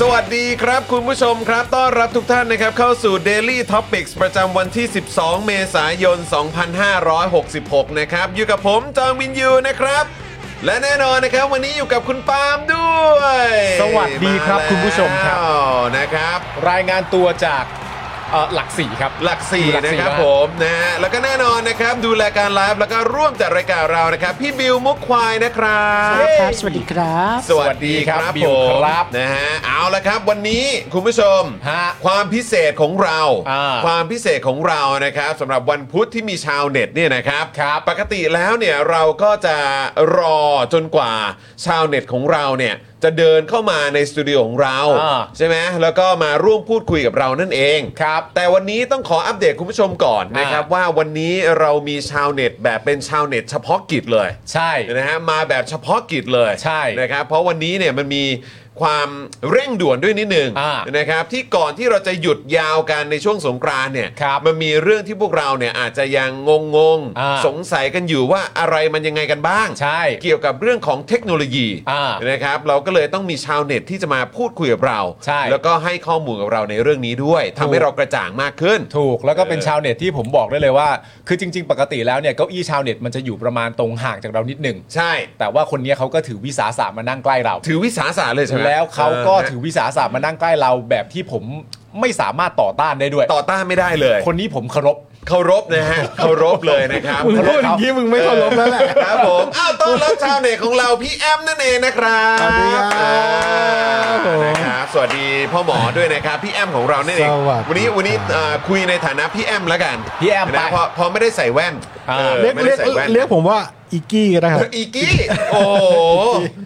สวัสดีครับคุณผู้ชมครับ ต้อนรับทุกท่านนะครับ เข้าสู่ Daily Topics ประจำวันที่ 12 เมษายน 2566 นะครับ อยู่กับผมจอห์นวินยูนะครับ และแน่นอนนะครับ วันนี้อยู่กับคุณปาล์มด้วย สวัสดีครับ าแล้ว คุณผู้ชมครับ นะครับ รายงานตัวจากเอ่อหลักสี่ครับ หลักสี่ หลัก นะ สี่ ครับ ครับ ผมนะฮะแล้วก็แน่นอนนะครับ ดูแลการไลฟ์แล้วก็ร่วมจัดรายการเรานะครับ พี่บิวมุกควายนะครัสบวัสดีครับ สวัสดีครับ สวัสดี ผ ครับบิ ม วครับ นะฮะเอาละครับวันนี้คุณผู้ชม ฮะ ความพิเศษของเรา อ่า ความพิเศษของเรานะครับสำหรับวันพุธที่มีชาวเน็ตเนี่ยนะครับ ครับ ปกติแล้วเนี่ยเราก็จะรอจนกว่าชาวเน็ตของเราเนี่ยจะเดินเข้ามาในสตูดิโอของเรา อ่า ใช่ไหมแล้วก็มาร่วมพูดคุยกับเรานั่นเองครับแต่วันนี้ต้องขออัปเดตคุณผู้ชมก่อนนะครับ อ่า ว่าวันนี้เรามีชาวเน็ตแบบเป็นชาวเน็ตเฉพาะกิจเลย ใช่ นะฮะมาแบบเฉพาะกิจเลย ใช่ นะครับเพราะวันนี้เนี่ยมันมีความเร่งด่วนด้วยนิดหนึ่ง อ่า นะครับที่ก่อนที่เราจะหยุดยาวกันในช่วงสงกรานต์เนี่ย ครับ มันมีเรื่องที่พวกเราเนี่ยอาจจะยังงงงๆ อ่า สงสัยกันอยู่ว่าอะไรมันยังไงกันบ้าง ใช่ เกี่ยวกับเรื่องของเทคโนโลยี อ่า นะครับเราก็เลยต้องมีชาวเน็ตที่จะมาพูดคุยกับเรา ใช่ แล้วก็ให้ข้อมูลกับเราในเรื่องนี้ด้วยทำให้เรากระจ่างมากขึ้น ถูกแล้วก็เป็น เออ ชาวเน็ตที่ผมบอกได้เลยว่า คือจริง ๆ ปกติแล้วเนี่ยเก้าอี้ชาวเน็ตมันจะอยู่ประมาณตรงห่างจากเรานิดหนึ่ง ใช่ แต่ว่าคนเนี้ยเขาก็ถือวิสาสะมานั่งใกล้เรา ถือวิสาสะเลยใช่ไหม แล้วเขาก็ ฮะ ถือวิสาสะมานั่งใกล้เราแบบที่ผมไม่สามารถต่อต้านได้ด้วย ต่อต้านไม่ได้เลย คนนี้ผมเคารพ เคารพนะฮะ เคารพเลยนะครับ มึงพูดอย่างนี้มึงไม่เคารพแล้วแหละ ครับผมอ้าวต้อนรับชาวเน็ตของเราพี่แอมนั่นเองนะครับ สวัสดีครับ อ่านะครับสวัสดีพ่อหมอด้วยนะครับพี่แอมของเรานั่นเอง สวัสวันดีนี้วันนี้ ครับ เอ่อคุยในฐานะพี่แอมแล้วกัน พี่แอมไป นะเพราะเพราะไม่ได้ใส่แว่น อ่า ออ เรียก ไม่ เรี ได้ ยก ใส่แว่น เรียกผมว่าอีกกี้ก็ได้ครับ อีกี้โอ้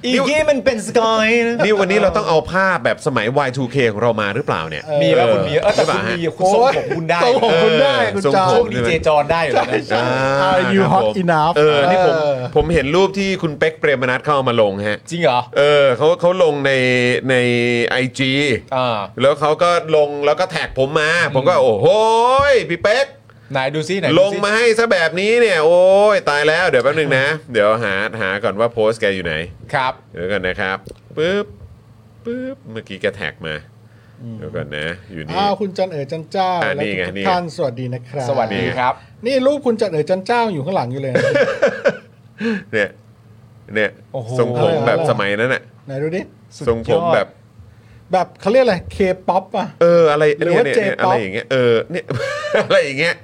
อีกที่มันเป็นสกอยนะ นี่วันนี้เราต้องเอาภาพแบบสมัย Y2K ของเรามาหรือเปล่าเนี่ย มีแล้วคุณมีเออแต่ หรื คุ ป ณ ล่าฮะ มีคุณทรงผมคุณได้ โอ้ยทรงผมคุณได้คุณ ทรง จอห์น ผ โช ม คดี เนี่ย เจจอนได้อยู่แล้วนะ อ่า Are you ครับ hot ผม enough เออ นี่ผม เออ ผมเห็นรูปที่คุณเป๊กเปรมนัทเข้าเอามาลงฮะ จริงเหรอ เออเขาเขาลงในในไอจี อ่า แล้วเขาก็ลงแล้วก็แท็กผมมา ผมก็โอ้โหยพี่เป๊ก ไหนดูซิไหนดู ล ซิ งมาให้ซะแบบนี้เนี่ย โอ้ยตายแล้วเดี๋ยวแป๊บนึงนะ เดี๋ยวหาหาก่อนว่าโพสต์แกอยู่ไหน ครับ เดี๋ยวก่อนนะครับปึ๊บปึ๊บเมื่อกี้แกแท็กมา เดี๋ยวก่อนนะ อยู่นี่ อ้าวคุณจันเอ๋อจันเจ้า อ่า และ นี่ไง ทุก นี่ไง ๆท่านสวัสดีนะครับ สวัสดีครับ นี่รูปคุณจันเอ๋อจันเจ้าอยู่ข้างหลังอยู่เลยนะ เนี่ยเนี่ย โอ้โห ทรงผมแบบ อะไร สมัยนั้นอะ ไหนดูดิ สุด ทรงผม ยอด แบบ แบบเขาเรียกอะไรเคป๊อปอ่ะ เอออะไร หรือ เนี่ยเนี่ยว่าเนี่ย J-pop อะไรอย่างเงี้ยเออเนี่ย อะไรอย่างเงี้ย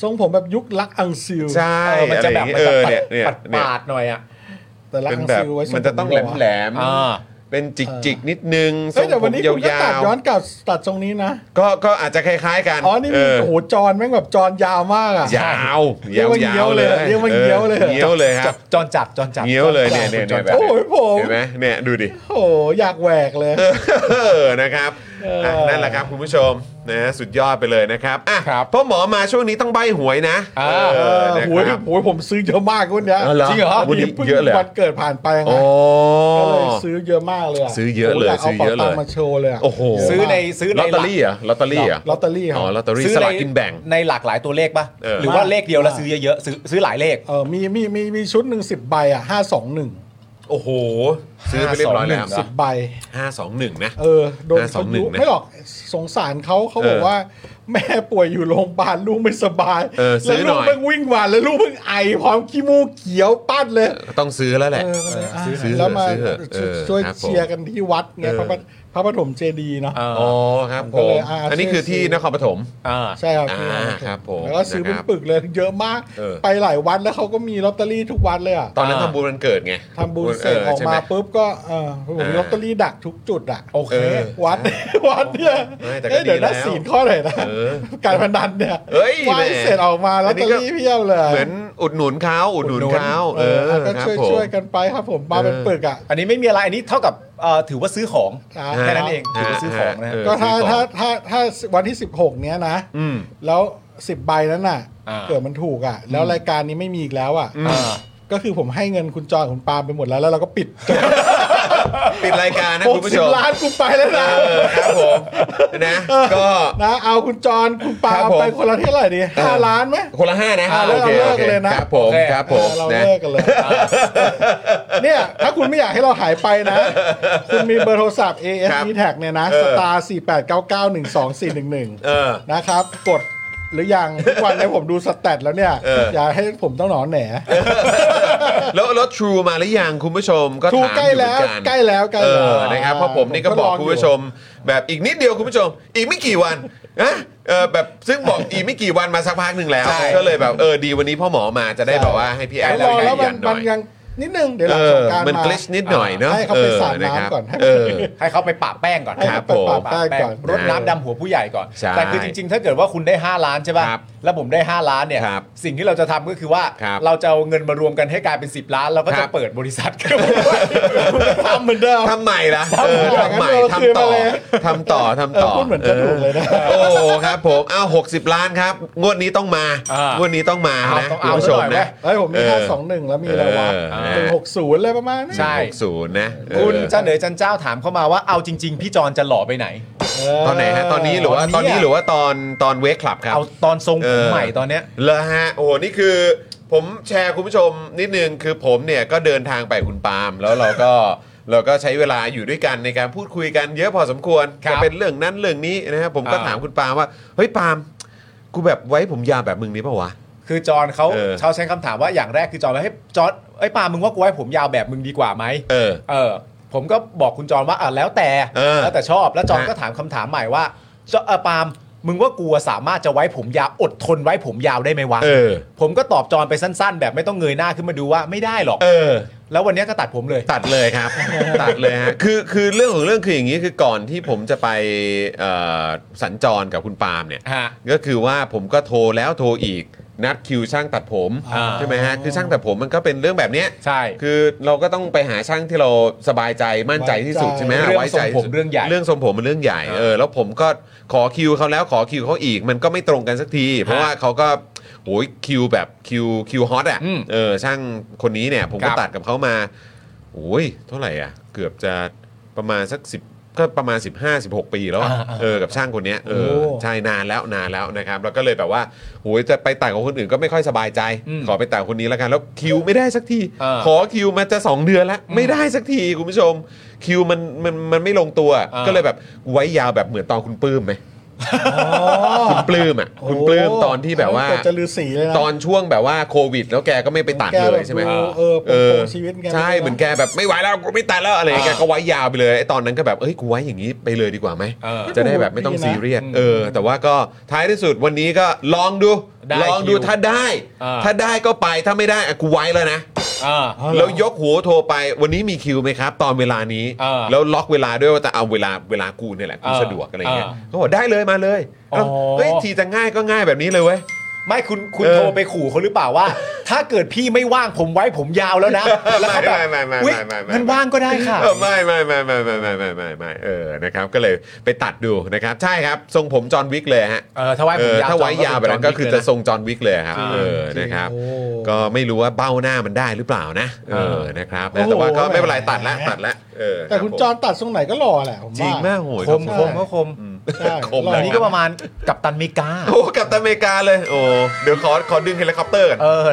ทรงผมแบบยุคลักอังซิล ใช่ เออมัน อะ จะ ไรอย่างแบบมั เงี้ น ยเออเนี่ยจะปาด เนี่ย ปาด เนี่ย ปาดหน่อยอ่ะ แต่ลัก เป็น อัง แบบ ซิลไว้ทรง มันจะต้อง ผ แหลมแหลมยาวๆ อ่า เป็นจิกจิกๆนิดนึงทร เฮ้ย ง แต่ ผ วัน ม นี้ ยา คุณก็ตัด ว ย้อนกลับตัดทรงนี้นะ ๆก็ก็อาจจะคล้าย ๆ กัน อ๋อนี่ เอ มี อ โอ้โหจอนแม่งแบบจอนยาวมากอ่ะ ยาว เรียกว่าเงี้ยวเลยเรียกว่าเงี้ยวเลย ออเงี้ยวเลยครับ จอนจัดจอนจัด เงี้ยวเลยเนี่ยเนี่ยเนี่ยแบบ โอ้ยผม เห็นไหมเนี่ยดูดิ โอ้โหอยากแหวกเลย เออนะครับ อ่ะนั่นแหละครับคุณผู้ชมนะสุดยอดไปเลยนะครับอ่ะ ครับ พ่อหมอมาช่วงนี้ต้องใบหวยนะ อ่า เออ โอ้ นะ โห ค ย รับ โอ้ยผมซื้อเยอะมากวันเนี้ย อ๋อเหรอ จริงเหรอ วันนี้ พิ่ง เยอะเลยอะ วันเกิดผ่านไปไง โอ้ ก็เลยซื้อเยอะมากเลยะ ซื้อเยอะเลย โาก ซื้อเยอะเลย าป๋าตังค์มาโชว์เลยะ โอ้โห เยะมาก ซื้อในซื้อใน ลอตเตอรี่เหรอลอตเตอรี่เหรอ ลอตเตอรี่ครับ อ๋อลอตเตอรี่ ซื้อ ส ใน ลากกินแบ่ง ในหลากหลายตัวเลขป่ะ เออ หรือว่าเลขเดียวแล้วซื้อเยอะๆซื้อซื้อหลายเลข เออมีมีมีมีชุดหนึ่งสิบใบอ่ะห้าสองหนึ่ง โอ้โห ซื้อไปเรียบร้อยแล้ว 521 สิบใบ ห้าสองหนึ่งนะ เออโดนเขายุ 521นะ ไม่หรอกสงสารเขาเขาบอก เออ ว่า แม่ป่วยอยู่โรงพยาบาลลูกไม่สบาย เออซื้ แล้ว อหน่อยลูกเพิ่งวิ่งมาแล้วลูกเพิ่งไอพร้อมขี้มูกเขียวปั้นเลย ต้องซื้อแล้วแหละ เออก็เลยอ่ะ ซื้อ แล้วมา ซื้อเถอะเออ ช่วย ครับผม เชียร์กันที่วัดไงพระปฐพระปฐมเจดีย์เนาะ อ๋อครับผ ก็เล ม ยอ่า อันนี้ ซื้อ คือที่ ซื้อ นครปฐม อ่า ใช่ครับ อ่าครับผม แล้วก็ซื้อเป็น นะครับ ปึกเลยเยอะมาก เออ ไปหลายวันแล้วเขาก็มีลอตเตอรี่ทุกวันเลยอ่ะ ตอนนั้น อ่า ทำบุญวันเกิดไง ทำบุญเสร็จออก ใช่ไห มาปุ๊บก็เออผมมี อ่า ลอตเตอรี่ดักทุกจุดอ่ะ โอเค เออ วัด วัดเนี่ย ไม่แต่ก็ เอ้ยเดี๋ยว ดีแล้ นะ ว สีลข้อไหนนะ เออ การพนันเนี่ย เอ้ย ไหว แหม่ เสร็จออกมาลอตเตอรี่เพียบเลย เหมือนอุดหนุนเขาอุดหนุนเขาเออ ก็ ครับ ช่วย ผม ช่วยกันไปครับผมมาเป็น เออ ปึกอ่ะ อันนี้ไม่มีอะไรอันนี้เท่ากับเอ่อถือว่าซื้อของ นะ แค่นั้นเองถือว่าซื้อของนะ เ ก็ถ้า ซื้อของ ถ้าถ้าถ้าวันที่ 16 เนี้ยนะ อืม แล้ว 10 ใบนั้นน่ะ อ่า เกิดมันถูกอ่ะ แล้วรายการนี้ไม่มีอีกแล้วอ่ะ อืม ก็คือผมให้เงินคุณจอยคุณปาล์มไปหมดแล้ว แล้วเราก็ปิด ปิดรายการนะ ห คุ ก ณผู้ สิ ช บ ม ล้านกูไปแล้วนะ เออครับผมนะก็ นะเอาคุณจอนคุณปาล์ม ครับผม ไปคนละเท่าไหร่ดีห้าล้านไหม คนละห้านะ อ่าแล้วเรา โอ เลิกกันเลยนะ ครับผมครับผม เออเรา นะ เลิกกัน เลย เนี่ย ถ้าคุณไม่อยากให้เราหายไปนะ คุณมีเบอร์โทรศัพท์ AS m e t a g เนี่ยนะสตาร์4 8 9 9 1 2 4 1 เออ 1 นะครับ กดหรือยังทุกวันเนี่ยผมดูสแตทแล้วเนี่ย เอออ อย่าให้ผมต้องหนอนแหน แล้วแล้วทรูมาหรือยังคุณผู้ชมก็ถาม True อยู่ ใกล้แล้ว เหมือนน ใกล้แล้วใกล้แล้ว เออนะครับเพราะผมนี่ก็บผมก็ อก รออยู่ คุณผู้ชม แบบอีกนิดเดียวคุณผู้ชม อีกไม่กี่วัน นะเออแบบซึ่งบอกอีกไม่กี่วันมาสักพักหนึ่งแล้ว ใช่ ก็เลยแบบเออดีวันนี้พ่อหมอมาจะได้แบบว่าให้พี่แอ แล้ น ว ได้ขรอแล้วมั ยั น นหน่ มัน อย ยังนิดนึง เดี๋ยว เอ เราส อง การ มัน มา กลิชนิดหน่อยเนอะ ให้เขาไปสาดน้ำ เะครับ ก่อนให้ เออ ให้เขาไปปะแป้งก่อน ให้ ครับเขาไปปะ ผม แป้งก่อน รดน้ำดำหัวผู้ใหญ่ก่อน ใช่ แต่คือจริงๆ ถ้าเกิดว่าคุณได้ 5 ล้านใช่ป่ะ ครับ แล้วผมได้ 5 ล้านเนี่ย ครับ สิ่งที่เราจะทำก็คือว่า ครับ เราจะเอาเงินมารวมกันให้กลายเป็น 10 ล้าน เราก็ ครั จะ บ เปิดบริษัทกัน ทำเหมือนเดิม ทำใหม่ละเออทำใหม่ ทำ ทำ ต่ ต่อ อ ทำต่อทำต่อ พูดเหมือนจะถูกเลยนะ เออโอ้โหครับผมเอา60 ล้านครับ งวดนี้ต้องมา อ่าง งวดนี้ต้องมา เอา นะ ต้คุณองเอา ผู้ ซะ ช ห ม น่อยไหม นะ เอ้ยผมมี เออ ห้าสองหนึ่งแล้วมีอะไรวะ เออ หนึ่งหกศูนย์อะไรประมาณนี้ ใช่ ศูนย์นะเออ คุณเจ้าเหนือจันเจ้าถามเข้ามาว่าเอาจริง ๆ พี่จอนจะหล่อไปไหน เ ตอนไหนฮะตอนนี้หรือว่าต ต อ อน นนี้ นี้ อะ หรือว่าตอนตอนเวกคลับครับ เอาตอนทรงผมใหม่ตอนเนี้ย เลอฮะโอ้โหนี่คือผมแชร์คุณผู้ชมนิดนึงคือผมเนี่ยก็เดินทางไปคุณปาล์มแล้วเราก็ เราก็ใช้เวลาอยู่ด้วยกันในการพูดคุยกันเยอะพอสมควร ครับ จะเป็นเรื่องนั้นเรื่องนี้นะฮะผมก็ อ่า ถามคุณปาล์มว่าเฮ้ยปาล์มกูแบบไว้ผมยาวแบบมึงนี้ป่าวะ คือจอนเขา เออ เขาใช้คำถามว่าอย่างแรกคือจอนว่าให้ยจอนไอ้ยปามึงว่ากูให้ผมยาวแบบมึงดีกว่าไหม เออ เออผมก็บอกคุณจอนว่าอ่ะแล้วแต่ เออ แล้วแต่ชอบแล้วจอน ฮะ ก็ถามคำถามใหม่ว่าจอเออปาล์มมึงว่ากลัวสามารถจะไว้ผมยาวอดทนไว้ผมยาวได้ไหมวะ เออ ผมก็ตอบจอนไปสั้น ๆ แบบไม่ต้องเงยหน้าขึ้นมาดูว่าไม่ได้หรอก เออ แล้ววันเนี้ยก็ตัดผมเลย ตัดเลยครับ ตัดเลยฮะคือคือเรื่องของเรื่องคืออย่างนี้คือก่อนที่ผมจะไปเอ่อสัญจรกับคุณปาล์มเนี่ย ฮะ ก็คือว่าผมก็โทรแล้วโทรอีกนัดคิวช่างตัดผม อ่า ใช่ไหมฮะคือช่างตัดผมมันก็เป็นเรื่องแบบเนี้ย ใช่ คือเราก็ต้องไปหาช่างที่เราสบายใจมั่นใจที่สุดใช่ไหม เรื่อง ไว้ใจที่สุด ทรงผมเรื่องใหญ่ เรื่องทรงผมมันเรื่องใหญ่ อ่า เออแล้วผมก็ขอคิวเขาแล้วขอคิวเขาอีก มันก็ไม่ตรงกันสักที เพราะว่าเขาก็โอ้ยคิวแบบคิวคิวฮอตอ่ะ อืม เออช่างคนนี้เนี่ย ผม ครั ก็ บ ตัดกับเขามาโอ้ยเท่าไหร่อ่ะ เกือบจะประมาณสักสิบก็ประมาณ 15 16 ปีแล้วอะเออกับช่างคนเนี้ยเออ โอ้ ใช่นานแล้วนานแล้วนะครับแล้วก็เลยแบบว่าโหยจะไปต่างกับคนอื่นก็ไม่ค่อยสบายใจ อืม ขอไปต่างคนนี้แล้วกันแล้วคิวไม่ได้สักที เออ ขอคิวมาจะ 2 เดือนแล้ว ไม่ได้สักทีคุณผู้ชม คิวมันมันมันไม่ลงตัว เออ ก็เลยแบบไว้ยาวแบบเหมือนตอนคุณปลื้มไหมคุณปลื้มอ่ะคุณปลื้มตอนที่แบบว่า เกิดจะลือสีเลยนะ ตอนช่วงแบบว่าโควิด แล้วแกก็ไม่ไปตัด แก เล แบบ ยใช่ไหม ดูเออปลงชีวิตแก ใช่ ไปเลยนะ เหมือนแกแบบไม่ไหวแล้วกูไม่ตัดแล้วอะไรอย่างเงี้ยแกก็ไว้ยาวไปเลยไอ้ตอนนั้นก็แบบเอ้ยกูไว้อย่างนี้ไปเลยดีกว่าไหม เออ จะได้แบบไม่ต้องซีเรียสเออ แต่ว่าก็ท้ายที่สุดวันนี้ก็ลองดู ได้ ลองดู คิว ถ้าได้ อ่า ถ้าได้ก็ไปถ้าไม่ได้อ่ะกูไว้แล้วนะ อ่า อ๋อเหรอ แล้วยกหูโทรไปวันนี้มีคิวไหมครับ ตอนเวลานี้ เออ แล้วล็อกเวลาด้วยว่าจะเอาเวลาเวลากูเนี่ยแหละกู เออ สะดวกอะไรเงี้ย เออ เขาบอกได้เลยมาเลยเอ้า อ๋อ เฮ้ยทีจะง่ายก็ง่ายแบบนี้เลยเว้ย ไม่คุณคุณ เออ โทรไปขู่เขาหรือเปล่าว่า ถ้าเกิดพี่ไม่ว่างผมไว้ผมยาวแล้วนะแล้วเขาแบบ ไม่ไม่ไม่ไม่ อุ๊ย ไม่ไม่ งั้นว่างก็ได้ค่ะ เออไม่ไม่ไม่ไม่ไม่ไม่ไม่ไม่ไม่เออนะครับก็เลยไปตัดดูนะครับใช่ครับทรงผมจอห์นวิกเลยฮะ เออถ้าไว้ เอ ผอยมาว ถ้าไว้ จอห์น ยาวแบบนั้น จอห์ ก็ นวิก คือ เลย จะ นะ ทรงจอห์นวิกเลยครับ จริง เออนะครับ โอ้ ก็ไม่รู้ว่าเบ้าหน้ามันได้หรือเปล่านะเออนะครับแล้วแต่ว่าก็ โอ้โห ไม่เป็นไรตัดละตัดละเออ แต่คุณจอนตัดทรงไหนก็หล่อแหละผมว่า จริงมากโหย คมคมก็คม ใช่ คม หล่ออัน นี้ก็ประมาณกับตันเมกา โอ้กับตันอเมริกาเลยโอ้เดี๋ยวขอขอดึงเฮลิคอปเตอร์กัน เออ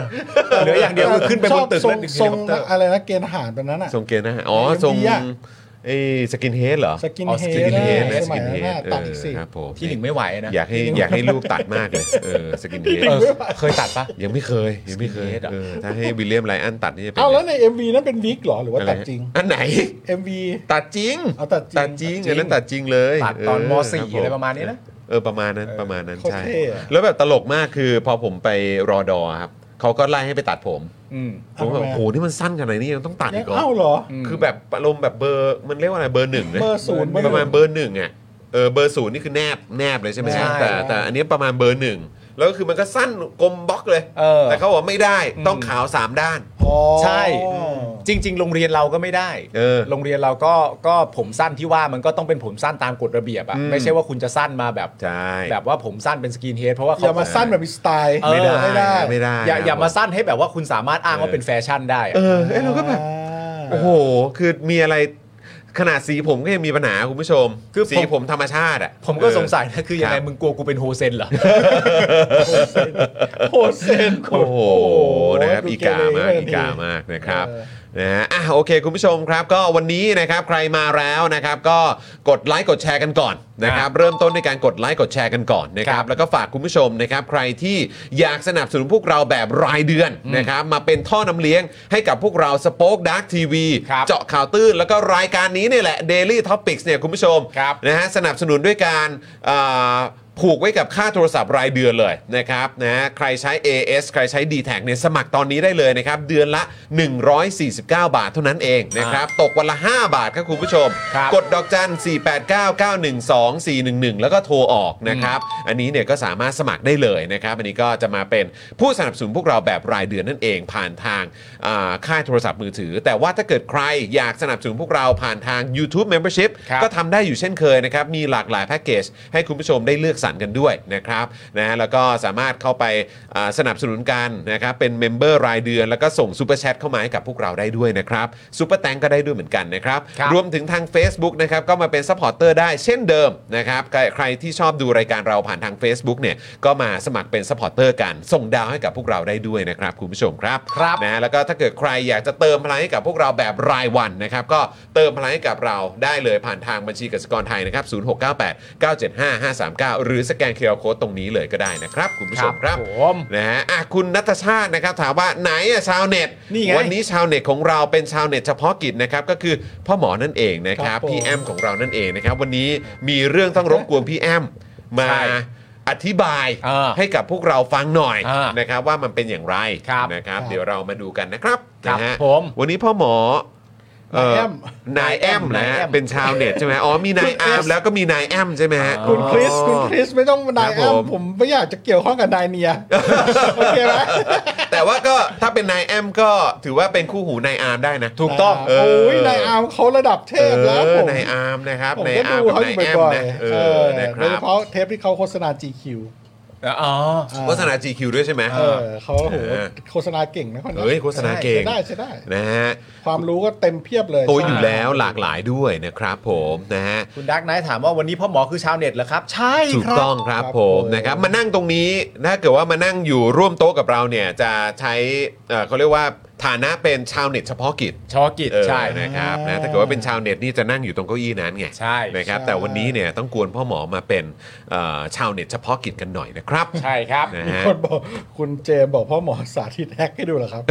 เหลืออย่างเดียวคือขึ้นไปบนตึก ชอ แล้ว บ ดึงเฮ ทร ลิ ง คอปเต ทร อร์ งอะไรนะเกณฑ์ทหารแบบนั้นอ่ะ ทรงเกณฑ์นะฮะอ๋อทเอ็มบีรง อะ ไอ้สกินเฮดเหรอ สกิน อ๋อ เฮ ส ด กินเฮด นะ ส สมั กิ ย นเฮดนั้นน่ะ เอ ตัด อ อีกสิ ครับผม ที่หนึ่งไม่ไหวนะ อยากให้อยากให้ลูกตัดมากเลยเออสกินเฮด เออเคยตัดปะ ยังไม่เคยยังไม่เคย Skinhead อะ เออถ้าให้วิลเลียมไรอันตัดนี่จะเป็น เอาแล้วใน MV นั้นเป็นวิกเหรอหรือว่า อะ ตั ไฮะ ดจริง อันไหน MV ตัดจริง เอาตัดจริง ตัดจริงอันนั้นตัดจริงเลย ตัดตอน เ มสี่ คบผ อะไรประมาณนี้นะ เออประมาณนั้นประมาณนั้น โคตร ใช่ เท่อะ แล้วแบบตลกมากคือพอผมไปรอดอครับเขาก็ไล่ให้ไปตัดผม อืม ผมแบบโอ้โหนี่มันสั้นขนาดนี้ยังต้องตัด ยั อี ง กเหรอ เอ้าเหรอ คือแบบอารมณ์แบบเบอร์มันเรียกว่าอะไรเบอร์หนึ่งนะ เบอร์ศูนย์เบอร์ประหนึ่งมาณเบอร์หนึ่งอ่ะเออเบอร์ศูนย์นี่คือแนบแนบเลยใช่ไหมฮะ ใช่ แต่แต่อันนี้ประมาณเบอร์หนึ่งแล้วก็คือมันก็สั้นกลมบล็อกเลย เออ แต่เขาบอกไม่ได้ อืม ต้องขาวสามด้าน อ๋อ ใช่ จริง ๆ โรงเรียนเราก็ไม่ได้ เออ โรงเรียนเราก็ก็ผมสั้นที่ว่ามันก็ต้องเป็นผมสั้นตามกฎระเบียบอะ อืม ไม่ใช่ว่าคุณจะสั้นมาแบบ ใช่ แบบว่าผมสั้นเป็นสกินเฮดเพราะว่า อ เขา ย่ามาสั้นแบบมีสไตล์ เออ ไม่ได้ ไม่ได้ ไม่ได้ อย่าอย่ามา ครับ สั้นให้แบบว่าคุณสามารถอ้างว่าเป็นแฟชั่นได้อะ เออเอ้ยเราก็แบบโอ้โห คือมีอะไรขนาดสีผมก็ยังมีปัญหาคุณผู้ชม คือสีผมธรรมชาติอ่ะ ผมก็ เออ สงสัยนะคือยังไง ครับ มึงกลัวกูเป็นโฮเซนเหรอ โหเซน โอ้โหนะครับ ดู อี เก กา เร มาก เลย อีกา ดิ มากนะครับ เออ นะฮะอ่ะโอเค คุณผู้ชมครับ ก็วันนี้นะครับใครมาแล้วนะครับ ก็กดไลค์กดแชร์กันก่อนนะครับ เริ่มต้นในการกดไลค์กดแชร์กันก่อนนะค ค รั รับ บ แล้วก็ฝากคุณผู้ชมนะครับ ใครที่อยากสนับสนุนพวกเราแบบรายเดือนนะครับมาเป็นท่อน้ำเลี้ยงให้กับพวกเราสป็อคดักทีวี ครับ เจาะข่าวตื้นแล้วก็รายการนี้เนี่ยแหละ Daily Topics เนี่ยคุณผู้ชม ครับ นะฮะสนับสนุนด้วยการอ่าผูกไว้กับค่าโทรศัพท์รายเดือนเลยนะครับนะฮะใครใช้ AS ใครใช้ d t แทเนี่ยสมัครตอนนี้ได้เลยนะครับ เดือนละ 149 บาทเท่านั้นเองนะครับตกวันละ 5 บาทครับคุณผู้ชม ครับ กดดอกจัน 489912411 แล้วก็โทรออกนะครับ อันนี้เนี่ยก็สามารถสมัครได้เลยนะครับ อันนี้ก็จะมาเป็นผู้สนับสนุนพวกเราแบบรายเดือนนั่นเองผ่านทางอ่าค่ายโทรศัพท์มือถือ แต่ว่าถ้าเกิดใครอยากสนับสนุนพวกเราผ่านทาง YouTube Membership ครับ ก็ทำได้อยู่เช่นเคยนะครับ มีหลากหลายแพ็กเกจให้คุณผู้ชมได้เลือกสรรกันด้วยนะครับนะแล้วก็สามารถเข้าไปอ่าสนับสนุนกันนะครับเป็นเมมเบอร์รายเดือน แล้วก็ส่งซูเปอร์แชทเข้ามาให้กับพวกเราได้ด้วยนะครับซูเปอร์แตงก็ได้ด้วยเหมือนกันนะครับ ครับ วม รวมถึงทาง Facebook นะครับก็มาเป็นซัพพอร์ตเตอร์ได้เช่นเดิมนะครับใครใครที่ชอบดูรายการเราผ่านทาง Facebook เนี่ยก็มาสมัครเป็นซัพพอร์ตเตอร์กัน ส่งดาวให้กับพวกเราได้ด้วยนะครับคุณผู้ชมครับ ครับ นะแล้วก็ถ้าเกิดใครอยากจะเติมพลังให้กับพวกเราแบบรายวันนะครับก็เติมพลังให้กับเราได้เลยผ่านทางบัญชีกสิกรไทยนะครับ0698 975 539 หรือสแกนเคอร์โคตรงนี้เลยก็ได้นะครับคุณผู้ชมค ครั รับบ ผม นะฮะอ่ะคุณนัทชาตินะครับถามว่าไหนอะชาวเน็ต นี่ไง วันนี้ชาวเน็ตของเราเป็นชาวเน็ตเฉพาะกิจนะครับก็คือพ่อหมอนั่นเองนะ นะครับ ครับผม พี่แอมของเรานั่นเองนะครับ วันนี้มีเรื่องต้องรบกวนพี่แอมมา ใช่ อธิบาย อ่า ให้กับพวกเราฟังหน่อย อ่า นะครับ ว่ามันเป็นอย่างไร ครับ นะครับ เดี๋ยวเรามาดูกันนะครับ ครับ นะฮะ ผม วันนี้พ่อหมอเอ่ นายแอม นายแอมนะฮะ นายแอม เป็นชาวเน็ตใช่ไหมอ๋อมีนายอาร์มแล้วก็มีนายแอมใช่ไหมฮะ อ๋อ คุณคริสคุณคริสไม่ต้องนาย ครับผมอ้ำผมไม่อยากจะเกี่ยวข้องกับนายเนีย โอเคไหม แต่ว่าก็ถ้าเป็นนายแอมก็ถือว่าเป็นคู่หูนายอาร์มได้นะ ถูกต้อง เออ โอ้ยนายอาร์มเขาระดับเทพแล้วผม นายอาร์มนะครับ ผม นาย ก็ อา ดู ร์มกับ เขาอน ายแอมยู่บ่อย นะ ๆ เอ เอ อ อ นะค โดย รั เฉ บ พาะเทปที่เขาโฆษณา GQ อ๋อ โฆษณา GQ ด้วยใช่ไหม เออเขาโห เออ โฆษณาเก่งนะคนนี้ เฮ้ยโฆษณาเก่ง ใช่ได้ใช่ได้ นะฮะ ความรู้ก็เต็มเพียบเลย โตอยู่แล้วหลากหลายด้วยนะครับผมนะฮะ คุณดักไนท์ถามว่าวันนี้พ่อหมอคือชาวเน็ตเหรอครับ ใช่ ถูก ครับ ต้องครับผมนะครับมานั่งตรงนี้ถ้าเกิดว่ามานั่งอยู่ร่วมโต๊ะกับเราเนี่ยจะใช้เอ่อเขาเรียกว่าฐานะเป็นชาวเน็ตเฉพาะกิจ ชอกิจ เออ ใช่ นะครับนะถ้าเกิดว่าเป็นชาวเน็ตนี่จะนั่งอยู่ตรงเก้าอี้นั้นไง ใช่ นะครับแต่วันนี้เนี่ยต้องกวนพ่อหมอมาเป็นเอ่อชาวเน็ตเฉพาะกิจกันหน่อยนะครับ ใช่ครับ นะ มี ฮะ คนบอกคุณเจมส์บอกพ่อหมอสาธิตแฮกให้ดูเหรอครับ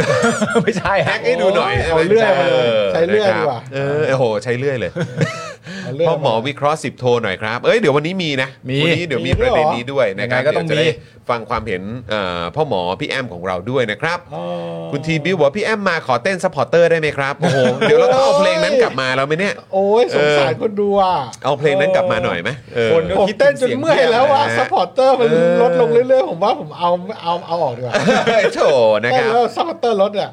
ไม่ใช่ แฮ ฮะ กให้ดูหน่อย เอาเลื่อยมาเลยใช้เลื่อยดีกว่า นะครับเออโอ้โหใช้เลื่อยเลย เอ เรื่อง พ่อหมอวิเคราะห์สิบโทหน่อยครับ เอ้ยเดี๋ยววันนี้มีนะ มี วันนี้เดี๋ยวมี มีปด้วย ระ เหรอ เด็นนี้ด้วยนะครับ ยังไงก็ต้อง เดี๋ยวจะได้ มี ฟังความเห็นเอ่อพ่อหมอพี่แอมของเราด้วยนะครับ คุณทีบิวบอกว่าพี่แอมมาขอเต้นซัพพอร์เตอร์ได้ไหมครับโอ้โหเดี๋ยวเราต้องเอาเพลงนั้นกลับมาแล้วไหมเนี่ย โอ้ยสงสารคนดูอ่ะ เอาเพลงนั้นกลับมาหน่อยไหมเออ คนก็ ผมเต้นจนเมื่อยแล้วอ่ะ เสียงเพี้ยนนะฮะ ซัพพอร์เตอร์มันลดลงเรื่อยๆ ผมว่าผมเอาเอาเอาออกดีกว่า โถนะ เต้ คน รับ แล้วซัพพอร์เตอร์ลดอ่ะ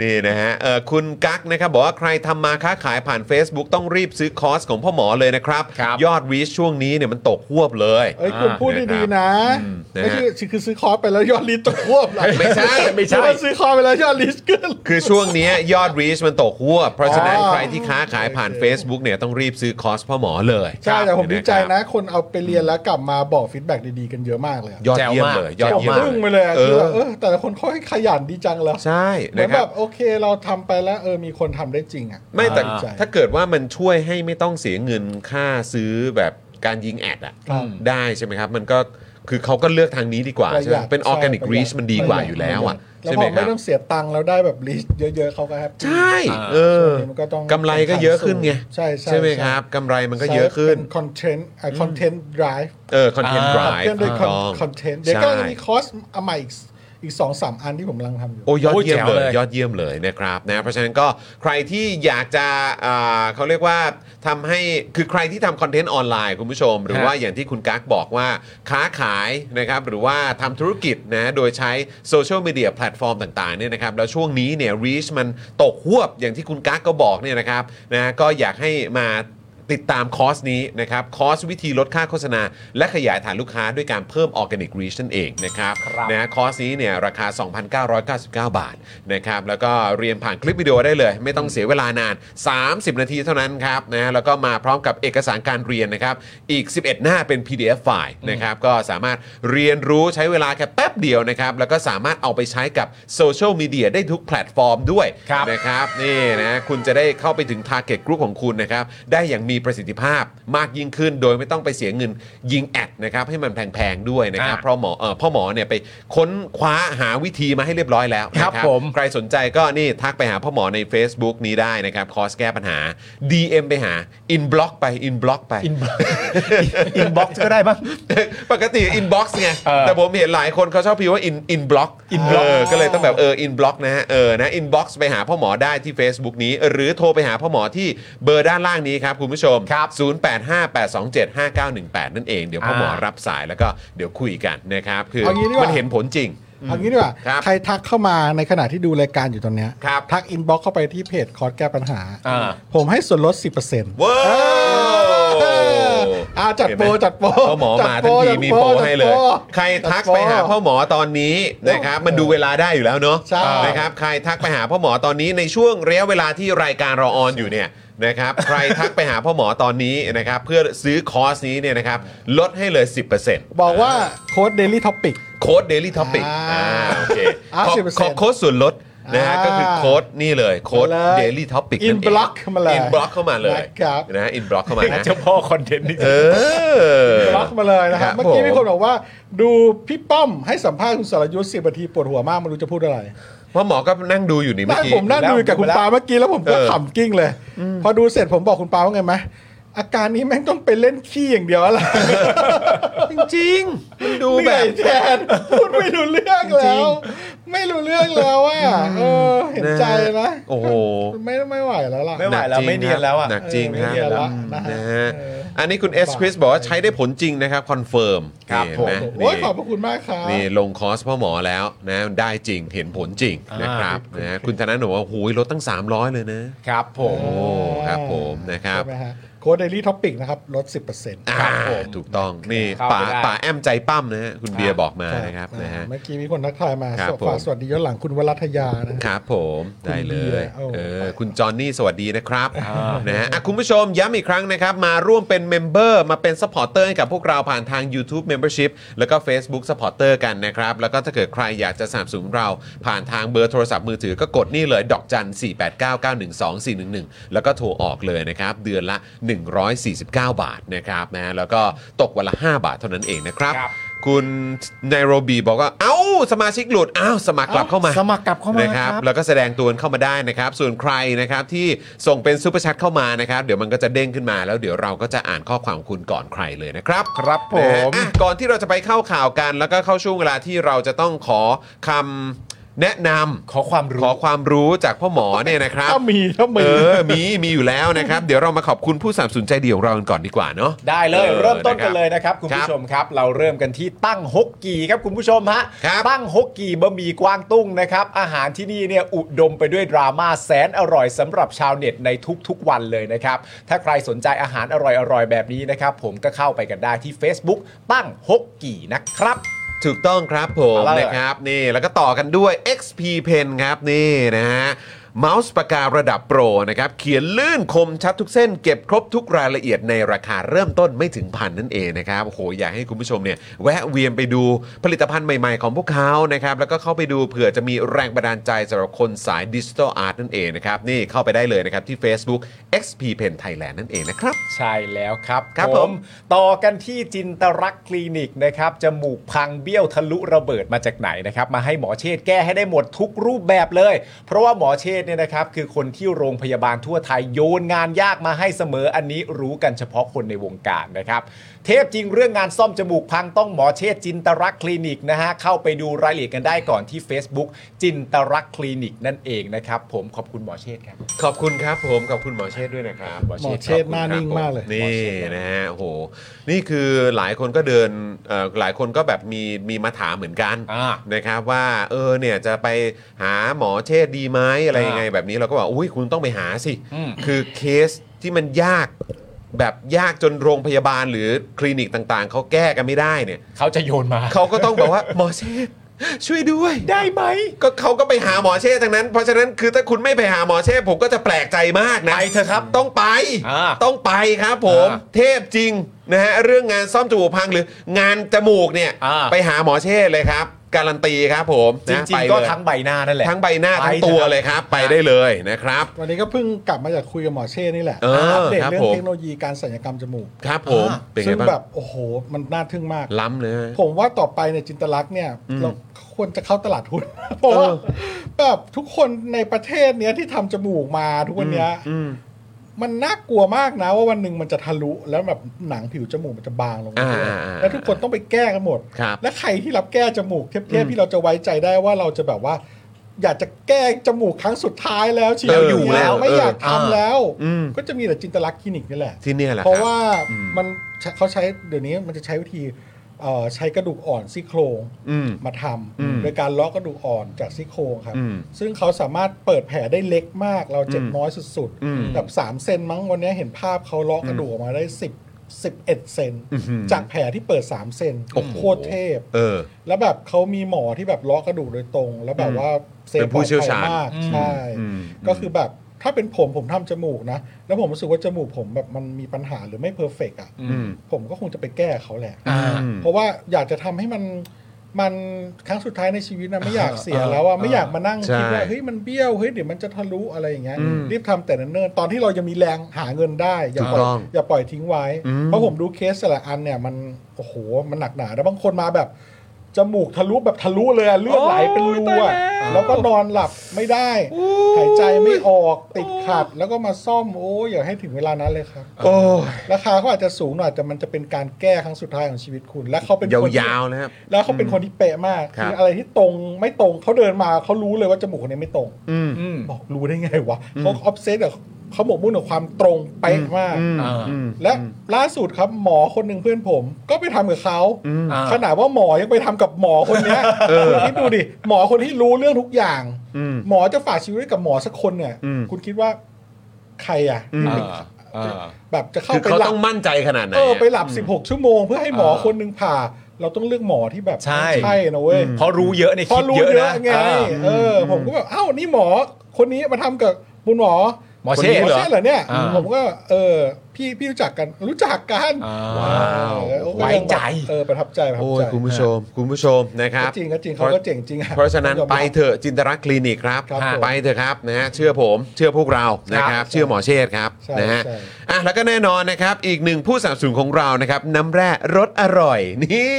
นี่นะฮะเอ่อคุณกั๊กนะครับ บอกว่าใครทำมาค้าขายผ่าน Facebook ต้องรีบซื้อคอร์สของพ่อหมอเลยนะครับ ครับ ยอดวีชช่วงนี้เนี่ยมันตกหวบเลย เอ้ยคุณพูดดีๆนะ อืมนะฮะ ไม่ใช่คือซื้อคอร์สไปแล้วยอดลิสต์ตกควบเหรอ ไม่ใช่ ไม่ ใช่ ใช่ ว่าซื้อคอร์สไปแล้วยอดลิสต์ขึ้น คือช่วงเนี้ยยอดรีชมันตกหัวบเพราะฉะนั้น อ๋อ ใครที่ค้าขายผ่าน Facebook เนี่ยต้องรีบซื้อคอร์สพ่อหมอเลย ใช่แต่ผมดีใจ ครับ นะ คนเอาไปเรียนแล้วกลับมาบอกฟีดแบ็กดีๆกันเยอะมากเลยอะ ยอดเยี่ยมเลยยอด ผม เยี่ยม อึ้งไปเลยอะ เอ คือ อ แบบเออแต่ละคนเขาให้ขยันดีจังแล้ว ใช่ เหมือ นะ น ค แบ รับบ โอเคเราทำไปแล้วเออมีคนทำได้จริงอ่ะ ไม่แต่ อ่า ถ้าเกิดว่ามันช่วยให้ไม่ต้องเสียเงินค่าซื้อแบบการยิงแอดอะได้ใช่ไหมครับ มันก็คือเขาก็เลือกทางนี้ดีกว่า ประ ใช่ ห ไหม ยัด เป็นออร์แกนิก ใช่ รีชมันดีกว่า ประห อยู่แล้วอ่ะ แล้ว ใช่ พ ไหมคอรั ไม่ บ ต้องเสียตังค์แล้วได้แบบลิสต์เยอะๆเขาก็แฮปปี้ ใช่ อ่า เออ ช่วงนี้มันก็ต้อง กำไรก็เยอะขึ้นไง ใช่ใช่ ไหมครับกำไรมันก็เยอะขึ้น คอนเทนต์คอนเทนต์ไ เออคอนเทนต์ อ่า ไร ขับเคลื่อนด้วยคอนเทนต์เดี๋ยวก็จะมีคอร์สอันใหม่อีกอีกสองสามอันที่ผมกำลังทำอยู่ โอ้ยอด โอ้ย เยี่ยม แจ๋ว เลย เลย ยอดเยี่ยมเลยนะครับนะเพราะฉะนั้นก็ใครที่อยากจะอ่าเขาเรียกว่าทำให้คือใครที่ทำคอนเทนต์ออนไลน์คุณผู้ชม หรือ ฮะ ว่าอย่างที่คุณกั๊กบอกว่าค้าขายนะครับหรือว่าทำธุรกิจนะโดยใช้โซเชียลมีเดียแพลตฟอร์มต่างๆเนี่ยนะครับแล้วช่วงนี้เนี่ยรีชมันตกหวบอย่างที่คุณกั๊กก็บอกเนี่ยนะครับนะก็อยากให้มาติดตามคอร์สนี้นะครับคอร์สวิธีลดค่าโฆษณา และขยายฐานลูกค้าด้วยการเพิ่มออร์แกนิกรีชนั่นเองนะครับ ครับ นะ นะคอร์สนี้เนี่ยราคา 2,999 บาทนะครับแล้วก็เรียนผ่านคลิปวิดีโอได้เลย ไม่ต้องเสียเวลานาน 30 นาทีเท่านั้นครับนะแล้วก็มาพร้อมกับเอกสารการเรียนนะครับอีก 11 หน้าเป็น PDF ไฟล์นะครับก็สามารถเรียนรู้ใช้เวลาแค่แป๊บเดียวนะครับแล้วก็สามารถเอาไปใช้กับโซเชียลมีเดียได้ทุกแพลตฟอร์มด้วย ครับ นะครับนี่นะคุณจะได้เข้าไปถึง Target Group ของคุณนะครับได้อย่างมีประสิทธิภาพมากยิ่งขึ้น โดยไม่ต้องไปเสียเงินยิงแอดนะครับให้มันแพงๆด้วยนะครับ อ่า เพราะหมอเอ่อพ่อหมอเนี่ยไปค้นคว้าหาวิธีมาให้เรียบร้อยแล้วนะครับ ผม ใครสนใจก็นี่ทักไปหาพ่อหมอใน Facebook นี้ได้นะครับ คอร์สแก้ปัญหา DM ไปหา Inblock ไป Inblock ไป inbox inbox ก็ได้บ้าง ปกติ Inbox ไง เออ แต่ผมเห็นหลายคนเขาชอบพิมพ์ว่า In Inblock Inblock เออก็เลยต้องแบบเออ Inblock นะฮะเออนะ Inbox ไปหาพ่อหมอได้ที่ Facebook นี้ หรือโทรไปหาพ่อหมอที่เบอร์ด้านล่างนี้ครับคุณผู้ชม ครับ 0858275918 นั่นเอง เดี๋ยวพ่อหมอ อ่ารั รับสายแล้วก็เดี๋ยวคุยกันนะครับคือ เอางี้ดีกว่ามั มันเห็นผลจริง เอางี้ดีกว่า ครับ ใครทักเข้ามาในขณะที่ดูรายการอยู่ตอนเนี้ย ครับ ทักอินบ็อกเข้าไปที่เพจคอร์สแก้ปัญหา อ่า ผมให้ส่วนลด 10%เอ ว้า ออ่าจัดโปรจัดโปร พ่อหมอ จัด มาทั้งที จัด มีโปรให้เลย จัดโป ใครทักไปหาพ่อหมอตอนนี้นะครับ มันดูเวลาได้อยู่แล้วเนอะ ใช่ นะครับ ใครทักไปหาพ่อหมอตอนนี้ในช่วงระยะเวลาที่รายการเราออนอยู่เนี่ยนะครับ ใครทักไปหาพ่อหมอตอนนี้นะครับ เพื่อซื้อคอร์สนี้เนี่ยนะครับ ลดให้เลย 10% บอกว่าโค้ด Daily Topic โค้ด Daily Topic อ่า อ่าโอเค อ่ะ ขอ 10% ขอโค้ดส่วนลดนะฮะ อ่า ก็คือโค้ดนี่เลยโค้ด มาเลย Daily Topic นั่นเอง Inblock เข้ามาเลย Inblock เข้ามาเลย นะครับ นะฮะ Inblock เข้ามานะ เจ้าพ่อคอนเทนต์นี่ เออ บล็อกมาเลยนะครัครับบ เมื่อกี้ ผม มีคนบอกว่า ดูพี่ป้อมให้สัมภาษณ์คุณสรยุทธ์สิบนาทีปวดหัวมากไม่รู้จะพูดอะไร เพราะหมอก็นั่งดูอยู่นี่เมื่ นั่ อง กี้ ผมนั่งดูกับคุณปาเมื่อกี้แล้วผมก็ เออ ขำกิ้งเลย พอดูเสร็จผมบอกคุณปาว่าไงไหมอาการนี้แม่งต้องไปเล่นขี้อย่างเดียวอะไร จริงๆมันดู เห แบ นื่อบ ยแทนพูดไม่รู้เรื่องแล้ว ไม่รู้เรื่องแล้วอ่ะเออเห็นใจนะ โอ้โห ไม่ไม่ไหวแล้วล่ะ ไม่ไหวแล้ว นักจริง ไม่เนียนแล้วอะ หนักจริง เอคอรับไม่เนียนแล้วนะฮะ นะฮะ เอออั อันนี้คุณเอสคริสบอกว่าใช้ได้ผลจริงนะครับ คอนเฟิร์ม ครับ นี่ ผม นะ โอ้ย นี่ ขอบพระคุณมากครับ นี่ลงคอร์สพ่อหมอแล้วนะได้จริงเห็นผลจริง อ่าน นะครับนะคุณธนาหนูว่าโอ้ยลดตั้ง 300 เลยนะ ครับผม โอ้ครับผมนะครับ ใช่ไหมฮะโค้ดเดลี่ท็อปิกนะครับ ลด 10% อ่า ครับผม ถูกต้องนี่ เข้า ป่า ไปได้ ป่าแอมใจปั้มนะฮะคุณเบียร์บอกมานะครับนะฮะ เมื่อกี้มีคนทักทายมา ครับ สวัสดี ผม สวัสดีย้อนหลังคุณวรัทยานะฮะ ครับผมได้เลย คุณเบียร์ เอ โอ้ อ ไป คุณจอห์นนี่สวัสดีนะครับนะฮะอ่ะคุณผู้ชมย้ำอีกครั้งนะครับ มาร่วมเป็นเมมเบอร์มาเป็นซัพพอร์เตอร์ให้กับพวกเราผ่านทาง YouTube Membership แล้วก็ Facebook ซัพพอร์เตอร์กันนะครับ แล้วก็ถ้าเกิดใครอยากจะสนับสนุนเราผ่านทางเบอร์โทรศัพท์มือถือก็กดนี่เลย ดอกจัน 4 8 9 9 1 2 4 1 1 แล้วก็โทรออกเลยนะครับ เดือนละ 149 บาทนะครับนะแล้วก็ตกวันละ 5 บาทเท่านั้นเองนะครับ ครับ คุณไนโรบีบอกว่า เอ้า สมาชิกหลุด อ้าว สมัครกลับเข้ามา สมัครกลับเข้ามา นะค ค รั รั บบ แล้วก็แสดงตัวเข้ามาได้นะครับ ส่วนใครนะครับที่ส่งเป็นซูเปอร์แชทเข้ามานะครับ เดี๋ยวมันก็จะเด้งขึ้นมาแล้วเดี๋ยวเราก็จะอ่านข้อความของคุณก่อนใครเลยนะครับ ครับผม นะฮะอ่ะก่อนที่เราจะไปเข้าข่าวกัน แล้วก็เข้าช่วงเวลาที่เราจะต้องขอคำแนะนำ ขอความ ข รู้ อความรู้จากพ่อหมอเนี่ยนะครับ ถ้ามีถ้า เอ มี อมีมีอยู่แล้วนะครับ เดี๋ยวเรามาขอบคุณผู้สนับสนุนใจดีของเรากันก่อนดีกว่าเนาะ ได้เลย เออ เริ่มต้น นะครับ กันเลยนะครับคุณ ครับ ผู้ชมครับ เราเริ่มกันที่ตั้งฮกกีครับคุณผู้ชมฮะ ครับ ตั้งฮกกีบะหมี่กวางตุ้งนะครับ อาหารที่นี่เนี่ยอุดมไปด้วยดราม่าแสนอร่อยสำหรับชาวเน็ตในทุกๆวันเลยนะครับ ถ้าใครสนใจอาหารอร่อยๆ แบบนี้นะครับ ผมก็เข้าไปกันได้ที่ Facebook ตั้งฮกกีนะครับ ถูกต้องครับผม เอาล่ะ นะครับนี่แล้วก็ต่อกันด้วย XP Pen ครับนี่นะฮะเมาส์ปากการะดับโปรนะครับเขียนลื่นคมชัดทุกเส้นเก็บครบทุกรายละเอียดในราคาเริ่มต้นไม่ถึงพันนั่นเองนะครับโอ้โหอยากให้คุณผู้ชมเนี่ยแวะเวียนไปดูผลิตภัณฑ์ใหม่ๆของพวกเขานะครับแล้วก็เข้าไปดูเผื่อจะมีแรงบันดาลใจสำหรับคนสายดิจิทัลอาร์ตนั่นเองนะครับนี่เข้าไปได้เลยนะครับที่ Facebook XP Pen Thailand นั่นเองนะครับ ใช่แล้วครับ ครับผม ต่อกันที่จินตรักษณ์คลินิกนะครับจมูกพังเบี้ยวทะลุระเบิดมาจากไหนนะครับ มาให้หมอเชษฐ์แก้ให้ได้หมดทุกรูปแบบเลย เพราะว่าหมอเชษฐ์เนี่ยนะครับ คือคนที่โรงพยาบาลทั่วไทยโยนงานยากมาให้เสมออันนี้รู้กันเฉพาะคนในวงการนะครับ เทพจริงเรื่องงานซ่อมจมูกพังต้องหมอเชษฐ์จินตรักษณ์คลินิกนะฮะเข้าไปดูรายละเอียดกันได้ก่อนที่ Facebook จินตรักษณ์คลินิกนั่นเองนะครับ ผมขอบคุณหมอเชษฐ์ครับ ขอบคุณครับผมขอบคุณหมอเชษฐ์ด้วยนะครับ หมอเชษฐ์หน้านิ่งมากเลย นี่นะฮะโอ้โหนี่คือหลายคนก็เดินเอ่อหลายคนก็แบบมีมีมาถามเหมือนกัน อ่า นะครับว่าเออเนี่ยจะไปหาหมอเชษฐ์ดีไหมอะไรยังไงแบบนี้เราก็บอกอุ้ยคุณต้องไปหาสิ อืม คือเคสที่มันยากแบบยากจนโรงพยาบาลหรือคลินิกต่างๆ เขาแก้กันไม่ได้เนี่ย เขาจะโยนมา เขาก็ต้องบอกว่า หมอเชษฐ์ช่วยด้วย ได้ไหม ก็เขาก็ไปหาหมอเชษทั้งนั้น เพราะฉะนั้นคือถ้าคุณไม่ไปหาหมอเชษผมก็จะแปลกใจมากนะ ไปเถอะครับ ต้องไป อ่า ต้องไปครับผม อ่า เทพจริงนะฮะเรื่องงานซ่อมจมูกพังหรืองานจมูกเนี่ย อ่า ไปหาหมอเชษเลยครับ การันตีครับผมนะจริง ไป ๆก็ เลย ทั้งใบหน้านั่นแหละ ทั้งใบหน้าทั้ง ไป ตัว ถอะ เลยครับ ไปได้เลยนะครับ วันนี้ก็เพิ่งกลับมาจากคุยกับหมอเช่นี่แหละ เออ อัปเดต ครับ เรื่อ ผ ง ม เทคโนโลยีการศัลยกรรมจมูก ครับผมเป็น ซึ่ ไง ง บ้าง แบบโอ้โห มันน่าทึ่งมาก ล้ำเลยฮะ ผมว่าต่อไปในยจินตลักษณ์เนี่ยเราควรจะเข้าตลาดหุ้น เพราะว่าแบบทุกคนในประเทศเนี้ยที่ทำจมูกมาทุกวันเนี้ยมันน่ากลัวมากนะ ว่าวันหนึ่งมันจะทะลุแล้วแบบหนังผิวจมูกมันจะบางลง อ่า เรื่อย อ่า ๆแล้วทุกคนต้องไปแก้กันหมด ครับ และใครที่รับแก้จมูกเทพๆที่เราจะไว้ใจได้ว่าเราจะแบบว่า อยากจะแก้จมูกครั้งสุดท้ายแล้วชีวิต เอออยู่แล้ว ไม่อยาก เออ ทำแล้ว อืม ก็จะมีแต่จินตลักษณ์คลินิกนี่แหละ ที่เนี่ยแหละค เพ บ ราะว่า อืม มันใช้เขาใช้เดี๋ยวนี้มันจะใช้วิธีเอ่อใช้กระดูกอ่อนซี่โครง อืม มาท อืม ำโดยการเลาะกระดูกอ่อนจากซี่โครงครับ อืม ซึ่งเขาสามารถเปิดแผลได้เล็กมาก เราเจ็บ อืม น้อยสุด อืม แบบ3เซนมั้งวันนี้เห็นภาพเขาเลาะกระดูกออกมาได้ 10 11เซน อื้อหือ จากแผลที่เปิด 3 เซน โอ้โห โคตรเทพ เออ แล้วแบบเขามีหมอที่แบบเลาะกระดูกโดยตรง แล้วแบบว่าซฟ เป็นผู้เชี่ยวชาญ ปลอดภัมากใช่ อืม ก็คือแบบถ้าเป็นผมผมทำจมูกนะ แล้วผมรู้สึกว่าจมูกผมแบบมันมีปัญหาหรือไม่เพอร์เฟกอ่ะ อืม ผมก็คงจะไปแก้เขาแหละ อ่า อืม เพราะว่าอยากจะทำให้มันมันครั้งสุดท้ายในชีวิตนะไม่อยากเสียแล้วอ่ะไม่อยากมานั่ง ใช่ คิดว่าเฮ้ยมันเบี้ยวเฮ้ยเดี๋ยวมันจะทะลุอะไรอย่างเงี้ย อืม รีบทำแต่เนิ่นๆตอนที่เรายังมีแรงหาเงินได้อย่าปล่ ถู อก ย ต้อง อย่าปล่อยทิ้งไว้ อืม เพราะผมดูเคสแต่ละอันเนี่ยมันโอ้โหมันหนักหนาแล้วบางคนมาแบบจมูกทะลุแบบทะลุเลยอะเลือดไหลเป็นรูอะแล้วก็นอนหลับไม่ได้ หายใจไม่ออกติดขัด แล้วก็มาซ่อมโอ้ยอย่าให้ถึงเวลานั้นเลยครับ โอ้ ราคาเขาอาจจะสูงหน่อยแต่มันจะเป็นการแก้ครั้งสุดท้ายของชีวิตคุณ และเขาเป็น ย คนที่ าวๆนะครับ แล้วเขาเป็นคนที่เป๊ะมาก ครับ ออะไรที่ตรงไม่ตรงเขาเดินมาเขารู้เลยว่าจมูกคนนี้ไม่ตรง อืม อืม บอกรู้ได้ไงวะเขาออฟเซตกับเขาหมกมุ่นกับความตรงเป๊ะมาก อ่า ม และล่าสุดครับหมอคนหนึ่งเพื่อนผม ก็ไปทำกับเขา อืม อ่า ขนาดว่าหมอยังไปทำกับหมอคนเนี้ย เออ คุณคิดดูดิหมอคนที่รู้เรื่องทุกอย่าง อืม หมอจะฝากชีวิตไว้กับหมอสักคนเนี่ย อืม คุณคิดว่าใครอ่ะที่เป็น อ่า แบบจะเข้า คือ ไป เขา หลั ต้ บ องมั่นใจขนาดไหน เออไปห อะ ลับ 16 ชั่วโมงเพื่อให้หมอ เออ คนหนึ่งผ่า เราต้องเลือกหมอที่แบบ ใช่ นะเว้ย เพราะรู้เยอะใน พอ คิด รู้ เยอะ เย นะ อะไง อ่า เออผมก็แบบเอ้านี่หมอคนนี้มาทำกับคุณหมอ หมอเช่ คนนี้เหเหรอรอเนี่ย อ่า ผมก็เออ พี่พี่รู้จักกันรู้จักกัน อ่า เออ ไว้ใจ เออประทับใจประทับ โอ้ย ใจ คุณผู้ชม คุณผู้ชมนะครับ ก็จริงก็จริงเขาก็เจ๋งจริงอะ เพราะฉะนั้น ต้องยอมรัไปบเถอะจินตรักษณ์คลินิกครับ ครับผม ไปเถอะครับนะฮะเชื่อผมเชื่อพวกเรานะครับ เชื่อหมอเชษฐ์ครับ ใช่ นะฮะ ใช่ อ่ะแล้วก็แน่นอนนะครับ อีกหนึ่งผู้สนับสนุนของเรานะครับ น้ำแร่รสอร่อย นี่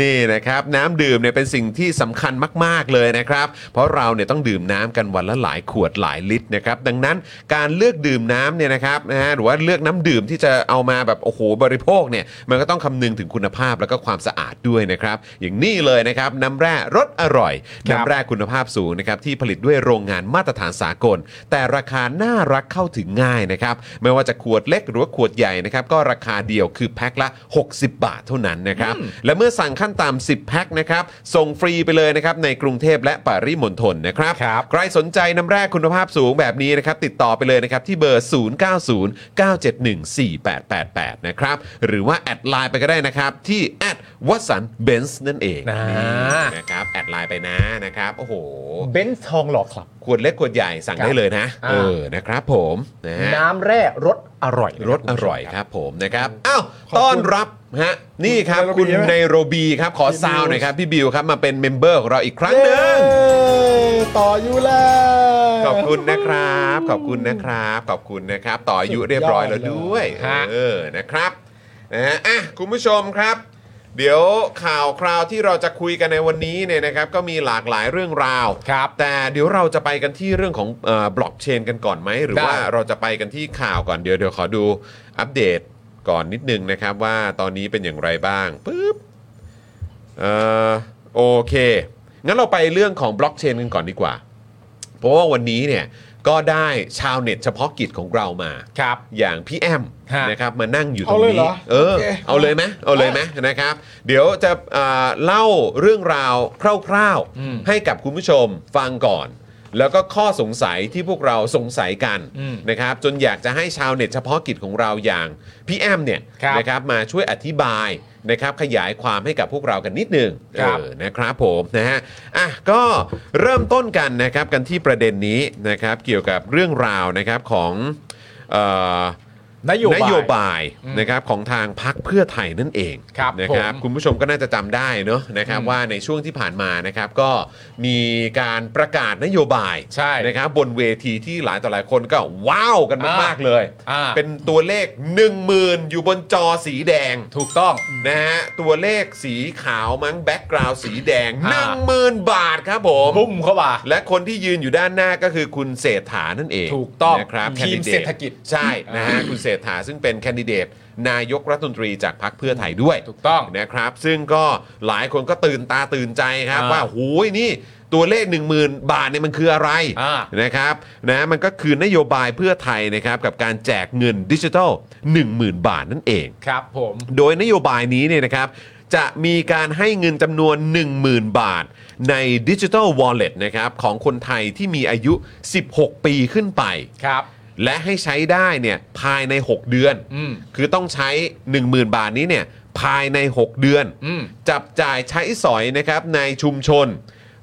นี่นะครับ น้ำดื่มเนี่ยเป็นสิ่งที่สำคัญมาก ๆ เลยนะครับ เพราะเราเนี่ยต้องดื่มน้ำกันวันละหลายขวดหลายลิตรนะครับ ดังนั้นการเลือกดื่มน้ำเนี่ยนะครับนะฮะหรือว่าเลือกน้ำดื่มที่จะเอามาแบบโอ้โหบริโภคเนี่ยมันก็ต้องคำนึงถึงคุณภาพแล้วก็ความสะอาดด้วยนะครับ อย่างนี้เลยนะครับน้ำแร่รสอร่อย ครับ น้ำแร่คุณภาพสูงนะครับที่ผลิตด้วยโรงงานมาตรฐานสากล แต่ราคาน่ารักเข้าถึงง่ายนะครับไม่ว่าจะขวดเล็กหรือว่าขวดใหญ่นะครับก็ราคาเดียวคือแพ็คละ 60 บาทเท่านั้นนะครับและเมื่อสั่งขั้นต่ำ10 แพ็คนะครับส่งฟรีไปเลยนะครับในกรุงเทพและปริมณฑลนะครับ ครับ ใครสนใจน้ำแร่คุณภาพสูงแบบนี้นะครับติดต่อไปเลยนะครับที่เบอร์ 0909714888 นะครับหรือว่าแอดไลน์ไปก็ได้นะครับที่แอดวัสันเบนซ์นั่นเอง อ่า นี่นะครับแอดไลน์ไปนะนะครับโอ้โห เบนซ์ทองหล่อครับ ขวดเล็กขวดใหญ่สั่งได้เลยนะ อ่า เออนะครับผมนะฮะ น้ำแร่รสอร่อย รสอร่อยครับผมนะครับอ้าวต้อนรับฮะนี่ครับ ไนโรบี คุณ ใช่ไหม ไนโรบีครับขอซาวหน่อยครับพี่บิวครับมาเป็นเมมเบอร์ของเราอีกครั้งหนึ่ง เย้ต่ออยู่แล้ว ขอบคุณนะครับ ขอบคุณนะครับ ขอบคุณนะครับ ต่ออายุเรียบร้อยแล้วด้วยเออนะครับนะฮะอ่ะคุณผู้ชมครับ เดี๋ยวข่าวคราวที่เราจะคุยกันในวันนี้เนี่ยนะครับ ก็มีหลากหลายเรื่องราว ครับ แต่เดี๋ยวเราจะไปกันที่เรื่องของบล็อกเชนกันก่อนไหม หรือ ได้ ว่าเราจะไปกันที่ข่าวก่อนเดี๋ยวเดี๋ยวขอดูอัปเดตก่อนนิดนึงนะครับ ว่าตอนนี้เป็นอย่างไรบ้างปึ๊บเอ่อโอเค งั้นเราไปเรื่องของบล็อกเชนกันก่อนดีกว่า เพราะว่าวันนี้เนี่ยก็ได้ชาวเน็ตเฉพาะกิจของเรามา ครับ อย่างพี่แอม ฮะ นะครับมานั่งอยู่ตรง เอาเลยเหร นี้ อ เออ โอเค เอาเลยไหมเอาเลยไหมนะครับ เดี๋ยวจะอ่าเล่าเรื่องราวคร่าว อืม ๆ ให้กับคุณผู้ชมฟังก่อน แล้วก็ข้อสงสัยที่พวกเราสงสัยกัน อืม นะครับ จนอยากจะให้ชาวเน็ตเฉพาะกิจของเราอย่างพี่แอมเนี่ย ครับ นะครับมาช่วยอธิบายนะครับขยายความให้กับพวกเรากันนิดหนึง ครับ เออนะครับผมนะฮะอ่ะก็เริ่มต้นกันนะครับกันที่ประเด็นนี้นะครับเกี่ยวกับเรื่องราวนะครับของเอ่อ นโยบาย นโยบายนะครับของทางพักเพื่อไทยนั่นเอง ครับ นะครับ ผม คุณผู้ชมก็น่าจะจำได้เนอะนะครับ อืม ว่าในช่วงที่ผ่านมานะครับก็มีการประกาศนโยบาย ใช่ นะครับบนเวทีที่หลายต่อหลายคนก็ว้าวกันมาก อ่า ๆ เลย อ่า เป็นตัวเลข 1 0,000 อยู่บนจอสีแดง ถูกต้อง นะฮะตัวเลขสีขาวมั้งแบ็กกราวสีแดง อ่า 10,000 บาทครับผม บุ้มเข้ามา และคนที่ยืนอยู่ด้านหน้าก็คือคุณเศรษฐานั่นเอง ถูกต้อง นะครับ ทีม candidate เศรษฐกิจ ใช่นะฮะคุณเศรษฐาซึ่งเป็นแคนดิเดตนายกรัฐมนตรีจากพรรคเพื่อไทยด้วย ถูกต้อง นะครับ ซึ่งก็หลายคนก็ตื่นตาตื่นใจครับ อ่า ว่าหูยนี่ตัวเลข 10,000 บาทเนี่ยมันคืออะไร อ่า นะครับนะมันก็คือนโยบายเพื่อไทยนะครับกับการแจกเงินดิจิทัล10,000 บาทนั่นเอง ครับผม โดยนโยบายนี้เนี่ยนะครับ จะมีการให้เงินจำนวน 10,000 บาท ในดิจิ t a l Wallet นะครับของคนไทยที่มีอายุ 16 ปีขึ้นไป ครับ และให้ใช้ได้เนี่ยภายใน 6 เดือน อืม คือต้องใช้ 10,000 บาทนี้เนี่ยภายใน 6 เดือน อืม จับจ่ายใช้สอยนะครับในชุมชน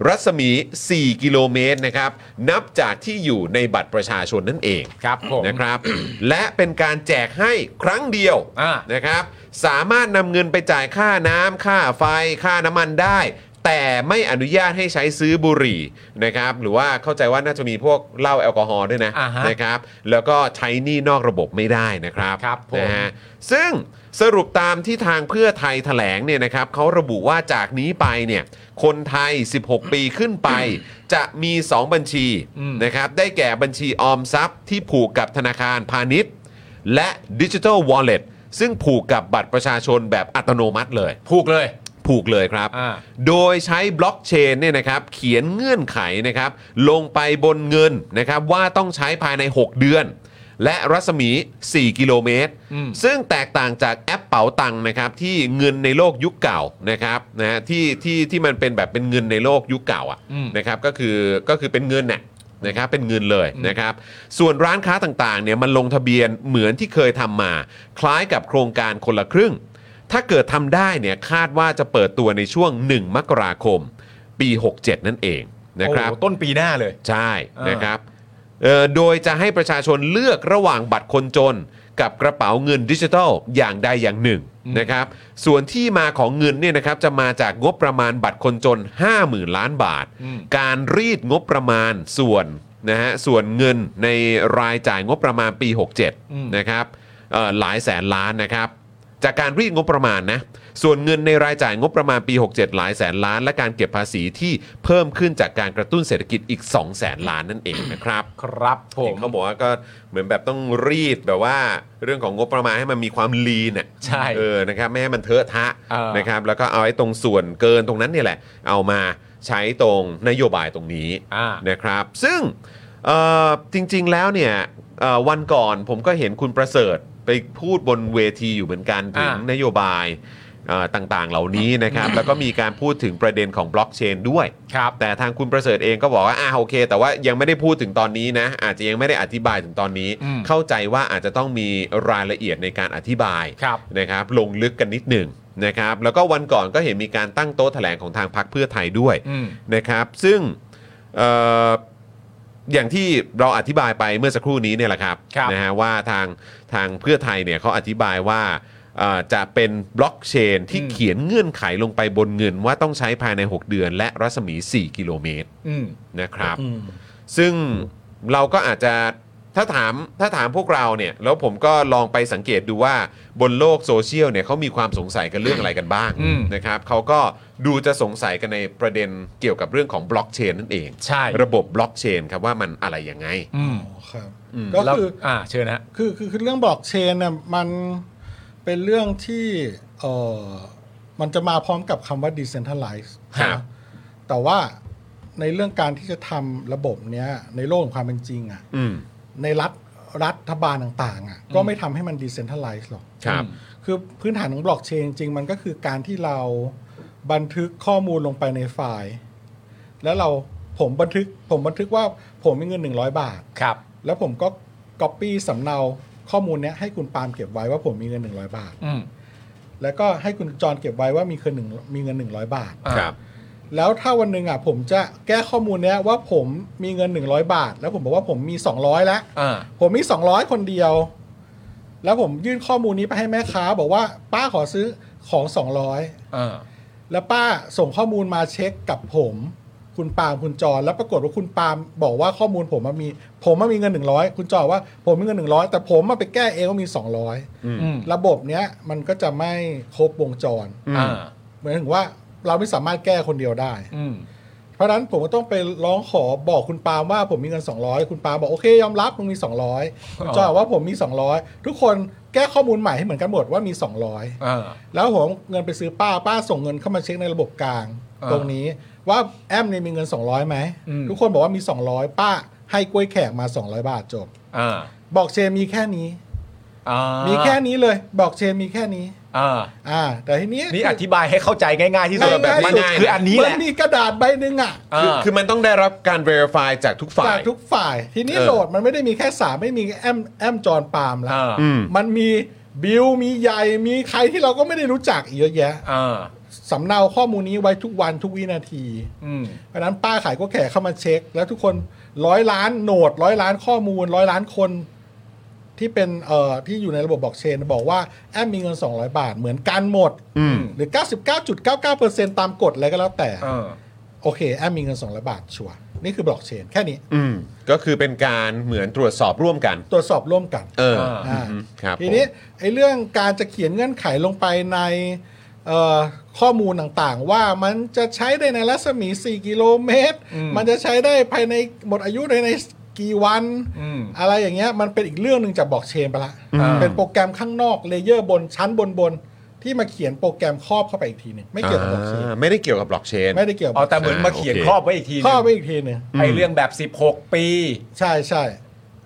รัศมี 4 กิโลเมตรนะครับนับจากที่อยู่ในบัตรประชาชนนั่นเอง ครับผม นะครับ และเป็นการแจกให้ครั้งเดียว อ่า นะครับ สามารถนำเงินไปจ่ายค่าน้ำค่าไฟ ค่าน้ำมันได้ แต่ไม่อนุญาตให้ใช้ซื้อบุหรี่นะครับ หรือว่าเข้าใจว่าน่าจะมีพวกเหล้าแอลกอฮอล์ด้วยนะ อ่าฮะ นะครับแล้วก็ใช้หนี้นอกระบบไม่ได้นะครับ ครับผม นะฮะซึ่งสรุปตามที่ทางเพื่อไทยแถลงเนี่ยนะครับเขาระบุว่าจากนี้ไปเนี่ยคนไทย 16 ปีขึ้นไป จะมี 2 บัญชี อืม นะครับได้แก่บัญชีออมทรัพย์ที่ผูกกับธนาคารพาณิชย์ และดิจิทัลวอลเล็ตซึ่งผูกกับบัตรประชาชนแบบอัตโนมัติเลย ผูกเลย ผูกเลยครับ อ่า โดยใช้บล็อกเชนเนี่ยนะครับเขียนเงื่อนไขนะครับลงไปบนเงินนะครับว่าต้องใช้ภายใน 6 เดือน และรัศมี 4 กิโลเมตร อืม ซึ่งแตกต่างจากแอปเป๋าตังค์นะครับที่เงินในโลกยุคเก่านะครับนะฮะที่ที่ที่มันเป็นแบบเป็นเงินในโลกยุคเก่าอะ อืม นะครับก็คือก็คือเป็นเงินน่ะนะครับเป็นเงินเลยนะครับส่วนร้านค้าต่างๆเนี่ยมันลงทะเบียนเหมือนที่เคยทำมา คล้ายกับโครงการคนละครึ่ง ถ้าเกิดทำได้เนี่ยคาดว่าจะเปิดตัวในช่วง 1 มกราคม ปี 67 นั่นเองนะครับ โอ้โหต้นปีหน้าเลย ใช่ เออ นะครับ เอ่อโดยจะให้ประชาชนเลือกระหว่างบัตรคนจน กับกระเป๋าเงินดิจิทัลอย่างใดอย่างหนึ่งนะครับ ส่วนที่มาของเงินเนี่ยนะครับจะมาจากงบประมาณบัตรคนจน 50,000 ล้านบาท การรีดงบประมาณส่วนนะฮะส่วนเงินในรายจ่ายงบประมาณปี 67 นะครับเอ่อหลายแสนล้านนะครับ จากการรีดงบประมาณนะส่วนเงินในรายจ่ายงบประมาณปี 67 หลายแสนล้าน และการเก็บภาษีที่เพิ่มขึ้นจากการกระตุ้นเศรษฐกิจอีก 2 แสนล้านนั่นเองนะครับ ครับผ เห็ ม นเขาบอกว่าก็เหมือนแบบต้องรีดแบบว่าเรื่องของงบประมาณให้มันมีความลีนอ่ะ ใช่ เออนะครับไม่ให้มันเทอะทะ เออ นะครับแล้วก็เอาไอ้ตรงส่วนเกินตรงนั้นเนี่ยแหละ เอามาใช้ตรงนโยบายตรงนี้ อ่าน นะครับ ซึ่งเอ่อจริงๆแล้วเนี่ยเอ่อวันก่อนผมก็เห็นคุณประเสริฐไปพูดบนเวทีอยู่เหมือนกันถึง อ่าน โยบายเอ่อต่างๆเหล่านี้ นะครับ แล้วก็มีการพูดถึงประเด็นของบล็อกเชนด้วย ครับ แต่ทางคุณประเสริฐเองก็บอกว่าอ่าโอเค แต่ว่ายังไม่ได้พูดถึงตอนนี้นะ อาจจะยังไม่ได้อธิบายถึงตอนนี้ อืม เข้าใจว่าอาจจะต้องมีรายละเอียดในการอธิบาย ครับ นะครับ ลงลึกกันนิดหนึ่งนะครับ แล้วก็วันก่อนก็เห็นมีการตั้งโต๊ะแถลงของทางพรรคเพื่อไทยด้วย อืม นะครับ ซึ่งเอ่ออย่างที่เราอธิบายไปเมื่อสักครู่นี้เนี่ยแหละครับ ครับ นะฮะว่าทางทางเพื่อไทยเนี่ยเขาอธิบายว่าเอ่อจะเป็นบล็อกเชนที่เขียนเงื่อนไขลงไปบนเงินว่าต้องใช้ภายใน 6 เดือน และรัศมี 4 กิโลเมตร อืม นะครับ ซึ่งเราก็อาจจะถ้าถามถ้าถามพวกเราเนี่ย แล้วผมก็ลองไปสังเกตดูว่าบนโลกโซเชียลเนี่ยเขามีความสงสัยกันเรื่องอะไรกันบ้าง อืม นะครับเขาก็ดูจะสงสัยกันในประเด็นเกี่ยวกับเรื่องของบล็อกเชนนั่นเอง ใช่ ระบบบล็อกเชนครับว่ามันอะไรยังไง อืม อ๋อครับก็ แล้ว คือ อ่าเชิญนะฮะ คือคือคือเรื่องบล็อกเชนเนี่ยมันเป็นเรื่องที่เออมันจะมาพร้อมกับคำว่า decentralize ครับ นะแต่ว่าในเรื่องการที่จะทำระบบเนี้ยในโลกของความเป็นจริงอะ่ะ อืม ในรัฐรัฐบาลต่างๆอะ่ะก็ไม่ทำให้มัน decentralize หรอก ครับ คือพื้นฐานของบล็อกเชนจริงๆ มันก็คือการที่เราบันทึกข้อมูลลงไปในไฟล์ แล้วเราผมบันทึกผมบันทึกว่าผมมีเงิน 100 บาท ครับ แล้วผมก็ก๊อปปี้สำเนาข้อมูลเนี้ยให้คุณปาล์มเก็บไว้ว่าผมมีเงิน 100 บาท อืม แล้วก็ให้คุณจอนเก็บไว้ว่ามีเงินหนึ่งมีเงิน 100 บาท อ่า ครับ แล้วถ้าวันหนึ่งอ่ะผมจะแก้ข้อมูลเนี้ยว่าผมมีเงิน 100 บาท แล้วผมบอกว่าผมมี 200 แล้ว อ่า ผมมี 200 คนเดียว แล้วผมยื่นข้อมูลนี้ไปให้แม่ค้า บอกว่าป้าขอซื้อของ 200 อ่า แล้วป้าส่งข้อมูลมาเช็คกับผม คุณปาล์มคุณจอนแล้วปรากฏว่าคุณปาล์มบอกว่าข้อมูลผมมันมี ผมมันมีเงิน 100 คุณจอนว่าผมมีเงิน 100 แต่ผมมาไปแก้เองว่ามี 200 อืม อืม ระบบเนี้ยมันก็จะไม่ครบวงจร อืม อ่า เหมือนถึงว่าเราไม่สามารถแก้คนเดียวได้ อืม เพราะฉะนั้นผมก็ต้องไปร้องขอบอกคุณปาล์มว่าผมมีเงิน 200 คุณปาล์มบอกโอเคยอมรับมึงมี 200คุณจอยบอกว่าผมมี 200 ทุกคนแก้ข้อมูลใหม่ให้เหมือนกันหมดว่ามี อ่า 200 แล้วผมเอาเงินไปซื้อป้าป้าส่งเงินเข้ามาเช็คในระบบกลาง อ่า ตรงนี้ว่าแอมเนี่ยมีเงิน 200ไหม อืม ทุกคนบอกว่ามี 200 ป้าให้กล้วยแขกมา 200 บาทจบ อ่า บอกเชนมีแค่นี้ อ่ามีมีแค่นี้เลย บอกเชนมีแค่นี้ อ่า อ่า แต่ทีนี้ นี่อธิบายให้เข้าใจง่ายๆที่สุด ง่ายๆ แบบสุนี้ด คืออันนี้แหละ มัมีกระดาษใบหนึ่งอ่ะ อ่า คือคือมันต้องได้รับการ verify จากทุกฝ่า จาย กทุกฝ่ายทีนี้ เออ โหลดมันไม่ได้มีแค่สามไม่มีแอมแอมจอนปาล์มแล้ว อ่า อืม มันมีบิลมีใหญ่มีใครที่เราก็ไม่ได้รู้จักอีกเยอะแยะ อ่า สำเนาข้อมูลนี้ไว้ทุกวันทุกวินาที อืม เพราะฉะนั้นป้าขายก็แขกเข้ามาเช็ค แล้วทุกคนร้อยล้านโหนดร้อยล้านข้อมูลร้อยล้านคน ที่เป็นเอ่อที่อยู่ในระบบบล็อกเชน บอกว่าแอมมีเงิน 200 บาท เหมือนกันหมด อืม หรือ 99.99%ตามกฎอะไรก็แล้วแต่ อ่า โอเคแอมมีเงิน200บาทชัวร์นี่คือบล็อกเชนแค่นี้ อืม ก็คือเป็นการเหมือนตรวจสอบร่วมกัน ตรวจสอบร่วมกัน เออ อ่า อืมครับ ทีนี้ไอ้เรื่องการจะเขียนเงื่อนไขลงไปในเอ่อข้อมูลต่างๆ ว่ามันจะใช้ได้ในรัศมี 4 กิโลเมตร อืม มันจะใช้ได้ภายในหมดอายุในในกี่วัน อืม อะไรอย่างเงี้ยมันเป็นอีกเรื่องหนึ่งจากบล็อกเชนไปละ อ่า เป็นโปรแกรมข้างนอกเลเยอร์บนชั้นบนบนๆที่มาเขียนโปรแกรมครอบเข้าไปอีกทีหนึ่งไม่เกี่ยวกับบล็อกเชน อ่าไม่ได้เกี่ยวกับบล็อกเชน ไม่ได้เกี่ยวกับ อ๋อแต่เหมือนมาเขียน โอเค ครอบไว้อีกทีห คร นึ อบ ง ไปอีกทีหนึ่ง ไอเรื่องแบบ 16 ปี ใช่ใช่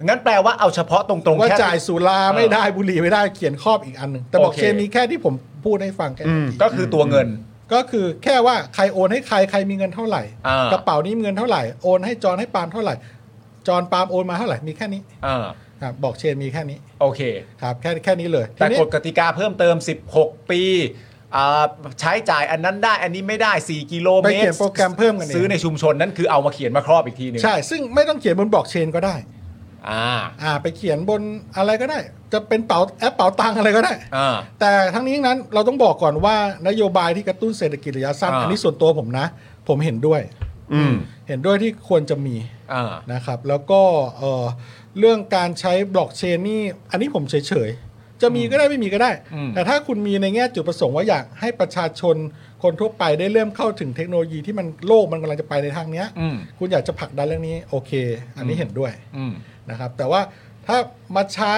งั้นแปลว่าเอาเฉพาะตรงๆ ว่า แค่ จ่ายสุราไม่ได้บุหรี่ไม่ได้เขียนครอบอีกอันหนึ่งแต่บล็อกเชน โอเค มีแค่ที่ผมพูดให้ฟังแค่นี้ ก็คือตัวเงิน ก็คือแค่ว่าใครโอนให้ใครใครมีเงินเท่าไหร่ อ่าก ระเป๋านี้มีเงินเท่าไหร่โอนให้จอนให้ปาล์มเท่าไหร่ จอนปาล์มโอนมาเท่าไหร่มีแค่นี้ อ่า ครับบอกเชนมีแค่นี้ โอเค ครับแค่แค่นี้เลย แต่ ทีนี้ กฎกติกาเพิ่มเติม 16 ปีอ่าใช้จ่ายอันนั้นได้อันนี้ไม่ได้ 4 กิโล ไป เมตร เขียนโปรแกรมเพิ่มกันเง ซื้อในชุมชนนั้นคือเอามาเขียนมาครอบอีกทีหนึง ใช่ ซึ่งไม่ต้องเขียนบนบอกเชนก็ได้ อ่า อ่าไปเขียนบนอะไรก็ได้ จะเป็นเป๋าแอปเป๋าตังอะไรก็ได้ อ่า แต่ทั้งนี้ทั้งนั้นเราต้องบอกก่อนว่านโยบายที่กระตุ้นเศรษฐกิจระยะสั้น อ่า อันนี้ส่วนตัวผมนะ ผมเห็นด้วย อืม เห็นด้วยที่ควรจะมี อ่า นะครับ แล้วก็เอ่อเรื่องการใช้บล็อกเชนนี่อันนี้ผมเฉยๆ จะมีก็ได้ไม่มีก็ได้ แต่ถ้าคุณมีในแง่จุดประสงค์ว่าอยากให้ประชาชนคนทั่วไปได้เริ่มเข้าถึงเทคโนโลยีที่มันโลกมันกำลังจะไปในทางเนี้ย อืม คุณอยากจะผลักดันเรื่องนี้โอเค อันนี้เห็นด้วย อืม นะครับแต่ว่าถ้ามาใช้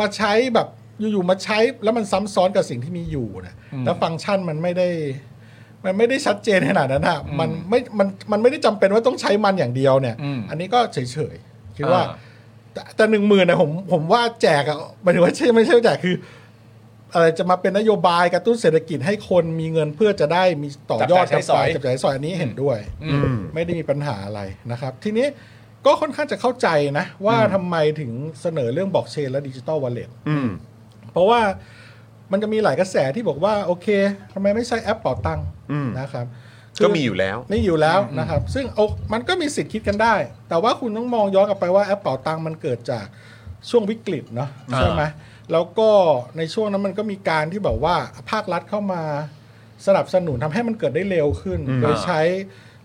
มาใช้แบบอยู่ๆมาใช้แล้วมันซ้ำซ้อนกับสิ่งที่มีอยู่นะ อืม แล้วฟังก์ชันมันไม่ได้ มันไม่ได้ชัดเจนขนาดนั้นอะ อืม มันไม่มันมันไม่ได้จำเป็นว่าต้องใช้มันอย่างเดียวเนี่ย อืม นนี้ก็เฉยๆคิดว่า แต่แต่หนึ่งหมื่นนะผมผมว่าแจกอะหมายถึงว่าใช่ไม่ใช่แจกคืออะไรจะมาเป็นนโยบายกระตุ้นเศรษฐกิจให้คนมีเงินเพื่อจะได้มีต่อยอด จับจ่ายใช้สอย จับจ่ายใช้สอยอันนี้เห็นด้วย อืม ไม่ได้มีปัญหาอะไรนะครับ ทีนี้ก็ค่อนข้างจะเข้าใจนะ ว่าทำไมถึงเสนอเรื่องบล็อกเชนและดิจิ t a ลวอลเล็ต อืม เพราะว่ามันจะมีหลายกระแสที่บอกว่า โอเคทำไมไม่ใช้แอปเป่าตังค์ อืม นะครับคื ก็มีอยู่แล้ว นี่อยู่แล้วนะครับ ซึ่งโอ้มันก็มีสิทธิ์คิดกันได้ แต่ว่าคุณต้องมองย้อนกลับไปว่าแอปเป่าตังค์มันเกิดจากช่วงวิกฤตเนาะ อ่า ใช่ไหมแล้วก็ในช่วงนั้นมันก็มีการที่แบบว่าภาครัฐเข้ามาสนับสนุนทำให้มันเกิดได้เร็วขึ้น อืม โดยใช้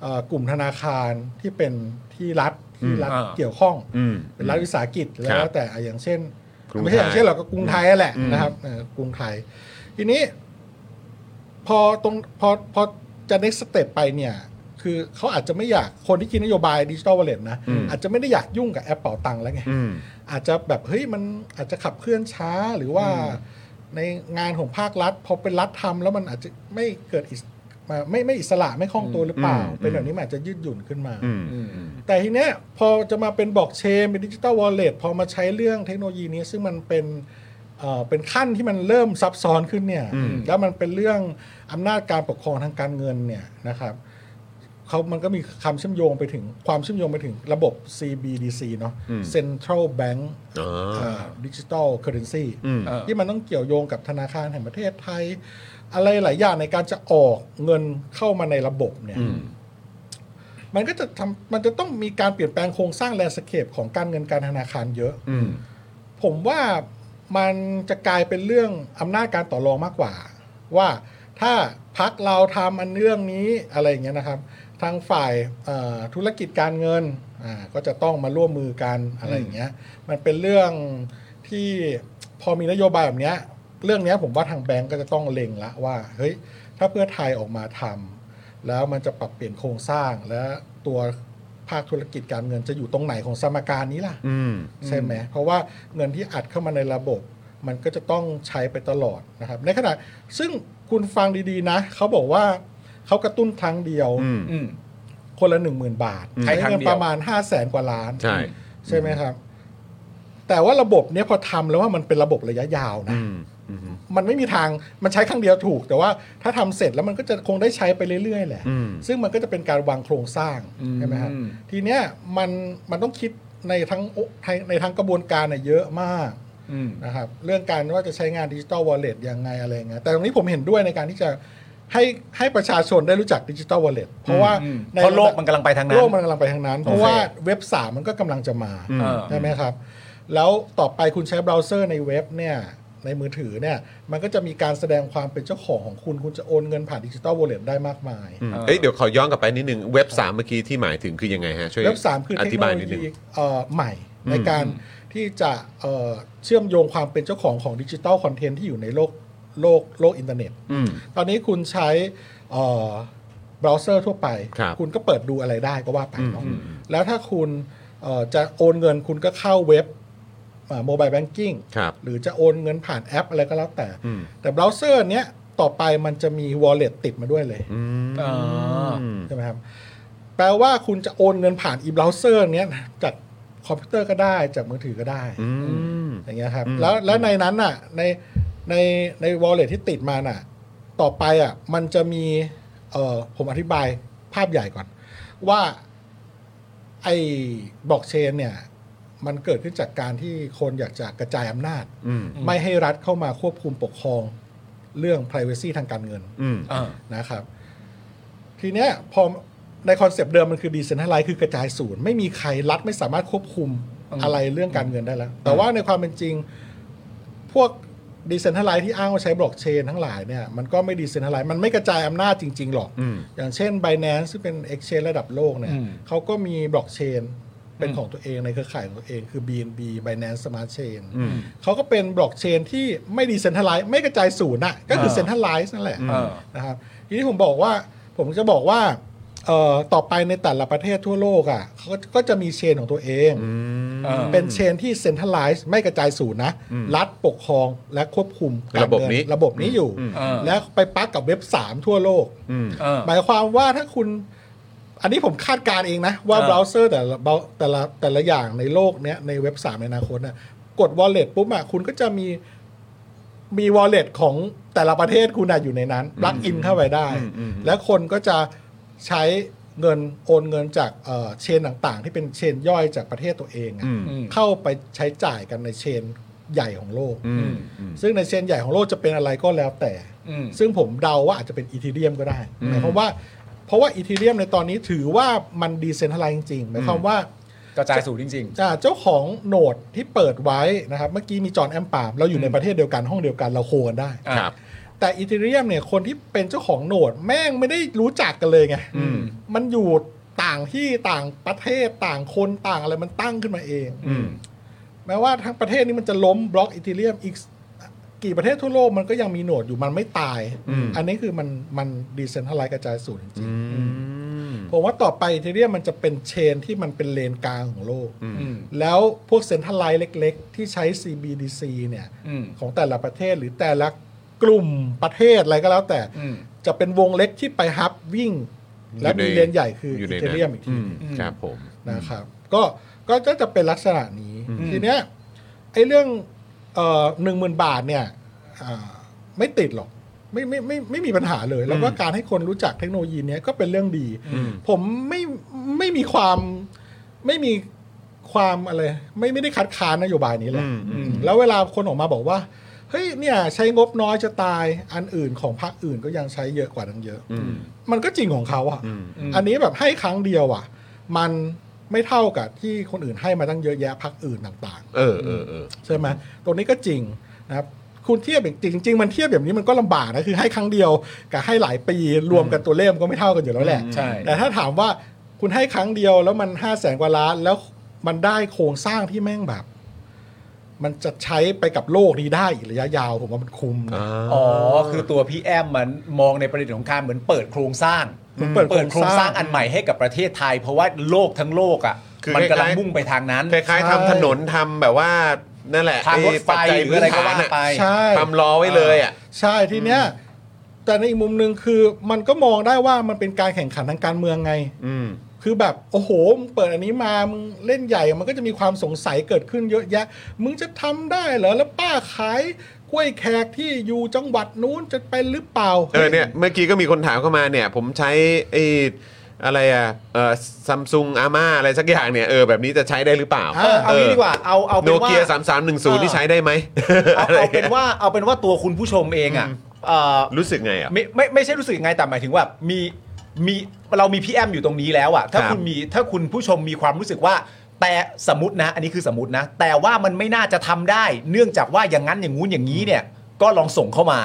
เอ่อกลุ่มธนาคารที่เป็นที่รัฐที่รัฐ อ่า เกี่ยวข้อง อืม เป็นรัฐวิสาหกิจคแล้รั ว บ แต่อ่ะอย่างเช่น กรุง ไม่ใช่อย่าไทงย เช่นหรอกก็กรุงไทยแหละ อืม นะครับเออกรุงไทย ทีนี้ พอตรงพอพอจะ next step ไปเนี่ย คือเขาอาจจะไม่อยากคนที่คิดนโยบายดิจิ t a ลวอลเล็ตนะ อาจจะไม่ได้อยากยุ่งกับแอปเป่าตังค์แล้วไง อืม อาจจะแบบเฮ้ยมันอาจจะขับเคลื่อนช้าหรือว่าในงานของภาครัฐพอเป็นรัฐทำแล้วมันอาจจะไม่เกิดอิสมาไม่ไม่อิสระไม่คล่องตัวหรือเปล่า อืม เป็นแบบนี้มันอาจจะยืดหยุ่นขึ้นมา อืม อืม แต่ทีเนี้ยพอจะมาเป็นบล็อกเชนเป็นดิจิ t a ลวอลเล็ตพอมาใช้เรื่องเทคโนโลยีนี้ซึ่งมันเป็นเอ่อเป็นขั้นที่มันเริ่มซับซ้อนขึ้นเนี่ย อืม แล้วมันเป็นเรื่องอำนาจการปกครองทางการเงินเนี่ยนะครับเขามันก็มีคำเชื่อมโยงไปถึงความเชื่อมโยงไปถึงระบบ CBDC เนาะ Central Bank อ๋อ ดิจิตอลเคอร์เรนซี อืม เออ ที่มันต้องเกี่ยวโยงกับธนาคารแห่งประเทศไทย อะไรหลายอย่างในการจะออกเงินเข้ามาในระบบเนี่ย อืม มันก็จะทำมันจะต้องมีการเปลี่ยนแปลงโครงสร้างแลนด์สเคปของการเงินการธนาคารเยอะ อืม ผมว่ามันจะกลายเป็นเรื่องอำนาจการต่อรองมากกว่า ว่าถ้าพักเราทำอันเรื่องนี้อะไรอย่างเงี้ยนะครับ ทางฝ่ายเอ่อธุรกิจการเงินอ่าก็จะต้องมาร่วมมือกันอะไรอย่างเงี้ยมันเป็นเรื่องที่พอมีนโยบายแบบเนี้ยเรื่องเนี้ยผมว่าทางแบงก์ก็จะต้องเล็งละว่าเฮ้ยถ้าเพื่อไทยออกมาทำแล้วมันจะปรับเปลี่ยนโครงสร้างและตัวภาคธุรกิจการเงินจะอยู่ตรงไหนของสมการนี้ล่ะ อืม ใช่ไหมเพราะว่าเงินที่อัดเข้ามาในระบบ มันก็จะต้องใช้ไปตลอดนะครับ ในขณะซึ่งคุณฟังดีๆนะ เขาบอกว่าเขากระตุ้นครั้งเดียว อืม อืม คนละ 1 0,000 บาท ใช้ ใช้ ครั้ง เงิน เดียว ประมาณ 5 0 0แสนกว่าล้าน ใช่ ใช่ไหมครับ แต่ว่าระบบเนี้ยพอทำแล้วว่ามันเป็นระบบระยะยาวนะ อืม อืม มันไม่มีทางมันใช้ครั้งเดียวถูก แต่ว่าถ้าทำเสร็จแล้วมันก็จะคงได้ใช้ไปเรื่อยๆแหละ อืม ซึ่งมันก็จะเป็นการวางโครงสร้างใช่ไหมครับ อืม ทีเนี้ยมันมันต้องคิดในทั้งโอในทั้งกระบวนการน่ะเยอะมาก อืม นะครับเรื่องการว่าจะใช้งานดิจิ t a ลวอลเล็ตยังไงอะไรเงี้ยแต่ตรงนี้ผมเห็นด้วยในการที่จะให้ให้ประชาชนได้รู้จักดิจิ t a ลวอลเล็ตเพราะว่า อืม ใน เพราะโลกมันกำลังไปทางนั้น โลกมันกำลังไปทางนั้น เพราะ โอเค ว่าเว็บสามมันก็กำลังจะมา เออ ใช่ไหมครับ แล้วต่อไปคุณใช้เบราว์เซอร์ในเว็บเนี่ยในมือถือเนี่ยมันก็จะมีการแสดงความเป็นเจ้าของของคุณ คุณจะโอนเงินผ่านดิจิ t a ลวอลเล็ตได้มากมาย อืมเอ้ยเดี๋ยวขอย้อนกลับไปนิดนึงเว็บ 3 เมื่อกี้ที่หมายถึงคือยังไงฮะ ช่วย เว็บสามคือ อ เทค ธิ โน บาย โล นิดนึง ยีเอ่อใหม่ ในการที่จะเอ่อเชื่อมโยงความเป็นเจ้าของของดิจิ t a ลคอนเทนต์ที่อยู่ในโลกโลกโลกอินเทอร์เน็ต อืม ตอนนี้คุณใช้เอ่อเบราว์เซอร์ทั่วไป ครับ ณก็เปิดดูอะไรได้ก็ว่าไปเนาะ อืมอืม แล้วถ้าคุณเอ่อจะโอนเงินคุณก็เข้าเว็บโมบายแบงกิ้ง ครับ หรือจะโอนเงินผ่านแอปอะไรก็แล้วแต่ อืม แต่เบราว์เซอร์เนี้ยต่อไปมันจะมีวอลเล็ตติดมาด้วยเลย อืม อ่า อืม ใช่ไหมครับ แปลว่าคุณจะโอนเงินผ่านอีเบราว์เซอร์เนี้ยจากคอมพิวเตอร์ก็ได้จากมือถือก็ได้ อืม อย่างเงี้ยครับ อืม แล้วแล้วในนั้นน่ะในในในวอลเล็ตที่ติดมาน่ะต่อไปอ่ะมันจะมีเอ่อผมอธิบายภาพใหญ่ก่อน ว่าไอ้บล็อกเชนเนี่ยมันเกิดขึ้นจากการที่คนอยากจะกระจายอำนาจ อืม ไม่ให้รัฐเข้ามาควบคุมปกครองเรื่อง p r i เวซีทางการเงิน อืม อ่า นะครับ ทีเนี้ยพอ ในคอนเซปต์เดิมมันคือดีเซนทัลไลซ์คือกระจายศูนย์ ไม่มีใครรัฐไม่สามารถควบคุมอะไรเรื่องการเงินได้แล้ว แต่ว่าในความเป็นจริง พวกดีเซนทัลไลซ์ที่อ้างว่าใช้บล็อกเชนทั้งหลายเนี่ยมันก็ไม่ดีเซนทัลไลซ์มันไม่กระจายอำนาจจริง ๆ หรอก อย่างเช่น Binance ซึ่งเป็น Exchange ระดับโลกเนี่ยเขาก็มีบล็อกเชนเป็นของตัวเองในเครือข่ายของตัวเองคือ BNB Binance Smart Chain เขาก็เป็นบล็อกเชนที่ไม่ดีเซนทัลไลซ์ไม่กระจายศูนย์อะก็คือเซนทัลไลซ์นั่นแหละ เออ นะครับทีนี้ผมบอกว่าผมจะบอกว่าเอ่อต่อไปในแต่ละประเทศทั่วโลกอ่ะเขาก็ก็จะมีเชนของตัวเอง เออ เป็นเชนที่เซ็นทรัลไลซ์ไม่กระจายศูนย์นะ รัฐปกครองและควบคุมการ ระบบ เงิ นี้ ระบบนี้อยู่ เออ และไปปักกับเว็บ 3 ทั่วโลก เออ หมายความว่าถ้าคุณ อันนี้ผมคาดการณ์เองนะ ว่า เออ เบราว์เซอร์แต่ละ browser แต่ละแต่ละอย่างในโลกเนี้ยในเว็บ 3 ในอนาคตนะกด wallet ปุ๊บอ่ะคุณก็จะมีมี wallet ของแต่ละประเทศคุณอะอยู่ในนั้นปลั๊กอินเข้าไปได้ และคนก็จะใช้เงินโอนเงินจากเอ่อเชนต่างๆ ที่เป็นเชนย่อยจากประเทศตัวเองอะเข้าไปใช้จ่ายกันในเชนใหญ่ของโลก ซึ่งในเชนใหญ่ของโลกจะเป็นอะไรก็แล้วแต่ อืม ซึ่งผมเดาว่าอาจจะเป็นอีทีเรียมก็ได้หมายความว่าเพราะว่าอีทีเรียมในตอนนี้ถือว่ามันดีเซนทัลไลซ์จริงๆหมายความว่าก ระจายศูนย์จริง อ่าเจ้าของโหนดที่เปิดไว้นะครับ เมื่อกี้มีจอห์นแอมปาล์มเราอยู่ในประเทศเดียวกันห้องเดียวกันเราโคกันได้ อ่ะ ครับ แต่อีทีเรียมเนี่ยคนที่เป็นเจ้าของโหนดแม่งไม่ได้รู้จักกันเลยไงมันอยู่ต่างที่ต่างประเทศต่างคนต่างอะไรมันตั้งขึ้นมาเอง อืม แม้ว่าทั้งประเทศนี้มันจะล้มบล็อกอีเทเรียมอีกกี่ประเทศทั่วโลกมันก็ยังมีโหนดอยู่มันไม่ตาย อันนี้คือมันมันดีเซนทัลไลกระจายสูนย์จริงๆผมว่าต่อไปอีเทเรียมมันจะเป็นเชนที่มันเป็นเลนกลางของโลก อืม แล้วพวกเซ็นทรัลไลท์เล็ก ๆ ที่ใช้ CBDC เนี่ย อืม ของแต่ละประเทศหรือแต่ละกลุ่มประเทศอะไรก็แล้วแต่ อืม จะเป็นวงเล็กที่ไปฮับวิ่ง และมีเลนใหญ่คืออี ยู่ใน เท นั้น เรียมอีกที มครับผม นะครับก็ก็ก็จะเป็นลักษณะนี้ ทีเนี้ยไอ้เรื่องหนึ่งหมื่นบาทเนี่ยอ่าไม่ติดหรอกไม่ไม่ไม่ไม่มีปัญหาเลย แล้วก็การให้คนรู้จักเทคโนโลยีเนี้ยก็เป็นเรื่องดี ผมไม่ไม่มีความไม่มีความอะไรไม่ไม่ได้คัดค้านนโยบายนี้แหละแล้วเวลาคนออกมาบอกว่า เฮ้ยเนี่ยใช้งบน้อยจะตายอันอื่นของพรรคอื่นก็ยังใช้เยอะกว่านั้นเยอะ มันก็จริงของเขาอะอันนี้แบบให้ครั้งเดียวอะมันไม่เท่ากับที่คนอื่นให้มาตั้งเยอะแยะพักอื่นต่าง เออเออเออ ๆ ใช่ไหมตรงนี้ก็จริงนะครับ คุณเทียบอย่างจริงจริง ๆ มันเทียบแบบนี้มันก็ลำบากนะคือให้ครั้งเดียวกับให้หลายปีรวมกันตัวเลขมันก็ไม่เท่ากันอยู่แล้วแหละ ใช่ แต่ถ้าถามว่าคุณให้ครั้งเดียวแล้วมันห้าแสนกว่าล้านแล้วมันได้โครงสร้างที่แม่งแบบ มันจะใช้ไปกับโลกนี้ได้อีกระยะยาวผมว่ามันคุ้มนะ อ๋อ คือตัวพี่แอมมันมองในประเด็นของการเหมือนเปิดโครงสร้าง เหมือนเปิด เปิดโค โค ร รงง ส ส ร้า ร้าง ง อันใหม่ให้กับประเทศไทย เพราะว่าโลกทั้งโลกอ่ะ คือ มันกำลัคงล้ายๆ มุ่งไปทางนั้น คล้ายๆทำถนนทำแบบว่านั่นแหละ ทางรถไฟ ปัจจัย หรืออะไรก็ว่า พื้นฐนน่ ไป ใช่ ทำล้อไว้เลยอ่ะ ใช่ทีเนี้ยแต่ในอีกมุมหนึ่งคือมันก็มองได้ว่ามันเป็นการแข่งขันทางการเมืองไง อืม คือแบบโอ้โหมึงเปิดอันนี้มามึงเล่นใหญ่มันก็จะมีความสงสัยเกิดขึ้นเยอะแยะ มึงจะทำได้เหรอแล้วป้าขายกล้วยแขกที่อยู่จังหวัดนู้นจะไปหรือเปล่า เออเนี่ยเมื่อกี้ก็มีคนถามเข้ามาเนี่ย ผมใช้ไอ้อะไรอ่ะเออซัมซุงอาม่าอะไรสักอย่างเนี่ยเออแบบนี้จะใช้ได้หรือเปล่า เออเอางี้ดีกว่าเอาเอา โน เป็นว่า เกียสามสามหนึ่งศูนย์นี่ใช้ได้ไหม เอาเอาเป็นว่าเอาเป็นว่าตัวคุณผู้ชมเองอ่ะเอ่อ รู้สึกไงอ่ะ ไม่ไม่ไม่ใช่รู้สึกยังไงแต่หมายถึงว่ามีมีเรามีพี่แอมอยู่ตรงนี้แล้วอะถ้า ครับ คุณมีถ้าคุณผู้ชมมีความรู้สึกว่า แต่สมมตินะ อันนี้คือสมมตินะ แต่ว่ามันไม่น่าจะทำได้ เนื่องจากว่าอย่างนั้นอย่างงู้นอย่างนี้เนี่ย ก็ลองส่งเข้ามา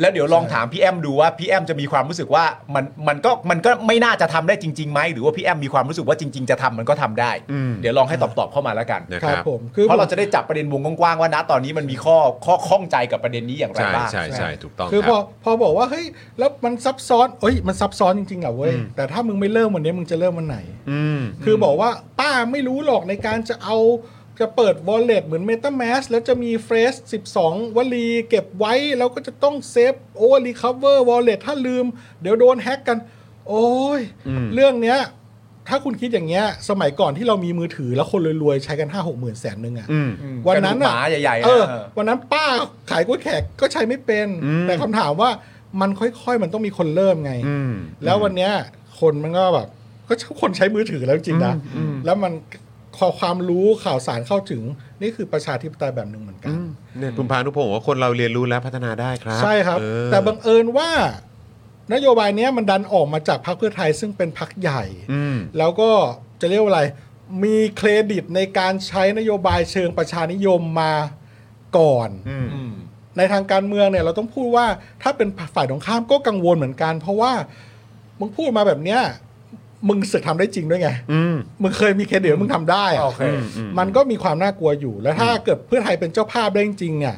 แล้วเดี๋ยวลองถามพี่แอมดูว่าพี่แอมจะมีความรู้สึกว่ามันมันก็มันก็ไม่น่าจะทำได้จริงๆไหมหรือว่าพี่แอมมีความรู้สึกว่าจริง ๆ จะทำมันก็ทำได้ อืม เดี๋ยวลองให้ตอบตอบๆเข้ามาแล้วกัน นะ ค ค รั รั บบ ผม คือ เพราะเราจะได้จับประเด็นวงกว้างๆว่านะตอนนี้มันมีข้อข้อข้องใจกับประเด็นนี้อย่างไร ใช่ บ้าง ใช่ใช่ถูกต้อง คือ ค พ รั อบ พอบอกว่าเฮ้ยแล้วมันซับซ้อนเอ้ยมันซับซ้อนจริงๆเหรอเว้ยแต่ถ้ามึงไม่เริ่มวันนี้มึงจะเริ่มวันไหน อืม คือบอกว่าป้าไม่รู้หรอกในการจะเอาจะเปิด wallet เหมือน MetaMask แล้วจะมีเฟส12 วลีเก็บไว้ แล้วก็จะต้องเซฟโอ้ recover wallet ถ้าลืม เดี๋ยวโดนแฮ็กกัน โอ้ย เรื่องเนี้ย ถ้าคุณคิดอย่างเงี้ย สมัยก่อนที่เรามีมือถือแล้วคนรวยๆ ใช้กัน 5 6หมื่นแสนนึงอะ อืม วันนั้น กระดูกห อะ มาใหญ่ๆนะ เออ เออ วันนั้นป้าขายกล้วยแขกก็ใช้ไม่เป็น อืม แต่คำถามว่ามันค่อยๆ มันต้องมีคนเริ่มไง อืม แล้ววันเนี้ยคนมันก็แบบก็คนใช้มือถือแล้วจริงๆนะแล้วมันความความรู้ข่าวสารเข้าถึง นี่คือประชาธิปไตยแบบหนึ่งเหมือนกัน เนี่ยคุณพานุพงศ์บอกว่าคนเราเรียนรู้และพัฒนาได้ครับ ใช่ครับ เออ แต่บังเอิญว่า นโยบายเนี้ยมันดันออกมาจากพรรคเพื่อไทยซึ่งเป็นพรรคใหญ่ อืม แล้วก็จะเรียกว่าอะไร มีเครดิตในการใช้นโยบายเชิงประชานิยมมาก่อน อืม ในทางการเมืองเนี่ยเราต้องพูดว่าถ้าเป็นฝ่ายตรงข้ามก็กังวลเหมือนกัน เพราะว่ามึงพูดมาแบบเนี้ยมึงสึกทำได้จริงด้วยไง อืม มึงเคยมีเครดิตว่ามึงทำได้อะ โอเค มันก็มีความน่ากลัวอยู่ แล้วถ้าเกิดเพื่อไทยเป็นเจ้าภาพได้จริงๆเนี่ย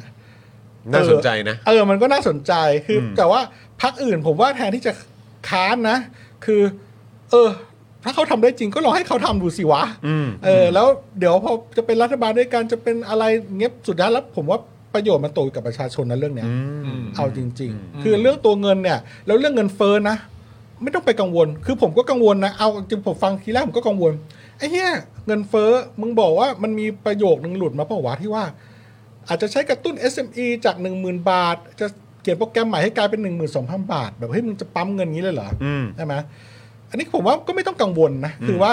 น่าสนใจนะ เออ มันก็น่าสนใจ คืออแต่ว่าพักอื่นผมว่าแทนที่จะค้านนะ คือ เออ ถ้าเขาทำได้จริงก็ลองให้เขาทำดูสิวะ เออ แล้วเดี๋ยวพอจะเป็นรัฐบาลด้วยกันจะเป็นอะไรเงี้ย สุดท้ายแล้วผมว่าประโยชน์มันตกอยู่กับประชาชนนะเรื่องเนี้ย เอาจริง ๆ คือเรื่องตัวเงินเนี่ย แล้วเรื่องเงินเฟ้อนะ ไม่ต้องไปกังวล คือผมก็กังวลนะ เอาจริงผมฟังทีแรกผมก็กังวล ไอ้เหี้ยเงินเฟ้อ มึงบอกว่ามันมีประโยคนึงหลุดมาเปล่าวะที่ว่า อาจจะใช้กระตุ้น SME จาก 10,000 บาท จะเขียนโปรแกรมใหม่ให้กลายเป็น 12,000 บาท แบบเฮ้ยมึงจะปั๊มเงินงี้เลยเหรออใช่ไหมอันนี้ผมว่าก็ไม่ต้องกังวลนะ คือว่า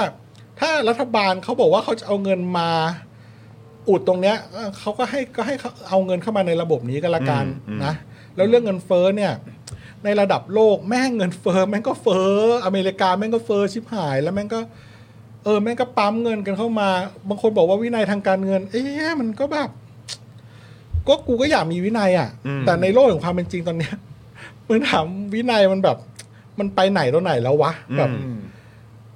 ถ้ารัฐบาลเขาบอกว่าเขาจะเอาเงินมา อุดตรงเนี้ยเอ่อเขาก็ให้ก็ให้เขาเอาเงินเข้ามาในระบบนี้ก็ละกันนะแล้วเรื่องเงินเฟ้อเนี่ย ในระดับโลกแม่งเงินเฟ้อแม่งก็เฟ้ออเมริกาแม่งก็เฟ้อชิบหาย แล้วแม่งก็ เออแม่งก็ปั๊มเงินกันเข้ามา บางคนบอกว่าวินัยทางการเงิน เอ๊ะมันก็แบบ ก็กูก็อยากมีวินัยอ่ะ แต่ในโลกของความเป็นจริงตอนเนี้ย มันถามวินัยมันแบบ มันไปไหนตัวไหนแล้ววะแบบ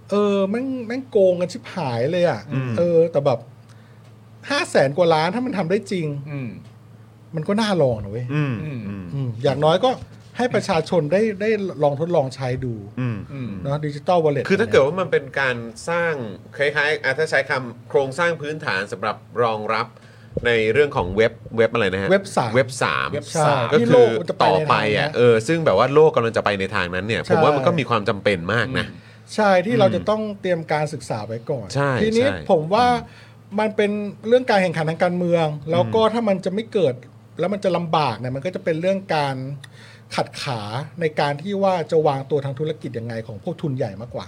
เออแม่งแม่งโกงกันชิบหายเลยอ่ะเออ แต่แบบห้าแสนกว่าล้านถ้ามันทำได้จริง อืม มันก็น่าลองนะเว้ย อืม อืม อืมอย่างน้อยก็ให้ประชาชนได้ได้ลองทดลองใช้ดู อืม อืม เนาะดิจิตอลวอลเล็ต คือถ้าเกิดว่ามันเป็นการสร้างคล้ายๆอ่ะถ้าใช้คำโครงสร้างพื้นฐานสำหรับรองรับในเรื่องของเว็บเว็บอะไรนะฮะ เว็บสาม เว็บสาม เว็บสาม ก็ ที่ คื โล อก มันจะไป ต่อไป ในทางนั้ อ่ะ น เออซึ่งแบบว่าโลกกำลังจะไปในทางนั้นเนี่ย ใช่ ผมว่ามันก็มีความจำเป็นมากนะ ใช่ที่เราจะต้องเตรียมการศึกษาไว้ก่อน ใช่ ทีนี้ ใช่ ผมว่ามันเป็นเรื่องการแข่งขันทางการเมือง แล้วก็ถ้ามันจะไม่เกิดแล้วมันจะลำบากเนี่ยมันก็จะเป็นเรื่องการขัดขาในการที่ว่าจะวางตัวทางธุรกิจยังไงของพวกทุนใหญ่มากกว่า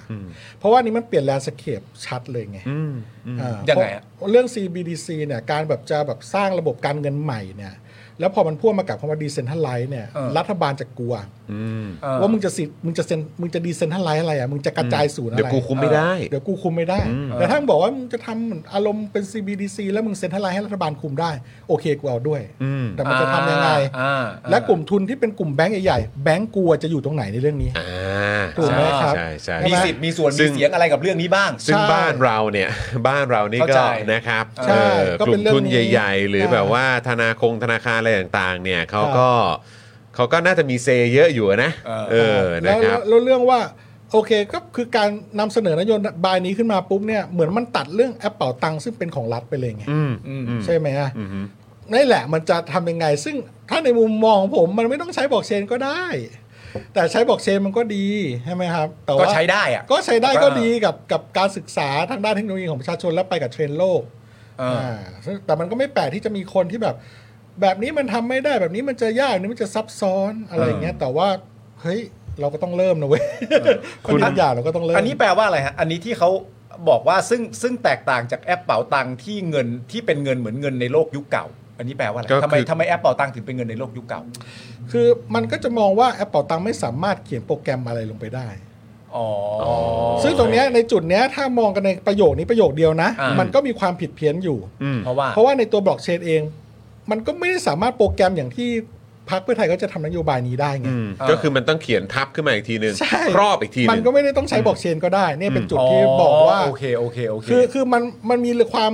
เพราะว่านี้มันเปลี่ยนแลนด์สเคปชัดเลยไงอ่า ยังไงอะ เพราะเรื่อง CBDC เนี่ยการแบบจะแบบสร้างระบบการเงินใหม่เนี่ยแล้วพอมันพ่วงมากับคำว่าดีเซนทัลไลซ์เนี่ยรัฐบาลจะกลัว เออ ว่ามึงจะสิทธิ์มึงจะเซ็นมึงจะดีเซนทัลไลซ์อะไรอ่ะ มึงจะกระจายศูนย์อะไร เดี๋ยวกูคุมไม่ได้ เดี๋ยวกูคุมไม่ได้ แต่ถ้ามึงบอกว่ามึงจะทำเหมือนอารมณ์เป็น CBDC แล้วมึงเซ็นทัลไลซ์ให้รัฐบาลคุมได้ โอเคกูเอาด้วย แต่มันจะทำยังไง อ่า และกลุ่มทุนที่เป็นกลุ่มแบงก์ใหญ่ๆแบงก์กลัวจะอยู่ตรงไหนในเรื่องนี้ อ่า ถูกไหมครับ ใช่ใช่ มีสิทธิ์มีส่วน ซึ่ มี ง เสียงอะไรกับเรื่องนี้บ้าง ซึ่ง ใช่ บ้านเราเนี่ย บ้านเรานี่ เข้า ก็ ใจ นะครับ ใช่ เอ่อ ก็ ก เป็ ลุ่ น ม เรื่อง ทุนใ นี้ หญ่ ๆ หรือ ใช่ แบบว่าธนาคงธนาคารอะไรต่างๆ เนี่ยเขา ครับ ก็เขาก็น่าจะมีเซเยอะอยู่นะ เออ เออ แล้ นะ ว ค แล้ รั ว บ แล้วเรื่องว่าโอเคก็คือการนำเสนอนโยบายนี้ขึ้นมาปุ๊บเนี่ยเหมือนมันตัดเรื่องแอปเป่าตังค์ซึ่งเป็นของรัฐไปเลยไง อืม อืม ใช่ไหมฮะนี่นแหละมันจะทำยังไง ซึ่งถ้าในมุมมองของผมมันไม่ต้องใช้บล็อกเชนก็ได้ แต่ใช้บล็อกเชนมันก็ดีใช่ไหมครับ แต่ว่า ก็ใช้ได้อะ ก็ใช้ได้ อ่า ก็ดีกับกับการศึกษาทางด้านเทคโนโลยีของประชาชนและไปกับเทรนด์โลก เออ อ่าซึ่งแต่มันก็ไม่แปลกที่จะมีคนที่แบบ แบบนี้มันทำไม่ได้แบบนี้มันจะยากแบบนี้มันจะซับซ้อนอะไรอย่างเงี้ยแต่ว่าเฮ้ยเราก็ต้องเริ่มนะเว้ย คุณ ทุกอย่างเราก็ต้องเริ่ม อันนี้แปลว่าอะไรฮะ อันนี้ที่เขาบอกว่าซึ่งซึ่งแตกต่างจากแอปเป๋าตังค์ที่เงินที่เป็นเงินเหมือนเงินในโลกยุคเก่า อันนี้แปลว่าอะไร ก็คือ ทำไมทำไมแอปเป๋าตังค์ถึงเป็นเงินในโลกยุคเก่า คือมันก็จะมองว่าแอปเป่าตังค์ไม่สามารถเขียนโปรแกรมอะไรลงไปได้ อ๋อ ซึ่งตรงเนี้ยในจุดเนี้ยถ้ามองกันในประโยคนี้ประโยคเดียวนะ อ่ามั มันก็มีความผิดเพี้ยนอยู่ เพราะว่า เพราะว่าในตัวบล็อกเชนเอง มันก็ไม่ได้สามารถโปรแกรมอย่างที่พรรคเพื่อไทยก็จะทำนโยบายนี้ได้ไง อืม เออ ก็คือมันต้องเขียนทับขึ้นมาอีกทีหนึ่ง ใช่ ครอบอีกทีห มัน นึ่ง ก็ไม่ได้ต้องใช้บล็อกเชนก็ได้เนี่ยเป็นจุดที่ า บอกว่า โอเคโอเคโอเค คือคือมันมันมีความ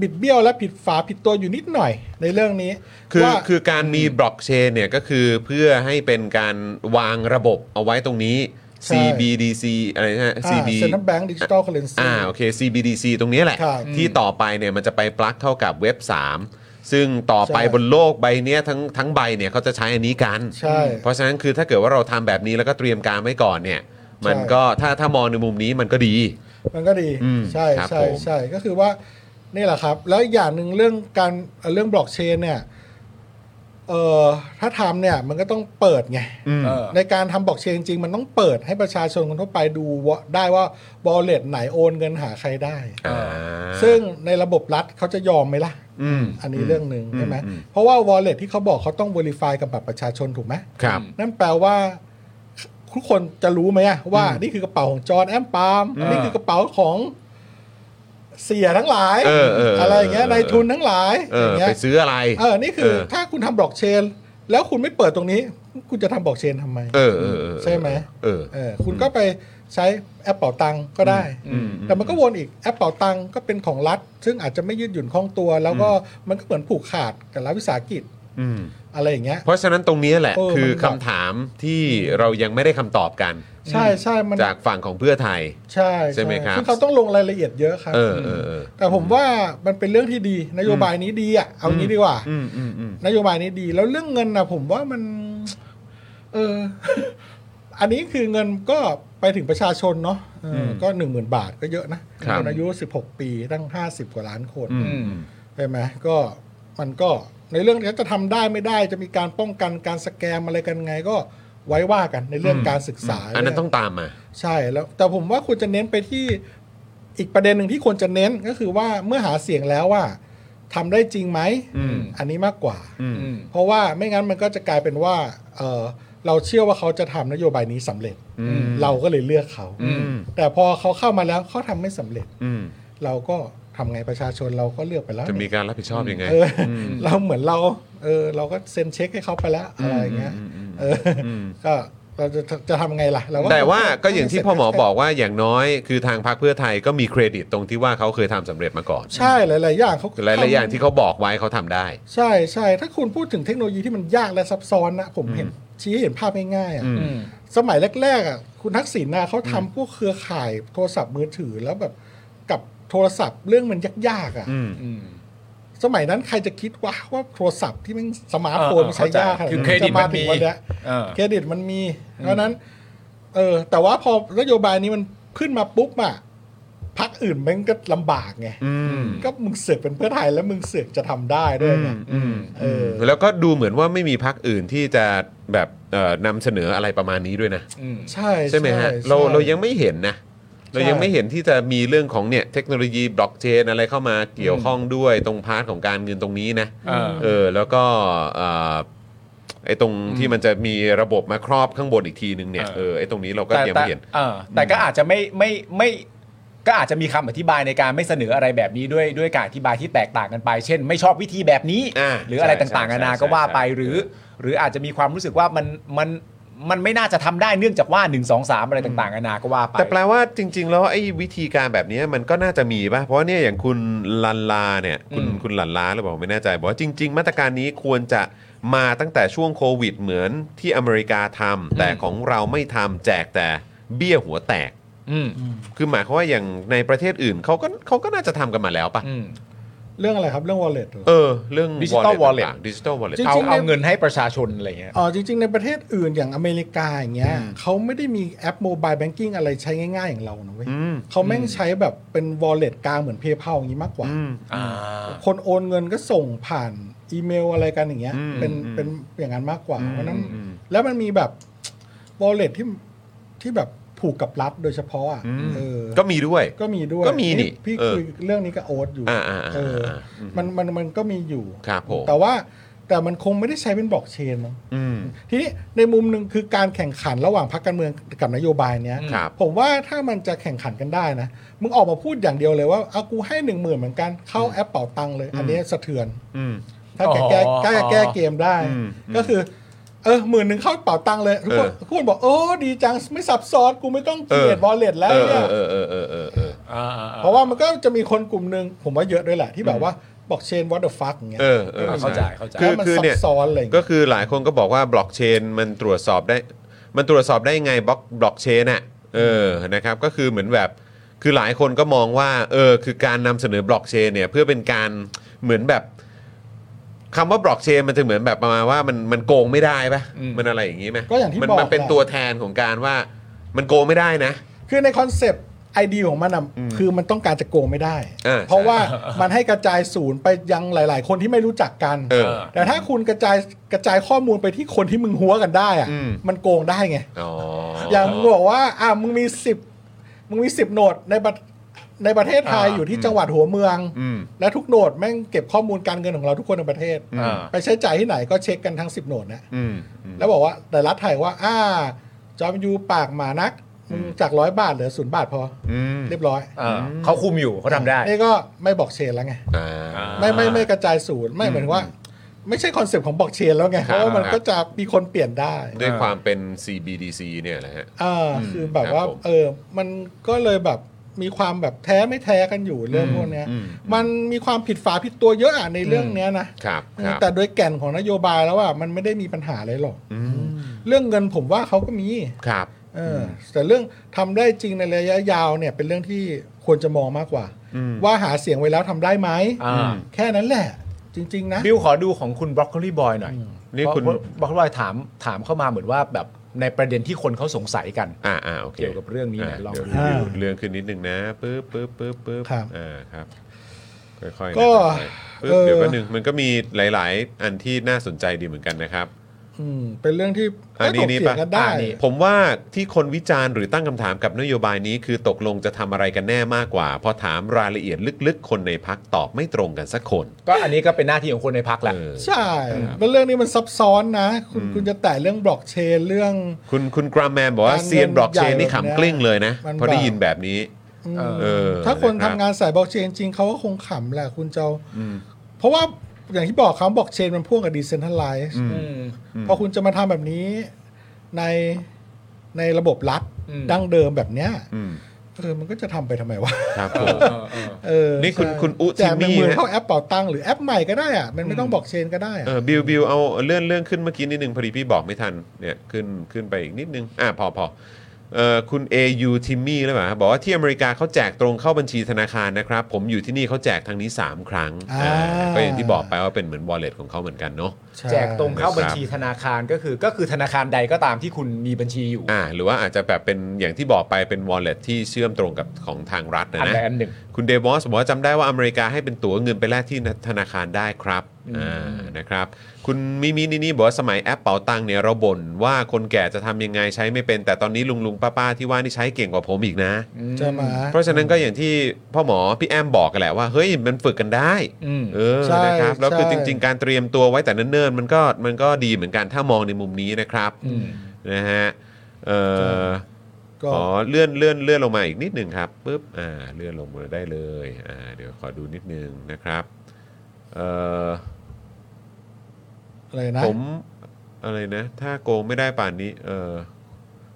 บิดเบี้ยวและผิดฝาผิดตัวอยู่นิดหน่อยในเรื่องนี้ คือ ว่า คือการมีบล็อกเชนเนี่ยก็คือเพื่อให้เป็นการวางระบบเอาไว้ตรงนี้ ใช่ CBDC อะไรนะฮะ อ่า CB Central Bank Digital Currency อ่าโอเค CBDC ตรงนี้แหละ ครับ ที่ต่อไปเนี่ยมันจะไปปลั๊กเข้ากับเว็บ 3 ซึ่งต่อไป ใช่ บนโลกใบเนี้ยทั้งทั้งใบเนี่ยเขาจะใช้อันนี้กัน ใช่ เพราะฉะนั้นคือถ้าเกิดว่าเราทำแบบนี้แล้วก็เตรียมการไว้ก่อนเนี่ย มัน ใช่ ก็ถ้าถ้ามองในมุมนี้มันก็ดี มันก็ดี อืม ใช่ ครับ ใช่ ผม ใช่ก็คือว่านี่แหละครับ แล้วอีกอย่างหนึ่งเรื่องการเอ่อเรื่องบล็อกเชนเนี่ยเอ่อถ้าทำเนี่ยมันก็ต้องเปิดไง เออ ในการทำบล็อกเชนจริงๆ มันต้องเปิดให้ประชาชนคนทั่วไปดูว่าได้ว่าบอลเลตไหนโอนเงินหาใครได้ า ซึ่งในระบบรัฐเขาจะยอมไหมล่ะ อันนี้เรื่องหนึ่งใช่ไหมเพราะว่าวอลเล็ตที่เขาบอกเขาต้อง Verify กับบัตรประชาชนถูกไหม ครับ นั่นแปลว่า ทุกคนจะรู้ไหมอะว่านี่คือกระเป๋าของจอห์นแอมปาล์ม อ่านี่ นี่คือกระเป๋าของเสียทั้งหลาย เออเออเอออ ไรอย่างเงี้ย เออ นายทุนทั้งหลาย เอออย่าง เงี้ ไป ย ซื้ออะไร เออนี่คือ เออ ถ้าคุณทำบล็อกเชน แล้วคุณไม่เปิดตรงนี้ คุณจะทำบล็อกเชนทำไม เออเออเออ ใช่ไหม เออ เออคุณก็ไปใช้แอปเป่าตังก็ได้ แต่มันก็วนอีกแอปเป่าตังก็เป็นของรัฐ ซึ่งอาจจะไม่ยืดหยุ่นคล่องตัว แล้วก็มันก็เหมือนผูกขาดกับรัฐวิสาหกิจอะไรอย่างเงี้ย เพราะฉะนั้นตรงนี้แหละ เออ คือ มันแบบ คำถามที่เรายังไม่ได้คำตอบกัน ใช่ใช่มัน จากฝั่งของเพื่อไทย ใช่ ใช่ไหมครับ ซึ่งเขาต้องลงรายละเอียดเยอะครับ เออเออเออ แต่ผมว่ามันเป็นเรื่องที่ดี นโยบายนี้ดีอ่ะเอางี้ดีกว่า อืมอืมอืม นโยบายนี้ดี แล้วเรื่องเงินนะผมว่ามัน เออ อันนี้คือเงินก็ไปถึงประชาชนเนาะเออ ม ก็หนึ่งหมื่นบาทก็เยอะนะคนอายุสิบหกปีตั้งห้าสิบกว่าล้านคน อืม ใช่ไหมก็มันก็ในเรื่องนี้จะทำได้ไม่ได้จะมีการป้องกันการสแกมอะไรกันไงก็ไว้ว่ากันในเรื่อง อืม การศึกษา อันนั้นต้อง เย ตามมา ใช่แล้ว แต่ผมว่าควรจะเน้นไปที่อีกประเด็นหนึ่งที่ควรจะเน้นก็คือว่าเมื่อหาเสียงแล้วว่าทำได้จริงไหม อืม อันนี้มากกว่า อืม เพราะว่าไม่งั้นมันก็จะกลายเป็นว่าเออเราเชื่อว่าเขาจะทำนโยบายนี้สำเร็จ เราก็เลยเลือกเขา อืม แต่พอเขาเข้ามาแล้วเขาทำไม่สำเร็จ อืม เราก็ทำไงประชาชนเราก็เลือกไปแล้ว จะ นี่ มีการรับผิดชอบยังไง เอออเราเหมือนเราเออเราก็เซ็นเช็คให้เขาไปแล้วอะไรอย่างเงี้ยเอออก็เราจะจะทำไงล่ะเราก็ แต่ว่าก็อย่างที่พ่อหมอ ให้เสร็จ บอกว่าอย่างน้อยคือทางพรรคเพื่อไทยก็มีเครดิตตรงที่ว่าเขาเคยทำสำเร็จมาก่อน ใช่หลาย ๆ อย่างเขา หลายๆอย่างที่เขาบอกไว้เขาทำได้ ใช่ใช่ถ้าคุณพูดถึงเทคโนโลยีที่มันยากและซับซ้อนนะผมเห็นชี้ให้เห็นภาพง่ายๆอ่ะ อืม สมัยแรก ๆ อ่ะ คุณทักษิณนะเขาทำพวกเครือข่ายโทรศัพท์มือถือแล้วแบบกับโทรศัพท์เรื่องมันยากๆอ่ะ อืม สมัยนั้นใครจะคิดว่าว่าโทรศัพท์ที่มันสมาร์ทโฟน เออเออ มันใช้ยากขนาด เข้าใจนั้นคือเครดิต จะมา มัน ถึ มี งวันเนี้ย เออ เครดิตมันมีเพราะฉะนั้น เออ แต่ว่าพอนโยบายนี้มันขึ้นมาปุ๊บอะพักอื่นมันก็ลำบากไง อืม ก็มึงเสือกเป็นเพื่อไทยแล้วมึงเสือกจะทำได้ด้วยไง อืม เออ แล้วก็ดูเหมือนว่าไม่มีพรรคอื่นที่จะแบบเอ่อนำเสนออะไรประมาณนี้ด้วยนะ อืม ใช่ ใช่ไหมฮะ ใช่ เรา ใช่ เรายังไม่เห็นนะ เรายัง ใช่ ไม่เห็นที่จะมีเรื่องของเนี่ยเทคโนโลยีบล็อกเชนอะไรเข้ามาเกี่ยวข้องด้วยตรงพาร์ทของการเงินตรงนี้นะ เออ เออแล้วก็เอ่อไอ้ตรงที่มันจะมีระบบมาครอบข้างบนอีกทีนึงเนี่ยเออไอ้ตรงนี้เราก็ยังไม่เห็น แต่ออแต่ก็อาจจะไม่ไม่ไม่ก็อาจจะมีคำอธิบายในการไม่เสนออะไรแบบนี้ด้วยด้วยการอธิบายที่แตกต่างกันไป เช่น ไม่ชอบวิธีแบบนี้ อ่า หรืออะไร ใช่ ต่างๆ ใช่ นานา ใช่ ก็ว่าไป ใช่ หรือ หรืออาจจะมีความรู้สึกว่ามันมันมันไม่น่าจะทำได้เนื่องจากว่า 1 2 3 อะไรต่างๆนานาก็ว่าไป แต่แปลว่าจริง ๆ แล้วไอ้วิธีการแบบนี้มันก็น่าจะมีป่ะ เพราะเนี่ยอย่างคุณลันลาเนี่ยคุณ อืม คุณลันลาหรือเปล่าไม่แน่ใจบอกว่าจริง ๆ มาตรการนี้ควรจะมาตั้งแต่ช่วงโควิดเหมือนที่อเมริกาทำแต่ของเราไม่ทำแจกแต่เบี้ยหัวแตก อืม คือหมายความว่าอย่างในประเทศอื่นเขาก็เขาก็น่าจะทำกันมาแล้วป่ะ อืม เรื่องอะไรครับเรื่อง wallet เหรอ เออ เรื่อง Digital wallet ดิจิตอลวอลเล็ต จริง เอา ๆ เอา ใน เงินให้ประชาชนอะไรเงี้ย อ๋อจริง ๆ ในประเทศอื่นอย่างอเมริกาอย่างเงี้ยเขาไม่ได้มีแอปโมบายแบงกิ้งอะไรใช้ง่ายๆอย่างเรานะเว้ยเขาแม่งใช้แบบเป็น wallet กลางเหมือน PayPal อย่างงี้มากกว่า อ่า คนโอนเงินก็ส่งผ่านอีเมลอะไรกันอย่างเงี้ย เป็นเป็นอย่างนั้นมากกว่าเพราะฉะนั้นแล้วมันมีแบบวอลเล็ตที่ที่แบบผูกกับรัฐโดยเฉพาะอ่ะเออ ก็มีด้วย ก็มีด้วย ก็มีนี่ พี่ เออ คุยเรื่องนี้กับโอ๊ตอยู่ อ่าอ่าอ่า เออ มันมันมันก็มีอยู่ ครับผม แต่ว่าแต่มันคงไม่ได้ใช้เป็นบล็อกเชนมั้ง อืม ทีนี้ในมุมหนึ่งคือการแข่งขันระหว่างพรรคการเมืองกับนโยบายเนี้ย ครับ ผมว่าถ้ามันจะแข่งขันกันได้นะ มึงออกมาพูดอย่างเดียวเลยว่าเอากูให้หนึ่งหมื่นเหมือนกันเข้าแอปเป่าตังค์เลย อันนี้สะเทือนถ้าแกแก้ อ๋อ แก้แก้เกมได้ ก็คือ เออหมื่นหนึ่งเข้าเป่าตังค์เลยทุกคเอนอ ทุกคนบอกโอ้ดีจังไม่ซับซ้อนกูไม่ต้องเกลียดบอลเลตแล้ว เออ เนี่ย เออเออเออเออเออ อ่าอ่า เพราะว่ามันก็จะมีคนกลุ่มหนึ่งผมว่าเยอะด้วยแหละที่แบบว่าบอกเชนวอตเดอร์ฟักอย่างเงี้ย เออเออ อ่าเข้าใจเข้าใจ คือ แล้วมัน คือ ซั เนี่ บ ย ซ้อนอะไรอย่าง ก็ เงี้ย คือหลายคนก็บอกว่าบล็อกเชนมันตรวจสอบได้ มันตรวจสอบได้ไงบล็อกบล็อกเชนอ่ะเออนะครับก็คือเหมือนแบบคือหลายคนก็มองว่าเออคือการนำเสนอบล็อกเชนเนี่ยเพื่อเป็นการเหมือนแบบคำว่าบล็อกเชนมันจะเหมือนแบบประมาณว่ามันมันโกงไม่ได้ปะ อืม มันอะไรอย่างนี้ไหม ก็อย่างที่ มั บอก มันเป็น แหละ ตัวแทนของการว่ามันโกงไม่ได้นะ คือในคอนเซปต์ไอเดียของมันอะคือมันต้องการจะโกงไม่ได้ เออใช่ เพราะว่ามันให้กระจายศูนย์ไปยังหลาย ๆ คนที่ไม่รู้จักกัน เออ แต่ถ้าคุณกระจายกระจายข้อมูลไปที่คนที่มึงหัวกันได้อะ อืม มันโกงได้ไง อ๋อ อ อ ย่างมึงบอกว่าอ่ะมึงมีสิบมึงมีสิบโหนดในประในประเทศไทย อ่า อยู่ที่จังหวัดหัวเมือง อืม และทุกโหนดแม่งเก็บข้อมูลการเงินของเราทุกคนในประเทศ อ่า ไปใช้จ่ายที่ไหนก็เช็คกันทั้งสิบโหนดนะ อืม แล้วบอกว่าแต่รัฐไทยว่า อ่า จอมยูปากหมานักจากร้อยบาทเหลือศูนย์บาทพออเรียบร้อย เออเขาคุมอยู่เขาทำได้ นี่ก็ไม่บอกเชนแล้วไง อ่า ไม่ไม่ไม่กระจายศูนย์ไม่เหมือนว่า ไม่ใช่คอนเซปต์ของบล็อกเชนแล้วไง เพราะว่ามัน ครับ ก็จะมีคนเปลี่ยนได้ ด้วยความเป็น CBDC เนี่ยแหละฮะ อ่าคือแบบว่า ครับผม เออ มันก็เลยแบบมีความแบบแท้ไม่แท้กันอยู่เรื่องพวกเนี้ย มันมีความผิดฝาผิดตัวเยอะอ่ะในเรื่องเนี้ยนะ ครับครับ แต่โดยแก่นของนโยบายแล้วอ่ะมันไม่ได้มีปัญหาอะไรหรอก อืม เรื่องเงินผมว่าเขาก็มี ครับ เออแต่เรื่องทำได้จริงในระยะยาวเนี่ยเป็นเรื่องที่ควรจะมองมากกว่า ว่าหาเสียงไว้แล้วทำได้ไหม อ่า แค่นั้นแหละ จริง ๆ นะ บิวขอดูของคุณบรอกโคลีบอยหน่อย นี่คุณ บรอกโคลีบอยถามถามเข้ามาเหมือนว่าแบบในประเด็นที่คนเขาสงสัยกัน อ่าอ่าโอเค เกี่ยวกับเรื่องนี้เนี่ย า ลอง เดี๋ยว ดู เดี๋ยว อ่า เรื่องขึ้นนิดนึงนะปึ๊บปึ๊บปึ๊บปึ๊บ ครับ อ่าครับค่อยๆนะ ก็ ค่อยๆปึ๊บ เออ เดี๋ยวแป๊บนึงมันก็มีหลาย ๆ อันที่น่าสนใจดีเหมือนกันนะครับ อืมเป็นเรื่องที่ อัน ไม่ นี้ ถนี่กเถีย ปะ งกันได้ อ่านี่ผมว่าที่คนวิจารณ์หรือตั้งคำถามกับนโยบายนี้คือตกลงจะทำอะไรกันแน่มากกว่า พอถามรายละเอียดลึกๆ คนในพักตอบไม่ตรงกันสักคน ก็อันนี้ก็เป็นหน้าที่ของคนในพักแหละ เออ ใช่แล้วเรื่องนี้มันซับซ้อนนะ คุณคุณจะแตะเรื่องบล็อกเชนเรื่อง คุณคุณกรามแมนบอกว่า การเงิน เซียนบล็อกเชน ใหญ่ นี่ แบบเนี้ย ขำกลิ้งเลยนะ มัน พอได้ แบบ ยินแบบนี้ เออ เออ ถ้าคนทำ รับ งานสายบล็อกเชนจริงเขาก็คงขำแหละคุณเจ้าเพราะว่าอย่างที่บอกเขาบล็อกเชนมันพ่วงกับดีเซนทัลไลซ์ อืม พอคุณจะมาทำแบบนี้ในในระบบรัฐ อืม ดั้งเดิมแบบเนี้ย อืม เออ มันก็จะทำไปทำไมวะ ครับผม เออ นี่คุณ ใช่ คุณอุ แจก จิมมี่ ในมือ นะ เข้าแอปเป่าตังค์หรือแอปใหม่ก็ได้อะมันไม่ต้องบอกเชนก็ได้อะ เออบิวบิวเอาเลื่อนเรื่องขึ้นเมื่อกี้นิดนึงพอดีพี่บอกไม่ทันเนี่ยขึ้นขึ้นไปอีกนิดนึง อ่ะพอพอเออคุณ AU ทิมมี่หรือเปล่าบอกว่าที่อเมริกาเขาแจกตรงเข้าบัญชีธนาคารนะครับ ผมอยู่ที่นี่เขาแจกทางนี้ 3 ครั้งอ่าก็อย่างที่บอกไปว่าเป็นเหมือน wallet ของเขาเหมือนกันเนาะ ใช่ แจกตรงคเข้ารับ บัญชีธนาคารก็คือก็คือธนาคารใดก็ตามที่คุณมีบัญชีอยู่ อ่าหรือว่าอาจจะแบบเป็นอย่างที่บอกไปเป็น wallet ที่เชื่อมตรงกับของทางรัฐนะ อัน นะ ใดอันหนึ่ง คุณเดวอสบอกว่าจำได้ว่าอเมริกาให้เป็นตั๋วเงินไปแลกที่ธนาคารได้ครับอ่านะครับ คุณมิมินี่นี่บอกว่าสมัยแอปเป๋าตังเนี่ยเราบ่นว่าคนแก่จะทำยังไงใช้ไม่เป็น แต่ตอนนี้ลุงลุงป้าป้าๆที่ว่านี่ใช้เก่งกว่าผมอีกนะ ใช่ไหม เพราะฉะนั้นก็อย่างที่พ่อหมอพี่แอมบอกกันแหละว่าเฮ้ยมันฝึกกันได้ อืม เออ ใช่ นะครับแล้วคือ ใช่ จริง ๆ การเตรียมตัวไว้แต่เนิ่นๆมันก็มันก็ดีเหมือนกันถ้ามองในมุมนี้นะครับ อืม นะฮะเอ่อ ก็ อ๋อเลื่อนเลื่อนเลื่อนลงมาอีกนิดหนึ่งครับปุ๊บอ่าเลื่อนลงมาได้เลยอ่าเดี๋ยวขอดูนิดนึงนะครับเอ่อ อะไรนะ ผมอะไรนะ ถ้าโกงไม่ได้ป่านนี้เออ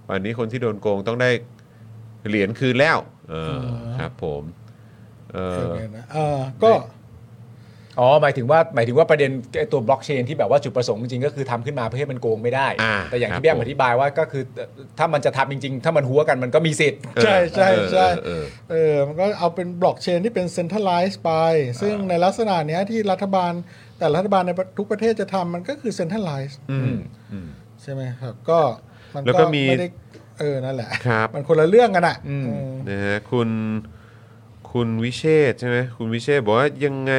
ป่านนี้คนที่โดนโกงต้องได้เหรียญคืนแล้วเออครับผมเออ เห็นนะเออก็ อ๋อหมายถึงว่าหมายถึงว่าประเด็นไอ้ตัวบล็อกเชนที่แบบว่าจุดประสงค์จริงๆก็คือทำขึ้นมาเพื่อให้มันโกงไม่ได้ อ่า แต่อย่างคที่รั พี่ บ แอม ผม อธิบายว่าก็คือถ้ามันจะทำจริง ๆ ถ้ามันหัวกันมันก็มีสิทธิ์ ใช่ใช่ เออ ใช่ เออ เออมันก็เอาเป็นบล็อกเชนที่เป็นเซ็นทรัลไลซ์ไป ซึ่งในลักษณะเนี้ยที่รัฐบาลแต่รัฐบาลในทุกประเทศจะทำมันก็คือเซ็นทรัลไลซ์ อืม ใช่ไหมครับก็มัน แล้วก็ ก็ มี ไม่ได้เออนั่นแหละ ครับ มันคนละเรื่องกันอ่ะ อืม เออ นะฮะคุณคุณวิเชษฐ์ใช่ไหมคุณวิเชษฐ์บอกว่ายังไง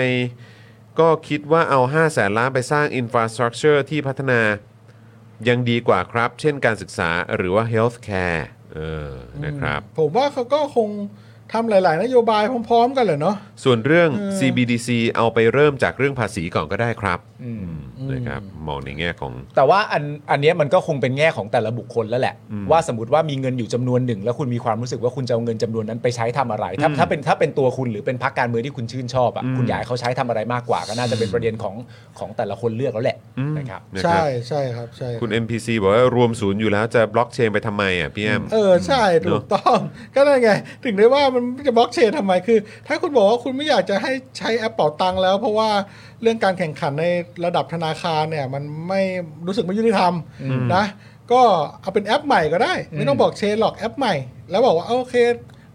ก็คิดว่าเอา 5 แสนล้านไปสร้างอินฟราสตรักเจอร์ที่พัฒนายังดีกว่าครับ เช่นการศึกษาหรือว่าเฮลท์แคร์เออนะครับ ผมว่าเขาก็คงทำหลาย ๆ นโยบายพร้อม ๆ กันแหละเนาะ ส่วนเรื่อง CBDC เอาไปเริ่มจากเรื่องภาษีก่อนก็ได้ครับนะครับมองในแง่ของ แต่ว่าอันอันเนี้ยมันก็คงเป็นแง่ของแต่ละบุคคลแล้วแหละ ว่าสมมติว่ามีเงินอยู่จำนวนหนึ่ง แล้วคุณมีความรู้สึกว่าคุณจะเอาเงินจำนวนนั้นไปใช้ทำอะไร ถ้าถ้าเป็นถ้าเป็นตัวคุณหรือเป็นพรรคการเมืองที่คุณชื่นชอบอ่ะคุณอยากให้เขาใช้ทำอะไรมากกว่า ก็น่าจะเป็นประเด็นของของแต่ละคนเลือกแล้วแหละ อืม นะครับ นะครับ ใช่ใช่ครับใช่ คุณ MPC บอกว่ารวมศูนย์อยู่แล้วจะบล็อกเชนไปทำไมอ่ะพี่แอม เออ ใช่ถูกต้อง ก็นั่นไง ถึงได้ว่ามันจะบล็อกเชนทำไมคือ ถ้าคุณบอกว่าคุณไม่อยากจะให้ใช้แอปเป่าตังค์แล้ว เพราะว่าเรื่องการแข่งขันในระดับธนาคารเนี่ย มันไม่รู้สึกไม่ยุติธรรมนะ ก็เอาเป็นแอปใหม่ก็ได้ ไม่ต้องบอกเชนหรอกแอปใหม่ แล้วบอกว่าโอเค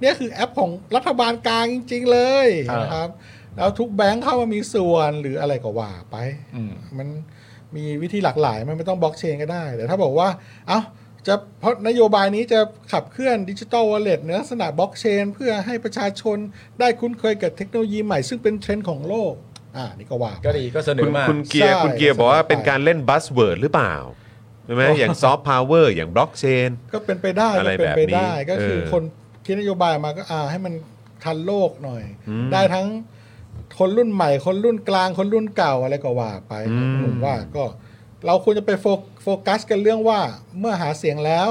เนี่ยคือแอปของรัฐบาลกลางจริง ๆ เลย อ่าน นะครับ แล้วทุกแบงค์เข้ามามีส่วนหรืออะไรก็ว่าไป มันมีวิธีหลากหลายมันไม่ต้องบล็อกเชนก็ได้ แต่ถ้าบอกว่า เอ้าจะเพราะนโยบายนี้จะขับเคลื่อนดิจิ t a ลวอลเล็ตในลักษณะบล็อกเชนเพื่อให้ประชาชนได้คุ้นเคยกับเทคโนโลยีใหม่ซึ่งเป็นเทรนด์ของโลก อ่านี่ก็ว่า ก็ดีก็เสน คุ อ ณ มา คุณเกียร์ ใช่ คุณเกียร์บอกว่า ใช่ เป็นการเล่นบัสเวิร์ดหรือเปล่าใช่ไหมอย่างซอฟต์พาวเวอร์อย่างบล็อกเชน ก็เป็นไปได้ อะไร ก็เป็นไปได้ แบบนี้ ก็คือ เออ คนคิดนโยบายมาก็อ่าให้มันทันโลกหน่อย ได้ทั้งคนรุ่นใหม่ คนรุ่นกลางคนรุ่นเก่าอะไรก็ว่าไปผมว่าก็เราควรจะไปโฟกโฟกัสกันเรื่องว่าเมื่อหาเสียงแล้ว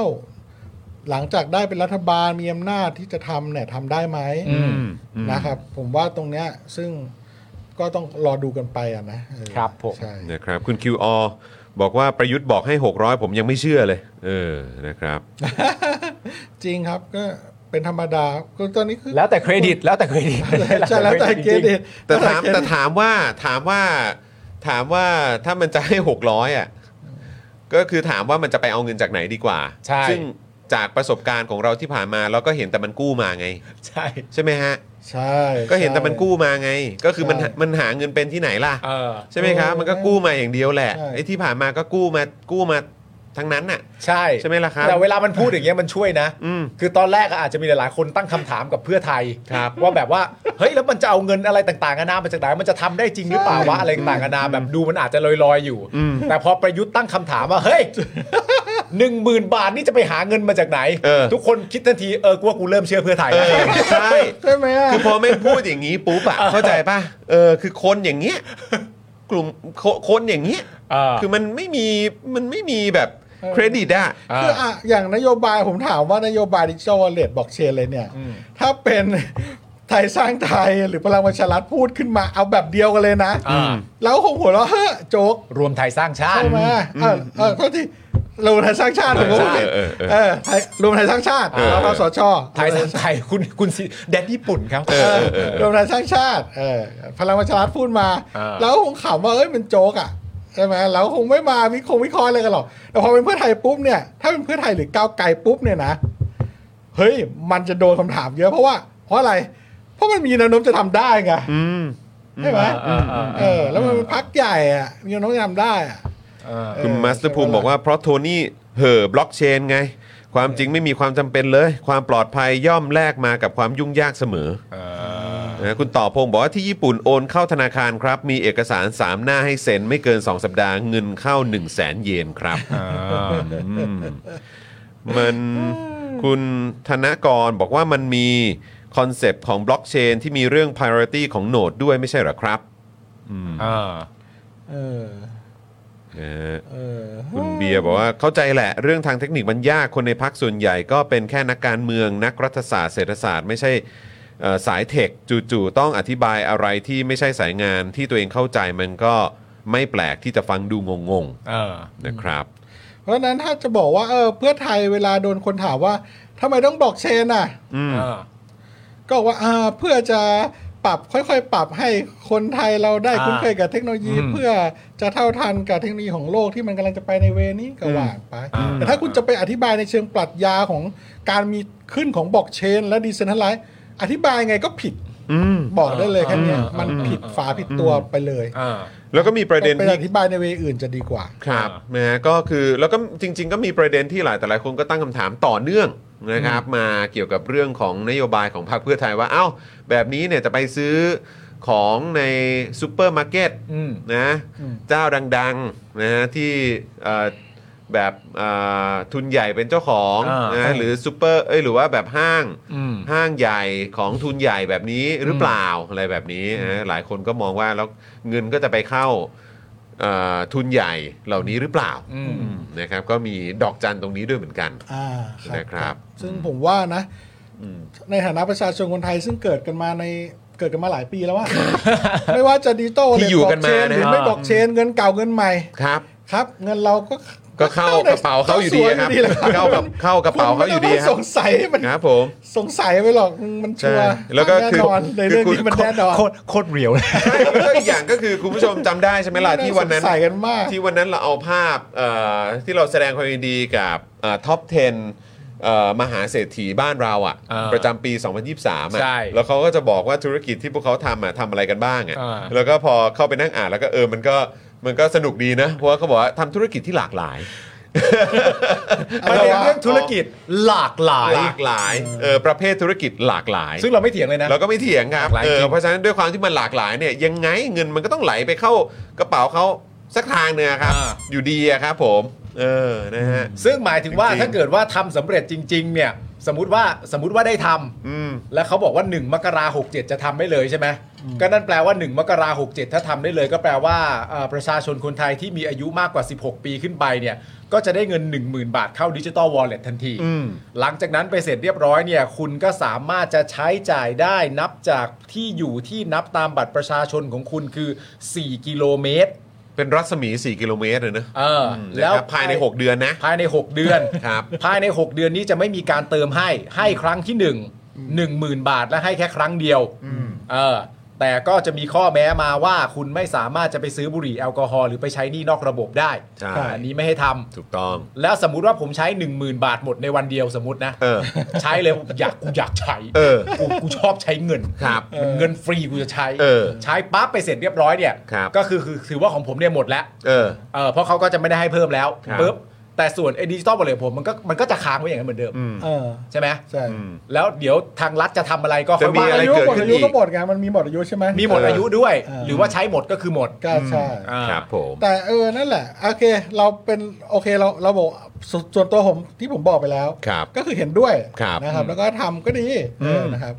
หลังจากได้เป็นรัฐบาลมีอำนาจที่จะทำเนี่ยทำได้ไหม อืม นะครับ ผมว่าตรงเนี้ยซึ่งก็ต้องรอดูกันไปอะนะเออ ครับผม ใช่ นะครับคุณ QR บอกว่าประยุทธ์บอกให้ 600 ผมยังไม่เชื่อเลย เออนะครับ จริงครับก็เป็นธรรมดาก็ตอนนี้คือ แล้วแต่เครดิตแล้วแต่เคร ดิต ใช่แล้วแต่เกณฑ์ดิ แต่ถามแต่ถามว่าถามว่าถามว่าถ้ามันจะให้ 600อ่ะก็คือถามว่ามันจะไปเอาเงินจากไหนดีกว่า ใช่ ซึ่งจากประสบการณ์ของเราที่ผ่านมาเราก็เห็นแต่มันกู้มาไง ใช่ ใช่ไหมฮะ ใช่ ก็เห็นแต่มันกู้มาไง ก็คือมัน ใช่ มันหาเงินเป็นที่ไหนล่ะ เออ ใช่ไหมครับ มันก็กู้มาอย่างเดียวแหละ ใช่ ไอ้ที่ผ่านมาก็กู้มากู้มาทั้งนั้นน่ะ ใช่ ใช่ไหมล่ะครับ แต่เวลามันพูดอย่างเงี้ยมันช่วยนะ อืม คือตอนแรกอะอาจจะมีหลายๆคนตั้งคำถามกับเพื่อไทย ครับ ว่าแบบว่า เฮ้ย แล้วมันจะเอาเงินอะไรต่างๆนานามาจากไหนมันจะทำได้จริงหรือเปล่าวะอะไรต่างๆนานาแบบดูมันอาจจะลอยๆอยู่ แต่พอประยุทธ์ตั้งคำถามว่าเฮ้ยหนึ่งหมื่นบาทนี่จะไปหาเงินมาจากไหน เออ ทุกคนคิดทันทีเออกูว่ากูเริ่มเชื่อเพื่อไทย เอ แล้ว อใช่ ใช่ไหมอะ คือพอแม่งพูดอย่างนี้ปุ๊บอะเข้าใจป่ะเออคือคนอย่างเงี้ยกลุ่มโคคนอย่างเงี้ย เออ คือมันไม่มีมันไม่มีแบบเครดิตอะ คืออ่ะอย่างนโยบายผมถามว่านโยบายดิจิทัลเลทบอกเชนเลยเนี่ย ถ้าเป็น ไทยสร้างไทยหรือพลังประชารัฐพูดขึ้นมาเอาแบบเดียวกันเลยนะ อ่า แล้วคงหัวเราะเฮ้อโจ๊ก รวมไทยสร้างชาติ ใช่ไหมเออเออเท่าที่รวมไทยสร้างชาติผมก็พูดผิด เออเออ เออไทยรวมไทยสร้างชาติแล้วก็สช ไทยสร้างไทย คุณคุณสิแดนญี่ปุ่นครับ เออรวมไทยสร้างชาติเออพลังประชารัฐพูดมา อ่า แล้วคงขำว่าเอ้ยมันโจ๊กอ่ะใช่ไหมแล้วคงไม่มาวิคงวิเคราะห์อะไรกันหรอกแต่พอเป็นเพื่อไทยปุ๊บเนี่ยถ้าเป็นเพื่อไทยหรือก้าวไกลปุ๊บเนี่ยนะเฮ้ยมันจะโดนคำถามเยอะเพราะว่า เพราะอะไร เพราะมันมีแนวโน้มจะทำได้ไง อืม ใช่ไหม เออเออ เออ แล้วมันเป็นพักใหญ่อ่ะมีแนวโน้มจะทำได้อ่ะ เออ คุณ เ มาสเตอร์ภูมิบอกว่าเพราะโทนี่เห่อบล็อกเชนไง ความจริงไม่มีความจำเป็นเลย ความปลอดภัยย่อมแลกมากับความยุ่งยากเสมอนะคุณต่อพงศ์บอกว่าที่ญี่ปุ่นโอนเข้าธนาคารครับ มีเอกสาร 3 หน้าให้เซ็นไม่เกิน 2 สัปดาห์เงินเข้า 1 0 0 0 0แสนเยนครับอืมมันคุณธนกรบอกว่ามันมีคอนเซปต์ของบล็อกเชนที่มีเรื่อง priority ของโนดด้วยไม่ใช่เหรอครับ เออ เออ เออ คุณเบียร์บอกว่าเข้าใจแหละเรื่องทางเทคนิคมันยากคนในพักส่วนใหญ่ก็เป็นแค่นักการเมืองนักรัฐศาสตร์เศรษฐศาสตร์ ไม่ใช่เอ่อสายเทคจู่ๆต้องอธิบายอะไรที่ไม่ใช่สายงานที่ตัวเองเข้าใจมันก็ไม่แปลกที่จะฟังดูงง เออ ๆนะครับ เพราะฉะนั้นถ้าจะบอกว่าเออเพื่อไทยเวลาโดนคนถามว่าทำไมต้องบอกเชนอ่ะ เออ ก็บอกว่าอ่าเพื่อจะปรับค่อยๆ ปรับให้คนไทยเราได้ อ่า คุ้นเคยกับเทคโนโลยี อืม เพื่อจะเท่าทันกับเทคโนโลยีของโลกที่มันกำลังจะไปในเวนี้ก็ว่าไป อืม แต่ถ้าคุณจะไปอธิบายในเชิงปรัชญาของการมีขึ้นของบล็อกเชน และดิเซนทัลไลท์อธิบายไงก็ผิด อืม บอกได้เลยแค่เนี้ยมันผิดฝาผิดตัวไปเลย เออ แล้วก็มีประเด็น ไป ที่ อธิบายในเวอื่นจะดีกว่า ครับนะฮะก็คือแล้วก็จริง ๆ ก็มีประเด็นที่หลายแต่หลายคนก็ตั้งคำถามต่อเนื่องนะครับ มาเกี่ยวกับเรื่องของนโยบายของพรรคเพื่อไทยว่าเอ้า แบบนี้เนี่ยจะไปซื้อของในซูเปอร์มาร์เก็ต อืม นะ อืม เจ้าดังๆนะฮะที่เอ่อแบบเอ่อทุนใหญ่เป็นเจ้าของนะฮะหรือซูเปอร์เอ้ยหรือว่าแบบห้าง อืม ห้างใหญ่ของทุนใหญ่แบบนี้หรือเปล่าอะไรแบบนี้นะหลายคนก็มองว่าแล้วเงินก็จะไปเข้าเอ่อทุนใหญ่เหล่านี้หรือเปล่า อืม อืมนะครับ ก็มีดอกจันตรงนี้ด้วยเหมือนกัน อ่าครับ นะครับ ซึ่งผมว่านะในฐานะประชาชนคนไทยซึ่งเกิดกันมาในเกิดกันมาหลายปีแล้วว่า ไม่ว่าจะดิจิตอล ที่อยู่กันมา หรือ นะ ไม่บล็อกเชนเงินเก่าเงินใหม่ ครับ ครับ เงินเราก็ ก็เข้ากระเป๋าเขาอยู่ดีครับ เข้าสวยอยู่ดีแหละ เข้ากับเข้ากระเป๋าเขาอยู่ดี คุณไม่ต้ง ค ส รับ งสัยให้มัน ครับผม สงสัยไปหรอกมันชั ใช่ วร์ แล้วก็คือ แน่นอนในเรื่อง คือ นี้มัน คุณ แน่นอน โคตรโคตรเรียวเลย ใช่แล้วก็อีกอย่างก็คือคุณผู้ชมจำได้ใช่ไหมล่ะที่วันนั้น สงสัยกันมาก ที่วันนั้นเราเอาภาพเอ่อที่เราแสดงความยินดีกับท็อป 10เอ่อมหาเศรษฐีบ้านเราอะ อ่า ประจำปี 2023อะ ใช่ แล้วเขาก็จะบอกว่าธุรกิจที่พวกเขาทำอะทำอะไรกันบ้างอะ อ่า แล้วก็พอเข้าไปนั่งอ่านแล้วก็เออมันก็มันก็สนุกดีนะ เพราะว่าเขาบอกว่าทำธุรกิจที่หลากหลาย ประเด็นเรื่องธุรกิจหลากหลาย หลากหลายเออประเภทธุรกิจหลากหลาย ซึ่งเราไม่เถียงเลยนะ เราก็ไม่เถียงครับ หลากหลาย เออ จริง เพราะฉะนั้นด้วยความที่มันหลากหลายเนี่ยยังไงเงินมันก็ต้องไหลไปเข้ากระเป๋าเขาสักทางเนี่ยครับ อยู่ดีอะครับผม เออนะฮะ ซึ่งหมายถึงว่า จริงๆ ถ้าเกิดว่าทำสำเร็จจริง ๆ เนี่ย สมมติว่าสมมติว่าได้ทำ อืม แล้วเขาบอกว่า 1 มกราหกเจะทำได้เลยใช่ไหมก็นั่นแปลว่า 1 มกราหกถ้าทำได้เลย ก็แปลว่าเอ่อประชาชนคนไทยที่มีอายุมากกว่า 16 ปีขึ้นไปเนี่ยก็จะได้เงิน 10,000 บาทเข้าดิจิตอลวอลเล็ตทันที หลังจากนั้นไปเสร็จเรียบร้อยเนี่ยคุณก็สามารถจะใช้จ่ายได้นับจากที่อยู่ที่นับตามบัตรประชาชนของคุณคือ 4 กิโลเมตร เป็นรัศมี 4 กิโลเมตรเลยนะ เอออ แล้ แล้ว ว ภายใน 6 เดือนนะ ภายใน 6 เดือน ครับ ภายใน 6 เดือนนี้จะไม่มีการเติมให้ ให้ครั้งที่ 1 1 0,000 บาทและให้แค่ครั้งเดียวเออแต่ก็จะมีข้อแม้มาว่าคุณไม่สามารถจะไปซื้อบุหรี่แอลกอฮอล์หรือไปใช้หนี่นอกระบบได้ ใช่ อันนี้ไม่ให้ทำ ถูกต้อง แล้วสมมุติว่าผมใช้ 10,000 บาทหมดในวันเดียวสมมตินะ เออ ใช้เลยผมอยากกูอยากใช้ เออ กูกูชอบใช้เงิน ครับ มันเงินฟรีกูจะใช้ เออ ใช้ปั๊บไปเสร็จเรียบร้อยเนี่ย ครับ ก็คือคือถือว่าของผมเนี่ยหมดแล้ว เออ เออเพราะเขาก็จะไม่ได้ให้เพิ่มแล้ว ครับ ปุ๊บแต่ส่วนไอ้ดิจิตอลบอลเลตผมมันก็มันก็จะค้างไว้อย่างนั้นเหมือนเดิม เออ ใช่ไหม ใช่ อืม แล้วเดี๋ยวทางรัฐจะทำอะไรก็ค่อย มี ว่า อะไร อายุ เกิด หมด ขึ้น อายุ อีก ก็หมดไงมันมีหมดอายุใช่ไหม มีหมดอายุด้วย เออ หรือว่าใช้หมดก็คือหมด ก็ใช่ อ่า ครับผม แต่เออนั่นแหละ โอเค เราเป็นโอเคเราเราบอกสส่วนตัวผมที่ผมบอกไปแล้ว ครับ ก็คือเห็นด้วย ครับ นะครับ แล้วก็ทำก็ดี อืม เออนะครับ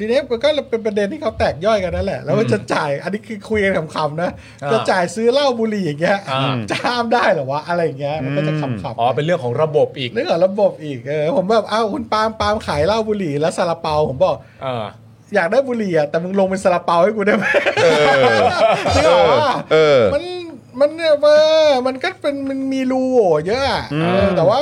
ทีนี้มันก็เป็นประเด็นที่เขาแตกย่อยกันนั่นแหละ แล้วว่าจะจ่ายอันนี้คือคุยกันขำๆนะ อ่า จะจ่ายซื้อเหล้าบุหรี่อย่างเงี้ย อ่า จะห้ามได้เหรอวะอะไรอย่างเงี้ยมันก็จะขำๆ อ๋อเป็นเรื่องของระบบอีก เรื่องของระบบอีกเออผมแบบอ้าวคุณปาล์มปาล์มขายเหล้าบุหรี่แล้วซาลาเปาผมบอก เออ อยากได้บุหรี่อ่ะแต่มึงลงเป็นซาลาเปาให้กูได้ไหมจริงเหรอวะ เออ มันมันเนี่ยเออมันก็เป็นมันมีรูโหว่เยอะอะเออแต่ว่า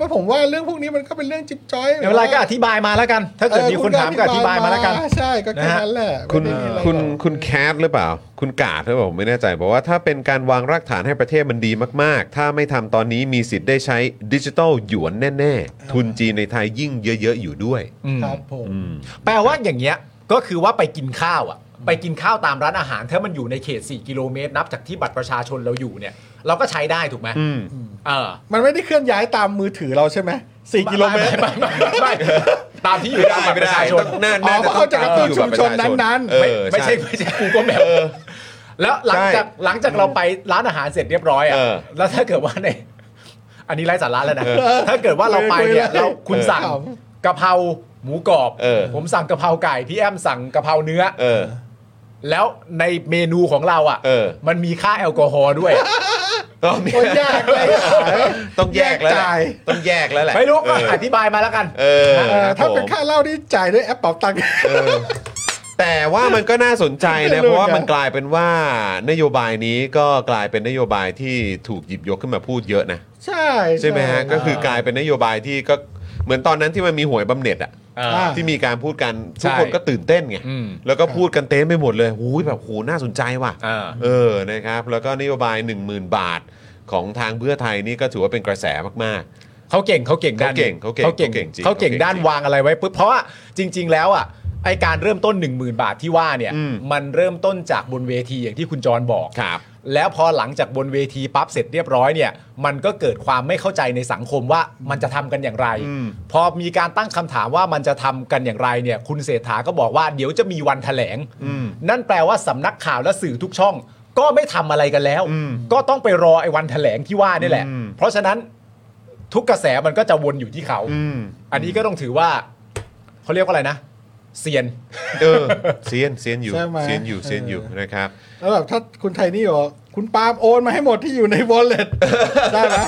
ก็ผมว่าเรื่องพวกนี้มันก็เป็นเรื่องจิ๊บจ้อย เดี๋ยวเวลาก็อธิบายมาแล้วกัน ถ้าเกิดมีคนถามก็อธิบายมาแล้วกัน ใช่ก็แค่นั้นแหละ คุณ ไม่ได้มีอะไร คุณ หรอก คุณแคทหรือเปล่า คุณกาดหรือเปล่าผมไม่แน่ใจบอกว่าถ้าเป็นการวางรากฐานให้ประเทศมันดีมาก ๆ ถ้าไม่ทำตอนนี้มีสิทธิ์ได้ใช้ดิจิทัลหยวนแน่ ๆ ทุนจีนในไทยยิ่งเยอะ ๆ อยู่ด้วย ครับผม อืม แปลว่าอย่างเงี้ยก็คือว่าไปกินข้าวอะไปกินข้าวตามร้านอาหาร ถ้ามันอยู่ในเขต 4 กิโลเมตร นับจากที่บัตรประชาชนเราอยู่เนี่ย เราก็ใช้ได้ถูกไหม อืม เออ มันไม่ได้เคลื่อนย้ายตามมือถือเราใช่ไหมสี่กิโลเมตร ไม่ไม่ไม่ไม่ตามที่อยู่ในบัตรประชาชน น่า อ๋อ น่า เพ จะ ราะเขาจะกระตุ้นชุมชนนั้น เอ ไม่ อ ไม่ใช่ไม่ใช่กูก็แบบแล้วหลังจากหลังจากเราไปร้านอาหารเสร็จเรียบร้อยอ่ะ เออ แล้วถ้าเกิดว่าใน อันนี้ไร้สาระแล้วนะถ้าเกิดว่าเราไปเนี่ยเราคุณสั่งกะเพราหมูกรอบ เออ ผมสั่งกะเพราไก่พี่แอมสั่งกะเพราเนื้อ เออ แล้วในเมนูของเราอ่ะ เออ มันมีค่าแอลกอฮอล์ด้วย ต้อง ๆคนยากเลยอะ ต้องแยกแล้วแหละ จ่าย ต้องแยกแล้วแหละ ไม่รู้ก็ เออ อธิบายมาแล้วกัน เออ เออ ครั ถ้า บ เป็ผนม ค่าเหล้านี่จ่ายด้วยแอปเป๋าตังค์ แต่ว่ามันก็น่าสนใจนะเพไม่รู้ราะว่า เหมือนกัน มันกลายเป็นว่านโยบายนี้ก็กลายเป็นนโยบายที่ถูกหยิบยกขึ้นมาพูดเยอะนะ ใช่ ใช่ไหมฮะก็คือกลายเป็นนโยบายที่ก็เหมือนตอนนั้นที่มันมีหวยบำเหน็จอะ อ่า ที่มีการพูดกัน ใช่ ทุกคนก็ตื่นเต้นไง อืม แล้วก็พูดกันเต็มไปหมดเลยหูยแบบโหน่าสนใจว่ะ อ่า เออนะครับ แล้วก็นโยบาย 10,000 บาทของทางเพื่อไทยนี่ก็ถือว่าเป็นกระแสมาก เขาเก่งเขาเก่งด้าน เขาเก่งเขาเก่ง เขาเก่ง เขาเก่งจริง เขาเก่งด้าน เขาเก่งจริง วางอะไรไว้ปุ๊บเพราะว่าจริง ๆ แล้วอ่ะไอการเริ่มต้น 1 0,000 บาทที่ว่าเนี่ย อืม มันเริ่มต้นจากบนเวทีอย่างที่คุณจรบอก ๆ ครับ แล้วพอหลังจากบนเวทีปั๊บเสร็จเรียบร้อยเนี่ย มันก็เกิดความไม่เข้าใจในสังคมว่ามันจะทำกันอย่างไร อืม พอมีการตั้งคำถามว่ามันจะทำกันอย่างไรเนี่ย คุณเศรษฐาก็บอกว่าเดี๋ยวจะมีวันแถลง นั่นแปลว่าสำนักข่าวและสื่อทุกช่อง ก็ไม่ทำอะไรกันแล้ว ก็ต้องไปรอไอ้วันแถลงที่ว่านี่แหละ เพราะฉะนั้นทุกกระแสมันก็จะวนอยู่ที่เขา อืม อันนี้ก็ต้องถือว่าเขาเรียกว่าอะไรนะเซียน เออเซียนเซียนอยู่ ใช่ไหม เซียนอยู่เซียนอยู่นะครับ แล้วแบบถ้าคุณไทยนี่บอกคุณปาล์มโอนมาให้หมดที่อยู่ใน wallet ได้ไหม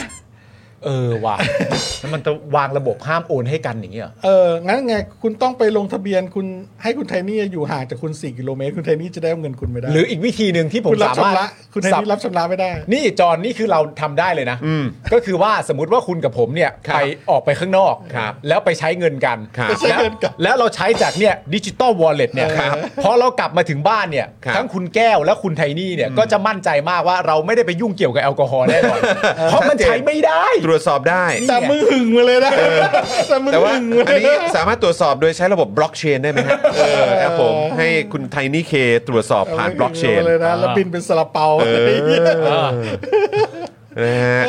เออว่ะ แล้วมันจะวางระบบห้ามโอนให้กันอย่างเงี้ยเหรอ เอองั้นไงคุณต้องไปลงทะเบียนคุณให้คุณไทยนี่อยู่ห่างจากคุณ4กิโลเมตรคุณไทยนี่จะได้เงินคุณไม่ได้ หรืออีกวิธีหนึ่งที่ผม คุณรับ สาชำมารถระคุณไทย สับ นี่รับชำระไม่ได้ นี่จอนนี่คือเราทำได้เลยนะ ก็คือว่าสมมติว่าคุณกับผมเนี่ย ครับ ไปออกไปข้างนอก ครับ แล้วไปใช้เงินกัน ครับ แล้ว ไปใช้เงินกัน แล้วเราใช้จากเนี่ยดิจิตอลวอลเล็ตเนี่ย ครับ พอเรากลับมาถึงบ้านเนี่ย ครับ ทั้งคุณแก้วและคุณไทนี่เนี่ยก็จะมั่นใจมากว่าเราไม่ได้ไปยุ่งเกี่ยวกับแอลกอฮอล์แน่นอนเพราะมันใช้ไม่ได้ ตรวจสอบได้ แต่มือหึงมาเลยนะแต่มือ แต่ว่า หึงมา อั เล น ย นี้ นะ สามารถตรวจสอบโดยใช้ระบบบล็อกเชนได้ไหมฮะเออครับผมให้คุณไทนี่เคตรวจสอบผ่านบล็อกเชน ามืหึงมาเลยนะแล้วบินเป็นซาลาเปา เออนะฮะ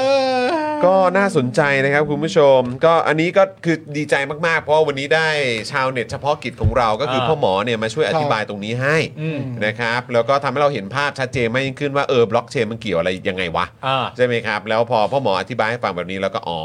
ก็ น่าสนใจนะครับคุณผู้ชม ก็อันนี้ก็คือดีใจมากๆ เพราะวันนี้ได้ชาวเน็ตเฉพาะกิจของเราก็คือ เออ พ่อหมอเนี่ยมาช่วยอธิบายตรงนี้ให้นะครับ แล้วก็ทำให้เราเห็นภาพชัดเจนมากยิ่งขึ้นว่าเออบล็อกเชนมันเกี่ยวอะไรยังไงวะ อ่า ใช่ไหมครับ แล้วพอพ่อหมออธิบายให้ฟังแบบนี้แล้วก็อ๋อ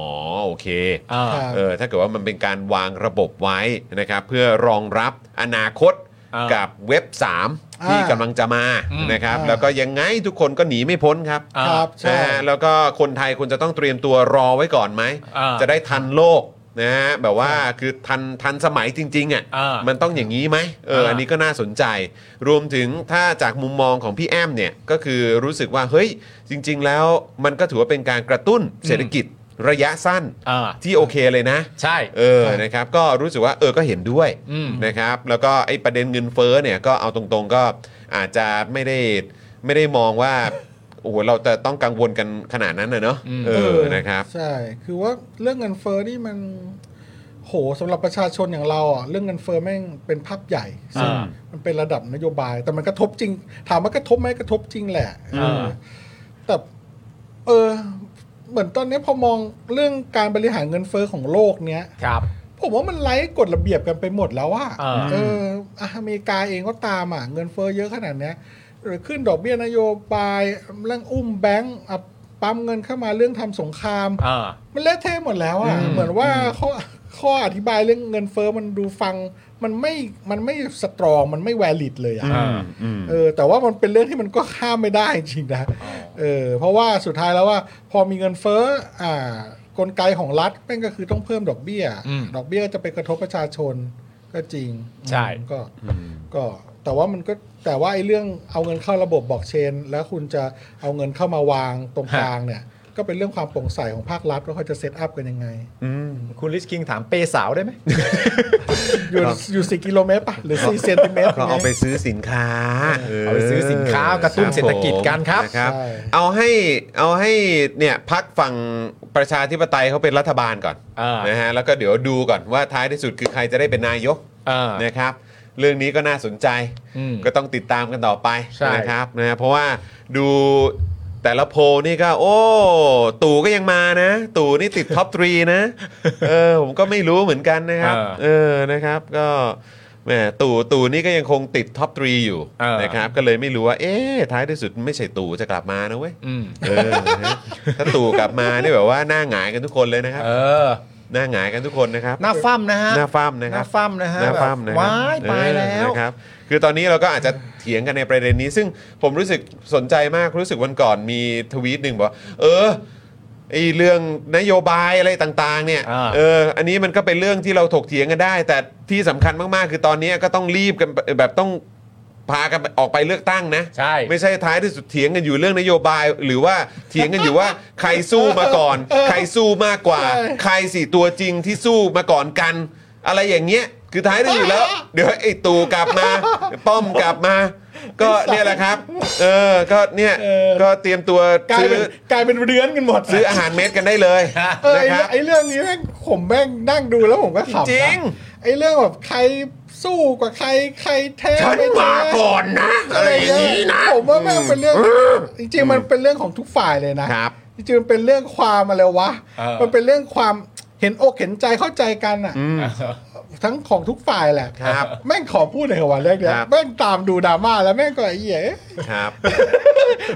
โอเค อ่า ครับ เออถ้าเกิดว่ามันเป็นการวางระบบไว้นะครับ เพื่อรองรับอนาคต อ่ากั กับเว็บ 3 ที่ อ่าก ำลังจะมา อืม นะครับ อ่า แล้วก็ยังไงทุกคนก็หนีไม่พ้นครับ อ่า ครับใช่ นะฮะแล้วก็คนไทยควรจะต้องเตรียมตัวรอไว้ก่อนไหม อ่า จะได้ทันโลกนะฮะแบบว่าคือทันทันสมัยจริงๆอ่ะ อ่ามั มันต้องอย่างนี้ไหมเอออา อันนี้ก็น่าสนใจ รวมถึงถ้าจากมุมมองของพี่แอมเนี่ยก็คือรู้สึกว่าเฮ้ยจริง ๆ แล้วมันก็ถือว่าเป็นการกระตุ้นเศรษฐกิจระยะสั้น อ่า ที่โอเคเลยนะ ใช่ เออ ครับ นะครับ ก็รู้สึกว่าเออ ก็เห็นด้วย อืม นะครับ แล้วก็ไอ้ประเด็นเงินเฟ้อเนี่ยก็เอาตรงๆก็อาจจะไม่ได้ไม่ได้มองว่า โอ้โห เราจะต้องกังวลกันขนาดนั้นเลยเนาะ อืม เออ นะครับ ใช่ คือว่าเรื่องเงินเฟ้อนี่มัน โหสำหรับประชาชนอย่างเราอ่ะเรื่องเงินเฟ้อแม่งเป็นภาพใหญ่ซึ่ง อ่า มันเป็นระดับนโยบาย แต่มันกระทบจริง ถามว่ากระทบไหมกระทบจริงแหละ อ่า แต่เออ เหมือนตอนนี้พอมองเรื่องการบริหารเงินเฟ้อของโลกเนี้ย ครับ ผมว่ามันไร้กฎระเบียบกันไปหมดแล้วว่า อ่า เอออะอเมริกาเองก็ตามอ่ะ เงินเฟ้อเยอะขนาดเนี้ยหรือขึ้นดอกเบี้ยนโยบายเรื่องอุ้มแบงก์อ่ะปั๊มเงินเข้ามาเรื่องทำสงคราม อ่า มันเละเทะหมดแล้วอ่ะ อืม เหมือนว่าข้อข้ออธิบายเรื่องเงินเฟ้อมันดูฟัง มันไม่มันไม่สตรองมันไม่แวลิดเลยอ่ะ อ่า เออแต่ว่ามันเป็นเรื่องที่มันก็ข้ามไม่ได้จริงๆนะเออเพราะว่าสุดท้ายแล้วว่าพอมีเงินเฟ้ออ่ากลไกของรัฐแม่งก็คือต้องเพิ่มดอกเบี้ย อืม ดอกเบี้ยก็จะไปกระทบประชาชนก็จริง ใช่ อืมก็ก็แต่ว่ามันก็แต่ว่าไอ้เรื่องเอาเงินเข้าระบบบล็อกเชน แล้วคุณจะเอาเงินเข้ามาวางตรงกลางเนี่ย ก็เป็นเรื่องความโปร่งใสของภาครัฐว่าเขาจะเซตอัพกันยังไง คุณลิชคิงถามเปย์สาวได้ไหม อยู่อยู่สี่กิโลเมตรป่ะหรือสี่เซนติเมตร ก็เอาไปซื้อสินค้า เอาไปซื้อสินค้ากระตุ้นเศรษฐกิจกันครับ ะบ ใช่ เอาให้เอาให้เนี่ยพักฝั่งประชาธิปไตยเขาเป็นรัฐบาลก่อน อ่า นะฮะแล้วก็เดี๋ยวดูก่อนว่าท้ายที่สุดคือใครจะได้เป็นนายก อ่า นะครับเรื่องนี้ก็น่าสนใจ อืม ก็ต้องติดตามกันต่อไป ใช่ นะครับนะเพราะว่าดูแต่ละโพลนี่ก็ โอ้ ตู่ก็ยังมานะ ตู่นี่ติดท็อปทรี นะเออผมก็ไม่รู้เหมือนกันนะครับ เออ เออนะครับก็แหมตู่ตู่นี่ก็ยังคงติดท็อปทรีอยู่ เออ นะครับก็เลยไม่รู้ว่า เอ๊ะท้ายที่สุดไม่ใช่ตู่จะกลับมานะเว้ย อืม เออนะฮะถ้าตู่กลับมานี่แบบว่าหน้าหงายกันทุกคนเลยนะครับ เออ หน้าหงายกันทุกคนนะครับ หน้าฟั่มนะฮะ หน้าฟ้ามนะค ห รั น้า บ ฟั่มนะฮะ หน้าฟ้าม แบบ นะครับ ว้ายตายแล้ว เออนะครับ คือตอนนี้เราก็อาจจะเถียงกันในประเด็นนี้ ซึ่งผมรู้สึกสนใจมากรู้สึกวันก่อนมีทวีตหนึ่งบอกว่าเออไอเรื่องนโยบายอะไรต่างๆ เนี่ย อ่า เอออันนี้มันก็เป็นเรื่องที่เราถกเถียงกันได้ แต่ที่สำคัญมากๆ คือตอนนี้ก็ต้องรีบกันแบบต้องพากันออกไปเลือกตั้งนะ ใช่ ไม่ใช่ท้ายที่สุดเถียงกันอยู่เรื่องนโยบาย หรือว่าเถียงกันอยู่ ว่าใครสู้มาก่อน ใครสู้มากกว่า ใช่ ใครสี่ตัวจริงที่สู้มาก่อนกัน อะไรอย่างเงี้ยคือท้ายที่สุดแล้ว เดี๋ยวไอ้ตู่กลับมาป้อมกลับมา ก็เนี่ยแหละครับ เออก็เนี่ย เออ ก็เตรียมตัว กลาย ซื้อ เป็นกลายเป็นเรือนกันหมด ซื้ออาหารเม็ดกันได้ เลย เออ นะ ไอ้ ค เรื่ รั อบ งไอ้เรื่องนี้แม่งผมแม่งนั่งดูแล้วผมก็ขำนะ จริง ไอ้เรื่องแบบใครสู้กว่าใครใครแท้ ฉัน ไแท้ มาก่อนนะ อะไรอย่างนี้นะ ผมว่าแม่งเป็นเรื่องจริงๆมันเป็นเรื่องของทุกฝ่ายเลยนะครับ จริงๆมันเป็นเรื่องความอะไรวะ เออ มันเป็นเรื่องความเห็นอกเห็นใจเข้าใจกันอ่ะ ทั้งของทุกฝ่ายแหละ ครับ แม่งขอพูดในอยเหรอวันแรกเนี้ย ครับ แม่งตามดูดราม่าแล้วแม่งก็ไอ้เหี้ย ครับ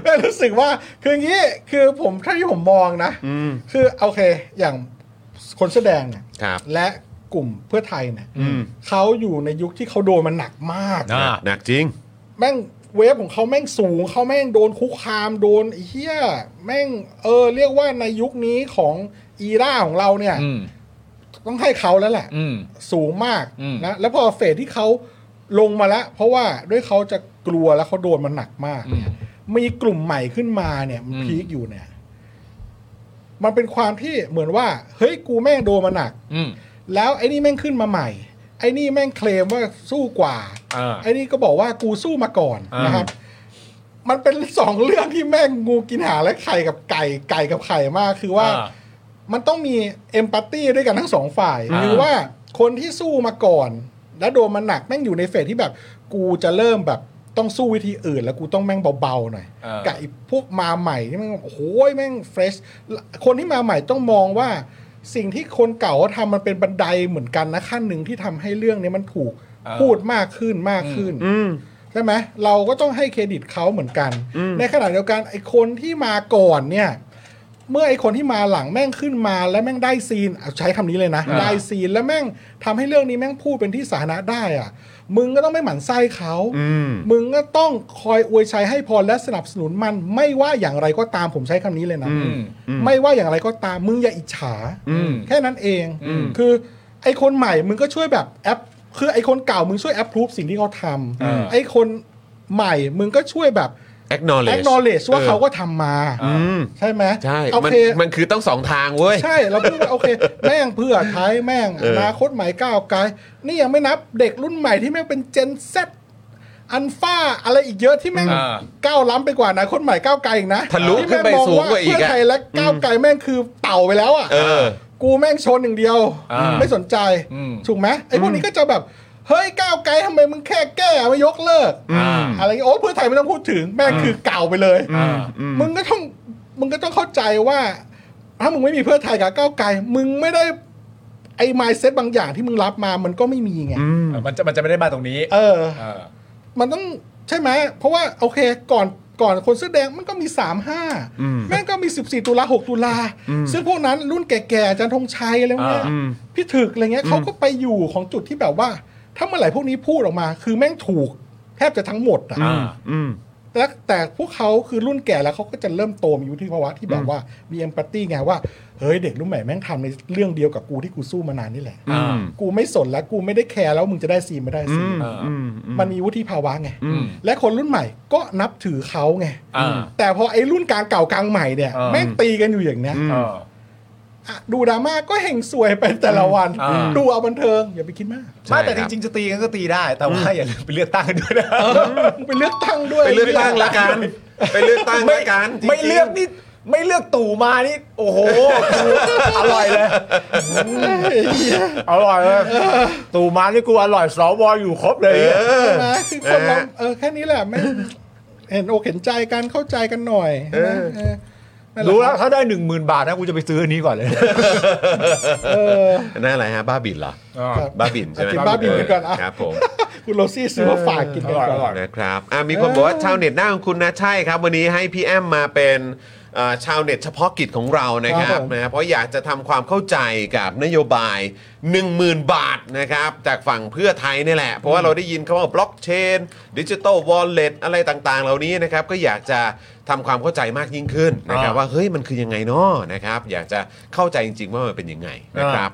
แม่รู้สึกว่าคืออย่างนี้คือผมถ้าที่ผมมองนะคือโอเคอย่างคนแสอแดงเนี่ย ครับ และกลุ่มเพื่อไทยเนี่ย อืม เขาอยู่ในยุคที่เขาโดนมันหนักมาก อ่า หนักจริง แม่งเวฟของเขาแม่งสูงเขาแม่งโดนคุกคามโดนไอ้เฮียแม่งเออเรียกว่าในยุคนี้ของอีราของเราเนี่ย อืม ต้องให้เขาแล้วแหละ อืม สูงมาก อืม นะแล้วพอเฟสที่เขาลงมาแล้ว เพราะว่าด้วยเขาจะกลัวแล้วเขาโดนมันหนักมากเนี่ยมีกลุ่มใหม่ขึ้นมาเนี่ยมันพีคอยู่เนี่ย มันเป็นความที่เหมือนว่า เฮ้ยกูแม่งโดนมาหนัก อืม แล้วไอ้นี่แม่งขึ้นมาใหม่ ไอ้นี่แม่งเคลมว่าสู้กว่า อ่า ไอ้นี่ก็บอกว่ากูสู้มาก่อน อ่าน นะครับ มันเป็นสองเรื่องที่แม่งงูกินหางและไข่กับไก่ไก่กับไข่มากคือว่า อ่ มันต้องมีเอมพัตตีด้วยกันทั้งสองฝ่าย อ่า คือว่าคนที่สู้มาก่อน แล้วโดนมันหนักแม่งอยู่ในเฟสที่แบบ กูจะเริ่มแบบ ต้องสู้วิธีอื่น แล้วกูต้องแม่งเบาๆหน่อย เออ กับไอ้พวกมาใหม่นี่แม่งโอ้โหแม่งเฟรชคนที่มาใหม่ต้องมองว่า สิ่งที่คนเก่าเขาทำมันเป็นบันไดเหมือนกันนะขั้นหนึ่งที่ทำให้เรื่องนี้มันถูกพูดมากขึ้นมากขึ้น ใช่ไหมเราก็ต้องให้เครดิตเขาเหมือนกัน ในขณะเดียวกันไอ้คนที่มาก่อนเนี่ย เมื่อไอ้คนที่มาหลังแม่งขึ้นมาแล้วแม่งได้ซีนเอาใช้คำนี้เลยนะ ได้ซีนแล้วแม่งทำให้เรื่องนี้แม่งพูดเป็นที่สาธารณะได้อ่ะ มึงก็ต้องไม่หมั่นไส้เขามึงก็ต้องคอยอวยชัยให้พรและสนับสนุนมันไม่ว่าอย่างไรก็ตามผมใช้คำนี้เลยนะ อืม ไม่ว่าอย่างไรก็ตามมึงอย่าอิจฉาแค่นั้นเอง คือไอคนใหม่มึงก็ช่วยแบบแอป คือไอคนเก่ามึงช่วยแอปพรูฟสิ่งที่เขาท อ่า ำไอคนใหม่มึงก็ช่วยแบบ acknowledge acknowledge ว่า ออ เขาก็ทำมา อืม ใช่ไหม ใช่ โอ มัน เค มันคือต้องสองทางเว้ย ใช่เราพูดว่าโอเค แม่งเพื่อไทยแม่ง เออ อนาคตใหม่ก้าวไกลนี่ยังไม่นับเด็กรุ่นใหม่ที่แม่งเป็นเจนเซอันฟ้าอะไรอีกเยอะที่แม่ง อ่า ก้าวล้ำไปกว่าอนาคตใหม่ก้าวไกลอีกนะ ทะลุ ที่แม่ ขึ้นไป มอ สูงกว่าอีกอะ เพื่อไทยและก้าวไกลแม่งคือเต่าไปแล้วอ่ะ เออ กูแม่งชนอย่างเดียว อ่า ไม่สนใจ อืม ถูกไหมไอ้พวกนี้ก็จะแบบเฮ้ยก้าวไกลทำไมมึงแค่แก้ไม่ยกเลิก อ่า อะไรอย่างเงี้ยโอ้เพื่อไทยไม่ต้องพูดถึงแม่งคือเก่าไปเลย อืม มึงก็ต้องมึงก็ต้องเข้าใจว่า ถ้ามึงไม่มีเพื่อไทยกับก้าวไกลมึงไม่ได้ไอ้ mindset บางอย่างที่มึงรับมามันก็ไม่มีไง เออมันจะมันจะไม่ได้มาตรงนี้ เออ เออ มันต้องใช่ไหมเพราะว่าโอเคก่อนก่อนคนเสื้อแดงมันก็มี 3 5 แม่งก็มี 14 ตุลา 6 ตุลา ซึ่งพวกนั้นรุ่นแก่ๆอาจันทงชัยอะไรพวกเนี้ย อ่า พี่ถึกอะไรเงี้ยเขาก็ไปอยู่ของจุดที่แบบว่า ถ้าเมื่อไหร่พวกนี้พูดออกมา คือแม่งถูกแทบจะทั้งหมดอ่ะ อ่า แล้วแต่พวกเขาคือรุ่นแก่แล้วเขาก็จะเริ่มโตมีวุฒิภาวะที่แบบว่ามีเอมพัตตี้ไงว่า เฮ้ยเด็กรุ่นใหม่แม่งทำในเรื่องเดียวกับกูที่กูสู้มานานนี่แหละ อืม กูไม่สนแล้วกูไม่ได้แคร์แล้วมึงจะได้ซีนไม่ได้ซีน เออ มันมีวุฒิภาวะไง อืม และคนรุ่นใหม่ก็นับถือเขาไง อ่า แต่พอไอ้รุ่นกลางเก่ากลางใหม่เนี่ย อ่า แม่งตีกันอยู่อย่างเนี้ย เออ อ่ะดูดราม่าก็เห่งสวยไปแต่ละวัน อ่า ดูเอาบันเทิงอย่าไปคิดมาก ไม่แต่ ใช่คจรับ ริงๆจะตีกันก็ตีได้ แต่ว่าอย่าลืมไปเลือกตั้งกันด้วยนะ มึงไปเลือกตั้งด้วย ไปเลือกตั้งละกัน ไปเลือกตั้งละกันจริงๆ ไม่เลือกนี่ไม่เลือกตู่มานี่ โอ้โห อร่อยเลย อร่อยเลยตู่มานี่กูอร่อยสวอยู่ครบเลย ใช่ไหมคือคนนะเราฮะ เออแค่นี้แหละไม่ เห็นอกเห็นใจกันเข้าใจกันหน่อยเออเออนั่นหะ รู้แล้วถ้าได้หนึ่งหมื่นบาทนะกูจะไปซื้ออันนี้ก่อนเลย เออ นั่นอะไรฮะบ้าบินเหรอ ครับ บ้าบินใช่ไหม กินบ้าบิ่นกันก่อนอ่ะ ครับผม คุณโรซี่ซื้อมาฝากกินกันก่อน นะครับอ่ะมีคนบอกว่าชาวเน็ตหน้าของคุณนะใช่ครับ วันนี้ให้พี่แอมมาเป็นเอ่อชาวเน็ตเฉพาะกิจของเรานะค ค รั รั บบ ผม นะเพราะอยากจะทำความเข้าใจกับนโยบาย 10,000 บาทนะครับ จากฝั่งเพื่อไทยนี่แหละ เพราะว่าเราได้ยินคำว่าบล็อกเชนดิจิ t a ลวอลเล็ตอะไรต่างๆ เหล่านี้นะครับ ก็อยากจะทำความเข้าใจมากยิ่งขึ้นนะครับ อ่า ว่าเฮ้ยมันคือยังไงเนาะนะครับ อยากจะเข้าใจจริง ๆ ว่ามันเป็นยังไงนะครับ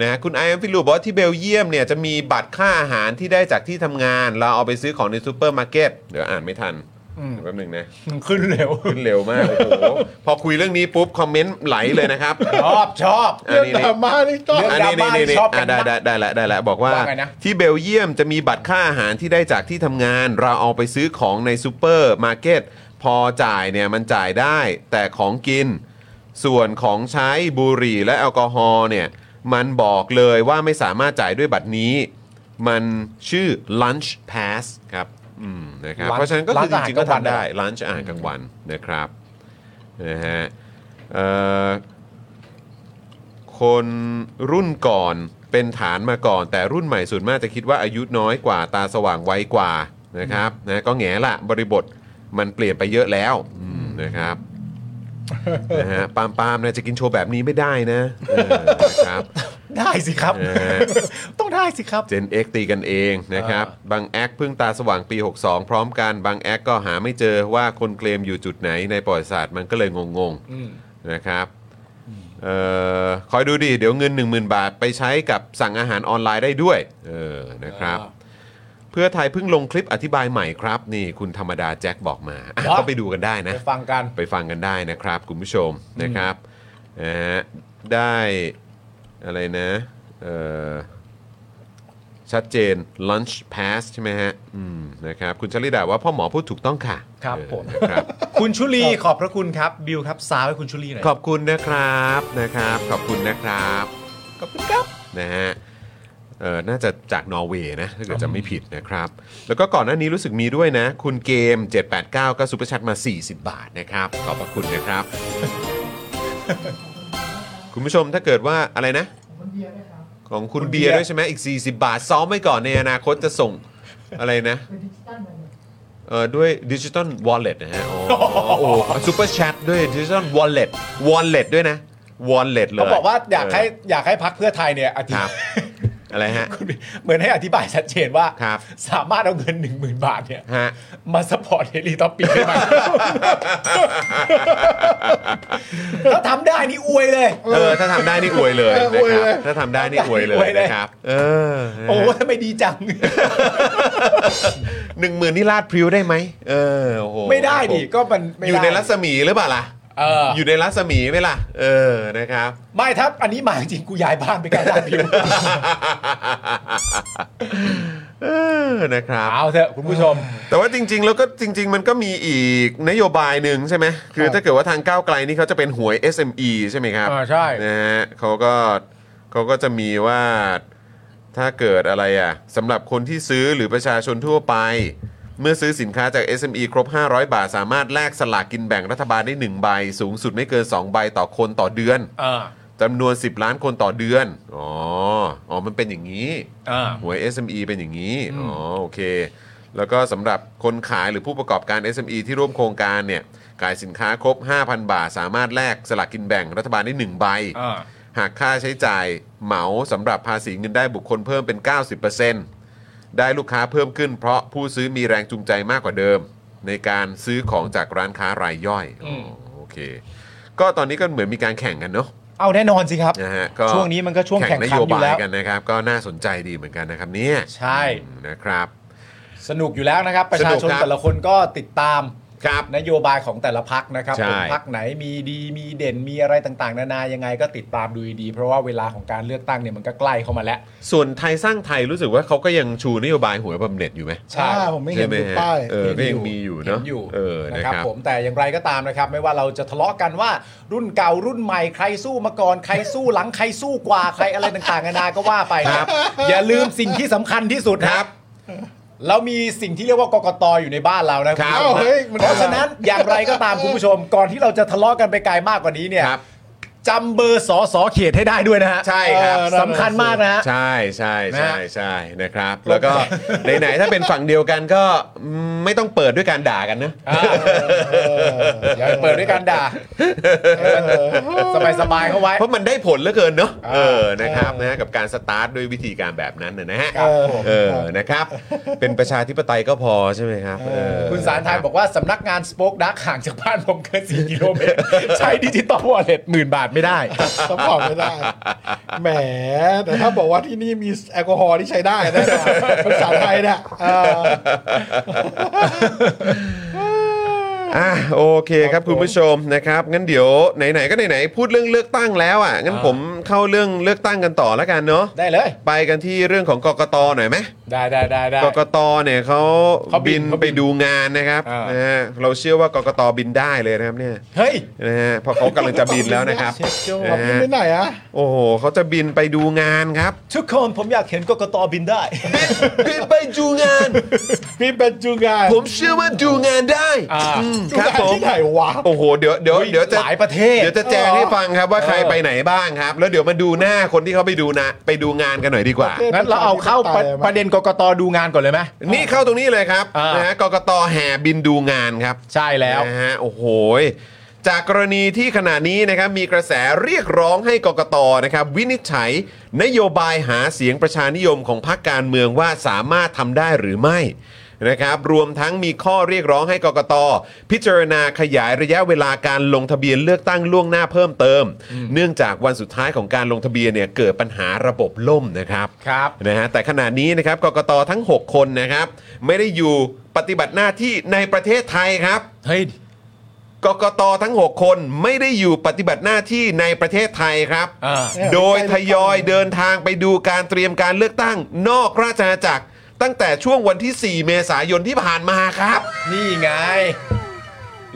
นะคุณไอเอ็มฟิลูบอกว่าที่เบลเยียมเนี่ยจะมีบัตรค่าอาหารที่ได้จากที่ทำงาน เราเอาไปซื้อของในซูเปอร์มาร์เก็ตเดี๋ยวอ่านไม่ทันเดี๋ยวแป๊บหนึงนะ ขึ้นเร็ว ขึ้นเร็วมาก โอ้โห พอคุยเรื่องนี้ปุ๊บ คอมเมนต์ไหลเลยนะครับ ชอบชอบ เรื่อง ะ ดราม่านี่ก็ เรื่อง อันนี้นี่นี่นี่ ชอบกั อ่ะ น ได้ได้ได้ละได้ละบอกว่า ว่าไงนะ ที่เบลเยียมจะมีบัตรค่าอาหารที่ได้จากที่ทำงาน เราเอาไปซื้อของในซูเปอร์มาร์เก็ตพอจ่ายเนี่ยมันจ่ายได้ แต่ของกิน ส่วนของใช้บุหรี่และแอลกอฮอล์เนี่ยมันบอกเลยว่าไม่สามารถจ่ายด้วยบัตรนี้ มันชื่อ lunch pass ครับอืมนะครับ Lunch- เพราะฉะนั้นก็คือจ Lunch ริงๆก็ อาหารกลางวัน ทำได้ เหรอ lunch อาหารกลางวันนะครับนะฮะเอ่อ คนรุ่นก่อนเป็นฐานมาก่อน แต่รุ่นใหม่ส่วนมากจะคิดว่าอายุน้อยกว่าตาสว่างไวกว่านะครับนะก็แง่ละบริบทมันเปลี่ยนไปเยอะแล้วอืมนะครับนะฮะปาล์มปาล์มนะจะกินโชว์แบบนี้ไม่ได้นะเออนะครับ ได้สิครับ เออ ต้องได้สิครับ เจน X ตีกันเองนะครับ บางแอคเพิ่งตาสว่างปี 62 พร้อมกัน บางแอคก็หาไม่เจอว่าคนเคลมอยู่จุดไหนในประวัติศาสตร์มันก็เลยงง อืม ๆนะครับเอ่อคอยดูดิ เดี๋ยวเงิน 10,000 บาทไปใช้กับสั่งอาหารออนไลน์ได้ด้วยเออนะครับ เพื่อไทยเพิ่งลงคลิปอธิบายใหม่ครับ นี่คุณธรรมดาแจ็คบอกมาอ่ะ ครับ ก็ไปดูกันได้นะ ไปฟังกัน ไปฟังกันได้นะครับ คุณผู้ชมนะครับนะฮะได้อะไรนะเอ่อชัดเจน lunch pass ใช่ไหมฮะอืมนะครับคุณชลิดาว่าพ่อหมอพูดถูกต้องค่ะ ครับ เออ ผม นะครับ คุณชุลีขอบพระคุณครับ บิวครับซาวให้คุณชุลีหน่อย ขอบคุณนะครับนะครับ ขอบคุณนะครับ ขอบคุณครับนะฮะ เออน่าจะจากนอร์เวย์นะถ้าเกิดจะไม่ผิดนะครับ แล้วก็ก่อนหน้านี้รู้สึกมีด้วยนะ คุณเกม 789 ก็ซูเปอร์แชทมา 40 บาทนะครับ ขอบพระคุณนะครับ คุณผู้ชมถ้าเกิดว่าอะไรนะ ของคุณเบียร์ด้วยใช่ไหมอีก 40 บาท ซ้อมไว้ก่อนในอนาคตจะส่งอะไรนะเออด้วยดิจิตอลวอลเล็ตนะฮะอ๋อโอ้ ซูเปอร์แชทด้วยดิจิตอลวอลเล็ตวอลเล็ตด้วยนะวอลเล็ตเลย เขาบอกว่าอยากให้อยากให้พักเพื่อไทยเนี่ยอธิ ครับ อะไร ฮะ เหมือนให้อธิบายชัดเจนว่า ครับ สามารถเอาเงิน 1 0,000 บาทเนี่ย ฮะ มาสปอร์ตเฮลิทอปปีได้ไหม ถ้าทำได้นี่อวยเลย เออถ้าทำได้นี่อวยเลย เออ นะ อวย ครับ เลย ถ้าทำได้นี่อวยเลย อวยเลย นะครับ เออ โอ้ทำไมดีจัง หนึ่งหมื่นนี่ลาดพริ้วได้ไหมเออโอ้โห ไม่ได้ดิก็มันไม่ อยู่ ได้ ในรัศมีหรือเปล่าล่ะ เออ อยู่ในรัศมีไหมล่ะ เออนะครับ ไม่ถ้าอันนี้หมายจริงกูย้ายบ้านไปใกล้ด้านผิว เออ นะครับ เอาเถอะคุณผู้ชม แต่ว่าจริง ๆ แล้วก็จริง ๆ มันก็มีอีกนโยบายหนึ่งใช่ไหมคือถ้าเกิดว่าทางก้าวไกลนี่เขาจะเป็นหวย SME ใช่ไหมครับ อ่าใช่ นะฮะเขาก็เขาก็จะมีว่าถ้าเกิดอะไรอ่ะสำหรับคนที่ซื้อหรือประชาชนทั่วไป เมื่อซื้อสินค้าจาก SME ครบ 500 บาท สามารถแลกสลากกินแบ่งรัฐบาลได้ 1 ใบ สูงสุดไม่เกิน 2 ใบต่อคนต่อเดือน เออ จำนวน 10 ล้านคนต่อเดือนอ๋ออ๋อมันเป็นอย่างนี้ อ่า หวย SME เป็นอย่างนี้ อ๋อ โอเค แล้วก็สำหรับคนขายหรือผู้ประกอบการ SME ที่ร่วมโครงการเนี่ย ขายสินค้าครบ 5,000 บาท สามารถแลกสลากกินแบ่งรัฐบาลได้ 1 ใบ อ่า หากค่าใช้จ่ายเหมาสำหรับภาษีเงินได้บุคคลเพิ่มเป็น 90%ได้ลูกค้าเพิ่มขึ้นเพราะผู้ซื้อมีแรงจูงใจมากกว่าเดิม ในการซื้อของจากร้านค้ารายย่อยอ๋อโอเค ก็ตอนนี้ก็เหมือนมีการแข่งกันเนาะ เอาแน่นอนสิครับ นะฮะก็ ช่วงนี้มันก็ช่วงแข่ง น ขัน โย อยู่ บา แล้ ยว กันนะครับ ก็น่าสนใจดีเหมือนกันนะครับเนี่ย ใช่ อืมนะครับ สนุกอยู่แล้วนะครับ ประชา สนุก ชน ครับ แต่ละคนก็ติดตาม ครับ นโยบายของแต่ละพักนะครับ ใช่ ว่าพักไหนมีดีมีเด่นมีอะไรต่างๆ นานายังไงก็ติดตามดูดีๆเพราะว่าเวลาของการเลือกตั้งเนี่ยมันก็ใกล้เข้ามาแล้ว ส่วนไทยสร้างไทยรู้สึกว่าเขาก็ยังชูนโยบายหวยบำเหน็จอยู่ไหม ใช่ อ่าผมไม่เห็น ใช่ อยู่ ฮะ ป้าย เออก็ยังมีอยู่เนาะ เห็อยู่ เออนะคนะครับ รับ ผมแต่อย่างไรก็ตามนะครับ ไม่ว่าเราจะทะเลาะกันว่ารุ่นเก่ารุ่นใหม่ใครสู้มาก่อนใครสู้หลังใครสู้กว่าใครอะไรต่างๆนานาก็ว่าไปครับ อย่าลืมสิ่งที่สำคัญที่สุด ค ค รั รั บบ เรามีสิ่งที่เรียกว่ากกตอยู่ในบ้านเรานะครับ ณผู้ชม เฮ้ยมัน เพราะฉะนั้นอย่างไรก็ตามคุณผู้ชม ก่อนที่เราจะทะเลาะกันไปไกลมากกว่านี้เนี่ย ครับ จำเบอร์สอสอเขตให้ได้ด้วยนะฮะ ใช่ครับ เออสำคัญมากนะฮะ ใช่ใช่ใช่ นะ ใช่นะครับ แล้วก็ ไหนๆถ้าเป็นฝั่งเดียวกันก็อืมไม่ต้องเปิดด้วยการด่ากันนะ อย่าไปเปิดด้วยการด่าสบายๆเข้าไว้ เพราะมันได้ผลเหลือเกินเนาะเออนะครับนะฮะกับการสตาร์ทด้วยวิธีการแบบนั้นน่ะนะฮะ ครับผม เออนะครับ เป็นประชาธิปไตยก็พอใช่ไหมครับเออ คุณสารไทยบอกว่าสำนักงานสป o อคดักห่างจากบ้านผมเกิน4กิโลเมตร ใช้ดิจิตอลวอลเล็ตหมื่นบาทไม่ได้ ต้องบอกไม่ได้ แหม แต่ถ้าบอกว่าที่นี่มีแอลกอฮอล์ที่ใช้ได้แนะภาษาไทยเนี่ยเออ อ่ะโอเคครับคุณผู้ชมนะครับ งั้นเดี๋ยวไหนๆก็ไหนๆพูดเรื่องเลือกตั้งแล้วอ่ะงั้นผมเข้าเรื่องเลือกตั้งกันต่อแล้วกันเนาะ ได้เลย ไปกันที่เรื่องของกกตหน่อยไหม ได้ได้ได้ได้ กกตเนี่ยเขา เขาบิ บิน นเขา ไป บิน ดูงานนะครับ อ่าน นะฮะเราเชื่อว่ากกตบินได้เลยนะครับเนี่ย เฮ้ย นะฮะเพอเขากำลังจะบินแล้วนะครับ เช็คโจ้ นะ บิน ฮะ ไปไหนอะ โอ้โห เขาจะบินไปดูงานครับ ทุกคนผมอยากเห็นกกตบินได้ บินไปดูง าน บินเป็นจูงาน ผมเชื่อว่าดูงานได้ อ่า อืม จู ครับ งาน ผม ที่ไหนวะ โอ้โห เดี๋ยวเดี๋ยวเดี๋ยวจะ หลายประเทศ เดี๋ยวจะแจ้งให้ฟังครับว่าใคร เออ ไปไหนบ้างครับ แล้วเดี๋ยวมาดูหน้าคนที่เขาไปดูนะไปดูงานกันหน่อยดีกว่า งั้นเราเอาเข้าประ ได้ไหม ประเด็นกกตดูงานก่อนเลยไหม นี่เข้าตรงนี้เลยครับ อ่าน นะฮะกกตแห่บินดูงานครับ ใช่แล้ว นะฮะโอ้โหยจากกรณีที่ขณะนี้นะครับมีกระแสเรียกร้องให้กกตนะครับวินิจฉัย นโยบายหาเสียงประชานิยมของพรรคการเมืองว่าสามารถทำได้หรือไม่นะครับรวมทั้งมีข้อเรียกร้องให้กกตพิจารณาขยายระยะเวลาการลงทะเบียนเลือกตั้งล่วงหน้าเพิ่มเติม เนื่องจากวันสุดท้ายของการลงทะเบียนเนี่ยเกิดปัญหาระบบล่มนะครับ ครับ นะฮะแต่ขณะนี้นะครับกกตทั้ง 6 คนนะครับ ไม่ได้อยู่ปฏิบัติหน้าที่ในประเทศไทยครับ เฮ้ย กกตทั้ง 6 คนไม่ได้อยู่ปฏิบัติหน้าที่ในประเทศไทยครับ อ่า โดยทยอยเดินทางไปดูการเตรียมการเลือกตั้ง นอกราชอาณาจักร ตั้งแต่ช่วงวันที่ 4 เมษายนที่ผ่านมาครับ นี่ไง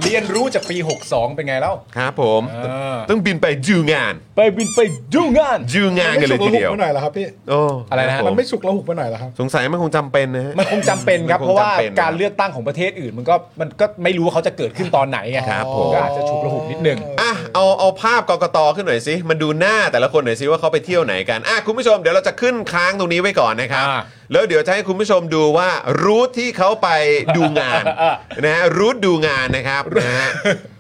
เรียนรู้จากปี 62 เป็นไงแล้ว ครับผม เออ ต้องบินไปดูงาน ไปบินไปดูงาน ดูงานกันเลยทีเดียว มันไม่ฉุกระหุกไปหน่อยเหรอครับพี่ โอ้ อะไรนะฮะ คบผ มันไม่ฉุกระหุกไปหน่อยเหรอครับ สงสัยมันคงจำเป็นนะฮะ มันคงจำเป็นครับ มันคง เพราะว่า จำเป็นนะ การเลือกตั้งของประเทศอื่น มันก็มันก็ไม่รู้ว่าเขาจะเกิดขึ้นตอนไหนไง ครับผม ก็อาจจะฉุกระหุกนิดนึง อ่ะเอาเอาภาพกกตขึ้นหน่อยสิมันดูหน้าแต่ละคนหน่อยสิว่าเขาไปเที่ยวไหนกันอ่ะคุณผู้ชมเดี๋ยวเราจะขึ้นค้างตรงนี้ไว้ก่อนนะครับ อ่า แล้วเดี๋ยวจะให้คุณผู้ชมดูว่ารูทที่เขาไปดู งาน นะฮะรูทดูงานนะครับนะฮะ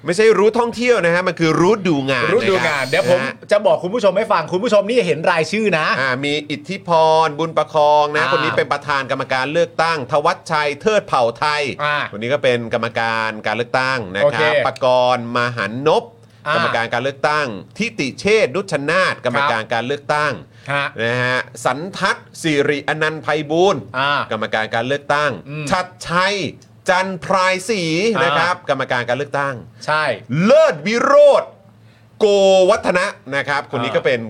ไม่ใช่รูทท่องเที่ยวนะฮะมันคือรูทดูงาน รู้ดูงาน เดี๋ยวผม นะฮะ จะบอกคุณผู้ชมให้ฟังคุณผู้ชมนี่เห็นรายชื่อนะ อ่ามีอิทธิพร บุญประคองนะ อ่า คนนี้เป็นประธานกรรมการเลือกตั้ง ทวัชชัยเทิดเผ่าไทย อ่า คนนี้ก็เป็นกรรมการการเลือกตั้งนะ โอ ค เค รัประกรณ์มหันนบ อ่าก ก รรมการการเลือกตั้ง ทิติเชษฐ์นุชชนาธกรรมการการเลือกตั้ง ฮะ นะฮะสันทัศน์สิริอนันต์ไพบูลย์ อ่าก รรมการการเลือกตั้ง อืม ชัดชัย จันทร์พรายศรี อ่าน นะครับ กรรมการการเลือกตั้ง ใช่ เลิศวิโรธโกวัฒนะนะครับ คนนี้ก็เป็น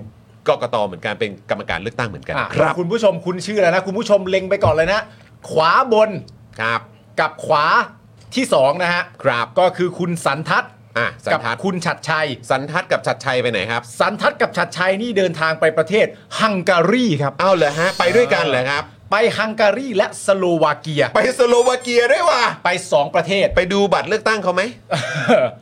กกตเหมือนกันเป็นกรรมการเลือกตั้งเหมือนกัน อ่ะ ครับ คุณผู้ชมคุณชื่ออะไรนะคุณผู้ชมเล็งไปก่อนเลยนะ ขวาบน ครับ กับขวาที่สองนะฮะ ครับ ก็คือคุณสันทัศน์ อ่ะสัน กับ ทัศน์ คุณฉัดชัย สันทัศน์กับชัดชัยไปไหนครับ สันทัศน์กับฉัดชัยนี่เดินทางไปประเทศฮังการีครับ เอาเหรอฮะไปด้วยกันเหรอครับ ไปฮังการีและสโลวาเกีย ไปสโลวาเกียด้วยว่ะ ไปสองประเทศ ไปดูบัตรเลือกตั้งเขาไหม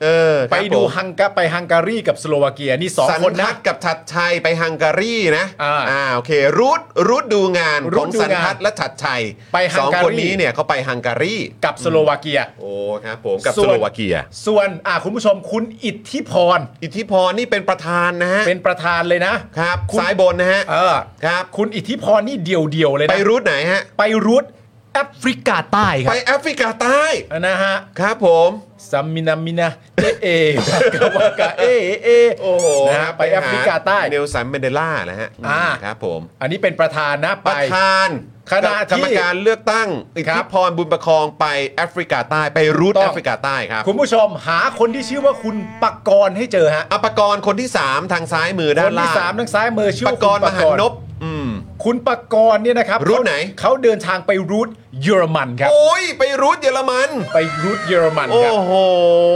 เออครับ ไปดู ผม ฮังกาไปฮังการีกับสโลวาเกียนี่สอง สัน คน ทั นะ ศน์กับชัดชัยไปฮังการีนะ อ่า โอเครูทรูทดูงาน รู ขอ ท ง ดูงาน สันทัศน์และชัดชัย ไปฮั ส ง อง การี คนนี้เนี่ยเขาไปฮังการี กับสโลวาเกีย โอ้ครับผมกับ ส่ ส วน โลวาเกีย ส่วนอ่ะคุณผู้ชมคุณอิทธิพร อิทธิพรนี่เป็นประธานนะฮะ เป็นประธานเลยนะครับ คุณ ซ้ายบนนะฮะ เออ ครับ คุณอิทธิพรนี่เดียวเดียวๆเลยนะ ไปรูทไหนฮะ ไปรูทแอฟริกาใต้ค ไป รับ แอฟริกาใต้ นะฮะ ครับผม ซัมมินามินาเจเอวากาวากาเอเอเอนะฮะไปแอฟริกาใต้ เนลสันเมนเดลานะฮะ อ่า ครับผม อันนี้เป็นประธานนะ ป ไป ระธาน ขณะ กับกรรม ที่ การเลือกตั้งอิท ครั ธิ บ พรบุญประคองไปแอฟริกาใต้ไปรูท ต้อง แอฟริกาใต้ครับ คุณผู้ชมหาคนที่ชื่อว่าคุณปกรณ์ให้เจอฮะ อปกรณ์คนที่ 3 ทางซ้ายมือด้า คน น ล่า ที่ ง สามทางซ้ายมือชื่อ ป ว่าคุณ กรณ์มหานพอืม คุณปกรณ์เนี่ยนะครับ รูทไหน เขาเดินทางไปรูทเยอรมันครับ โอ้ยไปรูทเยอรมัน ไปรูทเยอรมัน โอ้ ครับ โห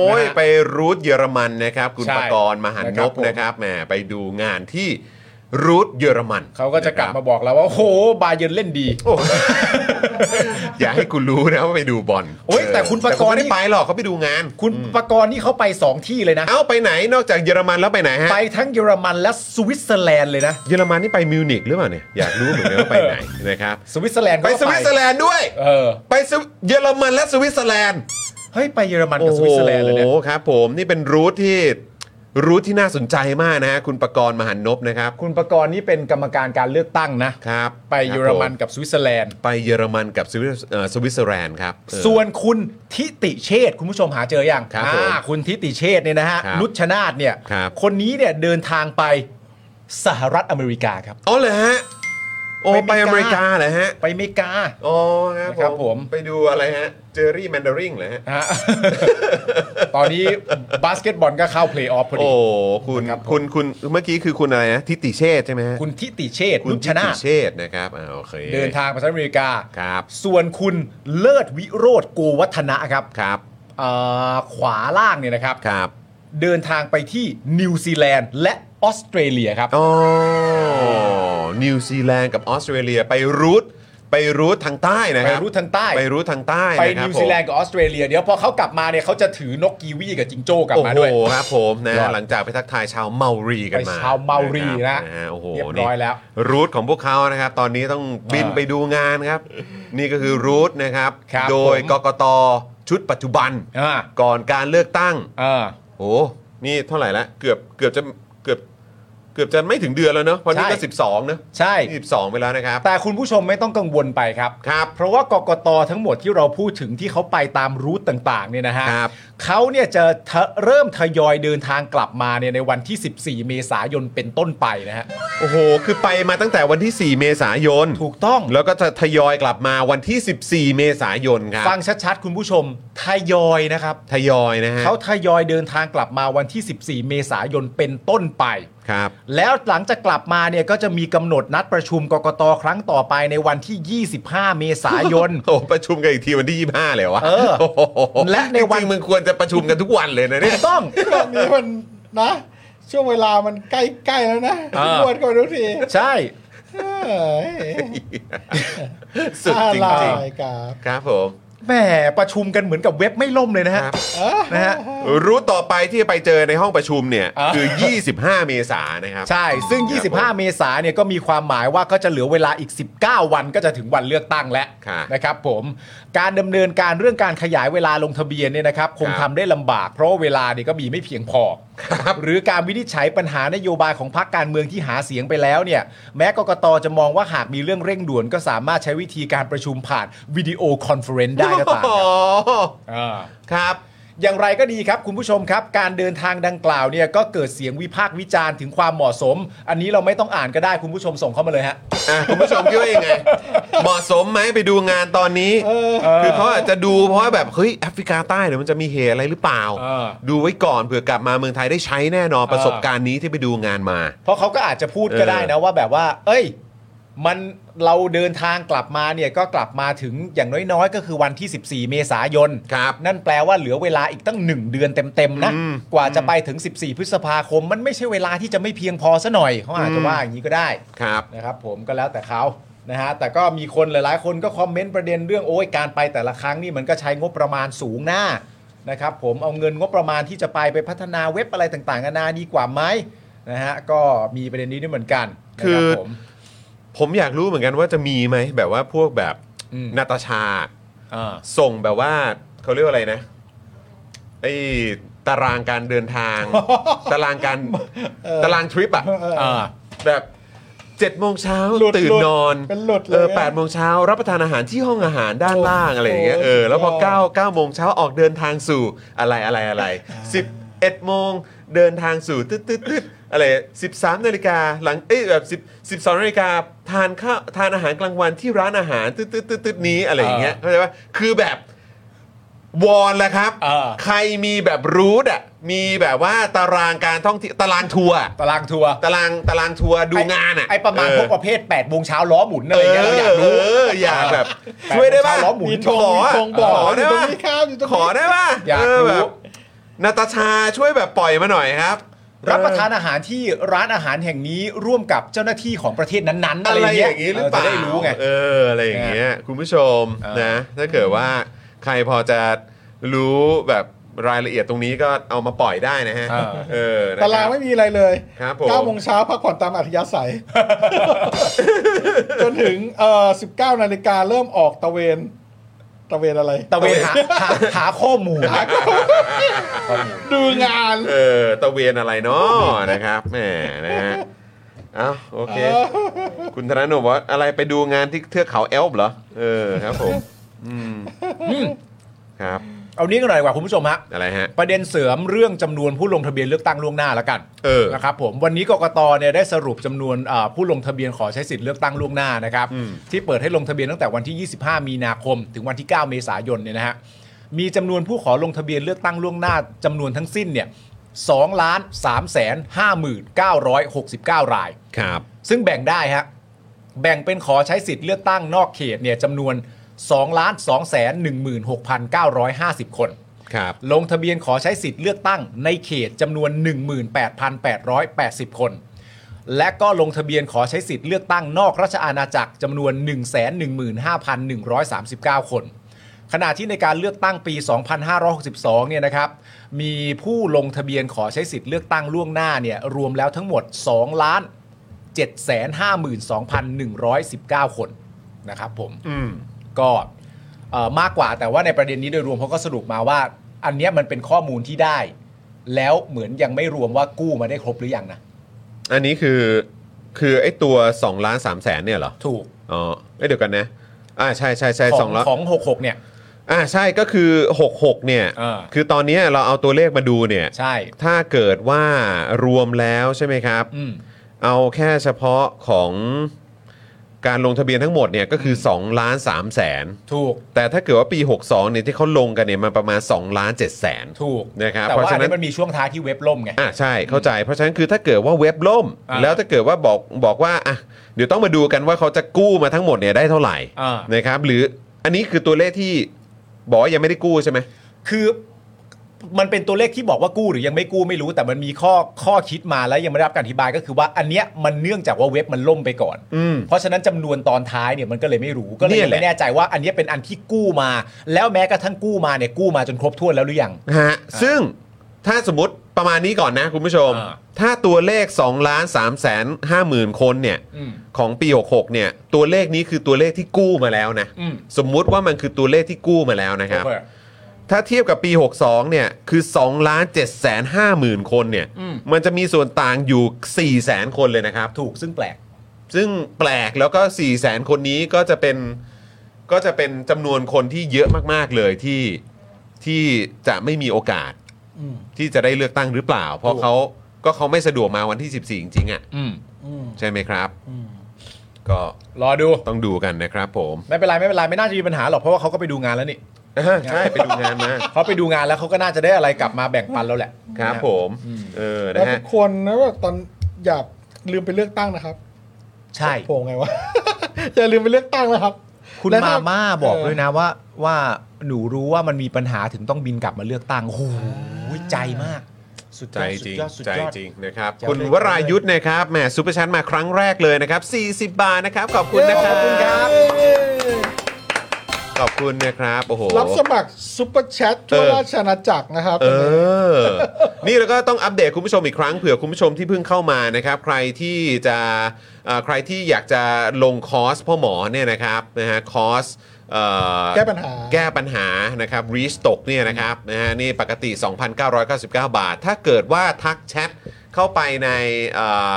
นะฮะ ไปรูทเยอรมันนะครับ คุณ ใช่ ประกรณ์มหัน นะ น ครับ พ ผม นะครับแหมไปดูงานที่รูทเยอรมัน เขาก็จะกลับมาบอกแล้วว่าโอ้โหบาเยิร์นเล่นดี โอ้โห อย่าให้กูรู้นะว่าไปดูบอล โอ้ยแต่คุณประกรณ์ แต่เขาไม่ได้ไปหรอกเขาไปดูงาน คุณปกรณ์นี่เขาไปสองที่เลยนะ เอ้าไปไหนนอกจากเยอรมันแล้วไปไหนฮะ ไปทั้งเยอรมันและสวิตเซอร์แลนด์เลยนะ เยอรมันนี่ไปมิวนิกหรือเปล่าเนี่ยอยากรู้เหมือนกันว่าไปไหนนะครับ สวิตเซอร์แลนด์ ไป ก็ สวิตเซอร์แลนด์ด้วย เออ ไปสวิเยอรมันและสวิตเซอร์แลนด์ เฮ้ย ไปเยอรมันกับสวิตเซอร์แลนด์เลยเนี่ย โอ้โหครับผมนี่เป็นรูทที่รูทที่น่าสนใจมากนะฮะคุณประกรณ์มหันนบนะครับ คุณปกรณ์นี่เป็นกรรมการการเลือกตั้งนะ ครับ ไปเยอรมัน คบผ กับสวิตเซอร์แลนด์ ไปเยอรมันกับสวิสเอ่อสวิตเซอร์แลนด์ครับเออ ส่วนคุณทิติเชษฐ์คุณผู้ชมหาเจอยัง ครับ อ่า ผม คุณทิติเชษฐ์เนี่ยนะฮะ ครับ นุชชนาธเนี่ย ครับ นนี้เนี่ยเดินทางไปสหรัฐอเมริกาครับ อ๋อเหรอฮะโอ้ไป ไป อ อ เม เมริ ริกาก า เหรอฮะ ไปอเมริกา อ๋อครับ ครับผม ไปดูอะไรฮะเจอรี่แมนดาริงเหรอฮะ ฮะ ตอนนี้บาสเกตบอลก็เข้าเพลย์ออฟพอดี โอ้คุณ ครับผม คุณคุณเมื่อกี้คือคุณอะไรนะทิติเชษใช่ไหมฮะ คุณทิติเชษฐ์ คุณ นุชช ทิ นา ติ ธ เชษนะครับอ่าโอเค เดินทางไปสหรัฐอเมริกา ครับ ส่วนคุณเลิศวิโรธโกวัฒนะครับ ครับ เอ่อขวาล่างเนี่ยนะครับ ครับ เดินทางไปที่นิวซีแลนด์และออสเตรเลียครับ อ๋อนิวซีแลนด์กับออสเตรเลียไปรูทไปรูททางใต้นะค ไป รับ รูททางใต้ ไปรู้ทางใต้ ไป ะครับ นิวซีแลนด์กับออสเตรเลียเดี๋ยวพอเขากลับมาเนี่ยเขาจะถือนกกีวีกับจิงโจ้กลับ ผม มาด้วย โอ้โหครับผมนะ ยอด หลังจากไปทักทายชาวเมารีกันมา ไปชาวเมารี ครับ นะ ฮโอ้โห เรียบร้อยแล้ว นี่รูทของพวกเขานะครับ ตอนนี้ต้องบิน เออ ไปดูงานครับ นี่ก็คือรูทนะครับ ครับ โดย ผม กกตชุดปัจจุบัน อ่า ก่อนการเลือกตั้ง อ่า โอ้นี่เท่าไหร่ละเกือบเกือบจะเกือบเกือบจะไม่ถึงเดือนแล้วเนอะเพราะนี่ก็ ใช่ 12เนอะ ใช่ นี่12 ไปแล้วนะครับ แต่คุณผู้ชมไม่ต้องกังวลไปครับ ครับ เพราะว่ากกตทั้งหมดที่เราพูดถึงที่เขาไปตามรูทต่างๆเนี่ยนะฮะ ครับ เขาเนี่ยจะทะเริ่มทยอยเดินทางกลับมาเนี่ยในวันที่ 14 เมษายนเป็นต้นไปนะฮะ โอ้โห คือไปมาตั้งแต่วันที่ 4 เมษายน ถูกต้อง แล้วก็จะทยอยกลับมาวันที่ 14 เมษายนครับ ฟังชัดๆ คุณผู้ชมทยอยนะครับ ทยอยนะฮะ เขาทยอยเดินทางกลับมาวันที่ 14 เมษายนเป็นต้นไป ครับ แล้วหลังจากกลับมาเนี่ยก็จะมีกำหนดนัดประชุมกกตครั้งต่อไปในวันที่ 25 เมษายน โอ้ประชุมกันอีกทีวันที่ 25 เลยเหรอวะ เออ โอ้โห และในวัน จริงๆมึงควรจะ จะประชุมกันทุกวันเลยนะเนี่ย ต้อง ช่วงนี้มันนะ ช่วงเวลามันใกล้ๆแล้วนะ อ่า บวชก่อนทุกที ใช่ เอ้ย สุดจ อะ ริง ไกับ ๆ ครับผม แหมประชุมกันเหมือนกับเว็บไม่ล่มเลยนะฮะนะฮะ รู้ต่อไปที่จะไปเจอในห้องประชุมเนี่ย อ่ะ คือ 25 เมษายนนะครับ ใช่ ซึ่ง ครับผม 25 เมษายนเนี่ยก็มีความหมายว่าก็จะเหลือเวลาอีก 19 วันก็จะถึงวันเลือกตั้งแล้ว ค่ะ นะครับผมการดำเนินการเรื่องการขยายเวลาลงทะเบียนเนี่ยนะครับคง ครั ทำ บ ได้ลำบาก เพราะว่าเวลาเนี่ยก็มีไม่เพียงพอ ครับ หรือการวินิจฉัยปัญหานโยบายของพรรคการเมืองที่หาเสียงไปแล้วเนี่ยแม้กกตจะมองว่าหากมีเรื่องเร่งด่วน ก็สามารถใช้วิธีการประชุมผ่านวิดีโอคอนเฟอเรนซ์ได้ก็ตาม อ๋อ อ่า ครับ อย่างไรก็ดีครับ คุณผู้ชมครับ การเดินทางดังกล่าวเนี่ยก็เกิดเสียงวิพากษ์วิจารณ์ถึงความเหมาะสม อันนี้เราไม่ต้องอ่านก็ได้คุณผู้ชมส่งเข้ามาเลยฮะ อ่ะคุณผู้ชมคิดว่ายังไง เหมาะสมไหมไปดูงานตอนนี้ คือเขาอาจจะดูเพราะว่าแบบเฮ้ยแอฟริกาใต้เดี๋ยวมันจะมีเหตุอะไรหรือเปล่า เออ ดูไว้ก่อนเผื่อกลับมาเมืองไทยได้ใช้แน่นอน เออ ประสบการณ์นี้ที่ไปดูงานมา เพราะเขาก็อาจจะพูดก็ได้นะว่าแบบว่า เอ้ย มันเราเดินทางกลับมาเนี่ยก็กลับมาถึงอย่างน้อยๆ ก็คือวันที่ 14 เมษายน ครับ นั่นแปลว่าเหลือเวลาอีกตั้ง 1 เดือนเต็มๆนะ อืม กว่าจะไปถึง 14 พฤษภาคม มันไม่ใช่เวลาที่จะไม่เพียงพอซะหน่อยเขาอาจจะว่าอย่างนี้ก็ได้ ครับ นะครับผมก็แล้วแต่เขานะฮะแต่ก็มีคนหลายๆ คนก็คอมเมนต์ประเด็นเรื่องโอ้ยการไปแต่ละครั้งนี่มันก็ใช้งบประมาณสูงหน้านะครับผมเอาเงินงบประมาณที่จะไปไปพัฒนาเว็บอะไรต่างๆนานาดีกว่าไหมนะฮะก็มีประเด็นนี้ด้วยเหมือนกันนะ คือ รับผม ผมอยากรู้เหมือนกันว่าจะมีไหมแบบว่าพวกแบบ อืม นาตาชา อ่า ส่งแบบว่าเขาเรียกว่าอะไรนะไอ้ตารางการเดิน ทาง ตารางการตารางทริปอ่ะแบบเจ็ดโมงเช้า หลุด ตื่นนอน หลุดเป็นหลุดเลย เออแปดโมงเช้ารับประทานอาหารที่ห้องอาหารด้านล่างอะไรอย่างเงี้ย โอ้ เออแล้วพอ สุดยอด เก้าเก้าโมงเช้าออกเดินทางสู่อะไรอะไรอะไรสิบเอ็ดโมงเดินทางสู่ตึ๊ดตึ๊ดตึ๊ดอะไรสิบสามนาฬิกาหลังเอ้ยแบบสิบสิบสองนาฬิกาทานข้าวทานอาหารกลางวันที่ร้านอาหารตึ๊ดตึ๊ดตึ๊ดตึ๊ดนี้อะไรอย่างเงี้ยเข้าใจปะคือแบบ วอนแหละครับ เออ ใครมีแบบรูทอ่ะ มีแบบว่าตารางการท่องเที่ยวตารางทัวร์อะ ตารางทัวร์ ตารางตารางทัวร์ดูงานอ่ะ ไอประมาณ เออ พวกประเภท8ปดโมงเช้าล้อหมุนอะ เอ ไร อ เงี้ยเราอยากรู้ เอออยากแบบ แปดโมงเช้า ช่วยได้ป่ะ ล้อหมุน ขออะ มีธงบอก ขอ อยู่ ได้ ตรง ป่ะ นี้ครับอยู่ตรง ขอ นี้ ได้ป่ะ อยากรู้ เแบบนาตาชาช่วยแบบปล่อยมาหน่อยครับ รับประทานอาหารที่ร้านอาหารแห่งนี้ร่วมกับเจ้าหน้าที่ของประเทศนั้นๆ อะ อะไร ไรอ เงี้ย ย่างงี้หรือเปล่า จะได้รู้ไง เอออะไรอย่างเงี้ยคุณผู้ชม เออ นะ ถ้าเกิดว่าใครพอจะรู้แบบรายละเอียดตรงนี้ก็เอามาปล่อยได้นะฮะเออนะคบ ตารางไม่มีอะไรเลย ครับผม 9โมงเช้าพักผ่อนตามอัธยาศัย จนถึงเอ่อ19 นาฬิกาเริ่มออกตะเวน ตะเวนอะไร ตะเวนหาหาหาข้อมูล ดูงาน เออตะเวนอะไรเนาะนะครับแหมนะฮะเอ้าโอเค คุณธนาโนบอกว่าอะไรไปดูงานที่เทือกเขาแอลป์เหรอ เออครับผม อืมครับ เอานี้กันหน่อยดีกว่าคุณผู้ชมฮะ อะไรฮะ ประเด็นเสริมเรื่องจำนวนผู้ลงทะเบียนเลือกตั้งล่วงหน้าแล้วกัน เออ นะครับผมวันนี้กกตเนี่ยได้สรุปจำนวนอ่าผู้ลงทะเบียนขอใช้สิทธิ์เลือกตั้งล่วงหน้านะครับที่เปิดให้ลงทะเบียนตั้งแต่วันที่ 25 มีนาคม ถึงวันที่ 9 เมษายนเนี่ยนะฮะมีจำนวนผู้ขอลงทะเบียนเลือกตั้งล่วงหน้าจำนวนทั้งสิ้นเนี่ยสองล้านสามแสนห้าหมื่นเก้าร้อยหกสิบเก้าราย ครับ ซึ่งแบ่งได้ฮะ แบ่งเป็นขอใช้สิทธิ์เลือกตั้งนอกเขตเนี่ยจำนวน 2 2 1 6 9 5 0 คน ครับ ลงทะเบียนขอใช้สิทธิ์เลือกตั้งในเขตจำนวน 18,880 คน และก็ลงทะเบียนขอใช้สิทธิ์เลือกตั้งนอกราชอาณาจักรจำนวน 115,139 คน ขณะที่ในการเลือกตั้งปี 2562 เนี่ยนะครับ มีผู้ลงทะเบียนขอใช้สิทธิ์เลือกตั้งล่วงหน้าเนี่ยรวมแล้วทั้งหมด 2 ล้าน 752,119 คนนะครับผม อืม ก็เอ่อมากกว่าแต่ว่าในประเด็นนี้โดยรวมเขาก็สรุปมาว่า อันเนี้ยมันเป็นข้อมูลที่ได้ แล้วเหมือนยังไม่รวมว่ากู้มาได้ครบหรือยังนะ อันนี้คือ คือไอ้ตัว2ล้าน3แสนเนี่ยเหรอ ถูก อ๋อเอ้ยเดี๋ยวกันนะ อ่าใช่ใช่ใช่ ข ส อ อง งล้าน ของหกหกเนี่ย อ่าใช่ก็คือ 66 เนี่ย เออ คือตอนเนี้ยเราเอาตัวเลขมาดูเนี่ย ใช่ ถ้าเกิดว่ารวมแล้วใช่ไหมครับ อืม เอาแค่เฉพาะของการลงทะเบียนทั้งหมดเนี่ยก็คือ2ล้าน3แสน ถูก แต่ถ้าเกิดว่าปี 62เนี่ยที่เขาลงกันเนี่ยมันประมาณ2ล้าน7แสน ถูก นะครับ แต่ เพราะ ว่า ฉะ อัน นั้น นี้มันมีช่วงท้ายที่เว็บล่มไง อ่ะใช่เข้าใจเพราะฉะนั้นคือถ้าเกิดว่าเว็บล่ม อ่า แล้วถ้าเกิดว่าบอกบอกว่าอ่ะเดี๋ยวต้องมาดูกันว่าเขาจะกู้มาทั้งหมดเนี่ยได้เท่าไหร่ อ่าน นะครับหรืออันนี้คือตัวเลขที่บอกว่ายังไม่ได้กู้ใช่ไหม คือ มันเป็นตัวเลขที่บอกว่ากู้หรือยังไม่กู้ไม่รู้ แต่มันมีข้อข้อคิดมาแล้วยังไม่ได้รับการอธิบายก็คือว่าอันเนี้ยมันเนื่องจากว่าเว็บมันล่มไปก่อน อืม เพราะฉะนั้นจำนวนตอนท้ายเนี่ยมันก็เลยไม่รู้ก็เลย เนี่ย ยัง แหละ ไม่แน่ใจว่าอันเนี้ยเป็นอันที่กู้มา แล้วแม้กระทั่งกู้มาเนี่ยกู้มาจนครบถ้วนแล้วหรือยัง ฮะซึ่งถ้าสมมติประมาณนี้ก่อนนะคุณผู้ชม อ่า ถ้าตัวเลข2ล้าน3แสน5 0,000 คนเนี่ยของปี 66 เนี่ย ตัวเลขนี้คือตัวเลขที่กู้มาแล้วนะ อืม สมมุติว่ามันคือตัวเลขที่กู้มาแล้วนะครับ โอเค ถ้าเทียบกับปี 62 เนี่ย คือ2ล้าน7แสน5 0,000 คนเนี่ย อืม มันจะมีส่วนต่างอยู่ 4 แสนคนเลยนะครับ ถูกซึ่งแปลก ซึ่งแปลกแล้วก็4 0 0แสนคนนี้ก็จะเป็นก็จะเป็นจำนวนคนที่เยอะมาก ๆ เลยที่ที่จะไม่มีโอกาส อืม ที่จะได้เลือกตั้งหรือเปล่า เพราะเขาก็เขาไม่สะดวกมาวันที่ 14 จริงๆอะ่ะ อืม อืม ใช่ไหมครับ อืม ก็ รอดู ต้องดูกันนะครับผม ไม่เป็นไรไม่เป็นไรไม่น่าจะมีปัญหาหรอกเพราะว่าเขาก็ไปดูงานแล้วนี่ อ่าใช่ไปดูงานมา เขาไปดูงานแล้วเขาก็น่าจะได้อะไรกลับมาแบ่งปันแล้วแหละ ครับ นะ ผม เออ แล้นะวทุ ฮะ กคนนะว่าตอนอย่าลืมไปเลือกตั้งนะครับ ใช่ โผงไงวะ อย่าลืมไปเลือกตั้งนะครับ คุณ แล้ว มา ถ้ ม่าบอกด้วย เ นะว่าว่าหนูรู้ว่ามันมีปัญหาถึงต้องบินกลับมาเลือกตั้งโอ้โหใจมาก สุดย ใจ อด จริง สุดยอดสุด ใจ ยอด จริงนะครับ ยอด คุณ เลยว รายุทธ์นะครับแหมซูเปอร์ชันมาครั้งแรกเลยนะครับ 40 บาทนะครับ ขอบคุณนะครั ขอบคุณครับ บ ย้ ขอบคุณนะครับโอ้โห รับสมัครซุปเปอร์แชททั่ว เออ ราชอาณาจักรนะครับ เออ นี่แล้วก็ต้องอัปเดตคุณผู้ชมอีกครั้งเผื่อคุณผู้ชมที่เพิ่งเข้ามานะครับ ใครที่จะเอ่อใครที่อยากจะลงคอร์สพ่อหมอเนี่ยนะครับนะฮะคอร์สเอ่อ แก้ปัญหา แก้ปัญหานะครับ reach ตกเนี่ยนะครับนะฮะนี่ปกติ 2,999 บาท ถ้าเกิดว่าทักแชทเข้าไปในเอ่อ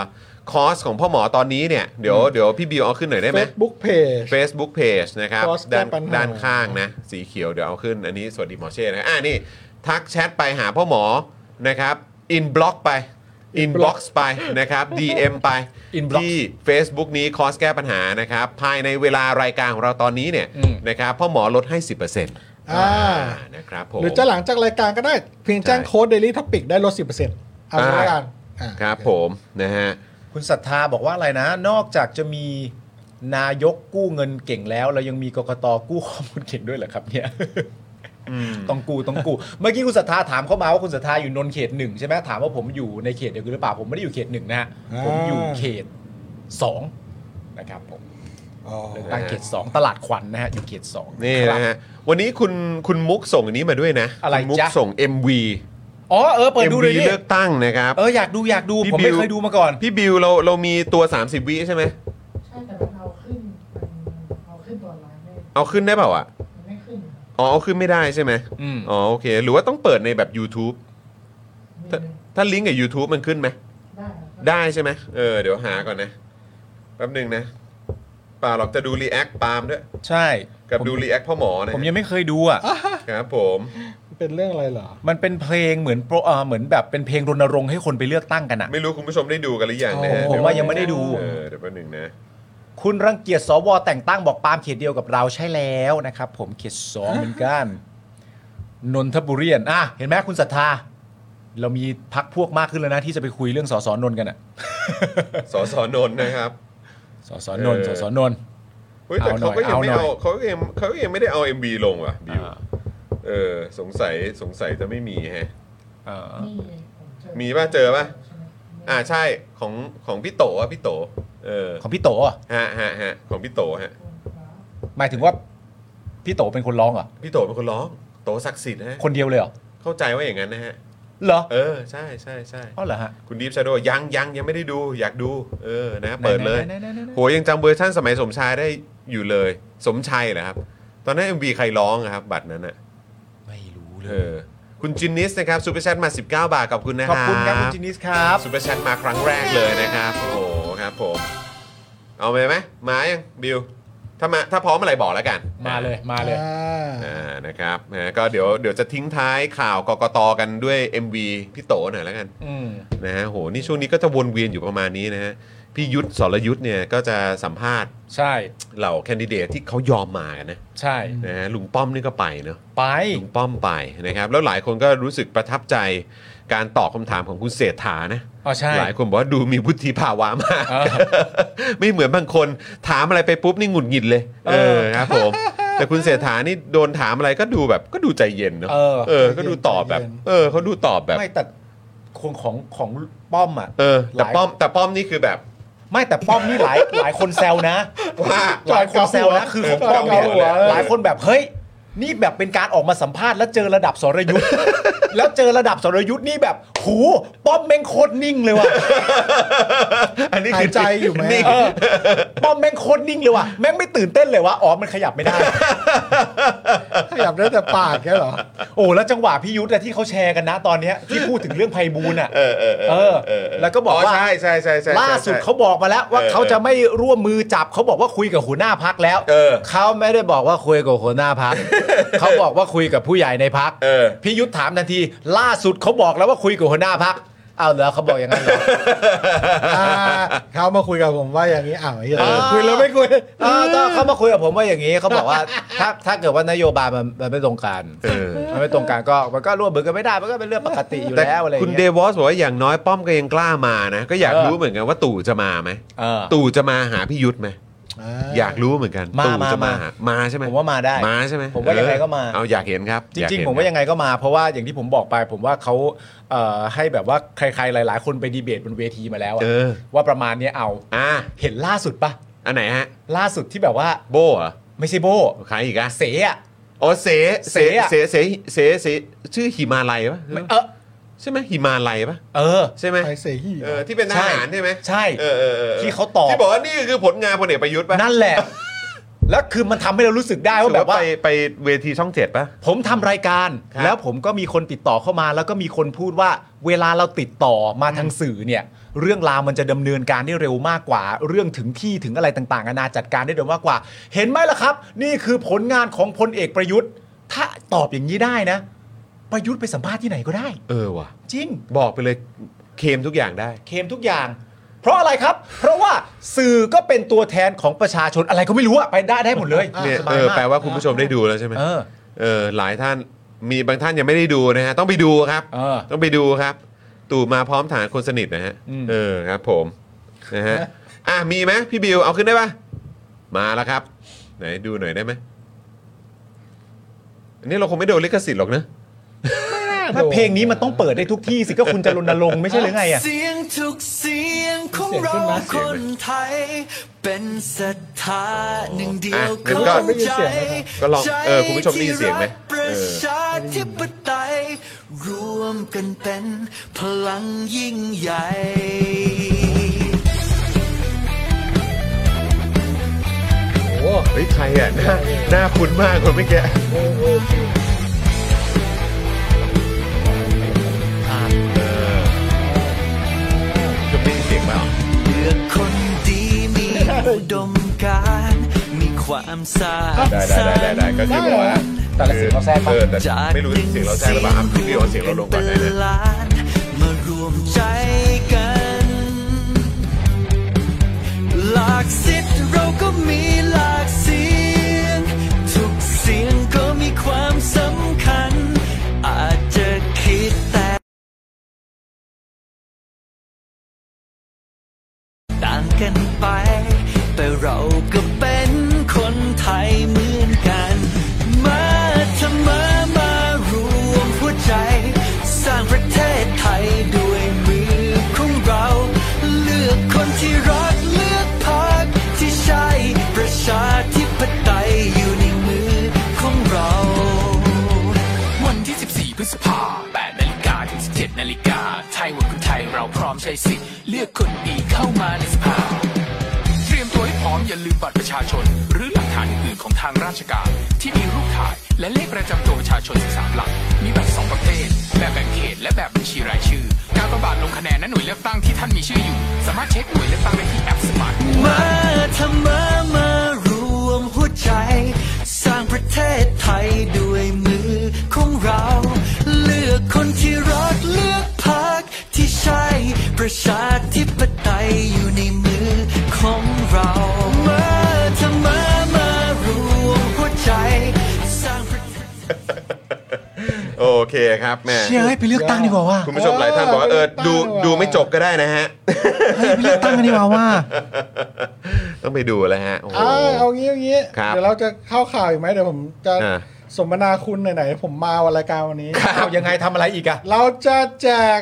คอร์สของพ่อหมอตอนนี้เนี่ยเดี๋ยวเดี๋ยวพี่บิวเอาขึ้นหน่อยได้ไหม Facebook Page Facebook Page นะครับ Cross ด้าน แก้ปัญหา ด้านข้างนะ สีเขียวเดี๋ยวเอาขึ้น อันนี้สวัสดีหมอเช่นะอ่านี่ ทักแชทไปหาพ่อหมอนะครับ อินบล็อกไป อินบ็อกซ์ไปนะครับ DM ไป Inbox ที่ Facebook นี้คอร์สแก้ปัญหานะครับ ภายในเวลารายการของเราตอนนี้เนี่ย อืม นะครับพ่อหมอลดให้ 10%อ่า อ่า นะครับผม หรือจะหลังจากรายการก็ได้ เพียงแจ้ง ใช่ โค้ด Daily Topic ได้ลด 10%เอา อ่า ละกันอ่า ครับผมนะฮะ คุณศรัทธาบอกว่าอะไรนะ นอกจากจะมีนายกกู้เงินเก่งแล้ว เรายังมีกกตกู้ข้อมูลเก่งด้วยเหรอครับเนี่ยต้องกู้ต้องกู้เมื่อกี้คุณศรัทธาถามเข้ามาว่าคุณศรัทธาอยู่นนท์เขตหนึ่งใช่ไหมถามว่าผมอยู่ในเขตเดียวกันหรือเปล่าผมไม่ได้อยู่เขตหนึ่งนะฮะผมอยู่เขตสองนะครับผม อ๋อ เลือกตั้งเขตสองตลาดขวัญนะฮะอยู่เขตสอง นี่ ครับ นะฮะ วันนี้คุณคุณมุกส่งอันนี้มาด้วยนะ อะไร คุณมุก จ๊ะ ส่ง MV อ๋อเออเปิดดูเลย MV ดิ เลือกตั้งนะครับ เอออยากดูอยากดู พี่ ผม บิว ไม่เคยดูมาก่อน พี่บิวเราเรามีตัว 30 วิใช่ไหม ใช่แต่มันเอาขึ้นมันเอาขึ้นตัวร้านไม่ เอาขึ้นได้เปล่าอ่ะ มันไม่ขึ้นครับ อ๋อ เอาขึ้นไม่ได้ใช่ไหม อืม อ๋อ โอเค หรือว่าต้องเปิดในแบบ YouTube มี ถ้าถ้าลิงก์กับ YouTube มันขึ้นไหม ได้ครับ ได้ใช่ไหมเออ เดี๋ยวหาก่อนนะ แป๊บหนึ่งนะป่าหรอกจะดูรีแอคปาล์มด้วย ใช่ กับดูรีแอคพ่อหมอนะ ผมยังไม่เคยดูอ่ะ ครับผม เป็นเรื่องอะไรเหรอ มันเป็นเพลงเหมือนโปรเอ่อเหมือนแบบเป็นเพลงรณรงค์ให้คนไปเลือกตั้งกันอะ ไม่รู้คุณผู้ชมได้ดูกันหรือยังนะฮะ ผมว่ายังไม่ได้ดู เออ เดี๋ยวแป๊บหนึ่งนะ คุณรังเกียจสวแต่งตั้งบอกปาล์มเขตเดียวกับเราใช่แล้วนะครับ ผมเขตสองเหมือนกันนนทบุรีอ่ะเห็นไหมคุณศรัทธา เรามีพักพวกมากขึ้นแล้วนะ ที่จะไปคุยเรื่องสสนนท์กันอ่ะ สสนนท์นะครับ สสนนท์ เอ ส อ สนนท์ เฮ้ยแต่ เอาหน่ เขา อย ก็ยังไม่ เอาหน่ เอา อย เขาก็ยังเขาก็ยังไม่ได้เอา MV ลงว่ะบิวเออ สงสัยสงสัยจะไม่มีแฮะ เออ นี่ผมเจอ มีป่ะเจอป่ะ ใช่ไหม อ่าใช่ของของพี่โตอ่ะพี่โต เออ ของพี่โตอ่ะ ฮะฮะฮะของพี่โตฮะ หมายถึงว่าพี่โตเป็นคนร้องเหรอ่ะ พี่โตเป็นคนร้องโตศักดิ์สิทธิ์นะฮะ คนเดียวเลยเหรอ เข้าใจว่าอย่างนั้นนะฮะ เหรอ เออใช่ใช่ใช่ อ๋อเหรอฮะ คุณดีฟชาโดยังยังยังไม่ได้ดูอยากดู เออนะเปิดเลย ไหนไหนไหนไหนไหน โหยังจำเวอร์ชั่นสมัยสมชายได้อยู่เลย สมชัยเหรอครับ ตอนนั้น MV ใครร้องอะครับ บัตรนั้นอ่ะ ไม่รู้เล เอย อ คุณจินนิสนะครับซูเปอร์แชทมา 19 บาทกับคุณนะ ข ค อบ รับ คุณครับคุณจินิสครับ ซูเปอร์แชทมาครั้งแรกเลยนะครับโอ้โหครับผมเอาไปไหมมายังบิวถ้ามาถ้าพร้อมเมื่อะไหรบอกแล้วกัน มาเลยมาเลย อ่า อ่านะครับนะก็เดี๋ยวเดี๋ยวจะทิ้งท้ายข่าวกกตกันด้วย MV พี่โตหน่อยแล้วกัน อืม นะฮะโหนี่ช่วงนี้ก็จะวนเวียนอยู่ประมาณนี้นะฮะพี่ยุทธสรยุทธเนี่ยก็จะสัมภาษณ์ ใช่ เหล่าแคนดิเดตที่เขายอมมากันนะ ใช่ นะฮะลุงป้อมนี่ก็ไปเนาะ ไป ลุงป้อมไปนะครับ แล้วหลายคนก็รู้สึกประทับใจการตอบคำถามของคุณเศรษฐานะ อ๋อใช่ หลายคนบอกว่าดูมีวุฒิภาวะมาก เออ ไม่เหมือนบางคนถามอะไรไปปุ๊บนี่หงุดหงิดเลย เออครับผม แต่คุณเศรษฐานี่โดนถามอะไรก็ดูแบบก็ดูใจเย็นเนอะ เออ เออ ก็ดูตอบแบบ ใจเย็น เออเขาดูตอบแบบ ไม่แต่คงของของป้อมอ่ะ เออ ห แต่ ลาย ป้อมแต่ป้อมนี่คือแบบ ไม่แต่ป้อมนี่หลาย หลายคนแซวนะ ว่า หลายคนแซวนะคือของป้อมเนี่ย จอดกลางหัวเลย หลายคนแบบเฮ้ย นี่แบบเป็นการออกมาสัมภาษณ์แล้วเจอระดับสรยุทธ์ แล้วเจอระดับสรยุทธ์นี่แบบหูป้อมแม่งโคตรนิ่งเลยว่ะ อันนี้ หา คื ย อ ใจอยู่ไหม นี่ เออป้อมแม่งโคตรนิ่งเลยว่ะแม่งไม่ตื่นเต้นเลยว่ะอ๋อมันขยับไม่ได้ ขยับได้แต่ปากแค่เหรอ โอ้แล้วจังหวะพี่ยุทธ์อะที่เขาแชร์กันนะตอนเนี้ยที่พูดถึงเรื่องไพบูลย์อ่ะ เออเออเออ เออ เออ แล้วก็บอกว่า ใช่ใช่ใช่ใช่ใช่ ล่าสุดเขาบอกมาแล้วว่า เออ เขาจะไม่ร่วมมือจับเขาบอกว่าคุยกับหัวหน้าพักแล้ว เออ เขาไม่ได้บอกว่าคุยกับหัวหน้าพัก เขาบอกว่าคุยกับผู้ใหญ่ในพัก เออ พี่ยุทธถามทันที ล่าสุดเขาบอกแล้วว่าคุยกับหัวหน้าพักเอาเหรอเขาบอกอย่างนั้นเหรอ อ่าเขามาคุยกับผมว่าอย่างนี้อ้าวไอ้เหี้ย เออ คุยแล้วไม่คุย เออตอนเขามาคุยกับผมว่าอย่างนี้เขาบอกว่า ถ้าถ้าเกิดว่านโยบายมันมันไม่ตรงกัน เออ มันไม่ตรงกันก็มันก็ร่วมมือกันไม่ได้มันก็เป็นเรื่องปกติอยู่แล้วอะไรอย่าง คุณเด เงี้ย วอสบอกว่าอย่างน้อยป้อมก็ยังกล้ามานะ ก็อยาก เออ รู้เหมือนกันว่าตู่จะมาไหม เออ ตู่จะมาหาพี่ยุทธไหมอยากรู้เหมือนกัน มา ตู่ มา จะมา มา หามาใช่ไหม ผมว่ามาได้ มาใช่ไหม ผมว่ายังไงก็มา เออเอาอยากเห็นครับอจริง เห็น ๆ ผมว่ายังไงก็มา เพราะว่าอย่างที่ผมบอกไปผมว่าเขาเอ่อให้แบบว่าใครๆหลาย ๆ คนไปดีเบตบนเวทีมาแล้วอะ เออ ว่าประมาณเนี้ยเอา อ่ะ เห็นล่าสุดปะ อันไหนฮะ ล่าสุดที่แบบว่า โบ้เหรอ ไม่ใช่โบ ใครอีกอะ เสอะ อ๋อเสเส เสอะ เสเสเสเสชื่อหิมาลัยปะ เออ ใช่ไหมหิมาลัยปะ เออ ใช่ไหม ไปเสียหี่ เออที่เป็นทหารใช่ไหม ใช่ เออเออเออ ที่เขาตอบ ที่บอกว่านี่คือผลงานพลเอกประยุทธ์ปะ นั่นแหละ แล้วคือมันทำให้เรารู้สึกได้ว่าแบบว่า ไปไปเวทีช่องเจ็ดปะ ผมทำรายการ ครับ แล้วผมก็มีคนติดต่อเข้ามา แล้วก็มีคนพูดว่า เวลาเราติดต่อมาทางสื่อเนี่ย เรื่องราวมันจะดำเนินการได้เร็วมากกว่า เรื่องถึงที่ถึงอะไรต่างๆนานาจัดการได้เร็วมากกว่า เห็นไหมล่ะครับ นี่คือผลงานของพลเอกประยุทธ์ ถ้าตอบอย่างนี้ได้นะ ประยุทธ์ไปสัมภาษณ์ที่ไหนก็ได้ เออว่ะ จริง บอกไปเลยเคมทุกอย่างได้ เคมทุกอย่าง เพราะอะไรครับ เพราะว่าสื่อก็เป็นตัวแทนของประชาชนอะไรก็ไม่รู้อะไปได้ได้หมดเลย เนี่ย สบา เอย อ มก แปลว่าคุณผู้ชมได้ดูแล้วใช่ไหม เออ เออหลายท่านมีบางท่านยังไม่ได้ดูนะฮะต้องไปดูครับ เออ ต้องไปดูครับ ตู่มาพร้อมฐานคนสนิทนะฮะ อืม เออครับผมนะฮะอ่ะมีไหมพี่บิวเอาขึ้นได้ปะมาแล้วครับ ไหนดูหน่อยได้ไหมอันนี้เราคงไม่โดนลิขสิทธิ์หรอกนะ ถ้าเพลงนี้มันต้องเปิดได้ทุกที่สิก็คุณจะรณรงค์ไม่ใช่หรือไงอะ เสียงทุกเสียงของเราคนไทย เป็นศรัทธาหนึ่งเดียว อ่ะงั้นก็ เข้าใจ ก็ลองเออคุณผู้ชมได้ยินเสียงไหม ใจที่รักประชาธิปไตยรวมกันเป็นพลังยิ่งใหญ่ เฮ้ยใครอ่ะหน้าหน้าคุ้นมากคนเมื่อกี้เออจะมีเสียงไหมอ่ะ เลือกคนดีมีอุดมการณ์มีความสร้าง ได้ได้ได้ได้ได้ก็คือบอกว่า แต่ละเสียงเราแทรกปะ เออแต่ไม่รู้เสียงเราแทรกหรือเปล่าอ่ะพี่บิวเอาเสียงเราลงก่อนได้เลย เป็ล้านมารวมใจกัน หลากสิทธิ์เราก็มีหลากเสียง ทุกเสียงก็มีความสำคัญ อาจจะคิดแต่ ต่างกันไป แต่เราก็เป็นคนไทยเหมือนกัน มาทำมามารวมหัวใจ สร้างประเทศไทยด้วยมือของเรา เลือกคนที่รักเลือกพรรคที่ใช่ประชาธิปไตยอยู่ในมือของเรา วันที่ 14 พฤษภา8นาฬิกาถึง 17นาฬิกา ไทยวันคนไทยเราพร้อมใช้สิทธิ์เลือกคนดีเข้ามาในสภา เตรียมตัวให้พร้อมอย่าลืมบัตรประชาชน หรือหลักฐานอื่นๆของทางราชการ ที่มีรูปถ่ายและเลขประจำตัวประชาชน 13 หลัก มีแบบ 2 ประเภท แบบแบ่งเขตและแบบบัญชีรายชื่อ การประบาดลงคะแนนณหน่วยเลือกตั้งที่ท่านมีชื่ออยู่ สามารถเช็คหน่วยเลือกตั้งได้ที่แอปสมาร์ท มาทำมามารวมหัวใจ สร้างประเทศไทยด้วยมือของเรา เลือกคนที่รักเลือกพรรคที่ใช่ ประชาธิปไตยอยู่ในมือของเรา มาทำมามารวมหัวใจ สร้างประเทศ โอเคครับแม่ เชียร์ให้ไปเลือกตั้งดีกว่าว่า คุณผู้ชมหลายท่านบอกว่าเออดูดูไม่จบก็ได้นะฮะ เฮ้ยไปเลือกตั้งกันดีกว่าว่า ต้องไปดูแล้วฮะโอ้โห อ่าเอางี้เอางี้ ครับ เดี๋ยวเราจะเข้าข่าวอีกไหมเดี๋ยวผมจะ อ่า สมนาคุณไหนๆผมมารายการวันนี้ เอายังไงทำอะไรอีกอะ เราจะแจก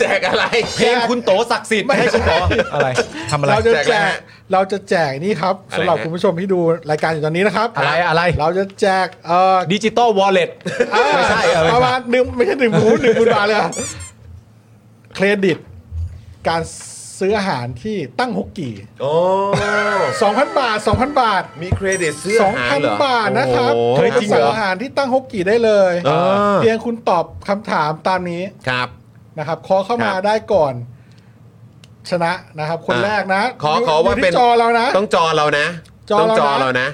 แจกอะไร เพลงคุณโตศักดิ์สิทธิ์ให้คุณโตอะไรทำอะไร เราจะ แจ แจ กอะไร ก ฮะ เราจะแจกนี่ครับ อะไรฮะ สำหรับคุณผู้ชมที่ดูรายการอยู่ตอนนี้นะครับ อะไรอะไร เราจะแจกเอ่อ ดิจิตอลวอลเล็ตไม่ใช่เออ ประมาณหนึ่งไม่ใช่หนึ่งบูธหนึ่งบูธบาทเลยอะเครดิต การซื้ออาหารที่ตั้งฮกกี่ โอ้ 2,000 บาท 2,000 บาท มีเครดิตซื้ออาหารเหรอ 2,000 บาทนะครับ โอ้โห เฮ้ยจริงเหรอสั่งอาหารที่ตั้งฮกกี่ได้เลย เออ เพียงคุณตอบคำถามตามนี้ ครับ นะครับขอเข้ามา ครับ ได้ก่อนชนะนะครับ คน อ่ะ แรกนะ ขอยู่ ขอว่า ยู่ที่ เป็น จอเรานะ ต้องจอเรานะ จอ ต้องจอเรา เรา นะ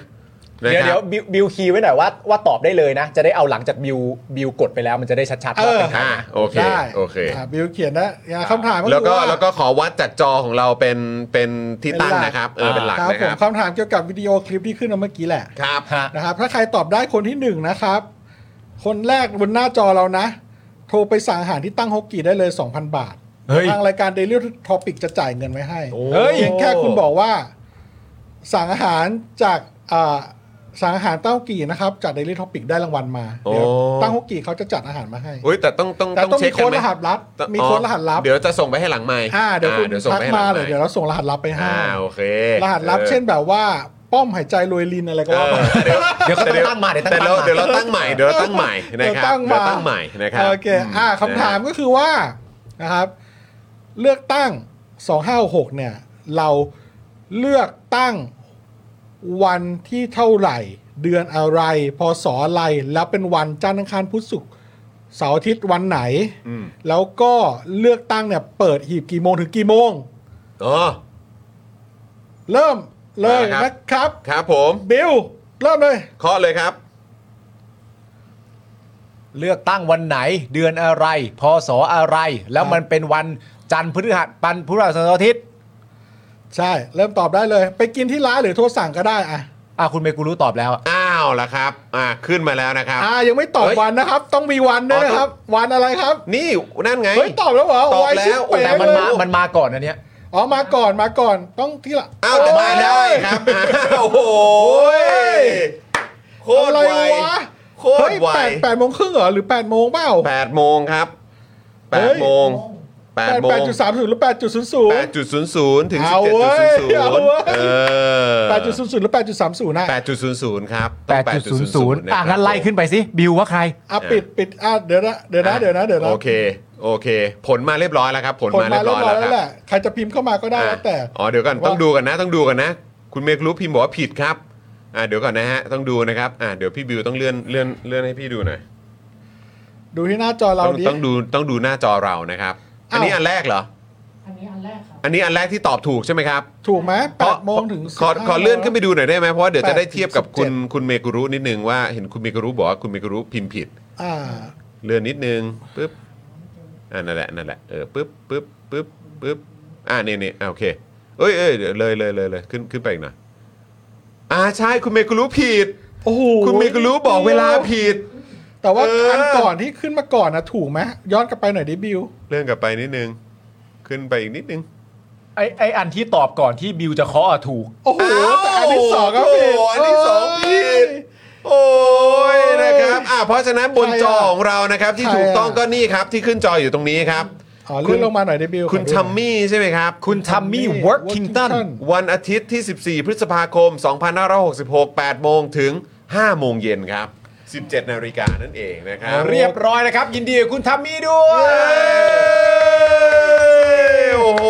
นะนะเดี๋ยว ครับ เดี๋ยวบิวบิวคีย์ไว้หน่อยว่าว่าตอบได้เลยนะ จะได้เอาหลังจากบิวบิวกดไปแล้วมันจะได้ชัดๆว่าเป็นใคร อ่าโอเค ได้ โอเค อ่ะบิวเขียนนะอ่ะคำถามก็ แล้ว คือ ก็ ว่า แล้วก็ขอวัดจากจอของเราเป็นเป็นที่ตั้ง เป็นหลัก นะครับ เออเป็นหลัก ครับ นะ ผ ค ม รับ คำถามเกี่ยวกับวิดีโอคลิปที่ขึ้นมาเมื่อกี้แหละ ครับ ฮะ นะครับ ถ้าใครตอบได้คนที่หนึ่งนะครับ คนแรกบนหน้าจอเรานะ โทรไปสั่งอาหารที่ตั้งฮกกี้ได้เลย 2,000 บาท เฮ้ย ทางรายการ Daily Topic จะจ่ายเงินไว้ให้ เฮ้ย เพียงแค่คุณบอกว่า สั่งอาหารจากอ่าสั่งอาหารเต้ากี่นะครับ จาก Daily Topic ได้รางวัลมา โอ้ เดี๋ยวเตั้งฮกกี่เขาจะจัดอาหารมาให้ อุ้ยแต่ต้องต้อง แต่ ต้อง ต้อง เช็ มี คกั โค้ น ด ไหม รหัสลับ มีโค้ดรหัสลับ เดี๋ยวจะส่งไปให้หลังไมค์ อ่าเดี๋ยวคุณ ส่ง ทั ไป ก ให้หลั มาง ไม เลย ค์ เดี๋ยวเราส่งรหัสลับไปให้ อ่าโอเค รหัสลับ ออ เช่นแบบว่า ป้อมหายใจรวยลินอะไรก็ เอ ว่า อ ไป เดี๋ยว เดี๋ยวเขาจะตั้งมาเดี๋ยว แต่ ตั้ง เรา มา เดี๋ยวเราตั้งใหม่เดี๋ยวเราตั้งใหม่นะครับ ตั้งมา เดี๋ยวตั้งใหม่นะครับ โอเคอ่าคำถามก็คือว่านะครับ เลือกตั้ง 2566เนี่ย เราเลือกตั้งวันที่เท่าไหร่ เดือนอะไร พศอะไร แล้วเป็นวันจันทร์อังคารพุธศุกร์เสาร์อาทิตย์วันไหน อืม แล้วก็เลือกตั้งเนี่ย เปิดหีบกี่โมงถึงกี่โมง อ๋อ เริ่มเลย มาครับ นะครับ ครับผม บิลเริ่มเลย เคาะเลยครับ เลือกตั้งวันไหนเดือนอะไร พศอะไร แล้วมันเป็นวันจันทร์พฤหัสปันพฤหัสบดีอาทิตย์ ใช่ เริ่มตอบได้เลย ไปกินที่ร้านหรือโทรสั่งก็ได้อ่ะ อ่ะคุณเมกูรู้ตอบแล้วอะ อ้าวละครับ อ่าขึ้นมาแล้วนะครับ อ่ายังไม่ตอบ เฮ้ย วันนะครับ ต้องมีวันด้วย อ๋อ นะครับ วันอะไรครับ นี่นั่นไง เฮ้ย ตอบแล้วเหรอ ตอบ ไชิ แล้ว เป๋ โอ้ แต่มันมา เลย มันมาก่อนอันเนี้ย อ๋อมาก่อนมาก่อนต้องที่ละ อ้าวแต่มาได้ครับอ้าวโอ้ยโค โอ้ตยอะ ร ไร ไว วะ โคต เฮ้ ร ย ไว แปดแปดโมงครึ่งเหรอ หรือแปดโมงเปล่า แปดโมงครับแป เฮ้ ด ย โมงแปดโม แป ง ดจุดสามศูนย์หรือแปดจุดศูนย์ศูน แป ย์ ดจุดศูนย์ศูนย์ถึงสิบ เอา เจ็ด เว้ จุดศูนย์ศูนย์ยเอาเว้ย เออ แปดจุดศูนย์ศูนย์หรือแปดจุดสามศูนย์นะ แปดจุดศูนย์ศูนย์ครับต้อ8.00งะค อ่ะ รับ งั้นไล่ขึ้นไปสิ บิวว่าใคร อ่ะปิดปิดอ่ะเดี๋ยวนะเดี๋ยวนะเดี๋ยวนะเดี๋ยวนะ โอเคโอเค ผลมาเรียบร้อยแล้วครับ ผล ผล มา มา เรียบ เรีย ร้อบ ย ร้อย แล้วค แล้ รั ว บ แหละใครจะพิมพ์เข้ามาก็ได้แล้วแต่ อ๋อเดี๋ยวก่อน ว่า ต้องดูกันนะต้องดูกันนะ คุณเมกรู้พิมพ์บอกว่าผิดครับอ่าเดี๋ยวก่อนนะฮะต้องดูนะครับอ่าเดี๋ยวพี่บิวต้องเลื่อนเลื่อนเลื่อนให้พี่ดูหน่อย ดูที่หน้าจอเรา ต้อง ดิ ต้องดูต้องดูหน้าจอเรานะครับ อันนี้ อ้าว อันแรกเหรอ อันนี้อันแรกครับ อันนี้อันแรกที่ตอบถูกใช่ไหมครับ ถูกไหมแปดโมงถึง ขอ 15 ขอเลื่อนขึ้นไปดูหน่อยได้ไหมเพราะว่าเดี๋ยวจะได้ 8 เทียบกับ 17 คุณคุณเมกุรุนิดนึงว่าเห็นคุณเมกุรุบอกว่าคุณเมกุรุพิมพ์ผิด อ่า เลื่อนนิดนึงปึ๊บอ่านั่นแหละนั่นแหละเออปึ๊บปึ๊บปึ๊บปึ๊บอ่านี่นี่อ่ะโอเคเอ้ยเอ้ยเดี๋ยวเลยเลยเลยเลยขึ้นขึ้นไปอีกหน่อยอ่าใช่คุณเมกุรุผิด โอ้โห คุณมีกุรู้บอกเวลาผิด แต่ว่า เอออั อันก่อนที่ขึ้นมาก่อนนะถูกไหมย้อนกลับไปหน่อยดิบิว เรื่องกลับไปนิดนึง ขึ้นไปอีกนิดนึง ไอไออันที่ตอบก่อนที่บิวจะเคาะอะถูก โอ้โหแต่อันที่สองก็ โอ้ ผิด โหอันที่สองผิด เอ้ย โอ้ยนะครับอ่ะเพราะฉะนั้นบน ใครอะ จอของเรานะครับ ที่ ใครอะ ถูกต้องก็นี่ครับ ที่ขึ้นจออยู่ตรงนี้ครับ อ๋อเลื่อนลงมาหน่อยดิบิว คุณ ขอดูหน่อย ทัมมี่ใช่ไหมครับ คุณทัมมี่ Tommy วอร์คิงตัน Workington วันอาทิตย์ที่ 14 พฤษภาคม 2566 8โมงถึง 5 โมงเย็นครับ 17 นาฬิกานั่นเองนะครับ เรียบร้อยนะครับ ยินดีกับคุณทัมมี่ด้วย เย้โอ้โห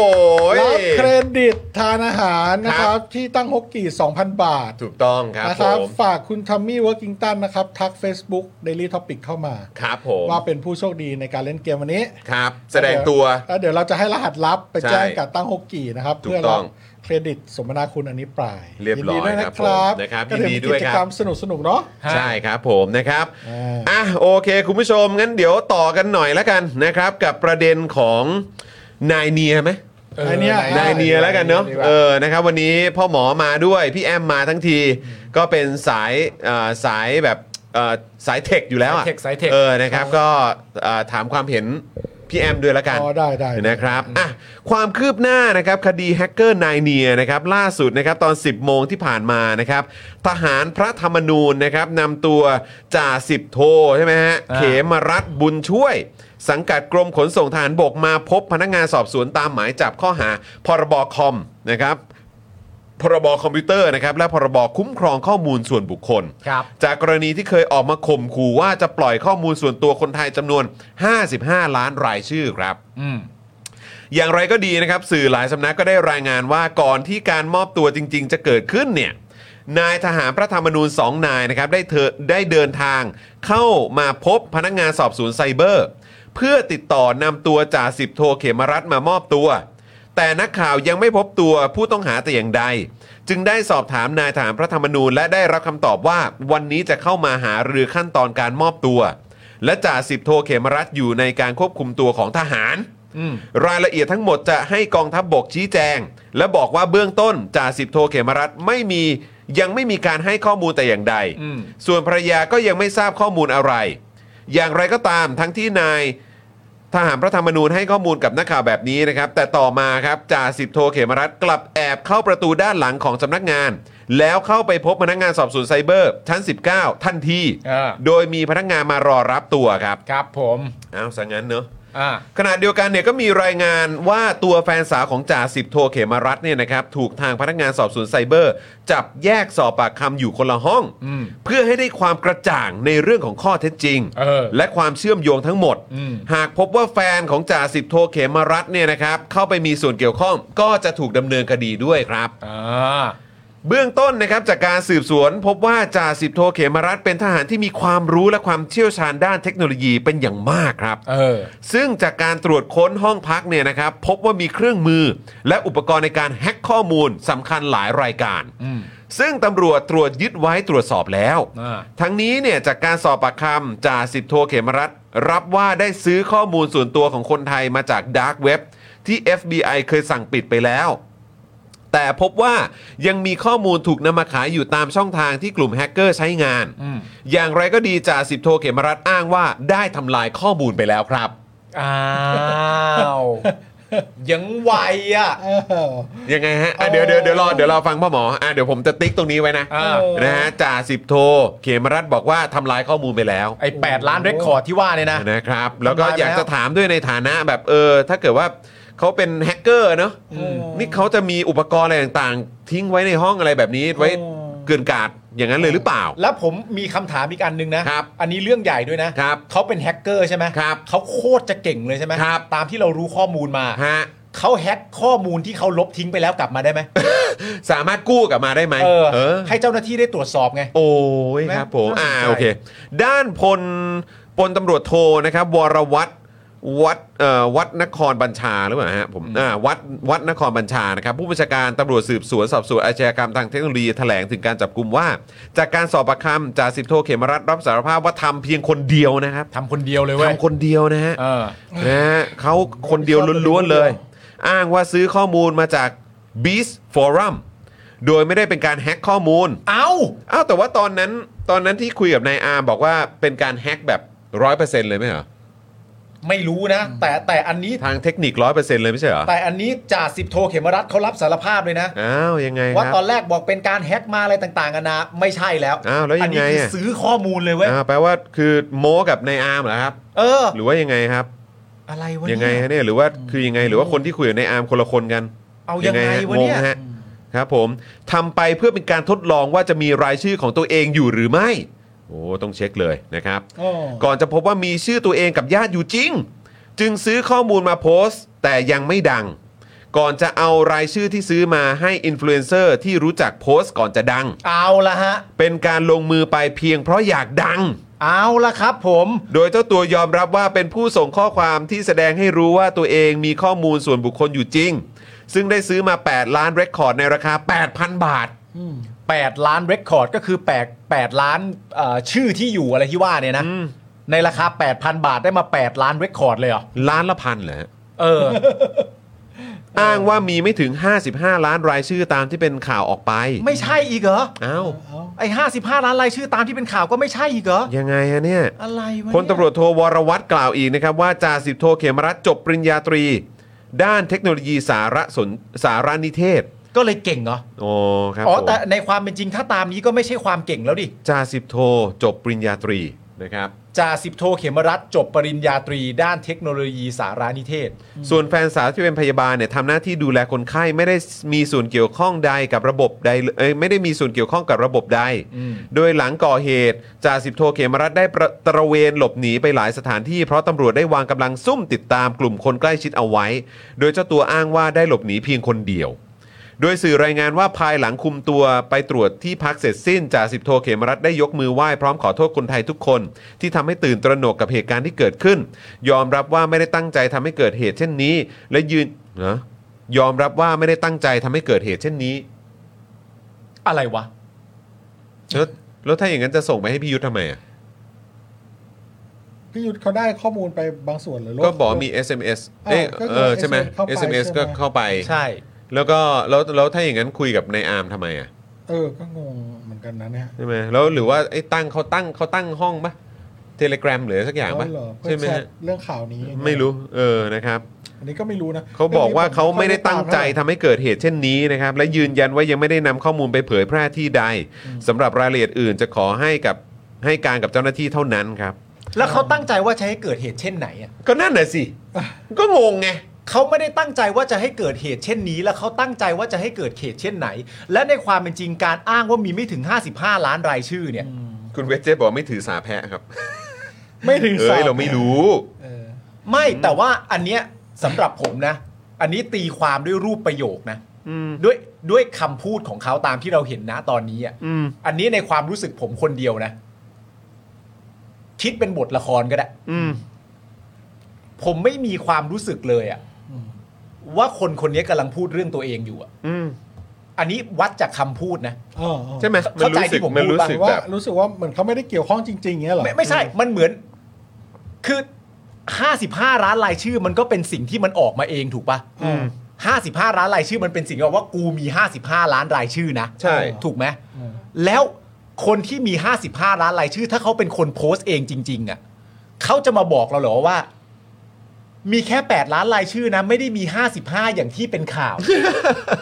รับเครดิตทานอาหารนะค ครั รับ บ ที่ตั้งฮกกี่ 2,000 บาท ถูกต้องครับ นะ ผ ครับ ม ฝากคุณทัมมี่เวิร์กิงตันนะครับ ทัก Facebook Daily Topic เข้ามา ครับผม ว่าเป็นผู้โชคดีในการเล่นเกมวันนี้ ครับ แสดงตัว แล้วเดี๋ยวเราจะให้รหัสลับไป ใช่ แจ้งกับตั้งฮกกี่นะครับ ถูก เพื่อ ต้ รั อบ ง เครดิตสมนาคุณอันนี้ปลาย เรียบร้อย นด้วย ครับผมนะครับ นะครับ ก็เดี๋ย ยินดี มี ด้วยคกิจรับ กรรมสนุกสนุกๆเนาะ ฮะ ใช่ครับผมนะครับ อ่า อ่ะโอเค คุณผู้ชม งั้นเดี๋ยวต่อกันหน่อยแล้วกันนะครับ กับประเด็นของนายเนียไหม ไอเนี้ย นายเนียแล้วกันเนาะเออนะครับ วันนี้พ่อหมอมาด้วยพี่แอมมาทั้งที ก็เป็นสายเอ่อสายแบบเอ่อสายเทคอยู่แล้วอะ สายเทคสายเทค เออนะครับ ก็เอ่อถามความเห็น พี่แอมด้วยละกัน อ๋อได้ได้ นะครับอ่ะความคืบหน้านะครับคดีแฮกเกอร์นายเนียนะครับล่าสุดนะครับตอน 10 โมงที่ผ่านมานะครับทหารพระธรรมนูญนะครับนำตัวจ่าสิบโทใช่ไหมฮะ อ่า เขมรัฐบุญช่วย สังกัดกรมขนส่งทหารบกมาพบพนักงานสอบสวนตามหมายจับข้อหาพรบคอมนะครับ พรบคอมพิวเตอร์นะครับและพรบคุ้มครองข้อมูลส่วนบุคคล ครับ จากกรณีที่เคยออกมาข่มขู่ว่าจะปล่อยข้อมูลส่วนตัวคนไทยจำนวน 55 ล้านรายชื่อครับ อืม อย่างไรก็ดีนะครับ สื่อหลายสำนักก็ได้รายงานว่าก่อนที่การมอบตัวจริง ๆ จะเกิดขึ้นเนี่ยนายทหารพระธรรมนูญสองนายนะครับได้เธอได้เดินทางเข้ามาพบพนักงานสอบสวนไซเบอร์ เพื่อติดต่อนำตัวจ่าสิบโทเขมรัฐมามอบตัว แต่นักข่าวยังไม่พบตัวผู้ต้องหาแต่อย่างใด จึงได้สอบถามนายทหารพระธรรมนูญ และได้รับคำตอบว่าวันนี้จะเข้ามาหารือขั้นตอนการมอบตัว และจ่าสิบโทเขมรัฐอยู่ในการควบคุมตัวของทหาร รายละเอียดทั้งหมดจะให้กองทัพบบกชี้แจง และบอกว่าเบื้องต้นจ่าสิบโทเขมรัฐไม่มียังไม่มีการให้ข้อมูลแต่อย่างใด อืม ส่วนภรรยาก็ยังไม่ทราบข้อมูลอะไร อย่างไรก็ตามทั้งที่นาย ทหารพระธรรมนูญให้ข้อมูลกับนักข่าวแบบนี้นะครับ แต่ต่อมาครับจ่าสิบโทเขมรัฐกลับแอบเข้าประตูด้านหลังของสำนักงาน แล้วเข้าไปพบพนักงานสอบสวนไซเบอร์ ชั้น 19 ทันที อ่า โดยมีพนักงานมารอรับตัวครับ ครับผม อ้าวสังงั้นเนอะ อ่า ขณะเดียวกันเนี่ยก็มีรายงานว่าตัวแฟนสาวของจ่าสิบโทเขมรัฐเนี่ยนะครับถูกทางพนักงานสอบสวนไซเบอร์ จับแยกสอบปากคำอยู่คนละห้อง อืม เพื่อให้ได้ความกระจ่างในเรื่องของข้อเท็จจริง เออ และความเชื่อมโยงทั้งหมด อืม หากพบว่าแฟนของจ่าสิบโทเขมรัฐเนี่ยนะครับเข้าไปมีส่วนเกี่ยวข้องก็จะถูกดำเนินคดีด้วยครับ อ่า เบื้องต้นนะครับจากการสืบสวน พบว่าจ่าสิบโทเขมรัฐเป็นทหารที่มีความรู้และความเชี่ยวชาญด้านเทคโนโลยีเป็นอย่างมากครับ เออ ซึ่งจากการตรวจค้นห้องพักเนี่ยนะครับ พบว่ามีเครื่องมือ และอุปกรณ์ในการแฮ็กข้อมูลสำคัญหลายรายการ อืม ซึ่งตำรวจตรวจยึดไว้ตรวจสอบแล้ว อ่า ทั้งนี้เนี่ยจากการสอบปากคำจ่าสิบโทเขมรัฐรับว่าได้ซื้อข้อมูลส่วนตัวของคนไทยมาจากดาร์กเว็บที่ FBI เคยสั่งปิดไปแล้ว แต่พบว่ายังมีข้อมูลถูกนำมาขายอยู่ตามช่องทางที่กลุ่มแฮกเกอร์ใช้งาน อืม อย่างไรก็ดีจ่าสิบโทเขมรัฐอ้างว่าได้ทำลายข้อมูลไปแล้วครับ อ้าวยังไหวอ่ะ เออ ยังไงฮะอ่ะเดี๋ยวเดี๋ยวเดี๋ยวรอเดี๋ยวรอฟังพ่อหมออ่ะเดี๋ยวผมจะติ๊กตรงนี้ไว้นะ อ่า นะฮะจ่าสิบโทเขมรัฐบอกว่าทำลายข้อมูลไปแล้ว ไอ้แปดล้านเรคคอร์ดที่ว่าเนี่ยนะ นะครับ แล้วก็อยาก ทำลายไปแล้ว จะถามด้วยในฐานะแบบเออ ถ้าเกิดว่าเขาเป็นแฮกเกอร์เนอะนี่เขาจะมีอุปกรณ์อะไรต่างๆ ทิ้งไว้ในห้องอะไรแบบนี้ไว้เกินกาดอย่างนั้นเลยหรือเปล่า แล้วผมมีคำถามอีกอันหนึงนะ ครับ อันนี้เรื่องใหญ่ด้วยนะครับเขาเป็นแฮกเกอร์ใช่ไหม ครับ เขาโคตรจะเก่งเลยใช่ไหม ครับ ตามที่เรารู้ข้อมูลมา ฮะ เขาแฮกข้อมูลที่เขาลบทิ้งไปแล้วกลับมาได้ไหม สามารถกู้กลับมาได้ไหม เออ เออ ให้เจ้าหน้าที่ได้ตรวจสอบไง โอ้ยครับผม น่าสนใจ อ่าโอเค ด้านพลพลตำรวจโทนะครับ วรวัตรวัดเอ่อวัดนครบัญชาหรือเปล่าฮะผมอ่าวัดวัดนครบัญชานะครับ ผู้บัญชาการตำรวจสืบสวนสอบสวนอาชญากรรมทางเทคโนโลยีแถลงถึงการจับกลุ่มว่า จากการสอบปากคำจ่าสิบโทเขมรัฐรับสารภาพว่าทำเพียงคนเดียวนะครับ ทำคนเดียวเลยเว้ย ทำคนเดียวนะฮะ เออ นะฮะเขาคนเดียวล้วนๆเลย อ้างว่าซื้อข้อมูลมาจาก Beast Forum โดยไม่ได้เป็นการแฮ็กข้อมูล เอ้า อ้าวแต่ว่าตอนนั้นตอนนั้นที่คุยกับนายอาร์มบอกว่าเป็นการแฮ็กแบบร้อยเปอร์เซ็นต์เลยไหมเหรอ ไม่รู้นะ แต่แต่อันนี้ ทางเทคนิคร้อยเปอร์เซ็นต์เลยไม่ใช่เหรอ แต่อันนี้จ่าสิบโทเขมรัฐเขารับสารภาพเลยนะ อ้าวยังไงค ว่า รับ ตอนแรกบอกเป็นการแฮกมาอะไรต่างๆกันานะไม่ใช่แล้ว อ้าวแล้วยังไงอะ นนี้คือซื้อข้อมูลเลยเว้ย อ้าวแปลว่าคือโม้กับนายอาร์มเหรอครับ เออ หรือว่ายังไงครับ อะไรวะ ยังไง เนี่ ฮะเนี่ยหรือว่าคือยังไงหรือว่าคนที่คุยกับนายอาร์มคนละคนกัน เอายังไง ฮะ วะเนี่ย งงฮะครับผมทำไปเพื่อเป็นการทดลองว่าจะมีรายชื่อของตัวเองอยู่หรือไม่โอ้ต้องเช็คเลยนะครับ อ๋อ ก่อนจะพบว่ามีชื่อตัวเองกับญาติอยู่จริง จึงซื้อข้อมูลมาโพสต์ แต่ยังไม่ดัง ก่อนจะเอารายชื่อที่ซื้อมาให้อินฟลูเอนเซอร์ที่รู้จักโพสต์ก่อนจะดัง เอาละฮะ เป็นการลงมือไปเพียงเพราะอยากดัง เอาละครับผม โดยเจ้าตัวยอมรับว่าเป็นผู้ส่งข้อความที่แสดงให้รู้ว่าตัวเองมีข้อมูลส่วนบุคคลอยู่จริง ซึ่งได้ซื้อมา 8 ล้านเรคคอร์ดในราคา 8,000 บาท 8 ล้านเรคคอร์ดก็คือ 8 8ล้านเอ่อชื่อที่อยู่อะไรที่ว่าเนี่ยนะ ในราคา 8,000 บาทได้มา 8 ล้านเรคคอร์ดเลยเหรอ ล้านละพันเหรอฮะ เออ อ้างว่ามีไม่ถึง 55 ล้านรายชื่อตามที่เป็นข่าวออกไป ไม่ใช่อีกเหรอ อ้าว ไอ้ห้าสิบห้าล้านรายชื่อตามที่เป็นข่าวก็ไม่ใช่อีกเหรอ ยังไงฮะเนี่ย อะไรวะ พลตำรวจโทวรวัตรกล่าวอีกนะครับว่าจ่าสิบโทเขมรัฐจบปริญญาตรี ด้านเทคโนโลยีสารสนสารนิเทศ ก็เลยเก่งเหรอ อ๋อครับ อ๋อ ผม แต่ในความเป็นจริงถ้าตามนี้ก็ไม่ใช่ความเก่งแล้วดิ จ่าสิบโทจบปริญญาตรีนะครับ จ่าสิบโทเขมรัฐจบปริญญาตรี ด้านเทคโนโลยีสารนิเทศ ส่วนแฟนสาวที่เป็นพยาบาลเนี่ยทำหน้าที่ดูแลคนไข้ไม่ได้มีส่วนเกี่ยวข้องใดกับระบบใดเอ้ยไม่ได้มีส่วนเกี่ยวข้องกับระบบใด โดยหลังก่อเหตุจ่าสิบโทเขมรัฐได้ประตระเวนหลบหนีไปหลายสถานที่เพราะตำรวจได้วางกำลังซุ่มติดตามกลุ่มคนใกล้ชิดเอาไว้ โดยเจ้าตัวอ้างว่าได้หลบหนีเพียงคนเดียว โดยสื่อรายงานว่าภายหลังคุมตัวไปตรวจที่พักเสร็จสิ้นจ่าสิบโทเขมรัฐได้ยกมือไหว้พร้อมขอโทษคนไทยทุกคน ที่ทำให้ตื่นตระหนกกับเหตุการณ์ที่เกิดขึ้น ยอมรับว่าไม่ได้ตั้งใจทำให้เกิดเหตุเช่นนี้ และยืนนะยอมรับว่าไม่ได้ตั้งใจทำให้เกิดเหตุเช่นนี้ อะไรวะ แล้วแล้วถ้าอย่างนั้นจะส่งไปให้พี่ยุทธทำไมอะ พี่ยุทธเขาได้ข้อมูลไปบางส่วนหรือล ก็บอกว่ามี SMS เอ๊ะ ก็คือ เออใช่ไหม เข้าไป SMS ก็ ใช่ไหม เข้าไป ใช่ แล้วก็แล้วแล้วถ้าอย่างนั้นคุยกับนายอาร์มทำไมอ่ะ เออ ก็งงเหมือนกันนะเนี่ย ใช่ไหมแล้วหรือว่าไอ้ตั้งเขาตั้งเขาตั้งห้องปะเทเลกรมหรือสักอย่างปะ อ๋อเหรอเพื่อ ใช่ไหม แช ฮะ ร์เรื่องข่าวนี้ ไม่รู้ เออ นะครับ อันนี้ก็ไม่รู้นะ เขาบอกว่าเขาไม่ได้ตั้งใจ ท ทำให้เกิดเหตุเช่นนี้นะครับ และยืนยันว่ายังไม่ได้นำข้อมูลไปเผยแพร่ที่ใดสำหรับรายละเอียดอื่นจะขอให้กับให้การกับเจ้าหน้าที่เท่านั้นครับ แล้วเขาตั้งใจว่าจะให้เกิดเหตุเช่นไหนอ่ะ ก็นั่นน่ะสิ ก็งงไง เขาไม่ได้ตั้งใจว่าจะให้เกิดเหตุเช่นนี้ แล้วเขาตั้งใจว่าจะให้เกิดเหตุเช่นไหน และในความเป็นจริงการอ้างว่ามีไม่ถึง 55 ล้านรายชื่อเนี่ย คุณเวจเจบอกไม่ถือสาแพะครับ ำไม่ถึง เอ้ สาย เราไม่รู้ เออ ไม่แต่ว่าอันเนี้ยสำหรับผมนะ อันนี้ตีความด้วยรูปประโยคนะด้วยด้วยคำพูดของเขาตามที่เราเห็นนะตอนนี้อ่ะอันนี้ในความรู้สึกผมคนเดียวนะ คิดเป็นบทละครก็ได้ผมไม่มีความรู้สึกเลยอ่ะว่าคนคนนี้กำลังพูดเรื่องตัวเองอยู่อ่ะอันนี้วัดจากคำพูดนะ เออเออ ใช่ไหมมั เข้าน ใจ รู้สึก ที่ผม มัน พูด รู้ ปะ สึก ว่า แบบ รู้สึกว่าเหมือนเขาไม่ได้เกี่ยวข้องจริงๆเงี้ยเหรอ ไม่ไม่ใช่ มันเหมือน คือ 55 ล้านรายชื่อ มันก็เป็นสิ่งที่มันออกมาเองถูกปะ่ะ55 ล้านรายชื่อมันเป็นสิ่งที่บอกว่ากูมี 55 ล้านรายชื่อนะ ใช่ ถูกไหม แล้วคนที่มี 55 ล้านรายชื่อ ถ้าเขาเป็นคนโพสต์เองจริง ๆอะ่ะเขาจะมาบอกเราเหรอว่า มีแค่ 8 ล้านรายชื่อนะ ไม่ได้มี 55 อย่างที่เป็นข่าว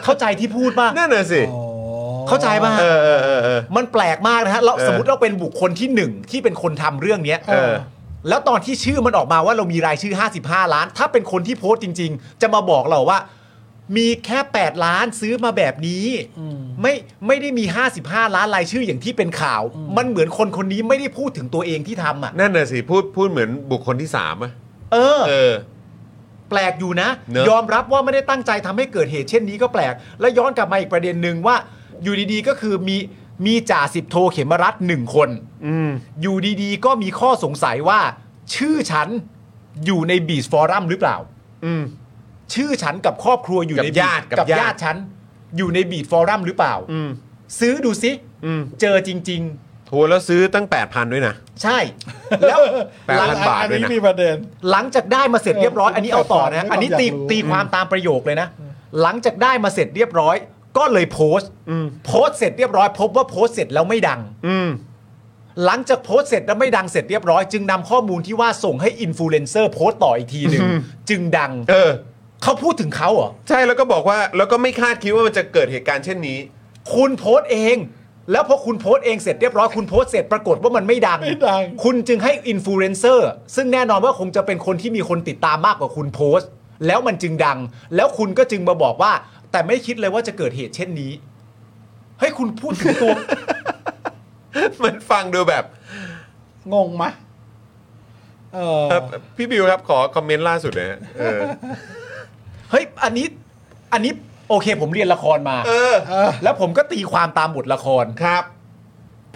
เข้าใจที่พูดป่ะ นั่นน่ะสิ อ๋อ เข้าใจป่ะ เออเออเออเออ มันแปลกมากนะฮะเรา เออ สมมติเราเป็นบุคคลที่หนึ่งที่เป็นคนทำเรื่องเนี้ย เออ แล้วตอนที่ชื่อมันออกมาว่าเรามีรายชื่อ 55 ล้าน ถ้าเป็นคนที่โพสต์จริง ๆ จะมาบอกเราว่า มีแค่ 8 ล้านซื้อมาแบบนี้ไม่ไม่ได้มี 55 ล้านรายชื่ออย่างที่เป็นข่าว มันเหมือนคนคนนี้ไม่ได้พูดถึงตัวเองที่ทำอ่ะ นั่นน่ะสิ พูดพูดเหมือนบุคคลที่สามอะ เออ เออ แปลกอยู่นะ เนอะ ยอมรับว่าไม่ได้ตั้งใจทำให้เกิดเหตุเช่นนี้ก็แปลก และย้อนกลับมาอีกประเด็นหนึ่งว่า อยู่ดีๆก็คือมีมีจ่าสิบโทเขมรัฐหนึ่งคนอยู่ดีๆ ก็มีข้อสงสัยว่า ชื่อฉันอยู่ในบีชฟอรัมหรือเปล่า อืม ชื่อฉันกับครอบครัวอยู่ กับ ใน ญาติกั กั บบ ญา ญา ติ ติฉันอยู่ในบีชฟอรัมหรือเปล่า อืม ซื้อดูสิ อืม เจอจริง โทรแล้วซื้อตั้ง 8,000 ด้วยนะ ๆ ใช่ แล้ว แปดพันบาท อัน ด้วย นี้ นะ มีประเด็น หลังจากได้มาเสร็จเรียบร้อย เออ อันนี้เอาต่อนะ ผมก็ อันนี้ตี อยากรู้ ตีความตามประโยคเลยนะ หลังจากได้มาเสร็จเรียบร้อย ก็เลยโพสต์โพสต์เสร็จเรียบร้อย พบว่าโพสต์เสร็จแล้วไม่ดัง อืม หลังจากโพสต์เสร็จแล้วไม่ดังเสร็จเรียบร้อย จึงนำข้อมูลที่ว่าส่งให้อินฟลูเอนเซอร์โพสต์ต่ออีกทีหนึ่งจึงดัง เออ เขาพูดถึงเขาเหรอ ใช่แล้วก็บอกว่าแล้วก็ไม่คาดคิดว่ามันจะเกิดเหตุการณ์เช่นนี้ คุณโพสต์เอง แล้วพอคุณโพสต์เองเสร็จเรียบร้อยคุณโพสต์เสร็จปรากฏว่ามันไม่ดัง ไม่ดัง คุณจึงให้อินฟลูเอนเซอร์ซึ่งแน่นอนว่าคงจะเป็นคนที่มีคนติดตามมากกว่าคุณโพสต์ แล้วมันจึงดัง แล้วคุณก็จึงมาบอกว่า แต่ไม่คิดเลยว่าจะเกิดเหตุเช่นนี้เฮ้ยคุณพูดถึงตัว มันฟังดูแบบ งงไหมเออ เอ่อพี่บิวครับขอคอมเมนต์ล่าสุดหนะฮะเออ เฮ้ยอันนี้ อันนี้โอเค ผมเรียนละครมา เออ แล้วผมก็ตีความตามบทละคร ครับ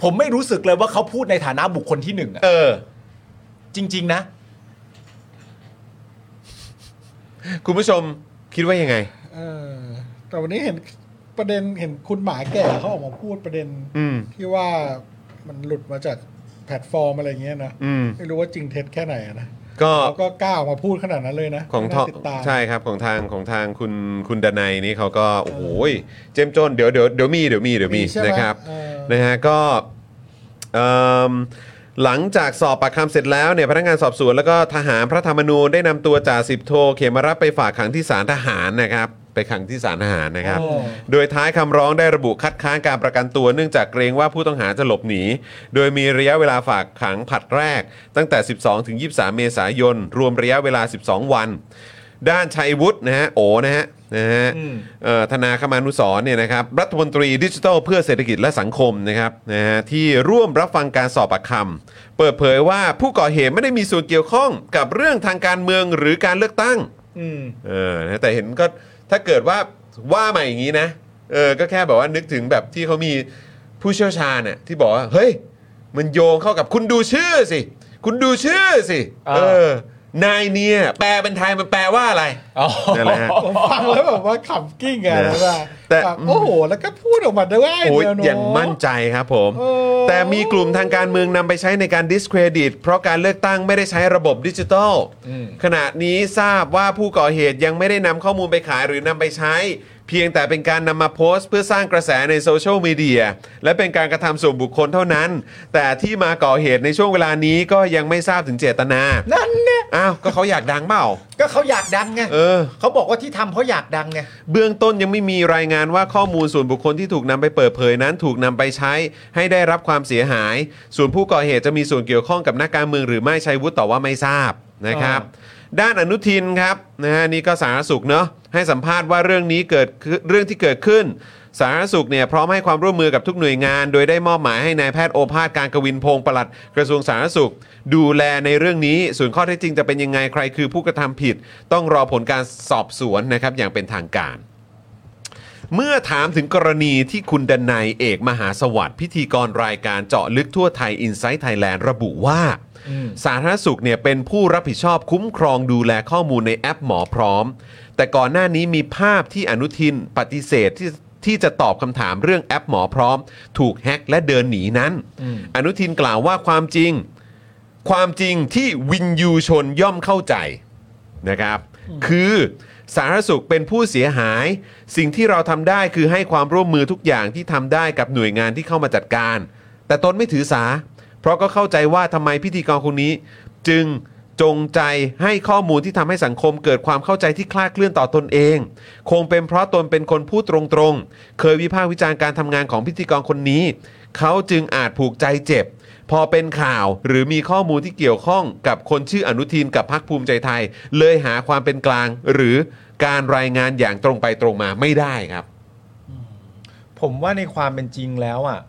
ผมไม่รู้สึกเลยว่าเขาพูดในฐานะบุคคลที่หนึ่งอะ เออ จริง ๆ นะ คุณผู้ชมคิดว่ายังไง เออ แต่วันนี้เห็นประเด็นเห็นคุณหมาแก่เขาออกมาพูดประเด็น อืม ที่ว่ามันหลุดมาจากแพลตฟอร์มอะไรเงี้ยนะ อืม ไม่รู้ว่าจริงเท็จแค่ไหนอะนะ ก็ เขาก็กล้าออกมาพูดขนาดนั้นเลยนะ ของท น่า อง ติดตาม ใช่ครับของทางของทางคุณคุณดนัยนี่เขาก็โอ้โหยเจ้มจนเดี๋ยวเดี๋ยวเดี๋ยวมีเดี๋ยวมีเดี๋ยวมี ใช่ไหม นะครับ เออ นะฮะก็เอิ่มหลังจากสอบปากคำเสร็จแล้วเนี่ยพนักงานสอบสวนแล้วก็ทหารพระธรรมนูญได้นำตัวจ่าสิบโทเขมรับไปฝากขังที่ศาลทหารนะครับไปขังที่ศาลทหารนะครับ โอ้ โดยท้ายคำร้องได้ระบุคัดค้านการประกันตัวเนื่องจากเกรงว่าผู้ต้องหาจะหลบหนี โดยมีระยะเวลาฝากขังผลัดแรก ตั้งแต่ 12 ถึง 23 เมษายน รวมระยะเวลา 12 วัน ด้านชัยวุฒินะฮะโอนะฮะนะฮะเอ่อธนาคมานุสรณ์เนี่ยนะครับรัฐมนตรีดิจิทัลเพื่อเศรษฐกิจและสังคมนะครับนะฮะที่ร่วมรับฟังการสอบปากคำเปิดเผยว่าผู้ก่อเหตุไม่ได้มีส่วนเกี่ยวข้องกับเรื่องทางการเมืองหรือการเลือกตั้ง อืม เออนะแต่เห็นก็ถ้าเกิดว่าว่ามาอย่างนี้นะ เออ ก็แค่แบบว่านึกถึงแบบที่เขามีผู้เชี่ยวชาญน่ะที่บอกว่า เฮ้ย มันโยงเข้ากับคุณดูชื่อสิ คุณดูชื่อสิ อ่า เออ นายเนี่ย แปลเป็นไทยมันแปลว่าอะไร อ๋อ นั่นแหละฮะ ผมฟังแล้วแบบว่าขำกิ้งไง นะ แล้วว่า แต่ แบบโอ้โห แล้วก็พูดออกมาได้ว่า โอ้ย เดีวเนะ อย่างมั่นใจครับผม เออ แต่มีกลุ่มทางการเมืองนำไปใช้ในการดิสเครดิต เพราะการเลือกตั้งไม่ได้ใช้ระบบดิจิทัลขณะนี้ทราบว่าผู้ก่อเหตุยังไม่ได้นำข้อมูลไปขายหรือนำไปใช้ เพียงแต่เป็นการนำมาโพสต์ เพื่อสร้างกระแสในโซเชียลมีเดียและเป็นการกระทำส่วนบุคคลเท่านั้น แต่ที่มาก่อเหตุในช่วงเวลานี้ก็ยังไม่ทราบถึงเจตนา นั่นเนี่ย อ้าวก็เขาอยากดังเปล่า ก็เขาอยากดังไง เออ เขาบอกว่าที่ทำเพราะอยากดังไง เบื้องต้นยังไม่มีรายงานว่าข้อมูลส่วนบุคคลที่ถูกนำไปเปิดเผยนั้นถูกนำไปใช้ให้ได้รับความเสียหาย ส่วนผู้ก่อเหตุจะมีส่วนเกี่ยวข้องกับนักการเมืองหรือไม่ชัยวุฒิตอบว่าไม่ทราบนะครับ ด้านอนุทินครับนะฮะนี่ก็สาธารณสุขเนาะให้สัมภาษณ์ว่าเรื่องนี้เกิดขึ้นเรื่องที่เกิดขึ้น สาธารณสุขเนี่ยพร้อมให้ความร่วมมือกับทุกหน่วยงาน โดยได้มอบหมายให้นายแพทย์โอภาสการกวินพงศ์ปลัดกระทรวงสาธารณสุข ดูแลในเรื่องนี้ส่วนข้อเท็จจริงจะเป็นยังไงใครคือผู้กระทำผิด ต้องรอผลการสอบสวนนะครับอย่างเป็นทางการ เมื่อถามถึงกรณีที่คุณดนัยเอกมหาสวัสดิ์พิธีกรรายการเจาะลึกทั่วไทยอินไซต์ไทยแลนด์ระบุว่า สาธารณสุขเนี่ยเป็นผู้รับผิดชอบคุ้มครองดูแลข้อมูลในแอปหมอพร้อม แต่ก่อนหน้านี้มีภาพที่อนุทินปฏิเสธที่ที่จะตอบคำถามเรื่องแอปหมอพร้อม ถูกแฮ็กและเดินหนีนั้น อนุทินกล่าวว่าความจริง ความจริงที่วินยูชนย่อมเข้าใจนะครับ คือสาธารณสุขเป็นผู้เสียหาย สิ่งที่เราทำได้คือให้ความร่วมมือทุกอย่างที่ทำได้กับหน่วยงานที่เข้ามาจัดการ แต่ตนไม่ถือสา เพราะก็เข้าใจว่าทำไมพิธีกรคนนี้ จึงจงใจให้ข้อมูลที่ทำให้สังคมเกิดความเข้าใจที่คลาดเคลื่อนต่อตนเอง คงเป็นเพราะตนเป็นคนพูดตรงๆ เคยวิพากษ์วิจารณ์การทำงานของพิธีกรคนนี้ เขาจึงอาจผูกใจเจ็บ พอเป็นข่าวหรือมีข้อมูลที่เกี่ยวข้องกับคนชื่ออนุทินกับพรรคภูมิใจไทย เลยหาความเป็นกลาง หรือการรายงานอย่างตรงไปตรงมาไม่ได้ครับ ผมว่าในความเป็นจริงแล้วอ่ะ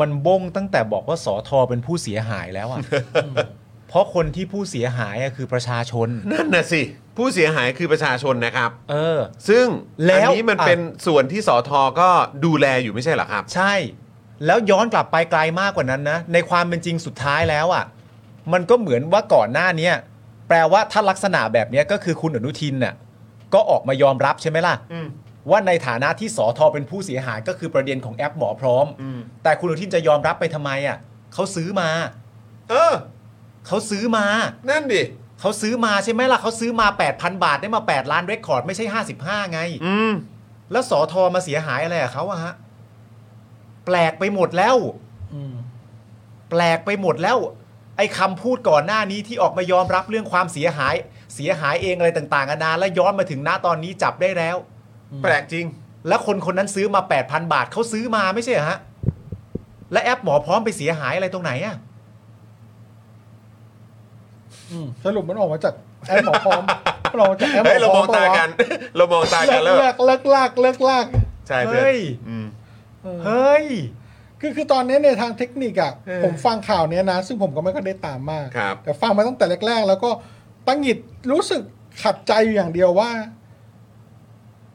มันบ้งตั้งแต่บอกว่าสอทอเป็นผู้เสียหาย แล้วอ่ะเพราะคนที่ผู้เสียหายอะคือประชาชน นั่นน่ะสิ ผู้เสียหายคือประชาชนนะครับ เออ ซึ่ง แล้ อัน ว นี้มัน อ่ะ เป็นส่วนที่สอทอก็ดูแลอยู่ไม่ใช่เหรอครับ ใช่ แล้วย้อนกลับไปไกลมากกว่านั้นนะ ในความเป็นจริงสุดท้ายแล้วอ่ะ มันก็เหมือนว่าก่อนหน้าเนี้ยแปลว่าถ้าลักษณะแบบเนี้ยก็คือคุณอนุทินน่ะก็ออกมายอมรับใช่ไหมล่ะว่าในฐานะที่สอทอเป็นผู้เสียหายก็คือประเด็นของแอปหมอพร้อม แต่คุณอนุทินจะยอมรับไปทำไมอ่ะเขาซื้อมา เออ เขาซื้อมา นั่นดิ เขาซื้อมาใช่ไหมล่ะเขาซื้อมา 8,000 บาทได้มา 8 ล้านเรคคอร์ด ไม่ใช่ 55 ไง อืม แล้วสอทอมาเสียหายอะไรกับเขาอะฮะ แปลกไปหมดแล้ว แปลกไปหมดแล้ว ไอ้คำพูดก่อนหน้านี้ที่ออกมายอมรับเรื่องความเสียหาย เสียหายเองอะไรต่างๆนานาและย้อนมาถึงหน้าตอนนี้จับได้แล้ว แปลกจริง แล้วคนคนนั้นซื้อมา 8,000 บาทเขาซื้อมาไม่ใช่เหรอฮะ และแอปหมอพร้อมไปเสียหายอะไรตรงไหนอะ อืมสรุปมันออกมาจากแอปหมอพร้ อมมันออกมาจากแอปหม เฮ้ย เรา อมพร้อ อ ม งตากัน เรามองตากัเลิน ก แล้ว เลิกเลิกลากเลิกลาก ใช่เพื่อน เฮ้ย อืม เฮ้ย คือคือตอนนี้ในทางเทคนิคอะผมฟังข่าวเนี้ยนะ ซึ่งผมก็ไม่ค่อยได้ตามมาก ครับ แต่ฟังมาตั้งแต่แรก ๆ แล้วก็ตั้งหงิดรู้สึกขัดใจอยู่อย่างเดียวว่า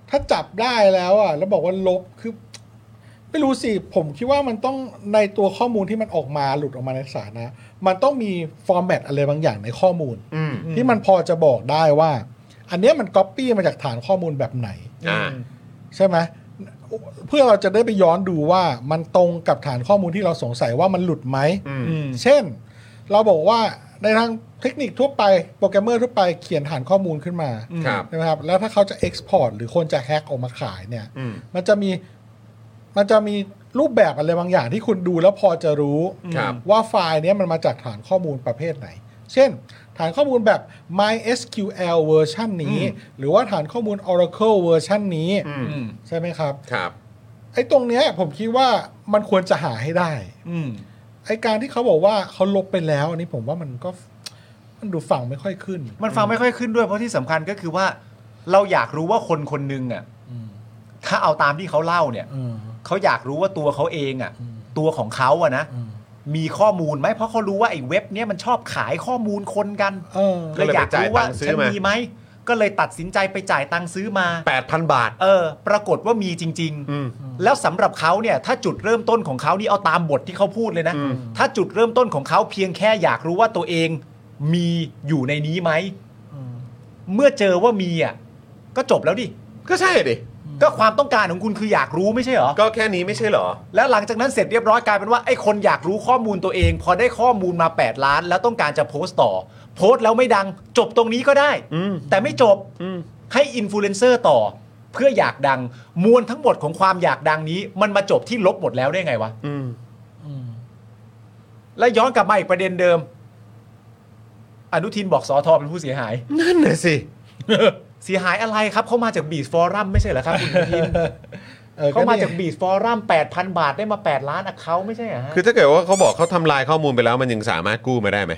ถ้าจับได้แล้วอะแล้วบอกว่าลบคือ ไม่รู้สิ ผมคิดว่ามันต้องในตัวข้อมูลที่มันออกมาหลุดออกมาในสารนะ มันต้องมีฟอร์แมตอะไรบางอย่างในข้อมูล อืม ที่มันพอจะบอกได้ว่า อันเนี้ยมันก๊อปปี้มาจากฐานข้อมูลแบบไหน อ่า ใช่ไหมเพื่อเราจะได้ไปย้อนดูว่ามันตรงกับฐานข้อมูลที่เราสงสัยว่ามันหลุดไหม อืม เช่น เราบอกว่า ในทางเทคนิคทั่วไปโปรแกรมเมอร์ทั่วไปเขียนฐานข้อมูลขึ้นมา ครับ ใช่ไหมครับแล้วถ้าเขาจะ Export หรือคนจะแฮกออกมาขายเนี่ย อืม มันจะมีมันจะมีรูปแบบอะไรบางอย่างที่คุณดูแล้วพอจะรู้ ครับ ว่าไฟล์เนี้ยมันมาจากฐานข้อมูลประเภทไหน เช่น ฐานข้อมูลแบบ MySQL เวอร์ชันนี้ หรือว่าฐานข้อมูล Oracle เวอร์ชันนี้ อืม อืม ใช่ไหมครับ ครับ ไอ้ตรงเนี้ยผมคิดว่ามันควรจะหาให้ได้ อืม ไอ้การที่เขาบอกว่าเขาลบไปแล้ว อันนี้ผมว่ามันก็ มันดูฟังไม่ค่อยขึ้น มันฟังไม่ค่อยขึ้นด้วยเพราะที่สำคัญก็คือว่า เราอยากรู้ว่าคนคนหนึงอ่ะถ้าเอาตามที่เขาเล่าเนี่ย อืม เขาอยากรู้ว่าตัวเขาเองอ่ะ อืม ตัวของเขาอ่ะนะ อืม มีข้อมูลไหมเพราะเขารู้ว่าไอ้เว็บเนี้ยมันชอบขายข้อมูลคนกัน เออ ก็เลย อยากรู้ว่า ไปจ่ายตังค์ซื้ ฉั อน มา มีไหมก็เลยตัดสินใจไปจ่ายตังค์ซื้อมา 8,000 บาท เออ ปรากฏว่ามีจริง อืม ๆ แล้วสำหรับเขาเนี่ย ถ้าจุดเริ่มต้นของเขานี่เอาตามบทที่เขาพูดเลยนะ อืม ถ้าจุดเริ่มต้นของเขาเพียงแค่อยากรู้ว่าตัวเองมีอยู่ในนี้ไหม เมื่อเจอว่ามีอ่ะก็จบแล้วดิ ก็ใช่ดิ ก็ความต้องการของคุณคืออยากรู้ไม่ใช่เหรอ ก็แค่นี้ไม่ใช่เหรอ แล้วหลังจากนั้นเสร็จเรียบร้อยกลายเป็นว่าไอ้คนอยากรู้ข้อมูลตัวเอง พอได้ข้อมูลมา 8 ล้าน แล้วต้องการจะโพสต์ต่อ โพสต์แล้วไม่ดัง จบตรงนี้ก็ได้ อืม แต่ไม่จบ อืม ให้อินฟลูเอนเซอร์ต่อ เพื่ออยากดัง มวลทั้งหมดของความอยากดังนี้ มันมาจบที่ลบหมดแล้วได้ไงวะ อืม และย้อนกลับมาอีกประเด็นเดิม อนุทินบอกสอทอเป็นผู้เสียหาย นั่นน่ะสิ เสียหายอะไรครับเขามาจากบี a ฟอรัมไม่ใช่เหรอครับคุณอนุทิน เออ เขามา นี่ จากบีชฟอรัม8,000 บาทได้มา 8 ล้านอะเขาไม่ใช่เหรอฮะ คือถ้าเกิดว่าเขาบอกเขาทำลายข้อมูลไปแล้วมันยังสามารถกู้มาได้ไหม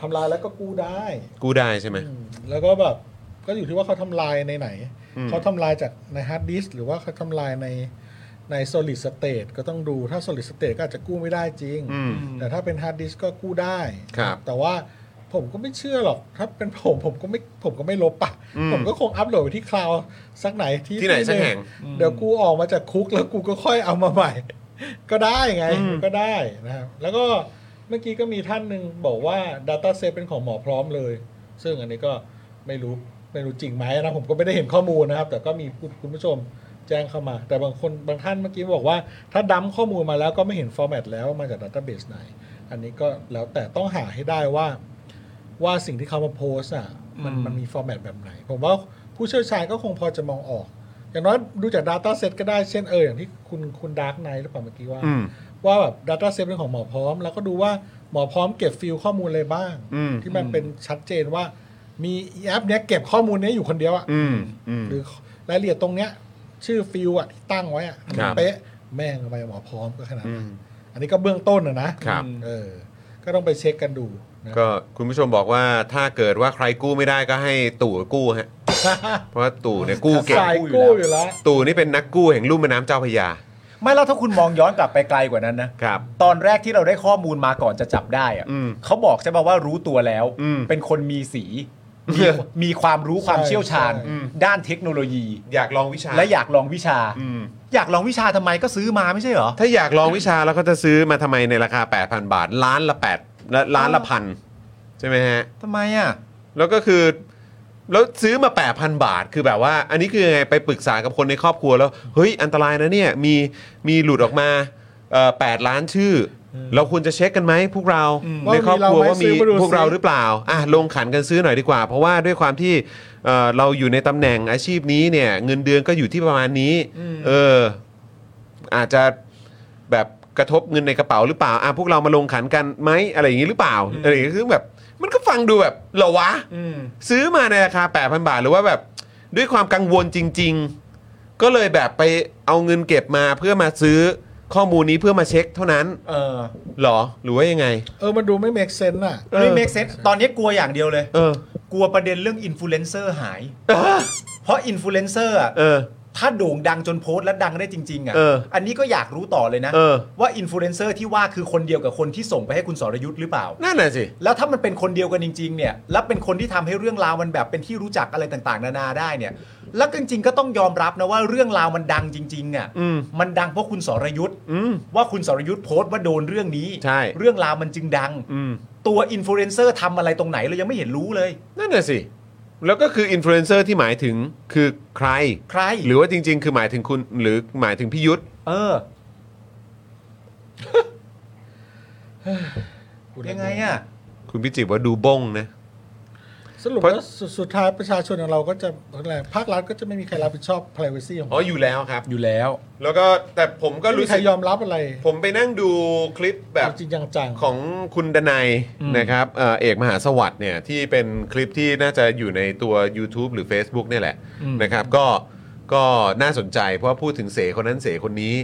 ทำลายแล้วก็กู้ได้ กู้ได้ใช่ไหม อืมแล้วก็แบบก็อยู่ที่ว่าเขาทำลายในไหน อืม เขาทำลายจากในฮาร์ดดิสก์หรือว่าเขาทำลายในใน solid state ก็ต้องดูถ้า solid state ก็อาจจะกู้ไม่ได้จริง อืม แต่ถ้าเป็นฮาร์ดดิสก์ก็กู้ได้ ครับ แต่ว่าผมก็ไม่เชื่อหรอก ถ้าเป็น ผมผมก็ไม่ผมก็ไม่ลบปะผมก็คงอัพโหลดไปที่คลาวสักไหนที่ ที่ไหนสัก นึ่ แห่ง เดี๋ยวกูออกมาจากคุกแล้วกูก็ค่อยเอามาใหม่ ก็ได้ไงก็ได้นะครับแล้วก็เมื่อกี้ก็มีท่านหนึ่งบอกว่า Data s e t เป็นของหมอพร้อมเลย ซึ่งอันนี้ก็ไม่รู้ไม่รู้จริงไหมนะผมก็ไม่ได้เห็นข้อมูลนะครับ แต่ก็มีคุณคุณผู้ชมแจ้งเข้ามา แต่บางคนบางท่านเมื่อกี้บอกว่า ถ้าดัมข้อมูลมาแล้วก็ไม่เห็นฟอร์แมตแล้วมาจากดัตต้าเบสไหน อันนี้ก็แล้วแต่ต้องหาให้ได้ว่า ว่าสิ่งที่เขามาโพสต์อ่ะมันมันมีฟอร์แมตแบบไหน ผมว่าผู้เชี่ยวชาญก็คงพอจะมองออก อย่างน้อยดูจาก Data Set ก็ได้เช่นเอออย่างที่คุณคุณดาร์กไนหรือเปล่าเมื่อกี้ว่า อืม ว่าแบบ Data Set เป็นของหมอพร้อม แล้วก็ดูว่าหมอพร้อมเก็บฟิลข้อมูลอะไรบ้าง อืม ที่มันเป็นชัดเจนว่า มีแอปเนี้ยเก็บข้อมูลเนี้ยอยู่คนเดียวอะ อืมอืม หรือรายละเอียดตรงเนี้ย ชื่อฟิลอะที่ตั้งไว้อะ ครับ เป๊ะแม่งทำไมหมอพร้อมก็ขนาด อื นั้น ม อันนี้ก็เบื้องต้นนะนะครับ เออ ก็ต้องไปเช็คกันดูนะ ก็คุณผู้ชมบอกว่าถ้าเกิดว่าใครกู้ไม่ได้ก็ให้ตู่กู้ฮะ เพราะว่าตู่เนี่ยกู้เก่ง สายกู้อยู่แล้ว ตู่นี่เป็นนักกู้แห่งลุ่มแม่น้ำเจ้าพระยา ไม่แล้วถ้าคุณมองย้อนกลับไปไกลกว่านั้นนะ ครับ ตอนแรกที่เราได้ข้อมูลมาก่อนจะจับได้อะ อืม เขาบอกใช่ป่ะว่ารู้ตัวแล้ว อืม เป็นคนมีสี มีมีความรู้ความ ใช่ เชี่ยวชาญ ใช่ อืม ด้านเทคโนโลยี อยากลองวิชา และอยากลองวิชา อืม อยากลองวิชาทำไมก็ซื้อมาไม่ใช่เหรอ ถ้าอยากลองวิชาแล้วก็จะซื้อมาทำไมในราคา 8,000 บาท ล้านละ8และล้านละพันใช่ไหมฮะ ทำไมอ่ะ แล้วก็คือ แล้วซื้อมา 8,000 บาท คือแบบว่า อันนี้คือยังไงไปปรึกษากับคนในครอบครัวแล้ว เฮ้ย อันตรายนะเนี่ย มีมีหลุดออกมาเอ่อ8ล้านชื่อ เราควรจะเช็คกันไหมพวกเราในครอบครัว ว่า ว่า มี มี เราไหมซื้อมาดู พวกเรา สิ หรือเปล่าอ่ะลงขันกันซื้อหน่อยดีกว่า เพราะว่าด้วยความที่เอ่อเราอยู่ในตำแหน่งอาชีพนี้เนี่ย เงินเดือนก็อยู่ที่ประมาณนี้ เออ อาจจะแบบกระทบเงินในกระเป๋าหรือเปล่าอ่ะพวกเรามาลงขันกันไหมอะไรอย่างนี้หรือเปล่าอะไรอย่างงี้คือแบบ มันก็ฟังดูแบบเหรอวะ ซื้อมาในราคา 8,000 บาท หรือว่าแบบด้วยความกังวลจริง ๆ ก็เลยแบบไปเอาเงินเก็บมาเพื่อมาซื้อข้อมูลนี้เพื่อมาเช็คเท่านั้น เออ หรอหรือว่ายังไง เออ มันดูไม่ make sense อ่ะ ไม่เมคเซนตอนนี้กลัวอย่างเดียวเลย เออ กลัวประเด็นเรื่องอินฟลูเอนเซอร์หาย เพราะอินฟลูเอนเซอร์อ่ะ เออ ถ้าโด่งดังจนโพสต์และดังได้จริง ๆ อ่ะ เออ อันนี้ก็อยากรู้ต่อเลยนะ เออ ว่าอินฟลูเอนเซอร์ที่ว่าคือคนเดียวกับคนที่ส่งไปให้คุณสรยุทธ์หรือเปล่า นั่นน่ะสิ แล้วถ้ามันเป็นคนเดียวกันจริง ๆ เนี่ย แล้วเป็นคนที่ทำให้เรื่องราวมันแบบเป็นที่รู้จักอะไรต่างๆ นานาได้เนี่ย แล้วจริง ๆ ก็ต้องยอมรับนะว่าเรื่องราวมันดังจริง ๆ อ่ะ อืม มันดังเพราะคุณสรยุทธ์ อืม ว่าคุณสรยุทธ์โพสต์ว่าโดนเรื่องนี้ ใช่ เรื่องราวมันจึงดัง อืม ตัวอินฟลูเอนเซอร์ทำอะไรตรงไหนเรายังไม่เห็นรู้เลย นั่นน่ะสิ แล้วก็คืออินฟลูเอนเซอร์ที่หมายถึงคือใคร ใคร หรือว่าจริง ๆ คือหมายถึงคุณหรือหมายถึงพี่ยุทธ เออ คุณ ยังไงอ่ะ คุณพิจิตรว่าดูบ้งนะ สรุป เพราะ ว่าสุดสุดท้ายประชาชนของเราก็จะอะไรภาครัฐก็จะไม่มีใครรับผิดชอบ privacy ของ อ๋ออยู่แล้วครับ อยู่แล้ว แล้วก็แต่ผมก็ ก็รู้ รู้ ใคร สึก ยอมรับอะไร ผมไปนั่งดูคลิปแบบ จริงๆจังๆ ของคุณดนัยนะครับเอ่อเอกมหาสวัสดิ์เนี่ยที่เป็นคลิปที่น่าจะอยู่ในตัว YouTube หรือ Facebook เนี่ยแหละนะครับก็ก็น่าสนใจเพราะว่าพูดถึงเสคนนั้นเสคนนี้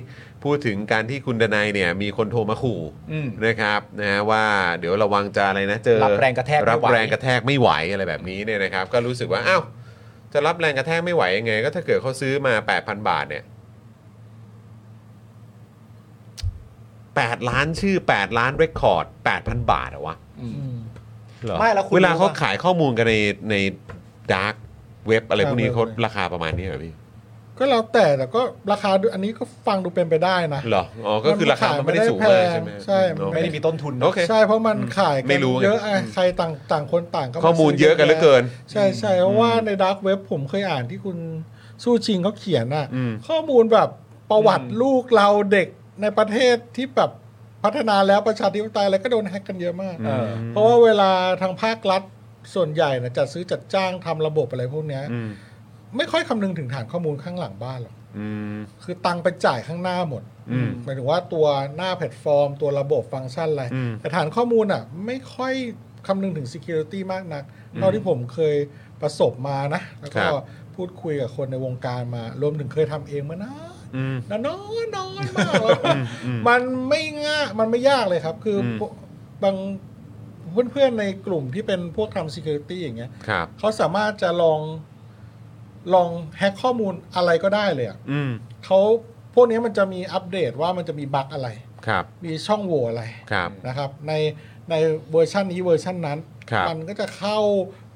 พูดถึงการที่คุณดนัยเนี่ยมีคนโทรมาขู่ อืม นะครับนะว่าเดี๋ยวระวังจะอะไรนะเจอ รับแรงกระแทกไม่ไหว รับแรงกระแทกไม่ไหวอะไรแบบนี้เนี่ยนะครับ ก็รู้สึกว่าอ้าวจะรับแรงกระแทกไม่ไหวยังไง ก็ถ้าเกิดเขาซื้อมา 8,000 บาทเนี่ย 8 ล้านชื่อ 8 ล้านเรคคอร์ด 8,000 บาทเหรอะวะเหรอ ไม่แล้วคุณ เวลาเขา รู้ปะ ขายข้อมูลกันในในดาร์กเว็บอะไรพวกนี้ เออ เขาราคาประมาณนี้เหรอพี่ ก็แล้วแต่แต่ก็ราคาดูอันนี้ก็ฟังดูเป็นไปได้นะ เหรออ๋อ ก็คือราคามันไม่ได้สูงมากใช่ไหม ใช่มันไม่ ไม่ได้มีต้นทุน โอเค ใช่เพราะมันขาย ไม่ กัน รู้ไง เยอะอะใครต่างต่างคนต่างก็า ข้อมูลเยอะกันเหลือเกิน ใช่ใช่เพราะว่าในดาร์กเว็บผมเคยอ่านที่คุณสู้ชิงเขาเขียนอ่ะ อืม ข้อมูลแบบประวัติลูกเราเด็กในประเทศที่แบบพัฒนาแล้วประชาธิปไตยอะไรก็โดนแฮกกันเยอะมาก เออ เพราะว่าเวลาทางภาครัฐส่วนใหญ่นะจัดซื้อจัดจ้างทำระบบอะไรพวกเนี้ย อืม ไม่ค่อยคำนึงถึงฐานข้อมูลข้างหลังบ้านหรอก อืม คือตังค์ไปจ่ายข้างหน้าหมด อืม หมายถึงว่าตัวหน้าแพลตฟอร์ม ตัวระบบฟังก์ชันอะไร อืม แต่ฐานข้อมูลอ่ะ ไม่ค่อยคำนึงถึง Security มากนักเท่าที่ผมเคยประสบมานะ แล้วก็พูดคุยกับคนในวงการมารวมถึงเคยทำเองมานะ อืม น้อยน้อยน้อยมากแล้วมันไม่ง่ายมันไม่ยากเลยครับ คืออ ม พวกบางเพื่อนๆในกลุ่มที่เป็นพวกทำ Security อย่างเงี้ย ครับ เขาสามารถจะลองลองแฮกข้อมูลอะไรก็ได้เลยอะ อืม เขาพวกนี้มันจะมีอัปเดตว่ามันจะมีบั๊กอะไร ครับ มีช่องโหว่อะไร ครับ นะครับ ในในเวอร์ชันนี้เวอร์ชันนั้น ครับ มันก็จะเข้า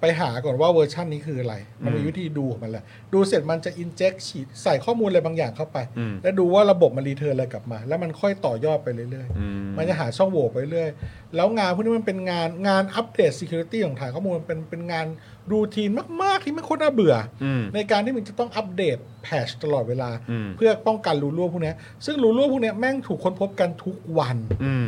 ไปหาก่อนว่าเวอร์ชันนี้คืออะไร มันมีวิธีดูของมันแหละ ดูเสร็จมันจะ inject ฉีดใส่ข้อมูลอะไรบางอย่างเข้าไป อืม แล้วดูว่าระบบมันรีเทิร์นอะไรกลับมา แล้วมันค่อยต่อยอดไปเรื่อย อืม ๆ มันจะหาช่องโหว่ไปเรื่อย แล้วงานพวกนี้มันเป็นงานงานอัปเดต Security ของฐานข้อมูลมันเป็นเป็นงานรูทีนมาก ๆ ที่ไม่โคตรน่าเบื่ออ ม ในการที่มันจะต้องอัปเดตแพชตลอดเวลา อืม เพื่อป้องกันรูรั่วพวกเนี้ยซึ่งรูรั่วพวกเนี้ยแม่งถูกค้นพบกันทุกวัน อืม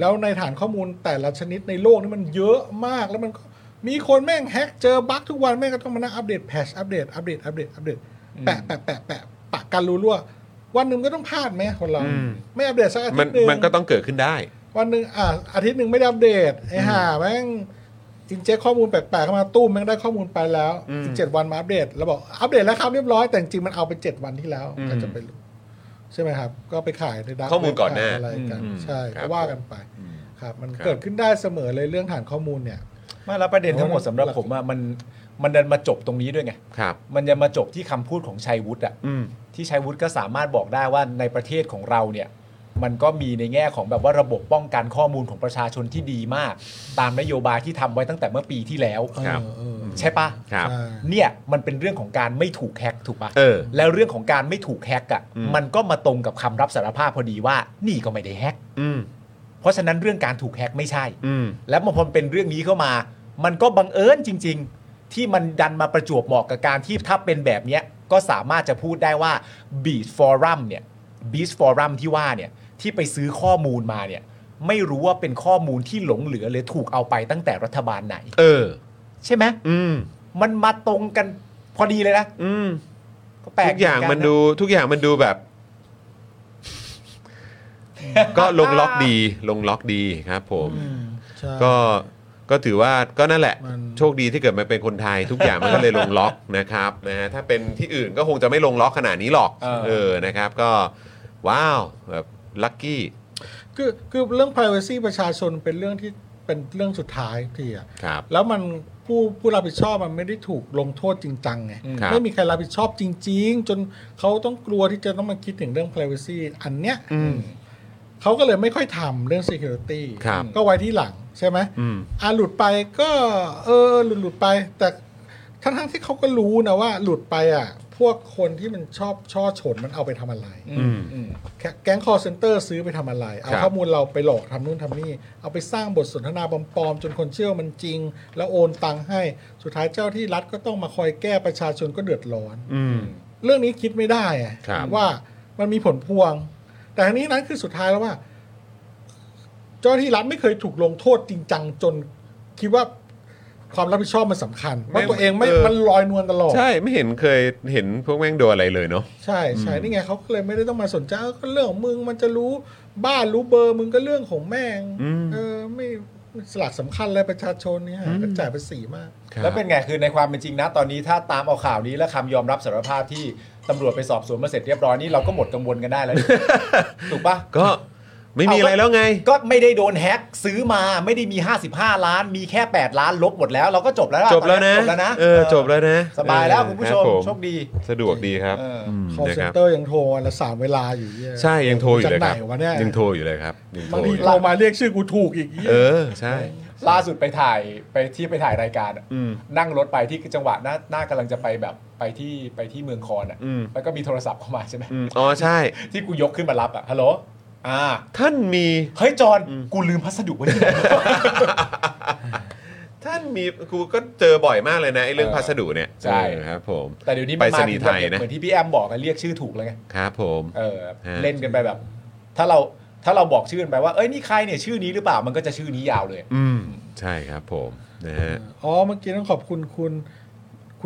แล้วในฐานข้อมูลแต่ละชนิดในโลกนี่มันเยอะมากแล้วมันก็มีคนแม่งแฮกเจอบั๊กทุกวันแม่งก็ต้องมานั่งอัปเดตแพชอัปเดตอัปเดตอัปเดตอัปเดตแปะแปะแปะแปะปะกันรู้รั่ววันหนึ่งก็ต้องพลาดไหมคนเรา อืม ไม่อัปเดตสักอาทิ มัน ตย์หนึ่ง มันก็ต้องเกิดขึ้นได้ วันหนึ่งอ่าอาทิตย์หนึ่งไม่ได้อัปเดตไอ้ห่าแม่งอินเจคข้อมูลแปลกๆเข้ามาตู้มแม่งได้ข้อมูลไปแล้ว อืม อีกเจ็ดวันมาอัปเดตเราบอกอัปเดตแล้วครับเรียบร้อยแต่จริงๆมันเอาไปเจ็ดวันที่แล้ว อืม ใครจะไปรู้ใช่ไหมครับ ก็ไปขายในดัก ข้อมูลก่อนหน้า อะไรกัน อืม ใช่ ครั ก็ บ ว่ากันไป ครับมัน ครับ เกิดขึ้นได้เสมอเลยเรื่องฐานข้อมูลเนี่ย ไม่แล้วประเด็นทั้งหมดสำหรับผมอะมันมันดันมาจบตรงนี้ด้วยไง ครับ มันจะมาจบที่คำพูดของชัยวุฒิอะ อืม ที่ชัยวุฒิก็สามารถบอกได้ว่าในประเทศของเราเนี่ย มันก็มีในแง่ของแบบว่าระบบป้องกันข้อมูลของประชาชนที่ดีมาก ตามนโยบายที่ทำไว้ตั้งแต่เมื่อปีที่แล้ว ครับ ใช่ปะ ครับ ใช่ เนี่ยมันเป็นเรื่องของการไม่ถูกแฮกถูกปะ เออ แล้วเรื่องของการไม่ถูกแฮกอะ อืม มันก็มาตรงกับคำรับสารภาพพอดีว่านี่ก็ไม่ได้แฮก อืม เพราะฉะนั้นเรื่องการถูกแฮกไม่ใช่ อืม แล้วพอมันเป็นเรื่องนี้เข้ามา มันก็บังเอิญจริง ๆ ที่มันดันมาประจวบเหมาะกับการที่ถ้าเป็นแบบเนี้ยก็สามารถจะพูดได้ว่า Beat Forum เนี่ย Beat Forum ที่ว่าเนี่ยที่ไปซื้อข้อมูลมาเนี่ยไม่รู้ว่าเป็นข้อมูลที่หลงเหลือหรือถูกเอาไปตั้งแต่รัฐบาลไหน เออ ใช่ไหม อืม มันมาตรงกันพอดีเลยนะ อืม ก็แปลก ทุกอย่าง เห มันดูทุกอย่างมันดูแบบ ก็ลงล็อกดีลงล็อกดีครับผม ใช่ ก็ก็ถือว่าก็นั่นแหละ มัน โชคดีที่เกิดมาเป็นคนไทย ทุกอย่างมันก็เลยลงล็อกนะครับนะฮะถ้าเป็นที่อื่นก็คงจะไม่ลงล็อกขนาดนี้หรอก เออนะครับ ก็ว้าวแบบลัคกี้ คือคือเรื่อง privacy ประชาชนเป็นเรื่องที่เป็นเรื่องสุดท้ายทีอะ ครับ แล้วมันผู้ผู้รับผิดชอบมันไม่ได้ถูกลงโทษจริงจังไง ครับ ไม่มีใครรับผิดชอบจริง ๆ จนเขาต้องกลัวที่จะต้องมาคิดถึงเรื่อง privacy อันเนี้ยเขาก็เลยไม่ค่อยทำเรื่อง security ครับ ก็ไว้ที่หลังใช่ไหม อืม อ่ะหลุดไปก็เออหลุดหลุดไป แต่ทั้งทั้งๆที่เขาก็รู้นะว่า หลุดไปอ่ะ พวกคนที่มันชอบช่อฉนมันเอาไปทำอะไร อืมอืม แก๊งคอร์เซนเตอร์ซื้อไปทำอะไร เอา ครับ ข้อมูลเราไปหลอกทำนู่นทำนี่ เอาไปสร้างบทสนทนาปลอมๆ จนคนเชื่อว่ามันจริง แล้วโอนตังค์ให้ สุดท้ายเจ้าที่รัฐก็ต้องมาคอยแก้ประชาชนก็เดือดร้อน อืม เรื่องนี้คิดไม่ได้อะ ครับ ว่ามันมีผลพวง แต่ทั้งนี้นั้นคือสุดท้ายแล้วว่า เจ้าหน้าที่รัฐไม่เคยถูกลงโทษจริงจังจน คิดว่าความรับผิดชอบมันสำคัญเพราะตัวเองไม่ เออ มันลอยนวลตลอด ใช่ไม่เห็นเคยเห็นพวกแม่งโดนอะไรเลยเนาะ ใช่ใช่นี่ไงเขาก็เลยไม่ได้ต้องมาสนใจเออก็เรื่องของมึงมันจะรู้บ้านรู้เบอร์มึงก็เรื่องของแม่ง อืม เออไม่สลักสำคัญเลยประชาชนเนี่ยก็จ่ายภาษีมาก แล้วเป็นไงคือในความเป็นจริงนะ ตอนนี้ถ้าตามเอาข่าวนี้และคำยอมรับสารภาพที่ตำรวจไปสอบสวนมาเสร็จเรียบร้อยนี่เราก็หมดกังวลกันได้ แล้วนี่ ถูกปะ ก็ไม่มีอะไรแล้วไง ก็ไม่ได้โดนแฮ็กซื้อมาไม่ได้มี 55 ล้าน มีแค่ 8 ล้านลบหมดแล้ว เราก็จบแล้วล่ จบแล้วนะ จบแล้วนะ เออจบแล้วนะ สบายแล้ว เออ คุณผู้ชม รับ โชคดี สะดวกดีครับ เอออ ม คอล นะคนเซ็รับ เตอร์ยังโทรวันละสามเวลาอยู่เนี่ย ใช่ยังโทรอยู่เลยครับ จากไหนวะเนี่ย ยังโทรอยู่เลยครับยังโท บาง ร ที อยู่ เรามาเรียกชื่อกูถูกอีก เออใช่ ล่าสุดไปถ่ายไปที่ไปถ่ายรายการอะ อืม นั่งรถไปที่จังหวะหน้าหน้ากำลังจะไปแบบไปที่ไปที่เมืองคอนอ่ะ อืม แล้วก็มีโทรศัพท์เข้ามาใช่ไหม อืมอ๋อใช่ ที่กูยกขึ้นมารับอ่ะฮัลโหลอ่า ท่านมี เฮ้ยจอนกูลืมพัสดุไว้ที่ไหน ท่านมีกูก็เจอบ่อยมากเลยนะไอ้เรื่อง เออ พัสดุเนี่ย ใช่ เออครับ ผม แต่เดี๋ยวนี้ ไป มัน ส มา นี ถึ ย์ ง ไทย แบบ นะ เหมือนที่พี่แอมบอกอะเรียกชื่อถูกแล้วไง ครับผม เออ ฮะ เล่นกันไปแบบ ถ้าเราถ้าเราบอกชื่อกันไปว่าเอ้ยนี่ใครเนี่ยชื่อนี้หรือเปล่ามันก็จะชื่อนี้ยาวเลย อืมใช่ครับผมนะฮะ อ๋อเมื่อกี้ต้องขอบคุณคุณ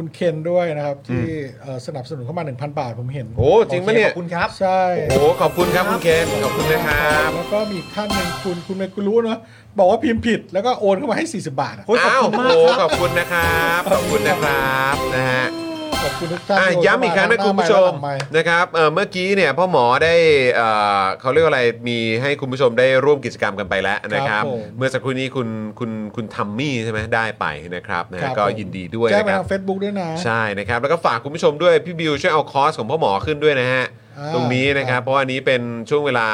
คุณเคนด้วยนะครับ ที่เอ่อสนับสนุนเข้ามา 1,000 บาทผมเห็น โอ้จริงปะเนี่ย ขอบคุณครับ ใช่ โอ้โหขอบคุณครับคุณเคนขอบคุณนะครับ แล้วก็มีอีกท่านหนึ่งคุณคุณเมกุรู้เนาะบอกว่าพิมพ์ผิดแล้วก็โอนเข้ามาให้ 40 บาทอะ อ้าวโอ้ขอบคุณนะครับ ขอบคุณนะครับนะฮะ ขอบคุณทุกท่าน อ่ะ โเข้า ย้ำอีกครั้งนะ ทั้ คุณผู้ชม หน้าไค์และหลังไค์ นะครับเอ่อเมื่อกี้เนี่ยพ่อหมอได้เอ่อเขาเรียกว่าอะไรมีให้คุณผู้ชมได้ร่วมกิจกรรมกันไปแล้วนะครับ ครับผม เมื่อสักครู่นี้คุณคุณคุณทัมมี่ใช่ไหมได้ไปนะครับนะ ค ฮะ รับ ก็ ผม ยินดีด้วย แจ้นะงไป ครับ ทาง Facebook ด้วยนะ ใช่นะครับแล้วก็ฝากคุณผู้ชมด้วยพี่บิวช่วยเอาคอร์สของพ่อหมอขึ้นด้วยนะฮะ อ่า ตรงนี้นะค ครั รับ บ เพราะว่าอันนี้เป็นช่วงเวลา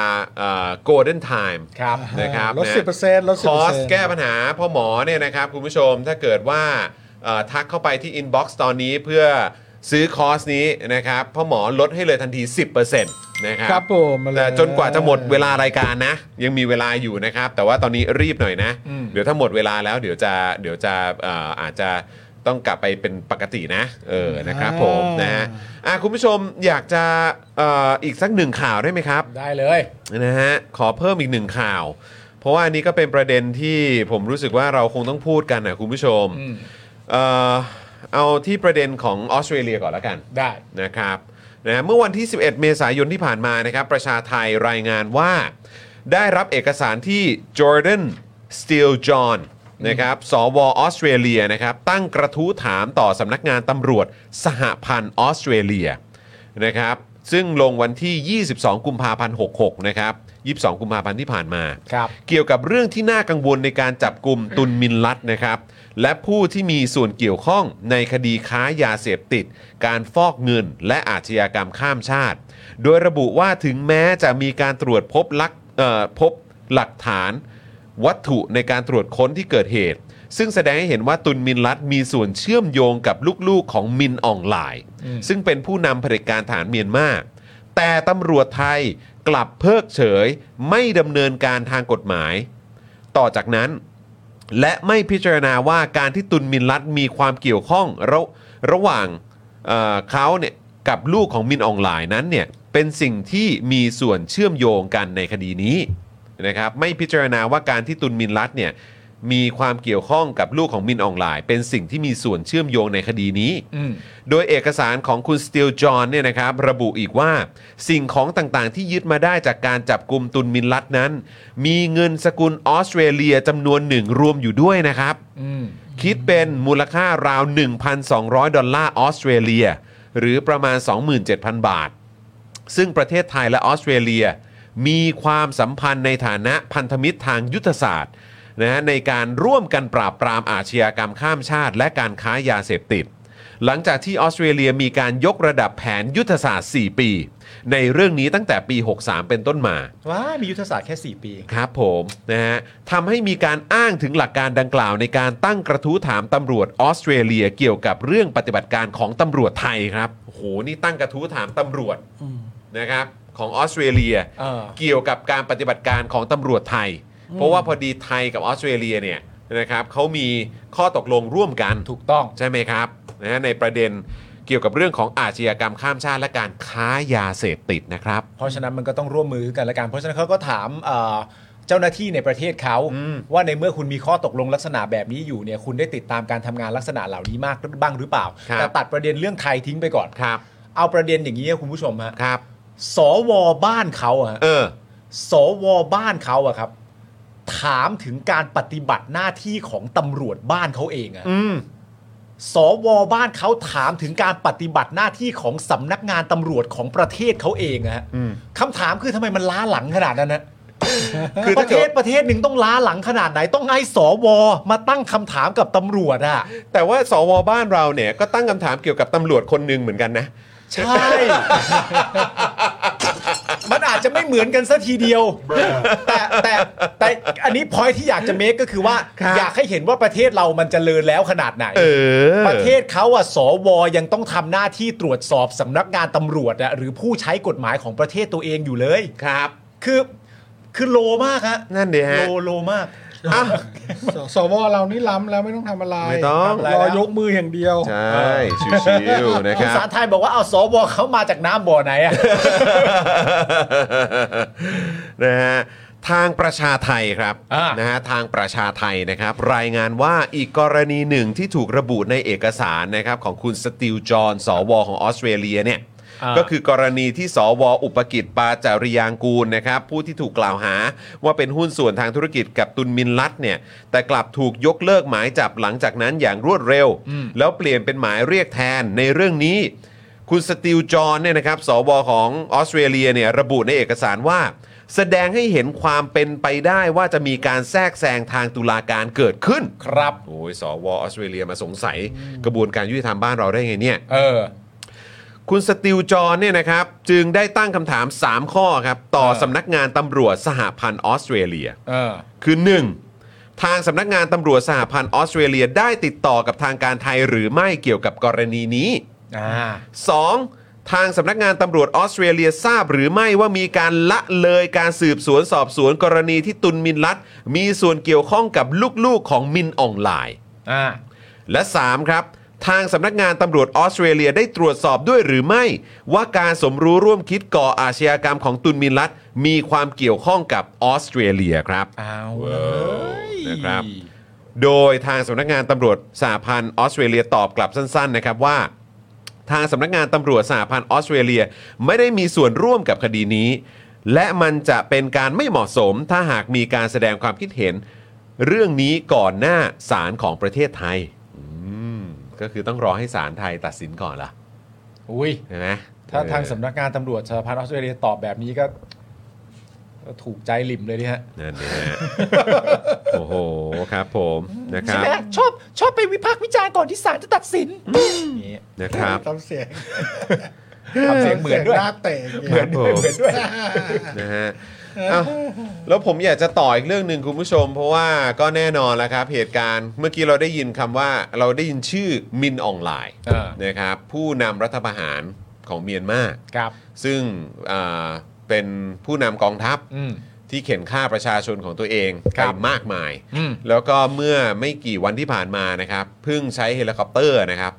โกลเด้นไทม์ ครับ นะครับ ลด นะ 10%ลด คอร์ส 10% แก้ปัญหาพ่อหมอเนี่ยนะครับคุณผู้ชมถ้าเกิดว่าเอ่อทักเข้าไปที่ inbox ตอนนี้เพื่อซื้อคอร์สนี้นะครับพ่อหมอลดให้เลยทันที 10%นะครับ ครับผมมาเลย แต่จนกว่าจะหมดเวลารายการนะ ยังมีเวลาอยู่นะครับ แต่ว่าตอนนี้รีบหน่อยนะ เดี๋ยวถ้าหมดเวลาแล้วเดี๋ยวจะเดี๋ยวจะเอ่ออาจจะต้องกลับไปเป็นปกตินะเออนะครับผมนะฮะอ่ะคุณผู้ชมอยากจะเอ่ออีกสักหนึ่งข่าวได้ไหมครับ ได้เลย นะฮะขอเพิ่มอีกหนึ่งข่าว เพราะว่าอันนี้ก็เป็นประเด็นที่ผมรู้สึกว่าเราคงต้องพูดกันนะคุณผู้ชมเอ่อเอาที่ประเด็นของออสเตรเลียก่อนแล้วกัน ได้ นะครับนะเมื่อวันที่ 11 เมษายนที่ผ่านมานะครับประชาไทยรายงานว่า ได้รับเอกสารที่ Jordan Steele John นะครับสวออสเตรเลียนะครับตั้งกระทู้ถามต่อสำนักงานตำรวจสหพันธ์ออสเตรเลียนะครับซึ่งลงวันที่ 22 กุมภาพันธ์ 66 นะครับ 22 กุมภาพันธ์ที่ผ่านมา ครับ เกี่ยวกับเรื่องที่น่ากังวลในการจับกลุ่มตุนมินลัดนะครับ และผู้ที่มีส่วนเกี่ยวข้องในคดีค้ายาเสพติด การฟอกเงินและอาชญากรรมข้ามชาติ โดยระบุว่าถึงแม้จะมีการตรวจพบลักเอ่อพบหลักฐาน วัตถุในการตรวจค้นที่เกิดเหตุ ซึ่งแสดงให้เห็นว่าตุนมินลัดมีส่วนเชื่อมโยงกับลูกๆของมินอองไลน์ซึ่งเป็นผู้นำเผด็จการฐานเมียนมา แต่ตำรวจไทยกลับเพิกเฉยไม่ดำเนินการทางกฎหมาย ต่อจากนั้น และไม่พิจารณาว่าการที่ตุนมินลัดมีความเกี่ยวข้องระระหว่างเอ่อเขาเนี่ยกับลูกของมินอองไลน์นั้นเนี่ยเป็นสิ่งที่มีส่วนเชื่อมโยงกันในคดีนี้นะครับไม่พิจารณาว่าการที่ตุนมินลัดเนี่ยมีความเกี่ยวข้องกับลูกของมินอองไลน์เป็นสิ่งที่มีส่วนเชื่อมโยงในคดีนี้ โดยเอกสารของคุณสตีลจอห์นเนี่ยนะครับระบุอีกว่า สิ่งของต่างๆ ที่ยึดมาได้จากการจับกลุ่มตุนมินลัดนั้น มีเงินสกุลออสเตรเลียจำนวนหนึ่งรวมอยู่ด้วยนะครับ คิดเป็นมูลค่าราว 1,200 ดอลลาร์ออสเตรเลีย หรือประมาณ 27,000 บาท ซึ่งประเทศไทยและออสเตรเลีย มีความสัมพันธ์ในฐานะพันธมิตรทางยุทธศาสตร์นะฮะในการร่วมกันปราบปรามอาชญากรรมข้ามชาติ และการค้ายาเสพติด หลังจากที่ออสเตรเลียมีการยกระดับแผนยุทธศาสตร์ 4 ปี ในเรื่องนี้ตั้งแต่ปี 63 เป็นต้นมา ว้ามียุทธศาสตร์แค่ 4 ปี ครับผมนะฮะทำให้มีการอ้างถึงหลักการดังกล่าวในการตั้งกระทู้ถามตำรวจออสเตรเลียเกี่ยวกับเรื่องปฏิบัติการของตำรวจไทยครับโอ้โหนี่ตั้งกระทู้ถามตำรวจนะครับของออสเตรเลีย เออ เกี่ยวกับการปฏิบัติการของตำรวจไทย เพราะว่าพอดีไทยกับออสเตรเลียเนี่ยนะครับเขามีข้อตกลงร่วมกัน ถูกต้อง ใช่ไหมครับนะฮะในประเด็นเกี่ยวกับเรื่องของอาชญากรรมข้ามชาติและการค้ายาเสพติดนะครับ เพราะฉะนั้นมันก็ต้องร่วมมือกันและกันเพราะฉะนั้นเขาก็ถามเอ่อ เจ้าหน้าที่ในประเทศเขาว่าในเมื่อคุณมีข้อตกลงลักษณะแบบนี้อยู่เนี่ยคุณได้ติดตามการทำงานลักษณะเหล่านี้มากบ้างหรือเปล่า ครับ แต่ตัดประเด็นเรื่องไทยทิ้งไปก่อน ครับ เอาประเด็นอย่างนี้ครับคุณผู้ชมฮะ ครับ สวบ้านเขาอะฮะ เออ สวบ้านเขาอะครับ ถามถึงการปฏิบัติหน้าที่ของตำรวจบ้านเขาเองอะ อืม สวบ้านเขาถามถึงการปฏิบัติหน้าที่ของสำนักงานตำรวจของประเทศเขาเองอะฮะคำถามคือทำไมมันล้าหลังขนาดนั้นนะ คือ ป ถ้า ระเท เกิ ศ ด ประเทศหนึ่งต้องล้าหลังขนาดไหนต้องให้สวมาตั้งคำถามกับตำรวจอะ แต่ว่าสวบ้านเราเนี่ยก็ตั้งคำถามเกี่ยวกับตำรวจคนหนึ่งเหมือนกันนะ ใช่ มันอาจจะไม่เหมือนกันซะทีเดียว แต่แต่แต่อันนี้พอยที่อยากจะเมคก็คือว่า ครับ อยากให้เห็นว่าประเทศเรามันจเจริญแล้วขนาดไหน เออ ประเทศเขาอะสวยังต้องทำหน้าที่ตรวจสอบสำนักงานตำรวจอะหรือผู้ใช้กฎหมายของประเทศตัวเองอยู่เลย ครับ คือคือโลมากฮะ นั่นดิฮะ โลโลมาก อ่ะ สสวเรานี่ล้ำแล้วไม่ต้องทำอะไร ไม่ต้อง ทำะไรรอยกมืออย่างเดียว ใช่ชิวๆนะค คุณ รับ สารไทยบอกว่าเอาสวเขามาจากน้ำบ่อไหนอะ นะฮะทางประชาไทยครับ อ่าน นะฮะทางประชาไทยนะครับ รายงานว่าอีกกรณีหนึ่งที่ถูกระบุในเอกสารนะครับของคุณสตีลจอห์นสวของออสเตรเลียเนี่ย ก็คือกรณีที่สวอุปกิจปาจาริยางกูลนะครับ ผู้ที่ถูกกล่าวหาว่าเป็นหุ้นส่วนทางธุรกิจกับตุนมินลัตเนี่ยแต่กลับถูกยกเลิกหมายจับหลังจากนั้นอย่างรวดเร็ว แล้วเปลี่ยนเป็นหมายเรียกแทนในเรื่องนี้ คุณสตีลจอห์นเนี่ยนะครับสวของออสเตรเลียเนี่ยระบุในเอกสารว่า แสดงให้เห็นความเป็นไปได้ว่าจะมีการแทรกแซงทางตุลาการเกิดขึ้น ครับ โอ้ยสวออสเตรเลียมาสงสัยกระบวนการยุติธรรมบ้านเราได้ไงเนี่ย เออ คุณสติวจรเนี่ยนะครับจึงได้ตั้งคำถาม 3 ข้อครับ ต่อ เออ สำนักงานตำรวจสหพันธ์ออสเตรเลีย เออ คือ 1. ทางสำนักงานตำรวจสหพันธ์ออสเตรเลียได้ติดต่อกับทางการไทยหรือไม่เกี่ยวกับกรณีนี้ อ่า 2. ทางสำนักงานตำรวจออสเตรเลียทราบหรือไม่ว่ามีการละเลยการสืบสวนสอบสวนกรณีที่ตุนมินลัดมีส่วนเกี่ยวข้องกับลูกๆของมินออนไลน์ อ่า และ 3 ครับ ทางสำนักงานตำรวจออสเตรเลียได้ตรวจสอบด้วยหรือไม่ ว่าการสมรู้ร่วมคิดก่ออาชญากรรมของตุนมินลัตมีความเกี่ยวข้องกับออสเตรเลียครับ เอา เว้ เลย ย นะครับ โดยทางสำนักงานตำรวจสหพันธ์ออสเตรเลียตอบกลับสั้นๆนะครับว่า ทางสำนักงานตำรวจสหพันธ์ออสเตรเลียไม่ได้มีส่วนร่วมกับคดีนี้ และมันจะเป็นการไม่เหมาะสม ถ้าหากมีการแสดงความคิดเห็น เรื่องนี้ก่อนหน้าศาลของประเทศไทยอืมก็คือต้องรอให้ศาลไทยตัดสินก่อนล่ะ อุ้ย ใช่ไหม ถ้าทาง เออ สำนักงานตำรวจสหพันธ์ออสเตรเลียตอบแบบนี้ก็ก็ถูกใจหลิมเลยดิฮะ นั่นเนี่ย โอ้โหครับผมนะครับ ชอบชอบไปวิพากษ์วิจารณ์ก่อนที่ศาลจะตัดสินนี่ นะครับ ทำเสียง ทำเสียงเหมือนด้วย หน้าเตะอย่าง เหมื เงี้ อย นด้วยเหมือนด้วย นะฮะอ้าวแล้วผมอยากจะต่ออีกเรื่องหนึ่งคุณผู้ชม เพราะว่าก็แน่นอนแล้วครับ เหตุการณ์เมื่อกี้เราได้ยินคำว่าเราได้ยินชื่อมินอองไลน์ อ่าน นะครับผู้นำรัฐประหารของเมียนมา ครับ ซึ่งอ่าเป็นผู้นำกองทัพ อืม ที่เข็นฆ่าประชาชนของตัวเอง ครั ไป บ มากมาย อืม แล้วก็เมื่อไม่กี่วันที่ผ่านมานะครับเพิ่งใช้เฮลิคอปเตอร์นะครับ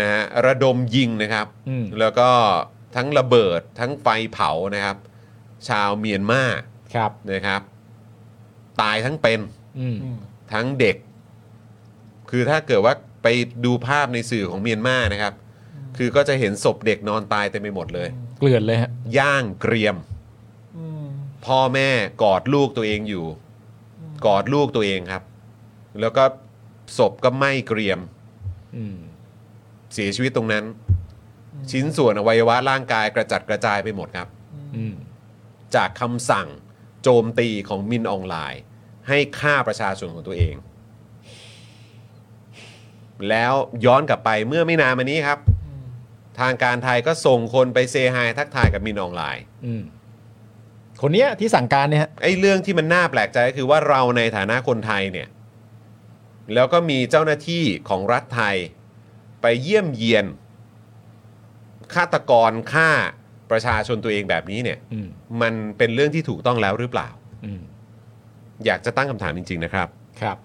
นะฮะระดมยิงนะครับ อืม แล้วก็ทั้งระเบิดทั้งไฟเผานะครับ ชาวเมียนมา ครับ นะครับ ตายทั้งเป็น อืม ทั้งเด็ก คือถ้าเกิดว่าไปดูภาพในสื่อของเมียนมานะครับ คือก็จะเห็นศพเด็กนอนตายเต็มไปหมดเลย เกลื่อนเลยฮะ ย่างเกรียม พ่อแม่กอดลูกตัวเองอยู่ กอดลูกตัวเองครับ แล้วก็ศพก็ไหม้เกรียม อืม เสียชีวิตตรงนั้น ชิ้นส่วนอวัยวะร่างกายกระจัดกระจายไปหมดครับ อืม จากคำสั่งโจมตีของมินออนไลน์ ให้ฆ่าประชาชนของตัวเอง แล้วย้อนกลับไปเมื่อไม่นานมานี้ครับ ทางการไทยก็ส่งคนไปเซฮายทักทายกับมินออนไลน์ อืม คนเนี้ยที่สั่งการเนี่ยฮะ ไอ้เรื่องที่มันน่าแปลกใจก็คือว่าเราในฐานะคนไทยเนี่ย แล้วก็มีเจ้าหน้าที่ของรัฐไทยไปเยี่ยมเยียนฆาตกรฆ่าประชาชนตัวเองแบบนี้เนี่ย อืม มันเป็นเรื่องที่ถูกต้องแล้วหรือเปล่า อืม อยากจะตั้งคำถามจริง ๆ นะครับ ครับ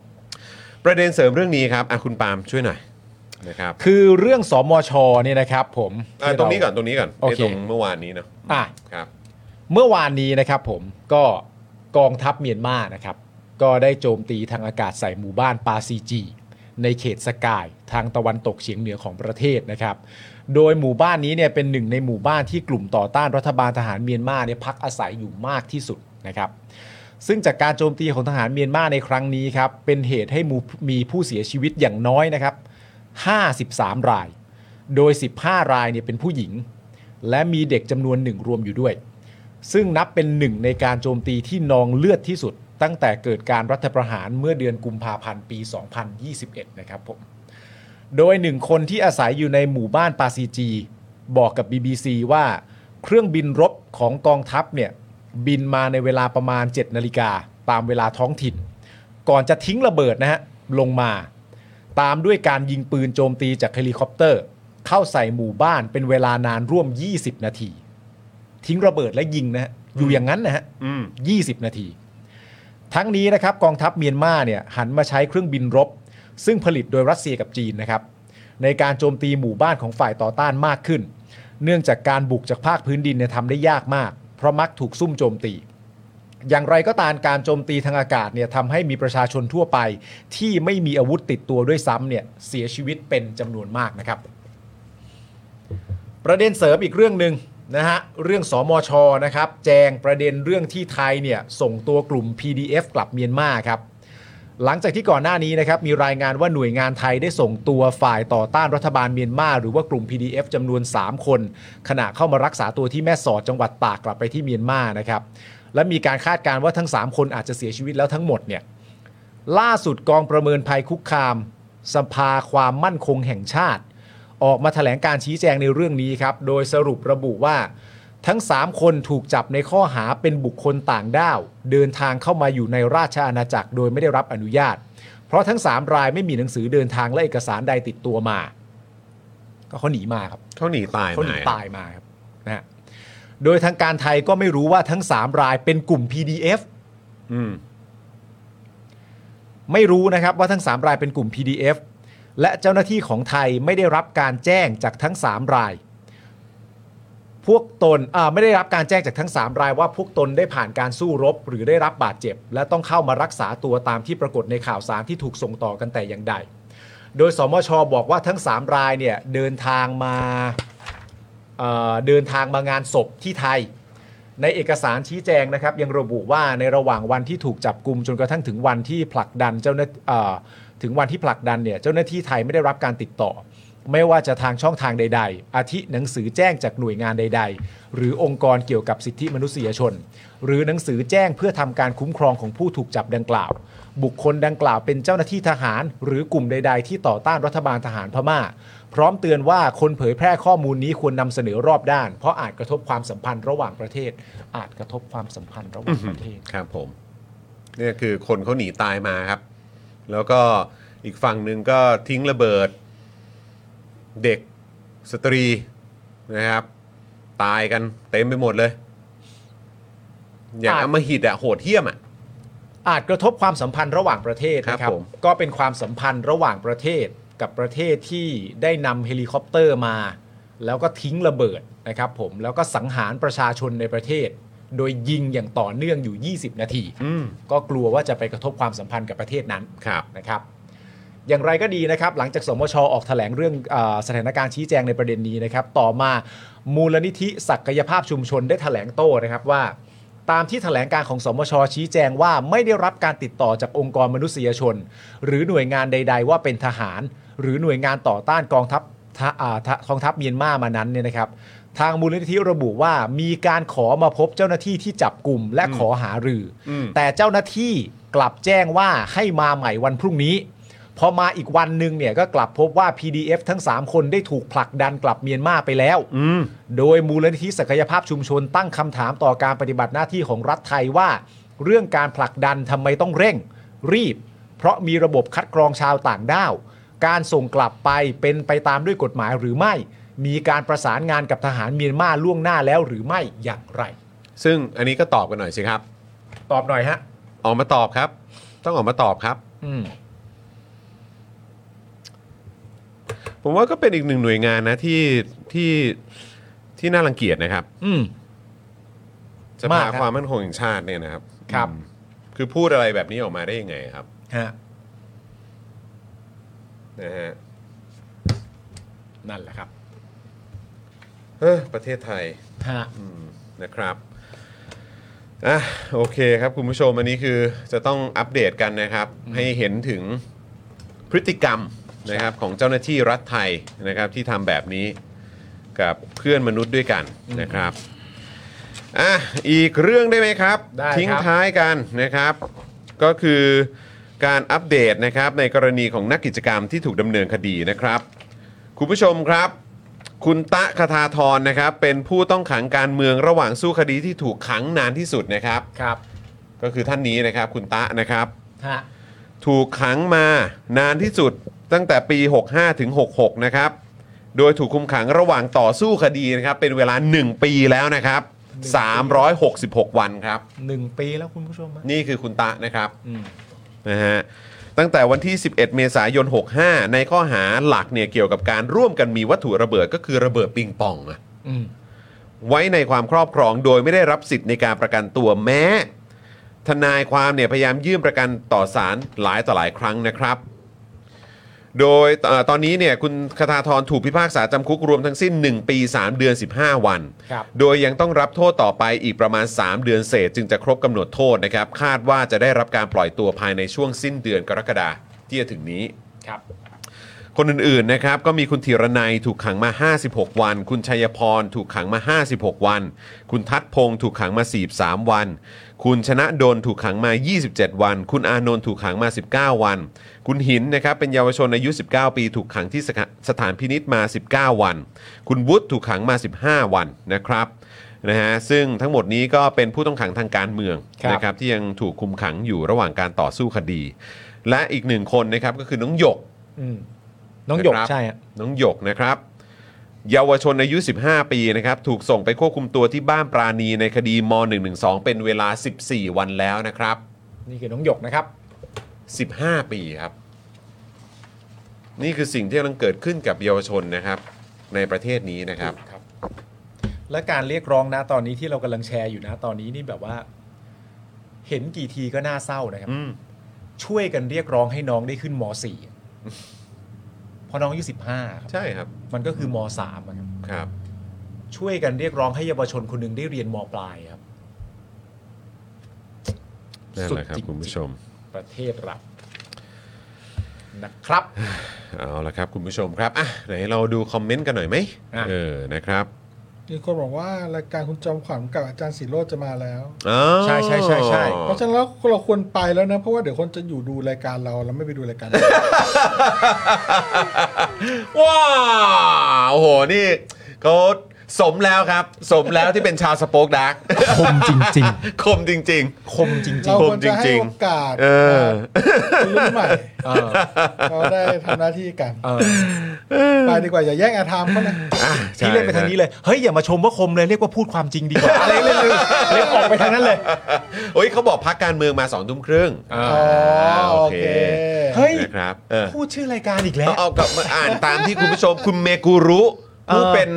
ประเด็นเสริมเรื่องนี้ครับอ่ะคุณปาล์มช่วยหน่อยนะครับ คือเรื่องสมชเนี่ยนะครับผม อ่ะ ที่ ตรงนี้ เา ก่อนตรงนี้ก่อน โอ ไอ้ เค ตรงเมื่อวานนี้เนาะ อ่ะ ครับ เมื่อวานนี้นะครับผมก็ กองทัพเมียนมานะครับ ก็ได้โจมตีทางอากาศใส่หมู่บ้านปาซีจี ในเขตสกายทางตะวันตกเฉียงเหนือของประเทศนะครับ โดยหมู่บ้านนี้เนี่ยเป็นหนึ่งในหมู่บ้านที่กลุ่มต่อต้านรัฐบาลทหารเมียนมาเนี่ยพักอาศัยอยู่มากที่สุดนะครับ ซึ่งจากการโจมตีของทหารเมียนมาในครั้งนี้ครับเป็นเหตุให้มูมีผู้เสียชีวิตอย่างน้อยนะครับ 53 ราย โดย 15 รายเนี่ยเป็นผู้หญิง และมีเด็กจำนวนหนึ่งรวมอยู่ด้วย ซึ่งนับเป็นหนึ่งในการโจมตีที่นองเลือดที่สุด ตั้งแต่เกิดการรัฐประหารเมื่อเดือนกุมภาพันธ์ปี 2021 นะครับผม โดยหนึ่งคนที่อาศัยอยู่ในหมู่บ้านปาซีจี บอกกับ BBC ว่าเครื่องบินรบของกองทัพเนี่ย บินมาในเวลาประมาณ 7 นาฬิกา ตามเวลาท้องถิ่น ก่อนจะทิ้งระเบิดนะฮะ ลงมา ตามด้วยการยิงปืนโจมตีจากเฮลิคอปเตอร์ เข้าใส่หมู่บ้านเป็นเวลานานร่วม 20 นาที ทิ้งระเบิดและยิงนะฮะอยู่อย่างนั้นนะฮะยี่สิบนาที ทั้งนี้นะครับกองทัพเมียนมาเนี่ยหันมาใช้เครื่องบินรบ ซึ่งผลิตโดยรัสเซียกับจีนนะครับ ในการโจมตีหมู่บ้านของฝ่ายต่อต้านมากขึ้น เนื่องจากการบุกจากภาคพื้นดินเนี่ยทำได้ยากมาก เพราะมักถูกซุ่มโจมตี อย่างไรก็ตามการโจมตีทางอากาศเนี่ยทำให้มีประชาชนทั่วไป ที่ไม่มีอาวุธติดตัวด้วยซ้ำเนี่ยเสียชีวิตเป็นจำนวนมากนะครับ ประเด็นเสริมอีกเรื่องหนึ่งนะฮะเรื่องสอมอชอนะครับ แจงประเด็นเรื่องที่ไทยเนี่ยส่งตัวกลุ่ม PDF กลับเมียนมาครับ หลังจากที่ก่อนหน้านี้นะครับมีรายงานว่าหน่วยงานไทยได้ส่งตัวฝ่ายต่อต้านรัฐบาลเมียนมาหรือว่ากลุ่ม PDF จำนวน 3 คน ขณะเข้ามารักษาตัวที่แม่สอดจังหวัดตากกลับไปที่เมียนมานะครับ และมีการคาดการณ์ว่าทั้ง 3 คนอาจจะเสียชีวิตแล้วทั้งหมดเนี่ยล่าสุดกองประเมินภัยคุกคาม สภาความมั่นคงแห่งชาติ ออกมาแถลงการชี้แจงในเรื่องนี้ครับ โดยสรุประบุว่า ทั้ง 3 คนถูกจับในข้อหาเป็นบุคคลต่างด้าว เดินทางเข้ามาอยู่ในราชอาณาจักรโดยไม่ได้รับอนุญาต เพราะทั้ง 3 รายไม่มีหนังสือเดินทางและเอกสารใดติดตัวมา ก็เขาหนีมาครับ เขาหนีตาย เขาหนี มา ตายมาครับนะฮะโดยทางการไทยก็ไม่รู้ว่าทั้ง 3 รายเป็นกลุ่ม PDF อืม ไม่รู้นะครับว่าทั้ง 3 รายเป็นกลุ่ม PDF และเจ้าหน้าที่ของไทยไม่ได้รับการแจ้งจากทั้ง 3 ราย พวกตนอ่าไม่ได้รับการแจ้งจากทั้ง 3 รายว่าพวกตนได้ผ่านการสู้รบ หรือได้รับบาดเจ็บ และต้องเข้ามารักษาตัวตามที่ปรากฏในข่าวสารที่ถูกส่งต่อกันแต่อย่างใด โดยสมชบอกว่าทั้ง 3 รายเนี่ยเดินทางมาเอ่อเดินทางมางานศพที่ไทย ในเอกสารชี้แจงนะครับ ยังระบุว่าในระหว่างวันที่ถูกจับกลุ่มจนกระทั่งถึงวันที่ผลักดันเจ้าหน้าเอ่อถึงวันที่ผลักดันเนี่ยเจ้าหน้าที่ไทยไม่ได้รับการติดต่อ ไม่ว่าจะทางช่องทางใด ๆ อาทิหนังสือแจ้งจากหน่วยงานใด ๆ หรือองค์กรเกี่ยวกับสิทธิมนุษยชน หรือหนังสือแจ้งเพื่อทำการคุ้มครองของผู้ถูกจับดังกล่าว บุคคลดังกล่าวเป็นเจ้าหน้าที่ทหาร หรือกลุ่มใด ๆ ที่ต่อต้านรัฐบาลทหารพม่า พร้อมเตือนว่าคนเผยแพร่ข้อมูลนี้ควรนำเสนอรอบด้าน เพราะอาจกระทบความสัมพันธ์ระหว่างประเทศ อาจกระทบความสัมพันธ์ระหว่างประเทศ ครับผมเนี่ยคือคนเขาหนีตายมาครับ แล้วก็อีกฝั่งหนึ่งก็ทิ้งระเบิด เด็กสตรีนะครับ ตายกันเต็มไปหมดเลย อย่าง อ่ะ อำมหิตอะโหดเหี้ยมอะ อาจกระทบความสัมพันธ์ระหว่างประเทศนะค ครั รับบ ผม ก็เป็นความสัมพันธ์ระหว่างประเทศกับประเทศที่ได้นำเฮลิคอปเตอร์มา แล้วก็ทิ้งระเบิดนะครับผมแล้วก็สังหารประชาชนในประเทศ โดยยิงอย่างต่อเนื่องอยู่ 20 นาที อืม ก็กลัวว่าจะไปกระทบความสัมพันธ์กับประเทศนั้น ครับ นะครับ อย่างไรก็ดีนะครับ หลังจากสมชออกแถลงเรื่องเออสถานการณ์ชี้แจงในประเด็นนี้นะครับ ต่อมามูลนิธิศักยภาพชุมชนได้แถลงโต้นะครับว่า ตามที่แถลงการของสมชชี้แจงว่าไม่ได้รับการติดต่อจากองค์กรมนุษยชน หรือหน่วยงานใด ๆ ว่าเป็นทหาร หรือหน่วยงานต่อต้านกองทัพทะอ่าทะกองทัพเมียนมามานั้นเนี่ยนะครับ ทางมูลนิธิระบุว่ามีการขอมาพบเจ้าหน้าที่ที่จับกลุ่มและขอหารือ อืม แต่เจ้าหน้าที่กลับแจ้งว่าให้มาใหม่วันพรุ่งนี้ พอมาอีกวันหนึ่งเนี่ยก็กลับพบว่า PDF ทั้ง 3 คนได้ถูกผลักดันกลับเมียนมาไปแล้ว โดยมูลนิธิศักยภาพชุมชนตั้งคำถามต่อการปฏิบัติหน้าที่ของรัฐไทยว่า เรื่องการผลักดันทำไมต้องเร่ง รีบ เพราะมีระบบคัดกรองชาวต่างด้าว การส่งกลับไปเป็นไปตามด้วยกฎหมายหรือไม่ มีการประสานงานกับทหารเมียนมาล่วงหน้าแล้วหรือไม่อย่างไร ซึ่งอันนี้ก็ตอบกันหน่อยสิครับ ตอบหน่อยฮะ ออกมาตอบครับ ต้องออกมาตอบครับ อืม ผมว่าก็เป็นอีกหนึ่งหน่วยงานนะที่ที่ที่น่ารังเกียจนะครับ อืม ส มา ภาก ครับ ความมั่นคงแห่งชาติเนี่ยนะครับ ครับ อืมคือพูดอะไรแบบนี้ออกมาได้ยังไงครับ ฮะ นะฮะ นั่นแหละครับ เอ้อประเทศไทย ฮะ นะครับอ่ะโอเคครับคุณผู้ชมอันนี้คือจะต้องอัปเดตกันนะครับ ให้เห็นถึงพฤติกรรมนะครับของเจ้าหน้าที่รัฐไทยนะครับที่ทำแบบนี้กับเพื่อนมนุษย์ด้วยกันนะครับอ่ะอีกเรื่องได้ไหมครับ ได้ครับ ทิ้งท้ายกันนะครับ ก็คือการอัปเดตนะครับในกรณีของนักกิจกรรมที่ถูกดำเนินคดีนะครับ คุณผู้ชมครับ คุณตะคทาธรนะครับ เป็นผู้ต้องขังการเมืองระหว่างสู้คดีที่ถูกขังนานที่สุดนะครับ ครับ ก็คือท่านนี้นะครับ คุณตะนะครับ ฮะ ถูกขังมานานที่สุดตั้งแต่ปี 65ถึง66 นะครับ โดยถูกคุมขังระหว่างต่อสู้คดีนะครับ เป็นเวลา 1 ปีแล้วนะครับ 366 วันครับ หนึ่งปีแล้วคุณผู้ชมฮะ นี่คือคุณตะนะครับ อืม นะฮะตั้งแต่วันที่ 11 เมษายน 65 ในข้อหาหลักเนี่ยเกี่ยวกับการร่วมกันมีวัตถุระเบิดก็คือระเบิดปิงปองอะ อืม ไว้ในความครอบครองโดยไม่ได้รับสิทธิ์ในการประกันตัวแม้ ทนายความเนี่ยพยายามยื่นประกันต่อศาลหลายต่อหลายครั้งนะครับ โดยเอ่อตอนนี้เนี่ยคุณคทาธรถูกพิพากษาจำคุกรวมทั้งสิ้น 1 ปี 3 เดือน 15 วัน ครับ โดยยังต้องรับโทษต่อไปอีกประมาณ 3 เดือนเศษ จึงจะครบกำหนดโทษนะครับ คาดว่าจะได้รับการปล่อยตัวภายในช่วงสิ้นเดือนกรกฎาที่จะถึงนี้ ครับ คนอื่นๆนะครับก็มีคุณธีรนัยถูกขังมา 56 วัน คุณชัยพรถูกขังมา 56 วัน คุณทัศพงศ์ถูกขังมา 43 วัน คุณชนะดลถูกขังมา 27 วัน คุณอานนท์ถูกขังมา 19 วัน คุณหินนะครับเป็นเยาวชนอายุ 19 ปีถูกขังที่สถาสถานพินิษมา 19 วัน คุณวุฒิถูกขังมา 15 วันนะครับนะฮะซึ่งทั้งหมดนี้ก็เป็นผู้ต้องขังทางการเมืองนะครับที่ยังถูกคุมขังอยู่ระหว่างการต่อสู้คดี และอีกหนึ่งคนนะครับก็คือน้องหยก อืมน้องหยก นะครับ ใช่ฮะ น้องหยกนะครับ เยาวชนอายุ 15 ปีนะครับ ถูกส่งไปควบคุมตัวที่บ้านปราณีในคดีม .112 เป็นเวลา 14 วันแล้วนะครับ นี่คือน้องหยกนะครับ 15 ปีครับ นี่คือสิ่งที่กำลังเกิดขึ้นกับเยาวชนนะครับ ในประเทศนี้นะครับ และการเรียกร้องนะตอนนี้ที่เรากำลังแชร์อยู่นะตอนนี้นี่แบบว่า เห็นกี่ทีก็น่าเศร้านะครับ อืม ช่วยกันเรียกร้องให้น้องได้ขึ้นมสี่อะเพอน้องอายุสิบห้าครับ ใช่ครับ มันก็คือมสามอะครับ ครับ ช่วยกันเรียกร้องให้เยาวชนคนหนึ่งได้เรียนมปลายครับ นั่น สุด แหละครับ จริงๆ คุณผู้ชม ประเทศเรานะครับ เอาละครับ คุณผู้ชมครับอ่ะไหนเราดูคอมเมนต์กันหน่อยไหม อ่ะ เออนะครับ มีคนบอกว่ารายการคุณจอมขวัญกับอาจารย์ศิโรจน์จะมาแล้ว อ๋อ ใช่ใช่ใช่ใช่ เพราะฉะนั้นแล้วเราควรไปแล้วนะ เพราะว่าเดี๋ยวคนจะอยู่ดูรายการเราแล้วไม่ไปดูรายการเรา ว้าวโอ้โห นี่เขาสมแล้วครับ สมแล้วที่เป็นชาวสป็อกดัก คมจริง คมจริง ๆ คมจริง เรา ผ ค ม วร จริงๆจะให้โอกาส เออ คน รุ่นใหม่ เออ เขาได้ทำหน้าที่กัน ๆเออ ไปดีกว่าอย่าแย่งอาธรรมเขานะ ๆอ่ะ ที่เล่นไปทางนี้เลยเฮ้ยอย่ามาชมว่าคมเลยเรียกว่าพูดความจริงดี กว่าอะไรเลยเรียกออกไปทางนั้นเลย โอ้ยเขาบอกพักการเมืองมาสองทุ่มครึ่ง อ๋ อ๋อโอเค เฮ้ย นะครับเออ พูดชื่อรายการอีกแล้ว เอาเอากลับมาอ่านตามที่คุณผู้ชมคุณเมกูรุผู้เป็น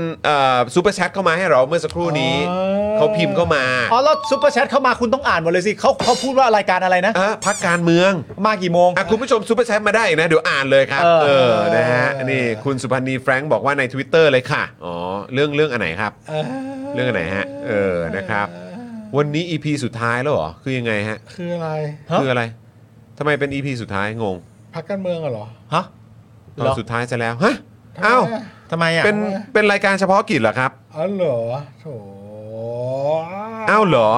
ซูเปอร์แชทเข้ามาให้เราเมื่อสักครู่นี้ อ๋อ เขาพิมพ์เข้ามา อ๋อแล้วซุปเปอร์แชทเข้ามาคุณต้องอ่านหมดเลยสิเขาเขาพูดว่ารายการอะไรนะ อ่ะพักการเมือง มากี่โมง อ่ะคุณผู้ชมซูเปอร์แชทมาได้อีกนะ เดี๋ยวอ่านเลยครับ เออ เออนะฮะนี่คุณสุพันธ์นีแฟรงค์บอกว่าใน Twitter เลยค่ะ อ๋อ เรื่องเรื่องอันไหนครับ เรื่องอันไหนฮะ เออนะครับ วันนี้ EP สุดท้ายแล้วเหรอ คือยังไงฮะ คืออะไร คืออะไรทำไมเป็น EP สุดท้ายงง พักการเมืองอะเหรอ ฮะ ตอนสุดท้ายจะแล้ว ฮะ ทำไม อ้าว อะ ทำไมอ่ะ เป็นเป็นรายการเฉพาะกิจเหรอครับ อ๋อเหรอโถ อ้าวเหรอ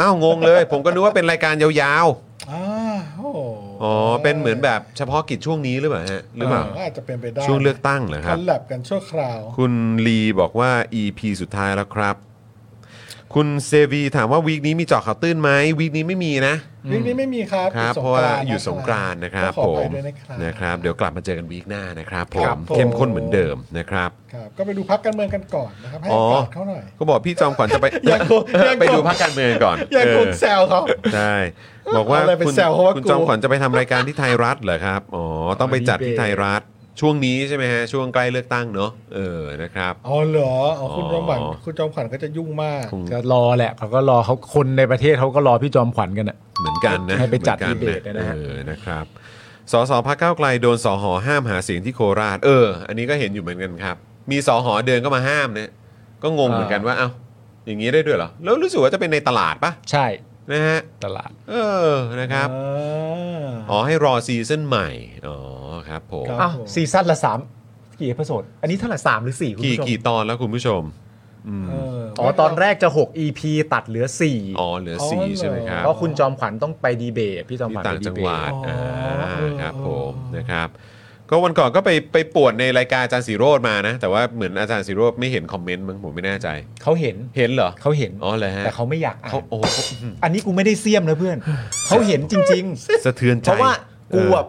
อ้าวงงเลย ผมก็นึกว่าเป็นรายการยาว อ้าวโอ้โห ๆ อ๋อ เป็นเหมือนแบบเฉพาะกิจช่วงนี้หรือเปล่าฮะ หรือเปล่า อาจจะเป็นไปได้ ช่วงเลือกตั้งเหรอค คั รับ นแลบกันชั่วคราว คุณลีบอกว่า EP สุดท้ายแล้วครับ คุณเซวีถามว่าวีคนี้มีเจาะข่าวตื้นไหมวีคนี้ไม่มีนะ วิ่งนี้ไม่มีครับ ครับ หยุด เพราะว่า ต์ อยู่สงกรานต์นะครับ ขอ ผ ไป ม ด้วยนะครับ นะครับ เดี๋ยวกลับมาเจอกันวีคหน้านะครับผ ครั ม บผม เข้มข้นเหมือนเดิมนะครับ ครับก็ไปดูพักการเมืองกันก่อนนะครับให้ อ๋ โอ อ กาสเขาหน่อย ก็บอกพี่จอมขวัญจะไป ยังคงยังคง ไปดูพักการเมืองก่อน อย่า เอ ค อง แซวเขา ใช่บอกว่า เอาอะไรไป คุณ แซวเขาว่า คุณ กู จอมขวัญจะไปทำรายการที่ไทยรัฐเหรอครับอ๋อต้องไปจัดที่ไทยรัฐ ช่วงนี้ใช่ไหมฮะ ช่วงใกล้เลือกตั้งเนอะเออนะครับ อ๋อเหรออ๋อคุณ อ๋อ จอมขวัญคุณจอมขวัญก็จะยุ่งมาก ก็รอแหละเขาก็รอเขาคนในประเทศเขาก็รอพี่จอมขวัญกันอ่ะ เหมือนกันนะ ให้ไปจัด หมือนกัน ดีเบตนะฮะ เออนะครับสสพักเก้าวไกลโดนสหห้ามหาเสียงที่โคราช เออ อันนี้ก็เห็นอยู่เหมือนกันครับ มีสหเดินก็มาห้ามเนี่ยก็งงเหมือนกันว่าเอ้าอย่างนี้ได้ด้วยเหรอ แล้วรู้สึกว่าจะเป็นในตลาดปะ ใช่ นะฮะ ตลาด เออนะครับ อ่า อ๋อให้รอซีซั่นใหม่ อ๋อครับผม ครับ อ้าวซีซั่นละสามกี่เอพิโซดอันนี้เท่าไหร่สามหรือสี่คุณ กี่ ผู้ชม กี่ตอนแล้วคุณผู้ชม เออ อ๋อตอนแรกจะ 6 EP ตัดเหลือสี่ อ๋อเหลือสี่ใช่ไหมครับ เพราะคุณจอมขวัญต้องไปดีเบตพี่จอมข ที่ วัญ ต่าง ไปดี จัง เบ ห ต วัดอ่าครับผมนะครับก็วันก่อนก็ไปไปปวดในรายการอาจารย์สีโรดมานะ แต่ว่าเหมือนอาจารย์สีโรดไม่เห็นคอมเมนต์มั้งผมไม่แน่ใจ เขาเห็น เห็นเหรอ เขาเห็น อ๋อเลยฮะ แต่เขาไม่อยากอ่า เขา น โอ้โห อันนี้กูไม่ได้เสียมนะเพื่ อนเขาเห็นจริง ๆ สะเทือนใจ เพราะว่ากูอะ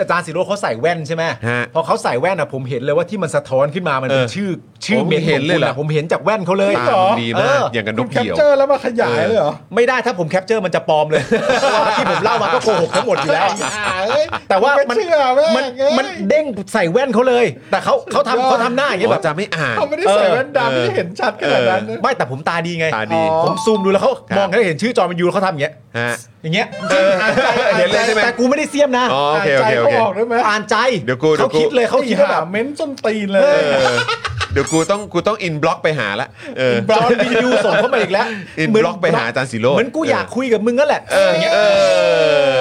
อาจารย์สิโรจน์เขาใส่แว่นใช่ไหม ฮะ พอเขาใส่แว่นอะผมเห็นเลยว่าที่มันสะท้อนขึ้นมามันเป็น เออ ชื่อชื่อ ผม เมน เห็ ข น อง เลย คุณ เหรอ อะผมเห็นจากแว่นเขาเลย ตามดี เอ มาก อ อย่างกันน คุณ ก แคป เขียว เจอร์แล้วมาขยายเลยเหรอ ไม่ได้ถ้าผมแคปเจอร์มันจะปลอมเลย ที่ผมเล่ามาก็โกหกทั้งหมดอยู่ แล้ว เอ้ย แต่ว่า คุณ มั ไม่ น เชื่อแม่ มัน งเอ้ย มันเด้งใส่แว่นเขาเลย แต่เขาเขาทำเขาทำหน้าอย่างเงี้ย อ๋อแบบ จะไม่อ่าน เขาไม่ได้ใส่แว่นดำที่เห็นชัดขนาดนั้นนะ ไม่แต่ผมตาดีไง ตาดี อ๋อผมซูมดูแล้วเขา ครับ มองแล้วเห็นชื่อจอมันยูแล้วเขาทำอย่างเงี้ย ฮะ อย่างเงี้ย เห็นเลยใช่ไหม แต่กูไม่ได้เสียมนะ อ๋อโอเคโอเคโอเค อ่านใจเขาออกด้วยไหม อ่านใจ เดี๋ยวกูเดี๋ย เขา วกู คิดเลยเขาคิดว่าแบบ เม้นส้นตีนเลย เออเดี๋ยวกูต้องกูต้องอินบล็อกไปหาละเออ จอห์นวินยูส่งเข้ามาอีกแล้ว Inbox เหมื ไปหาอาจารย์ศิโรจน์ เหมือนกูอยากคุยกับมึงนั่นแหละ เออเอ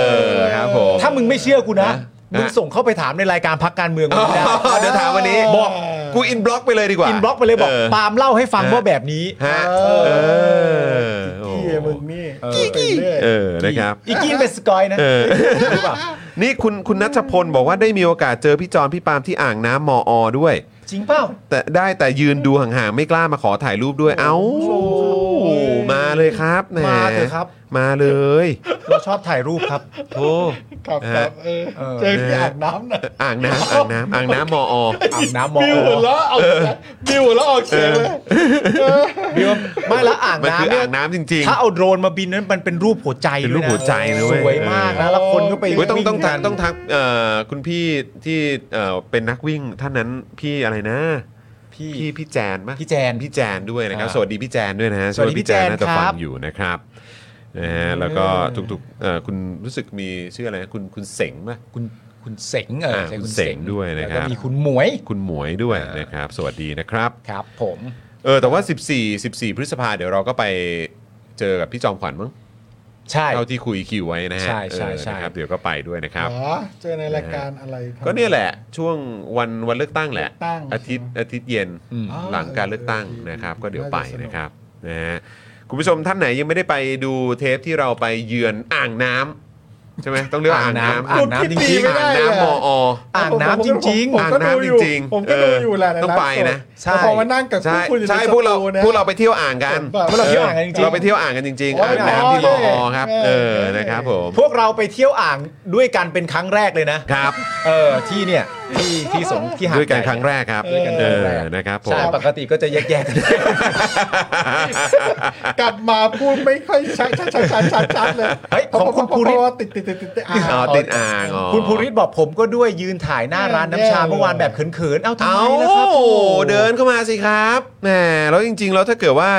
อครับผม ถ้ามึงไม่เชื่อกูนะ นะ มึงส่งเข้าไปถามในรายการพักการเมืองมึงได้ อ๋ อเดี๋ยวถามวันนี้ บอก กูอินบล็อกไปเลยดีกว่า อินบล็อกไปเลยบอก ปาล์มเล่าให้ฟัง ฮะ ว่าแบบนี้ ฮะ เออ เออ พี่ โอ้ มึงนี่ไปเรื่อย เออนะครับ อีกกินเป็นสกอยนะ เออ หรือเปล่า นี่คุณคุณนัชพลบอกว่าได้มีโอกาสเจอพี่จอนพี่ปาล์มที่อ่างน้ำมออด้วย จริงเปล่า แต่ได้แต่ยืนดูห่างๆ ไม่กล้ามาขอถ่ายรูปด้วยเอ้ามาเลยครับแหม มาเถอะครับ มาเลย เราชอบถ่ายรูปครับ โธ่ ครับครับเออเจอที่ นะ อาบน้ำหน่อย อ่างน้ำอ่างน้ำอ่างน้ำมออ อาบน้ำมอ บิวหัวเราะเอาบิวหัวเราะออกเสียงเลย บิวไม่ละอ่าง มันคือ น้ำเนี่ อ่าย งน้ำจริง ถ้าเอาโดรนมาบินนั้นมันเป็นรูปหัวใจ เป็น ด้ยะ รูปหัวใจนะเว้ย สวยมากนะแล้วคนก็ไป ๆเว้ยต้องต้องทั วิ่ ก น ต้องทักเอ่อคุณพี่ที่เอ่อเป็นนักวิ่งท่านนั้นพี่อะไรนะ พี่พี่แจนปะ พี่แจน พี่แจนด้วยนะครับ อ่า สวัสดีพี่แจนด้วยนะฮะ สวัสดีพี่แจน น่าจะ ครับ ฟังอยู่นะครับนะฮะแล้วก็ทุกๆเอ่อคุณรู้สึกมีชื่ออะไรนะคุณคุณเสงป่ะ คุณคุณเสงเออ อ่า ใช่ คุณเสงด้วยนะครับ แล้วก็มีคุณหมวย คุณหมวยด้วยนะครับ สวัสดีนะครับ ครับ ผม เออแต่ว่า 14 14 พฤษภาเดี๋ยวเราก็ไปเจอกับพี่จอมขวัญมั้ง ใช่ เท่าที่คุยคิวไว้นะฮะ ใช่ใช่ เออ ใช่ นะครับเดี๋ยวก็ไปด้วยนะครับ อ๋อ เจอในรายการอะไรครับ ก็เนี่ยแหละช่วงวันวันเลือกตั้งแหละ เลือกตั้ง อาทิตย์อาทิตย์เย็น อืม หลังการเลือกตั้ง เออ นะครับ ดี ก็เดี๋ยวไป น่าจะสนุก นะครับนะฮะคุณผู้ชมท่านไหนยังไม่ได้ไปดูเทปที่เราไปเยือนอ่างน้ำใช่ไหมต้องเรียกว่าอ่างน้ำ อ่างน้ำจ จุดที่ ริง ดี อ่าง ไม่ได้ น้ำม เลย ออ ๆอ่างน้ำจริง ผมก็ อ่างน้ำ ดูอยู่ จริงๆ ผมก็ดู เอออ อยู่แหละใน ต้อง ร้าน ไปนะ สด ใช่ แต่พอมานั่งกับ ใช่ คุณอยู่ใน ใช่ ส พวกเรา ตูนะ พวกเราไปเที่ยวอ่างกัน ผมแบบ พวกเราเที่ยวอ่างกันจริงๆ เราไปเที่ยวอ่างกันจริง โอ้ ๆ ย อ่างน้ำที่มออครับ เออ เออนะครับผม ๆ พวกเราไปเที่ยวอ่างด้วยกันเป็นครั้งแรกเลยนะครับ เออที่เนี่ยที่ที่สงที่หาด ด้วยกัน ใหญ่ ครั้งแรกครับ ด้วยกัน เอ ครั้งแรก อนะครับผม ใช่ปกติก็จะแยกๆกัน กลับมาพูดไม่ค่อยชัดชัดชัดชัดชัดชัดเลย เฮ้ยของคุณภูริ ติดติดติดติดติดอ่า อ๋อติดอ่างอ๋อ คุณภูริศบอกผมก็ด้วยยืนถ่ายหน้าร้านน้ำชาเมื่อวานแบบเขินๆ เอ้าทำ เอา ไมนะครับโอ้ เดินเข้ามาสิครับแหมแล้วจริงๆ แล้วถ้าเกิดว่า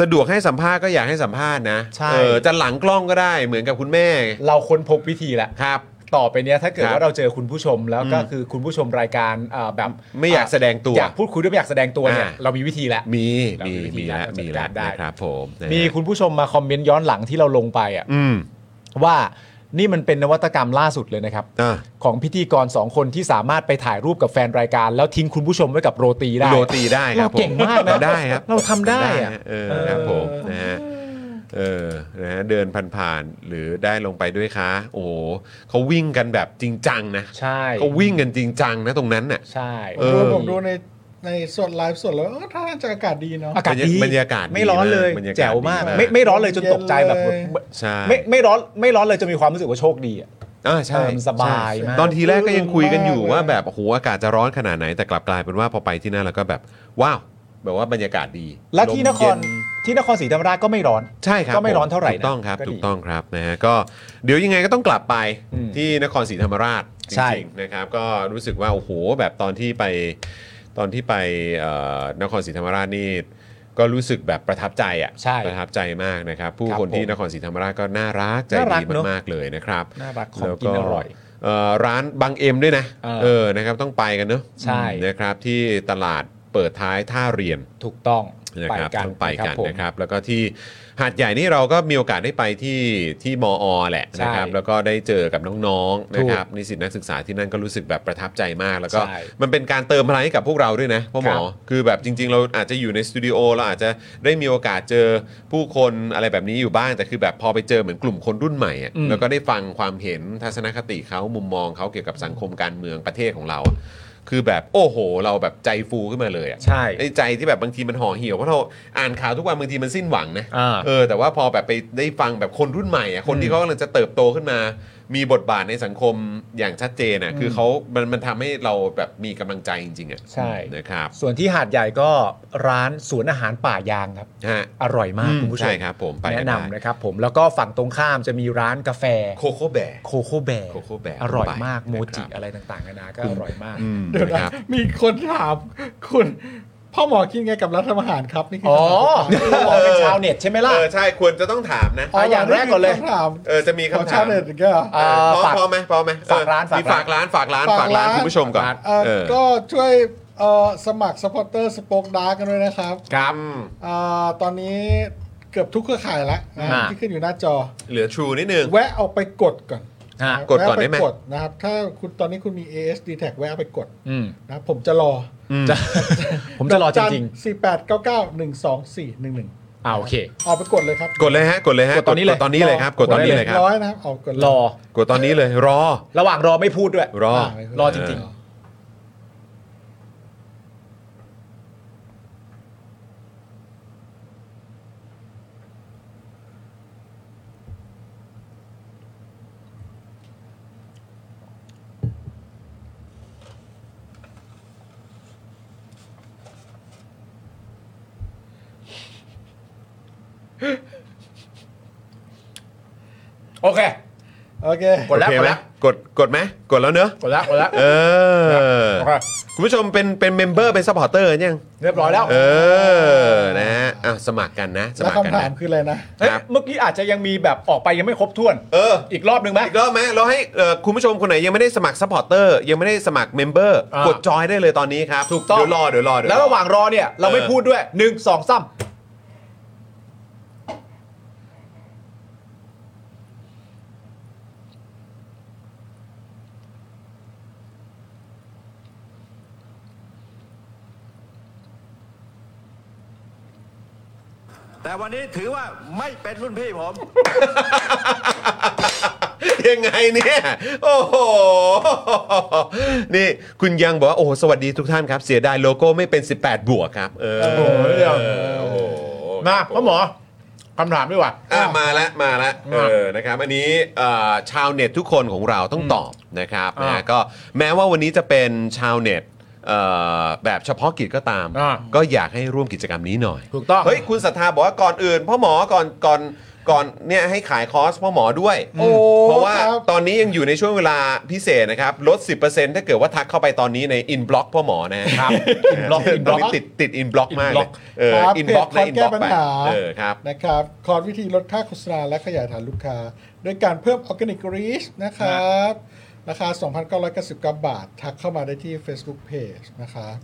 สะดวกให้สัมภาษณ์ก็อยากให้สัมภาษณ์นะ ใช่ เออจะหลังกล้องก็ได้เหมือนกับคุณแม่ เราค้นพบวิธีแล้ว ครับ ต่อไปเนี้ยถ้าเกิด ครับ ว่าเราเจอคุณผู้ชมแล้วก็ อืม คือคุณผู้ชมรายการเอ่อแบบ ไม่อยากแสดงตัว อยากพูดคุยด้วยไม่อยากแสดงตัวเนี่ย อ่า เรามีวิธีแล้ว มี เรามี มี วิธี มีแล้ว การ มีแล้ว จัดการได้ นะครับผมนะฮะ มีคุณผู้ชมมาคอมเมนต์ย้อนหลังที่เราลงไปอ่ะ อืม ว่านี่มันเป็นนวัตกรรมล่าสุดเลยนะครับ อ่ะ ของพิธีกรสองคนที่สามารถไปถ่ายรูปกับแฟนรายการ แล้วทิ้งคุณผู้ชมไว้กับโรตีได้ โรตีได้ครับ เราเก่งมากนะ เราได้ครับ เราทำได้อะ เออครับผมนะฮะเออนะฮะเดินผ่านๆหรือได้ลงไปด้วยค้าโอ้โหเขาวิ่งกันแบบจริงจังนะ ใช่ เขาวิ่งกันจริงจังนะตรงนั้นน่ะ ใช่ เออ ดูผมดูในในสดไลฟ์สดแล้วเออท่าทางจะอากาศดีเนาะ อากาศดี บรรยากาศดี ไม่ร้อนเลย มากบรรยากาศ แจ๋วมาก ดีมาก ไม่ไม่ร้อนเลยจนตกใจแบบ เย็นเลย ใช่ ไม่ไม่ร้อนไม่ร้อนเลยจะมีความรู้สึกว่าโชคดีอะ อ่าใช่ เออมันสบายมาก ตอนทีแรกก็ยังคุยกันอยู่ มากเลย ว่าแบบโอ้โหอากาศจะร้อนขนาดไหนแต่กลับกลายเป็นว่าพอไปที่นั่นแล้วก็แบบ ว้าว แบบว่าบรรยากาศดี และที่นคลรมเย็ ที่นครศรีธรรมราชก็ไม่ร้อน ใช่ครับ ก็ไม่ร้อนเท่าไหร่ ถูกต้องครับ นะก็ดี ถูกต้องครับนะฮะก็เดี๋ยวยังไงก็ต้องกลับไป อืม ที่นครศรีธรรมราช จ ใช่ ริงๆนะครับก็รู้สึกว่าโอ้โหแบบตอนที่ไปตอนที่ไปเอ่อนครศรีธรรมราชนี่ก็รู้สึกแบบประทับใจอ่ะ ใช่ ประทับใจมากนะครับ ผู้ ครับ คนที่ ผม นครศรีธรรมราชก็น่ารักใจ น่ารั ดี กเนอะ มากๆเลยนะครับ น่ารักของ แล้ว กินอร่อย เอ่อร้านบางเอ็มด้วยนะ เออ เออนะครับต้องไปกันเนอะ ใช่ นะครับที่ตลาดเปิดท้ายท่าเรียน ถูกต้อง นะครับต้องไปกัน ผม นะครับ แล้วก็ที่หาดใหญ่นี่เราก็มีโอกาสได้ไปที่ที่มอ แหละนะครับ ใช่ แล้วก็ได้เจอกับน้องๆนะครับ ถูก นิสิตนักศึกษาที่นั่นก็รู้สึกแบบประทับใจมาก แล้วก็ ใช่ มันเป็นการเติมพลังให้กับพวกเราด้วยนะพ่อหมอ ครับ คือแบบจริง ๆ เราอาจจะอยู่ในสตูดิโอเราอาจจะได้มีโอกาสเจอผู้คนอะไรแบบนี้อยู่บ้างแต่คือแบบพอไปเจอเหมือนกลุ่มคนรุ่นใหม่อะ อืม แล้วก็ได้ฟังความเห็นทัศนคติเขามุมมองเขาเกี่ยวกับสังคมการเมืองประเทศของเราอะคือแบบโอ้โห เราแบบใจฟูขึ้นมาเลยอะ ใช่ ไอ้ใจที่แบบบางทีมันห่อเหี่ยวเพราะเราอ่านข่าวทุกวันบางทีมันสิ้นหวังนะ อ่า เออแต่ว่าพอแบบไปได้ฟังแบบคนรุ่นใหม่อะคนที่เขากำลังจะเติบโตขึ้นมา มีบทบาทในสังคมอย่างชัดเจนอ่ะคือเขามันมันทำให้เราแบบมีกำลังใจจริงๆอ่ะ ใช่ นะครับ ส่วนที่หาดใหญ่ก็ร้านสวนอาหารป่ายางครับ ฮะ อร่อยมากคุณผู้ชม ใช่ครับผมไป แนะ ได้ นำนะครับผมแล้วก็ฝั่งตรงข้ามจะมีร้านกาแฟ โคโค่แบร์ โคโค่แบร์ Coco Bear อร่อยมาก ไป โมจิ นะครับ อะไรต่างๆนานาก็อร่อยมาก เดี๋ยว นะ นะครับ มีคนถามคุณ พ่อหมอคิดไงกับรัฐประหารครับนี่คื อ๋อ คำถาม เขาบอกเป็นชาวเน็ตใช่ไหมล่ะ เออใช่ควรจะต้องถามนะ อ๋ออย่างแรกก่อนเลย คำถาม เออจะมี ของ คำ ชา ถาว ม เน็ตอีกแล้วเหรอ เออ เอ่อ พอ ฝาก พอไหมพอไหมเออ ฝากร้านฝากร้าน มีฝากร้านฝากร้านฝา ฝาก ก ร้า ร้าน น คุณผู้ชมก่อน เอ่อ เออ ก็ช่วยเอ่อสมัครสปอร์เตอร์สป d อ r ดากันด้วยนะครับ ครับ อ่าตอนนี้เกือบทุกเครือข่ายแล้วนะ อ่า ที่ขึ้นอยู่หน้าจอ เหลือ True นิดนึง แวะเอาไปกดก่อน ฮะ ะ กดก่อนได้ไหม แวะปกดนะครับ ถ้าคุณตอนนี้คุณมี ASD tag แวะเอาไปกด อืม นะครับผมจะรอ จะ ผมจะรอจริง สี่แปดเก้าเก้าหนึ่งสองสี่หนึ่งหนึ่ง ๆอ่าโอเค เอาไปกดเลยครับ กดเลยฮะกดเลยฮะ กดตอนนี้เลย ตอนนี้เลยครับกดตอนนี้เลยครับ ร้อยนะครับเอากดเลย รอ กดตอนนี้เลยรอ ระหว่างรอไม่พูดด้วย รอ รอจริง ๆ โอเค โอเค กดแล้ว โอเคไหมกดแล้ว กดกดไหมกดแล้วเนอะ กดแล้วกดแล้ว เออ โอเค คุณผู้ชมเป็นเป็นเมมเบอร์เป็นซัพพอร์เตอร์ยัง เรียบร้อยแล้ว เออนะฮะอ่ะสมัครกันนะ ส แล้ว มัครกัน คำถา นะ มคืออะไรนะ เอ้ย ครับ เมื่อกี้อาจจะยังมีแบบออกไปยังไม่ครบถ้วน เออ อีกรอบหนึ่งไหม อีกรอบไหมเราให้เอ่อคุณผู้ชมคนไหนยังไม่ได้สมัครซัพพอร์เตอร์ยังไม่ได้สมัครเมมเบอร์ อ่าก ก ดจอยได้เลยตอนนี้ครับ ถูกต้อง เดี๋ยวรอเดี๋ยวรอเดี๋ยว แล้วระหว่างรอเนี่ย เราไม่พูดด้วยหนึ่งสองซ้ แต่วันนี้ถือว่าไม่เป็นรุ่นพี่ผม ยังไงเนี่ยโอ้โห นี่คุณยังบอกว่าโอ้โหสวัสดีทุกท่านครับ เสียดายโลโก้ไม่เป็น 18 บวกครับ เออ ำโอ้ย เออโอ้โห มา พ่อหมอคำถามดีกว่า อ่ะมาละมาละเอ มา อนะครับอันนี้เอ่อชาวเน็ตทุกคนของเราต้องตอบนะครับ อ่าน นะก็แม้ว่าวันนี้จะเป็นชาวเน็ตเอ่อแบบเฉพาะกิจก็ตาม อ่า ก็อยากให้ร่วมกิจกรรมนี้หน่อย ถูกต้อง เฮ้ยคุณศรัทธาบอกว่าก่อนอื่นพ่อหมอก่อนก่อนก่อนเนี่ยให้ขายคอร์สพ่อหมอด้วย โอ้ เพราะว่า ครับ ตอนนี้ยังอยู่ในช่วงเวลาพิเศษนะครับลด 10%ถ้าเกิดว่าทักเข้าไปตอนนี้ในอินบล็อกพ่อหมอนะครับ inbox ตอนนี้ติดติดอินบล็อกมากเลย inbox เออ ครับ อินบล็อก เพในจอินบล็อก คอร์สแก้ปั ไป ญหา เออครับ นะครับคอร์สวิธีลดค่าโฆษณาและขยายฐานลูกค้าด้วยการเพิ่มออร์แกนิกรีชนะครับ ราคา 2,999 บาท ทักเข้ามาได้ที่ Facebook Page นะครับ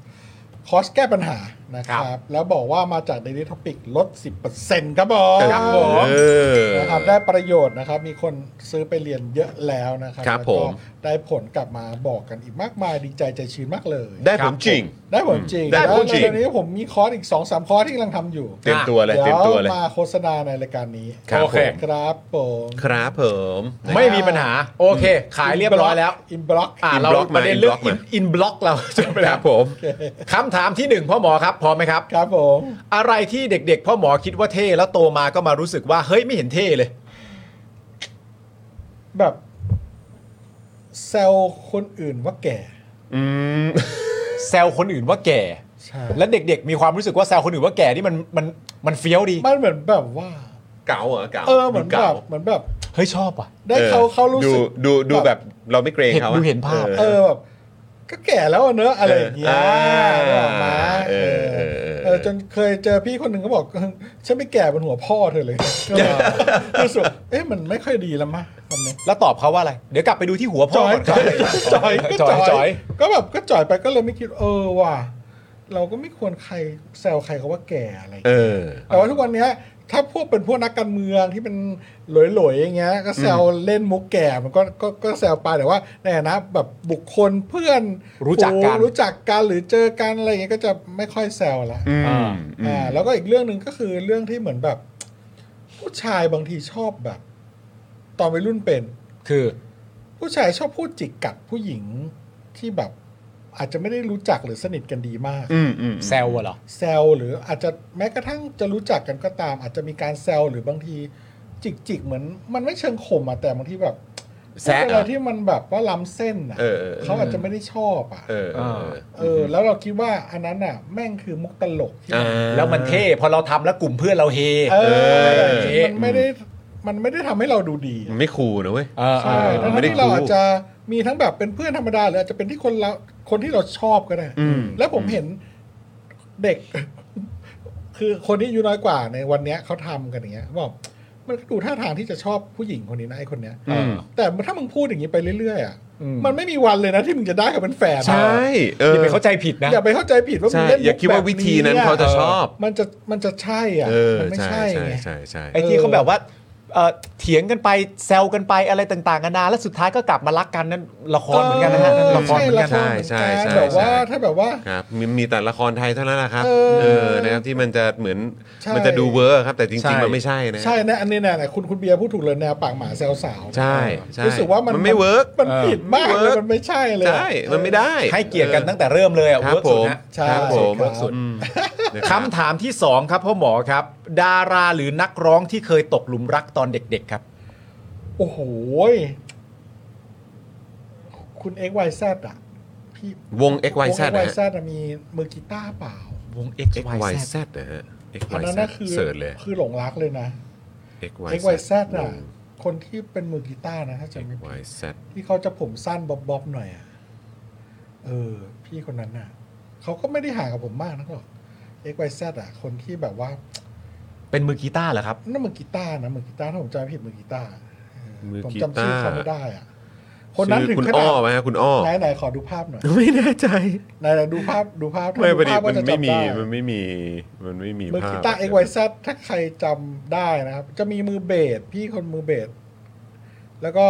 คอร์สแก้ปัญหานะค ครั รับ บ แล้วบอกว่ามาจาก Daily Topic ลด 10%ครับผม ครับผม นะครับได้ประโยชน์นะครับ มีคนซื้อไปเรียนเยอะแล้วนะครับ ครับ แล้วก็ ผม ได้ผลกลับมาบอกกันอีกมากมายดีใจใจชื้นมากเลย ได้ผมจริง ได้ผลจริง ได้ผลจริง แล้วตอนนี้ผมมีคอร์สอีก 2-3 คอร์สที่กำลังทำอยู่ เตรียมตัวเลยเตรี เดี๋ ย ย มตัวเลย วมาโฆษณาในรายการนี้ ครับ โอเค ผม ครับผม ครับผมนะ ไม่ ครับ มีปัญหา โอเค ขายเรียบร้อยแล้ว อินบล็อก อ่า inbox เราประเด็นเรื่อง มา อินบล็อกเราจบไป ค แล้ รั ว บผม คำถามที่หนึ่งพ่อหมอครับพร้อมไหมครับ ครับผม อะไรที่เด็กๆ พ่อหมอคิดว่าเท่แล้วโตมาก็มารู้สึกว่าเฮ้ยไม่เห็นเท่เลย แบบเซลคนอื่นว่าแก่ อืม แซวคนอื่นว่าแก่ ใช่ และเด็กๆ มีความรู้สึกว่าแซวคนอื่นว่าแก่นี่มันมันมันเฟี้ยวดี มันเหมือนแบบว่า เก๋าเหรอเก๋า เออเหมือน ดู แบ เก๋า บเหมือนแบบ ฮ้ยชอบอ่ะ ได้เขาเขารู้สึก ดูดูแบบเราไม่เกรงเขาอะ เห็นดูเห็นภาพ ออ เออแบบก็แก่แล้วอะเนอะอะไรอย่างเงี้ย เออ นึกออกมา เออเออเออเออ เออจนเคยเจอพี่คนหนึ่งเขาบอกฉันไม่แก่บนหัวพ่อเธอเลย รู้สึกเอ๊ะมันไม่ค่อยดีแล้วมั้ยตอนนี้ แล้วตอบเขาว่าอะไร เดี๋ยวกลับไปดูที่หัวพ่ จ อ อย ก่อน จอย ก็ จ จ อ อย ย จอย ก็แบบก็จอยไปก็เลยไม่คิดเออว่ะเราก็ไม่ควรใครแซวใครเขาว่าแก่อะไรอย่าง เอ เงี้ย อ แต่ว่าทุกวันเนี้ย ถ้าพวกเป็นพวกนักการเมืองที่เป็นหลอยๆอย่างเงี้ย ก็แซวเล่นมุกแก่มันก็ก็ก็แซวไปแต่ว่าในฐานะแบบบุคคลเพื่อน รู้จักกัน รู้จักกันหรือเจอกันอะไรอย่างเงี้ยก็จะไม่ค่อยแซวละ อืม อ่า อื อ่ามแล้วก็อีกเรื่องหนึ่งก็คือเรื่องที่เหมือนแบบ ผู้ชายบางทีชอบแบบ ตอนวัยรุ่นเป็น คือ ผู้ชายชอบพูดจิกกัดผู้หญิงที่แบบ อาจจะไม่ได้รู้จักหรือสนิทกันดีมาก อืมอืม แซวอะเหรอ แซวหรืออาจจะแม้กระทั่งจะรู้จักกันก็ตาม อาจจะมีการแซวหรือบางทีจิกจิกๆเหมือน มันไม่เชิงข่มอะแต่บางทีแบบ แซะ พูดอะไรที่มันแบบว่าล้ำเส้นอะ เออเออเออ เขาอาจจะไม่ได้ชอบอะ เออเออ เออแล้วเราคิดว่าอันนั้นน่ะ แม่งคือมุกตลกที่ อ่า แล้วมันเท่พอเราทำแล้วกลุ่มเพื่อนเราเฮ เออ เออ มันไม่ได้มันไม่ได้ทำให้เราดูดี มันไม่คูลนะเว้ย เออเอ ใช่ อ ทั้ง ไม่ได้ ที่เรา คูล อาจจะมีทั้งแบบเป็นเพื่อนธรรมดาหรืออาจจะเป็นที่คนเราคนที่เราชอบก็ได้ อืม แล้วผมเห็นเด็ก คือคนที่อายุน้อยกว่าในวันเนี้ยเขาทำกันอย่างเงี้ยบอกมันก็ดูท่าทางที่จะชอบผู้หญิงคนนี้นะไอ้คนเนี้ย อืม แต่ถ้ามึงพูดอย่างนี้ไปเรื่อยๆอ่ะมันไม่มีวันเลยนะที่มึงจะได้กับเป็นแฟนอะ ใช่เออ อย่าไปเข้าใจผิดนะ อย่าไปเข้าใจผิดว่ามึ ใช่ งเล่น อย่าคิดว่าวิธีนั้นเขาจะชอบ มันจะมันจะใช่อ่ะ เออ มัไม่ ใช่ ใช่ ใช่ ไง ใช่ใช่ ไอ้ที่เขาแบบว่าเอ่อเถียงกันไปแซวกันไปอะไรต่างๆกันานาแล้วสุดท้ายก็กลับมารักกันนั่นละครเหมือนกันนะฮะนั่นละคร ใช่ เหมือนกัน ละคร ใช่ใช่ใช่ แบบว่า ใช่ ถ้าแบบว่า ครับมีมีแต่ละครไทยเท่านั้นแหละครับ เออ เออนะครับที่มันจะเหมือน ใช่ มันจะดูเวอร์ครับแต่จริงๆมันไม่ใช่นะ ใช่นะอันนี้นะเนี่ยคุณคุณเบียร์พูดถูกเลยแนวปากหมาแซวสาว ใช่ใช่ รู้สึกว่ามัน ไม่เวิร์ก มันผิดมาก เออ เลยมันไม่ใช่เลย ใช่มันไม่ได้ ให้เกียรติกันตั้งแต่เริ่มเลยอ่ะ ครับ เวิร์ก ผ สุด ม นะ ใช่ ครับผม เวิร์กสุด อืม คำถามที่ 2 ครับพ่อหมอครับ ดาราหรือนักร้องที่เคยตกหลุมรักตอนเด็กๆครับ โอ้โหยคุณเอ็กไวแซดอ่ะพี่ วง XYZ ไว นะ แซ ฮะ ดมีมือกีตาร์เปล่าว ง XYZ นะฮะ อันนั้น XYZ น่ะคือ เสิร์ชเลย คือหลงรักเลยนะ XYZ เอ็กไวแซดอ่ะคนที่เป็นมือกีตาร์นะถ้าจำไม่ผิด XYZ ที่เขาจะผมสั้นบ๊อบบ๊อบหน่อยอะเออ พี่คนนั้นน่ะเขาก็ไม่ได้ห่างกับผมมากนักหรอกเอ็กไวแซดอะคนที่แบบว่า เป็นมือกีตาร์เหรอครับ นั่นมือกีตาร์นะมือกีตาร์ถ้าผมจำไม่ผิดมือกีตาร์เออ มือ ผม กี จำ ตา ชื่อ ร์ เขาไม่ได้อะคนนั้นถึง คุณ ข อ้ นา อ ด ไหมฮะคุณอ้อ ไหนไหนขอดูภาพหน่อย ไม่แน่ใจ ไหนไหนดูภาพดูภาพถ้า ไม่พอดี ภาพ มั ก็ น จะ ไม่ จำ มี ได้ มันไม่มีมันไม่มี มือ ภา กี พ ตาร์เอ็กไวแซดถ้าใครจำได้นะครับ จะมีมือเบสพี่คนมือเบสแล้วก็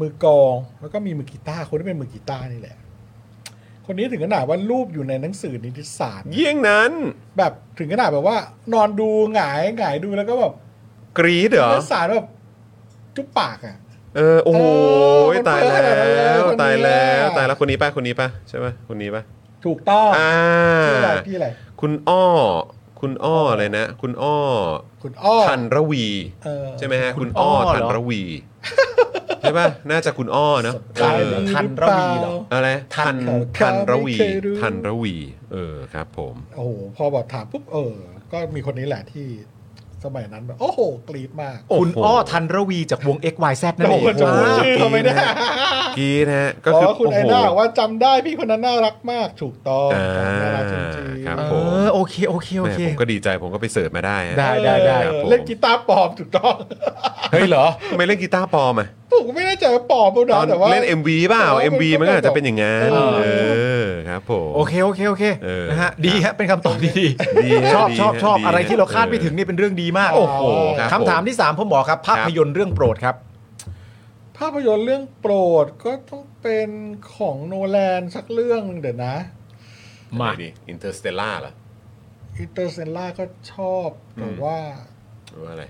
มือกลองแล้วก็มีมือกีตาร์คนที่เป็นมือกีตาร์นี่แหละ คนนี้ถึงขนาดว่ารูปอยู่ในหนังสือนิติศาสตร์ เยี่ยงนั้น แบบถึงขนาดแบบว่า นอนดูหงายหงายดูแล้วก็แบบ กรีดเหรอ นิติศาสตร์แบบจุ๊บปากอ่ะ เออโอ้โห เออมัน ตาย เพ้อข แล้ นาดนั้นเลยว คน ตายแล้ว เนี้ย ตายแล้วคนนี้ป่ะคนนี้ป่ะใช่ป่ะคนนี้ป่ะ ถูกต้อง อ่า ชื่ออะไรพี่อะไร คุณอ้อ คุณอ้ออะไรนะ คุณอ้อ คุณอ้อ ทันระวี เออ ใช่ไหมฮะ คุ คุณ ณอ้ อ้อ อ ทัน เหรอ ระวีใช่ป่ะน่าจะคุณอ้อเนาะ ใช่ เออ ทันระวีเหรอ อะไร ทั ทัน น ทันระวี ไม่เคยรู้ ทันระวี เออครับ ผม โอ้โหพอบอกถามปุ๊บเออ ก็มีคนนี้แหละที่สมัยนั้นแบบโอ้โห กรี๊ดมาก โอ้โห คุณอ้อทันระวีจากวง XYZ นั่นเอง โอ้โหจะพูดชื่อเขาไม่ได้ กรีดฮะก็คือ อคุณ โอ้ ไอ โห ด้าบอกว่าจำได้พี่คนนั้นน่ารักมากถูกต้อง อ่า น่ารักจริงๆ ครับ เออโอเคโอเคโอ แม่ เค ผมก็ดีใจผมก็ไปเสิร์ชมาได้ฮะ ได้ได้ได้ ครับผม เล่นกีตาร์ปลอมถูกต้อง เฮ้ยเหรอ ทำไมเล่นกีตาร์ปลอมอ่ะ ผมก็ไม่แน่ใจว่าปลอมเปล่า ตอ นะ น แต่ว่า เล่น MV เปล่า แต่ว่า MV มันก็อาจจะเป็นอย่างนั้น เออ เออครับผม โอเคโอเคโอเค เออ นะฮะดีฮะเป็นคำตอบที่ดี ดีฮะ ชอบ ดี ชอบ ฮะ ชอบ ดีฮะ อะไรที่เราคาดไม่ถึงนี่เป็นเรื่องดีมาก โอ้โหครับผม คำถามที่ 3พ่อหมอครับ ภาพยนตร์เรื่องโปรดครับ ภาพยนตร์เรื่องโปรดก็ต้องเป็นของโนแลนสักเรื่องหนึ่งเดี๋ยวนะ มา ไหนดิ Interstellar เหรอ อินเตอร์เซนล่าก็ชอบแต่ว่า หรือว่าอะไร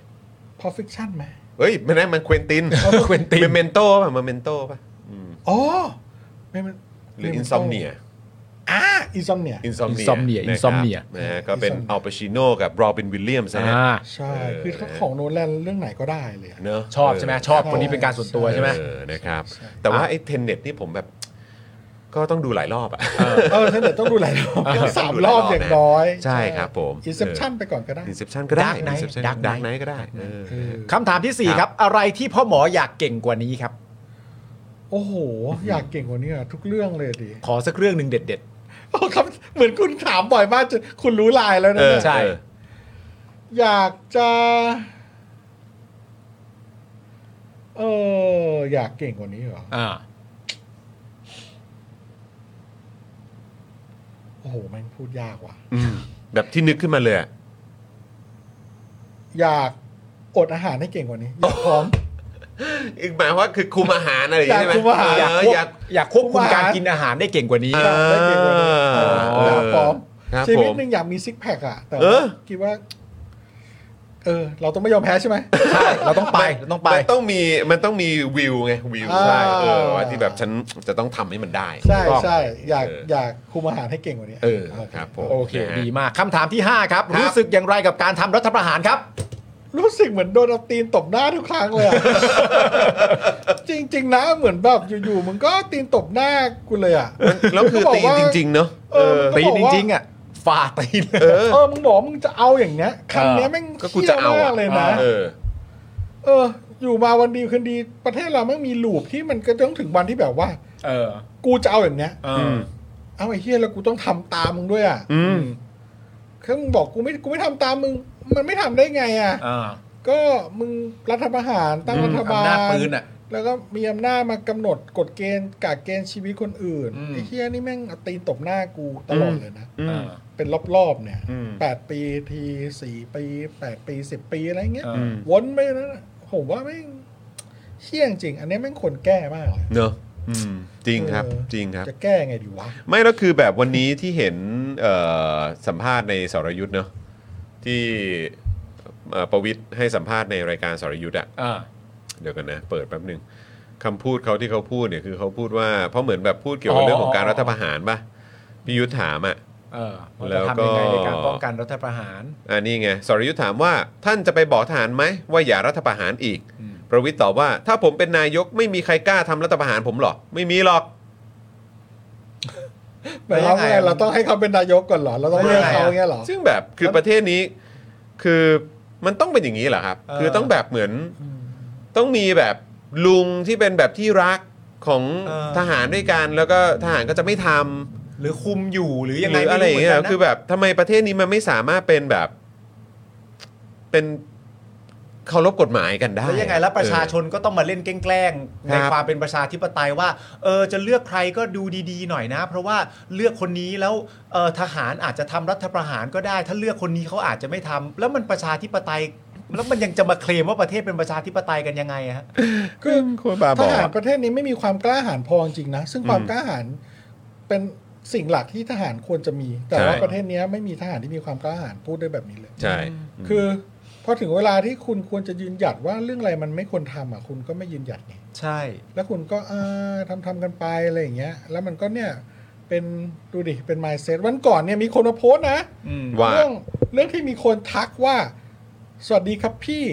พอฟิ c ชั่นไหม เฮ้ยไม่ได้มัน Quentin เควินติน Memento ป่ะ Memento ป่ะอืม อ๋อไม่มัน หรือ Insomnia อ่ะอินซอมเนีย Insomnia นะครับ Insomnia Insomnia นะฮะก็เป็น Insomnia อัลปาชิโนกับโรบินวิลเลียมส์นะฮะ อ่า ใช่ เออ คือถ้าของโนแลนเรื่องไหนก็ได้เลยอะ เนอะ ชอบใช่ไหมชอบคนนี้เป็นการส่วนตัวใช่ไหม เออนะครับ แต่ว่าไอ้เทนเน็ตนี่ผมแบบ ก็ต้องดูหลายรอบอะ เออฉันเดี๋ยวต้องดูหลายรอบ เออ สามรอบอย่างน้อย ใช่ครับผม อินเซปชั่นไปก่อนก็ได้ อินเซปชันก็ได้ Dark Knight Inception Dark Dark Knight Knight ก็ได้เออ คำถามที่สี่ ค ค รั รับ บ อะไรที่พ่อหมออยากเก่งกว่านี้ครับ โอ้โห อยากเก่งกว่านี้อะทุกเรื่องเลยดิ ขอสักเรื่องหนึ่งเด็ด โอ้ครับ เหมือนคุณถามบ่อยมากจนคุณรู้ลายแล้วนะ เออ เนี่ย ใช่ เออ อยากจะ เอออยากเก่งกว่านี้เหรอ ๆอ่า โอ้โหแม่งพูดยากว่ะ อืมแบบที่นึกขึ้นมาเลยอะ อยากอดอาหารให้เก่งกว่านี้อยากพร้อม อีกหมายว่าคือคุมอาหารอะไรอย่างเงี้ย อยากคุ ใช่ มไหอาม หาร เออ อ อยาย าก กอยากควบคุมการกินอาหารได้เก่งกว่านี้ เออ ได้เก่งกว่านี้ เออ อยากพร้อม ครับ ชีวิต ผม หนึ่งอยากมีซิกแพคอะแต่ เอ ว่า อ คิดว่า เออ เราต้องไม่ยอมแพ้ใช่ไหม ใช่ เราต้องไปเราต้องไป มันต้องมีมันต้องมีวิวไงวิว อ่า ใช่เออว่าที่แบบฉันจะต้องทำให้มันได้ ใช่ ถูกต้อง ใช่อยาก เออ อ อ ยากคุมอาหารให้เก่งกว่านี้ เออครับผม โอเค นะฮะ ดีมากคำถามที่ 5 ครับ ครับ รู้สึกอย่างไรกับการทำรัฐประหารครับ รู้สึกเหมือนโดนเอาตีนตบหน้าทุกครั้ง เลยอะ จริง ๆ นะเหมือนแบบอยู่ๆมึงก็ตีนตบหน้ากูเลยอะ แล้วคือตีนจริง ๆ เนอะ เออ ก็ ตี บก จ ว่า ริงๆอ่ะฝ่าตีน เออ เออมึงบอกว่ามึงจะเอาอย่างเนี้ยคำเนี้ยแม่ง ก็กูจะเอา หี้ย อะ มากเลยนะ เออ เออ อยู่มาวันดีคืนดีประเทศเราไม่งมีลูปที่มันก็ต้องถึงวันที่แบบว่า เออ กูจะเอาอย่างเนี้ย เออ เอาไอ้เฮียแล้วกูต้องทำตามมึงด้วยอ่ะ อืม คือมึงบอกกูไม่กูไม่ทำตามมึง มันไม่ทำได้ไงอ่ะ เออ ก็มึงรัฐประหารตั้ง อืม รัฐบาล อำนาจปืนอะ แล้วก็มีอำนาจมากำหนดกฎเกณฑ์กาเกณฑ์ชีวิตคนอื่น อืม ไอ้เฮียนี่แม่งเอาตีนตบหน้ากูตลอดเลยนะ เออ เป็นรอบๆเนี่ย อืม แปดปีทีสี่ปีแปดปีสิบปีอะไรเงี้ย เออ วนไปแล้วนะผมว่าแม่งเชี่ยจริง อันเนี้ยแม่งควรแก้มากเลย เนอะอืมจริงครับ เออ จริงครับ จะแก้ไงดีวะ ไม่แล้วคือแบบวันนี้ที่เห็นเอ่อสัมภาษณ์ในสรยุทธ์เนอะที่เอ่อประวิทย์ให้สัมภาษณ์ในรายการสรยุทธ์อะ เออ เดี๋ยวกันนะ เปิดแป๊บหนึ่งคำพูดเขาที่เขาพูดเนี่ยคือเขาพูดว่าเพราะเหมือนแบบพูดเกี่ยวกับ อ๋อ เรื่องของการรัฐประหารป่ะพี่ยุทธถามอ่ะ เออว่า แล้ จะ วก็ ทำยังไงในการป้องกันรัฐประหาร อันนี้ไงสรยุทธถามว่าท่านจะไปบอกทหารไหมว่าอย่ารัฐประหารอีก อืม ประวิทย์ตอบว่า ถ้าผมเป็นนายกไม่มีใครกล้าทำรัฐประหารผมหรอกไม่มีหรอก แต่เราไงเราต้องให้เขาเป็นนายกก่อนเหรอ เราต้องเลือกเขาเงี้ยเหรอ ซึ่งแบบคือประเทศนี้คือมันต้องเป็นอย่างนี้เหรอครับ เออ คือต้องแบบเหมือนต้องมีแบบลุงที่เป็นแบบที่รักของ เออ ทหารด้วยกัน แล้วก็ทหารก็จะไม่ทำ หรือคุมอยู่หรือยัง ห ไง รืออะไรอย่าง ม่ เงี้ย หมืนกันนะ คือแบบทำไมประเทศนี้มันไม่สามารถเป็นแบบ เป็นเคารพกฎหมายกันได้ แล้วยังไงแล้วประชาชนก็ต้องมาเล่นแกล้งคๆใน รับ ความเป็นประชาธิปไตยว่าเออจะเลือกใครก็ดูดีๆหน่อยนะ เพราะว่าเลือกคนนี้แล้วเออทหารอาจจะทำรัฐประหารก็ได้ ถ้าเลือกคนนี้เขาอาจจะไม่ทำแล้วมันประชาธิปไตย แล้วมันยังจะมาเคลมว่าประเทศเป็นประชาธิปไตยกันยังไงอะฮะ คือ คนบ้าบอ ทหารประเทศนี้ไม่มีความกล้าหาญพอจริงๆนะ ซึ่งความกล้าหาญเป็นสิ่งหลักที่ทหารควรจะมี แต่ว่า ใช่ ประเทศเนี้ยไม่มีทหารที่มีความกล้าหาญพูดได้แบบนี้เลย ใช่ คือพอถึงเวลาที่คุณควรจะยืนหยัดว่าเรื่องอะไรมันไม่ควรทำอ่ะคุณก็ไม่ยืนหยัดไง ใช่ แล้วคุณก็อ่าทำทำกันไปอะไรอย่างเงี้ย แล้วมันก็เนี่ยเป็นดูดิเป็น mindset วันก่อนเนี่ยมีคนมาโพสต์นะ อืม ว่า เรื่องเรื่องที่มีคนทักว่า สวัสดีครับพี่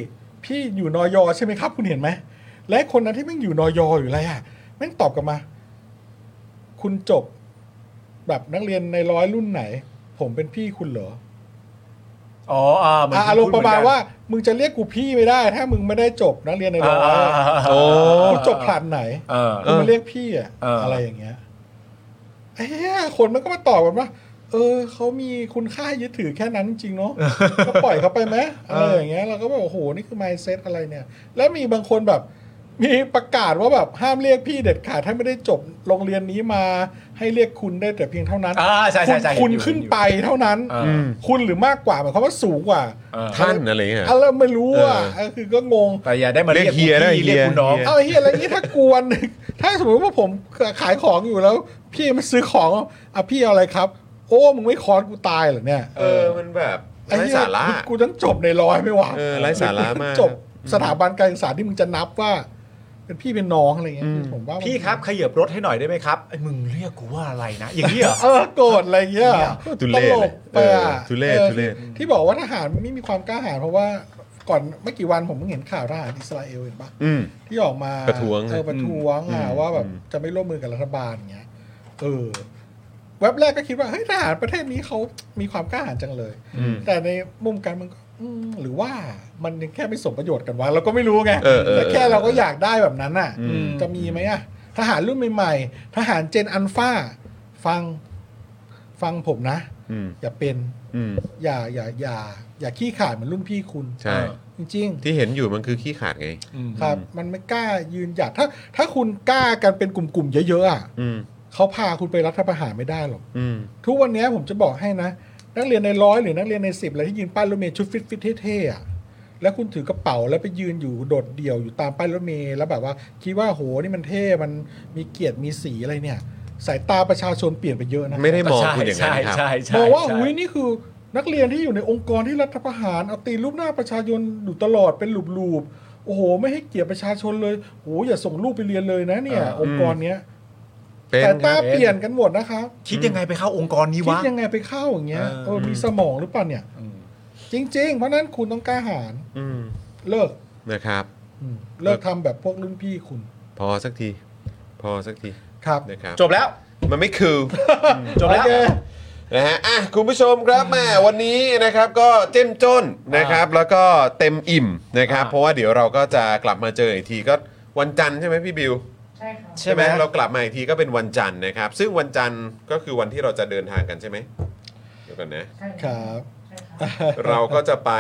พี่อยู่นอยอใช่ไหมครับ คุณเห็นไหม และคนนั้นที่แม่งอยู่นอยออยู่ไรอ่ะแม่งตอบกลับมา คุณจบ แบบนักเรียนในร้อยรุ่นไหน ผมเป็นพี่คุณเหรอ อ๋ออ่าเหมือน อ่ะ ที่ อารมณ์ป พูด ระ เห มาณ อนกัน ว่ามึงจะเรียกกูพี่ไม่ได้ ถ้ามึงไม่ได้จบนักเรียนในร้อย โอ้ คุณจบผลัดไหน เออ คุณมาเรียกพี่อะ เอออ อะไรอย่างเงี้ยเอ้ยคนมันก็มาตอบกันว่า เออเขามีคุณค่ายึดถือแค่นั้นจริง ๆเนาะก็ปล่อยเขาไปไหมอะไรอย่างเงี้ยเราก็แบบโอ้โหนี่คือ mindset อะไรเนี่ย แล้วมีบางคนแบบ มีประกาศว่าแบบห้ามเรียกพี่เด็ดขาดถ้าไม่ได้จบโรงเรียนนี้มาให้เรียกคุณได้แต่เพียงเท่านั้น อ่าใช่ คุ ใช่ ณ ใช่ คุณ เห็อยู่ ขึ้น เห็อยู่ ไปเท่านั้น เออ คุณหรือมากกว่าหมายความว่าสูงกว่า เออ ท่านอะไรเงี้ย อะไรไม่รู้อ่ะ เออ เออคือก็งง แต่อย่าได้มาเรียก เรียกเฮียนะ คุณพี่เรีเฮียกย คุณน้อง เอาไอ้เฮียอะไรนี้ถ้ากวน ถ้าสมมติว่าผมขายของอยู่แล้ว พี่มาซื้อของอ่ะพี่เอาอะไรครับ โอ้มึงไม่คอนกูตายเหรอเนี่ย เออมันแบบ ไอ้ ไร้ เหี้ย สาระ กูต้องจบในร้อยไม่หวะ เออไร้สาระมาก จบสถาบันการศึกษาที่มึงจะนับว่า เป็นพี่เป็นน้องอะไรเงี้ยผมว่ามัน พี่ครับขยับรถให้หน่อยได้ไหมครับไอ้มึงเรียกกูว่าอะไรนะอย่างนี้เหรอ เออโกรธอะไรเงี้ย ทุเรศเลย ตกไป เออ อ่ะ ทุเรศ ออ ทุเรศ ที่บอกว่าทหารไม่มีความกล้าหาญเพราะว่าก่อนไม่กี่วันผมเพิ่งเห็นข่าวทหารอิสราเอลเห็นปะ อืม ที่ออกมา ประท้วง เออประท้วงอ่ะว่าแบบจะไม่ร่วมมือกับรัฐบาลอย่างเงี้ย เออแว็บแรกก็คิดว่าเฮ้ยทหารประเทศนี้เขามีความกล้าหาญจังเลย แต่ในมุมการเมันก็อืมหรือว่ามันยังแค่ไม่สมประโยชน์กันวะเราก็ไม่รู้ไง เออเออ แต่แค่ เออ เราก็อยากได้แบบนั้นอ่ะจะมีไหมอ่ะทหารรุ่นใหม่ๆทหารเจนอัลฟาฟังฟังผมนะ อืม อย่าเป็น อืม อย่าอย่าอย่า อย่าขี้ขลาดเหมือนรุ่นพี่คุณ ใช่ จริง ๆ ที่เห็นอยู่มันคือขี้ขาดไง ครับมันไม่กล้ายืนหยัดถ้า ถ้าคุณกล้ากันเป็นกลุ่มๆเยอะๆอ่ะ อืม เขาพาคุณไปรัฐประหารไม่ได้หรอก อืม ทุกวันนี้ผมจะบอกให้นะ นักเรียนในร้อยหรือนักเรียนในสิบอะไรที่ยืนป้ายรถเมล์ชุดฟิตฟิตๆเท่ๆอ่ะแล้วคุณถือกระเป๋าแล้วไปยืนอยู่โดดเดี่ยวอยู่ตามป้ายรถเมล์แล้วแบบว่า คิดว่าโหนี่มันเท่มันมีเกียรติมีสีอะไรเนี่ย สายตาประชาชนเปลี่ยนไปเยอะนะ ไม่ได้มอง ใช่ คุณอย่างนั้ ใช่ นครับ ใช่ใช่ มองว่า ใช่ อุ้ยนี่คือนักเรียนที่อยู่ในองค์กรที่รัฐประหารเอาตีนรูปหน้าประชาชนอยู่ตลอดเป็นหลูบๆโอ้โห ไม่ให้เกียรติประชาชนเลยโอ้โหอย่าส่งลูกไปเรียนเลยนะเนี่ย เออ องค์กรเนี้ย เป็น แต่ ค ตา รับ เปลี่ยนกันหมดนะครับ คิดยังไงไปเข้าองค์กรนี้ คิด วะ ยังไงไปเข้าอย่างเงี้ย เออ เออมีสมองหรือเปล่าเนี่ย จริง ๆ เพราะฉะนั้นคุณต้องกล้าหาญ อืม เลิก นะครับ อืมเลิกทำแบบพวกรุ่นพี่คุณ พอสักที พอสักที ครับ นะครับ จบแล้ว มันไม่คือ จบแล้ว นะฮะอ่ะคุณผู้ชมครับแหม่วันนี้นะครับก็เจ้มจนนะครับ แล้วก็เต็มอิ่มนะครับ อ่า เพราะว่าเดี๋ยวเราก็จะกลับมาเจออีกทีก็วันจันทร์ใช่ไหมพี่บิว ใช่ครับ ใช่ไหม เรากลับมาอีกทีก็เป็นวันจันทร์นะครับ ซึ่งวันจันทร์ก็คือวันที่เราจะเดินทางกันใช่ไหมเดี๋ยว กันนะ ใช่ ครับ ใช่ครับ เราก็จะไป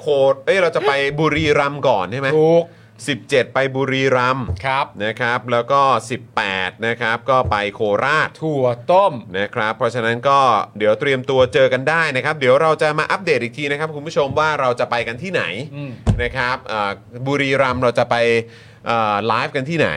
โคดเอ้ยเราจะไปบุรีรัมย์ก่อนใช่ไหม ถูก 17 ไปบุรีรัมย์ ครับ นะครับ แล้วก็ 18 นะครับ ก็ไปโคราช ถั่วต้ม นะครับเพราะฉะนั้นก็เดี๋ยวเตรียมตัวเจอกันได้นะครับ เดี๋ยวเราจะมาอัปเดตอีกทีนะครับ คุณผู้ชมว่าเราจะไปกันที่ไหน อืม นะครับอ่าบุรีรัมย์เราจะไปเอ่อไลฟ์กันที่ไหน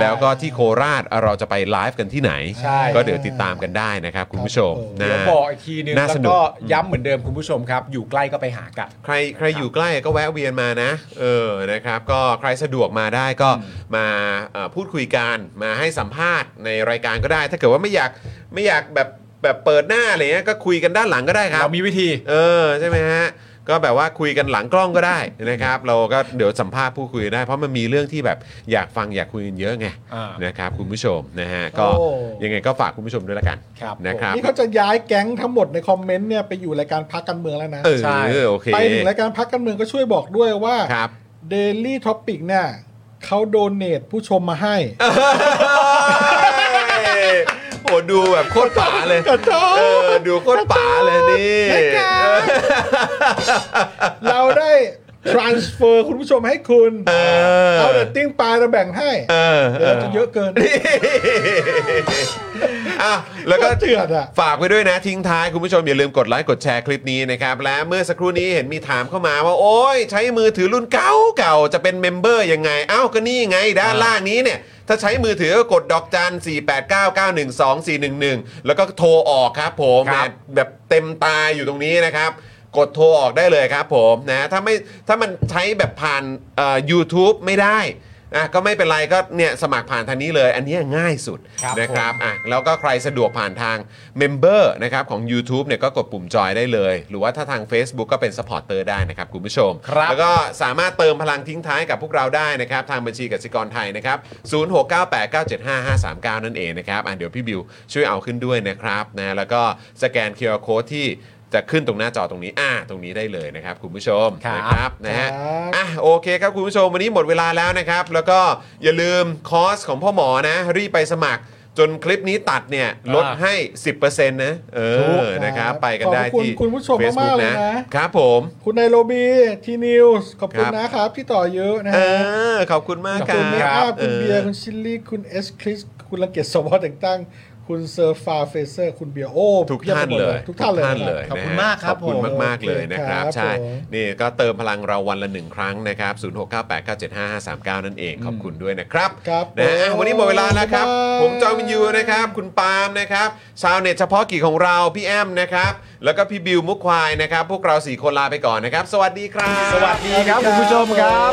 แล้วก็ที่โคราชเราจะไปไลฟ์กันที่ไหน ใช่ ก็เดี๋ยวติดตามกันได้นะครับ คุณผู้ชม คนะรับผมเดี๋ยวบอกอีกทีนึง น่า แล้ว สนุก ก็ย้ำเหมือนเดิมคุณผู้ชมครับ อยู่ใกล้ก็ไปหากัน ใครใครอยู่ใกล้ก็แวะเวียนมานะเออนะครับ ก็ใครสะดวกมาได้ก็มาเอ่อพูดคุยกันมาให้สัมภาษณ์ในรายการก็ได้ ถ้าเกิดว่าไม่อยากไม่อยากแบบแบบเปิดหน้าอะไรเงี้ยก็คุยกันด้านหลังก็ได้ครับ เรามีวิธี เออใช่ไหมฮะ ก็แบบว่าคุยกันหลังกล้องก็ได้นะครับ เราก็เดี๋ยวสัมภาษณ์พูดคุยได้ เพราะมันมีเรื่องที่แบบอยากฟังอยากคุยกันเยอะไง อ่าน นะครับคุณผู้ชมนะฮะก็ โอ้ ยังไงก็ฝากคุณผู้ชมด้วยละกัน ครับ นะครับ นี่เขาจะย้ายแก๊งทั้งหมดในคอมเมนต์เนี่ยไปอยู่รายการพักการเมืองแล้วนะ เอ ใช่ อโอเค ไปถึงรายการพักการเมืองก็ช่วยบอกด้วยว่า ครับ Daily Topic เนี่ยเขาโดเนทผู้ชมมา ให้ โอ้ดูแบบโคตรป๋าเลย กระโจ เออดูโคตรป๋าเลยนี่ เราได้ transfer คุณผู้ชมให้คุณ เออ เอาเดตติ้งปลาเราแบ่งให้ เออ เดี๋ยวเราจะเยอะเกิน อ่ะแล้วก็ เจือดอ่ะ ฝากไว้ด้วยนะ ทิ้งท้ายคุณผู้ชมอย่าลืมกดไลค์กดแชร์คลิปนี้นะครับ และเมื่อสักครู่นี้เห็นมีถามเข้ามาว่า โอ้ยใช้มือถือรุ่นเก่าเก่าจะเป็นเมมเบอร์ยังไง เอ้าก็นี่ไงด้านล่างนี้เนี่ย ถ้าใช้มือถือก็กดดอกจัน 4 8 9 9 1 2 4 1 1 แล้วก็โทรออกครับผม ครับ แบบแบบเต็มตาอยู่ตรงนี้นะครับ กดโทรออกได้เลยครับผมนะถ้าไม่ถ้ามันใช้แบบผ่านเอ่อ YouTube ไม่ได้อ่ะก็ไม่เป็นไรก็เนี่ยสมัครผ่านทางนี้เลย อันเนี้ยง่ายสุด ครับ นะค ผม รับ อ่ะแล้วก็ใครสะดวกผ่านทางเมมเบอร์นะครับของ u t u b e เนี่ยก็กดปุ่มจอยได้เลย หรือว่าถ้าทาง Facebook ก็เป็นสปอร์เตอร์ได้นะครับคุณผู้ชม ครับ แล้วก็สามารถเติมพลังทิ้งท้ายกับพวกเราได้นะครับ ทางบัญชีกสิกรไทยนะครับ 0698975539 นั่นเองนะครับอ่ะเดี๋ยวพี่บิวช่วยเอาขึ้นด้วยนะครับนะแล้วก็สแกน QR Code ที่จะขึ้นตรงหน้าจอตรงนี้อ่าตรงนี้ได้เลยนะครับคุณผู้ชม ครับ นะครับนะฮะ ครับ อ่ะโอเคครับคุณผู้ชมวันนี้หมดเวลาแล้วนะครับ แล้วก็อย่าลืมคอร์สของพ่อหมอนะ รีบไปสมัคร จนคลิปนี้ตัดเนี่ย ลดให้ 10%นะเอ ถูก อ ครับ นะครับไปกันได้ ขอบคุณ ที่ คุณผู้ชม Facebook มากๆเลยนะ ครับผม คุณไนโรบีทีนิวส์ขอบคุคณรับ นะครับที่ต่อเยอะนะ เอ ฮะ อ ขอบคุณมาก ขอบ ครั คุณเมคอั บ พคุณเบียร์ คุณ ออ ชิลลี่ คุณเอสคริสคุณลังเกยจสวอตแต่งตั้ง คุณเซอร์ฟาเฟเซอร์ คุณเบียร์โอ้ ทุกท่านเลย ทุกท่านเลย เลย ขอบ นะ คุณ ฮะ มากครับ ขอบคุณ ผม มาก ๆ เลยนะครับ ครับ ใช่ ผม นี่ก็เติมพลังเราวันละหนึ่งครั้งนะครับ0698975539 นั่นเองขอบคุณด้วยนะครับ ครับ นะอ่ะวันนี้หมดเวลาแล้วครับ บ๊ายบาย ผมจอห์นวินยูนะครับ คุณปาล์มนะครับ ชาวเน็ตเฉพาะกิจของเรา พี่แอมนะครับ แล้วก็พี่บิวมุกควายนะครับ พวกเราสี่คนลาไปก่อนนะครับ สวัสดีครับ สวัสดีครับคุณผู้ชมครับ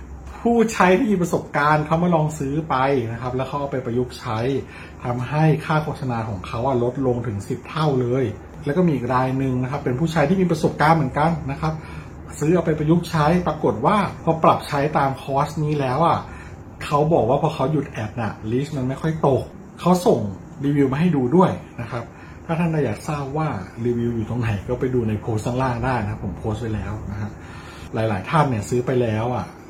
ผู้ใช้ที่มีประสบการณ์เขามาลองซื้อไปนะครับ แล้วเขาเอาไปประยุกต์ใช้ทำให้ค่าโฆษณาของเขาอะลดลงถึง 10 เท่าเลย แล้วก็มีอีกรายหนึ่งนะครับ เป็นผู้ใช้ที่มีประสบการณ์เหมือนกันนะครับ ซื้อเอาไปประยุกต์ใช้ปรากฏว่าพอปรับใช้ตามคอร์สนี้แล้วอ่ะเขาบอกว่าพอเขาหยุดแอดน่ะลิสต์มันไม่ค่อยตก เขาส่งรีวิวมาให้ดูด้วยนะครับ ถ้าท่านอยากทราบว่ารีวิวอยู่ตรงไหนก็ไปดูในโพสต์ข้างล่างได้นะครับผมโพสต์ไว้แล้วนะครับ หลาย ๆ ท่านเนี่ยซื้อไปแล้วอ่ะ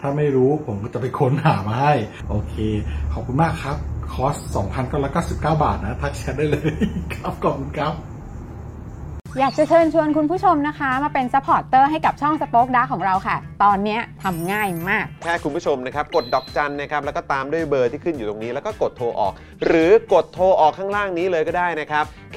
ถ้าไม่รู้ผมก็จะไปค้นหามาให้ โอเค ขอบคุณมากครับ คอร์ส 2,999 บาทนะ ทักแชทได้เลย ครับ ขอบคุณครับ อยากจะเชิญชวนคุณผู้ชมนะคะ มาเป็นซัพพอร์ตเตอร์ให้กับช่องสป็อคดาของเราค่ะ ตอนเนี้ยทำง่ายมาก แค่คุณผู้ชมนะครับ กดดอกจันนะครับ แล้วก็ตามด้วยเบอร์ที่ขึ้นอยู่ตรงนี้ แล้วก็กดโทรออก หรือกดโทรออกข้างล่างนี้เลยก็ได้นะครับ แ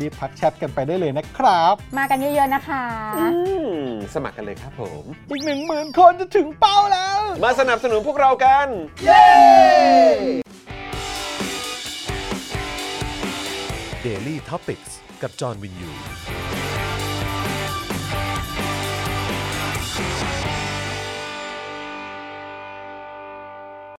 รีบทักแชทกันไปได้เลยนะครับ มากันเยอะๆนะคะ อืมสมัครกันเลยครับผม อีก 1 0,000 คนจะถึงเป้าแล้ว มาสนับสนุนพวกเรากัน Daily t o p i c กกับจอห์นวินยู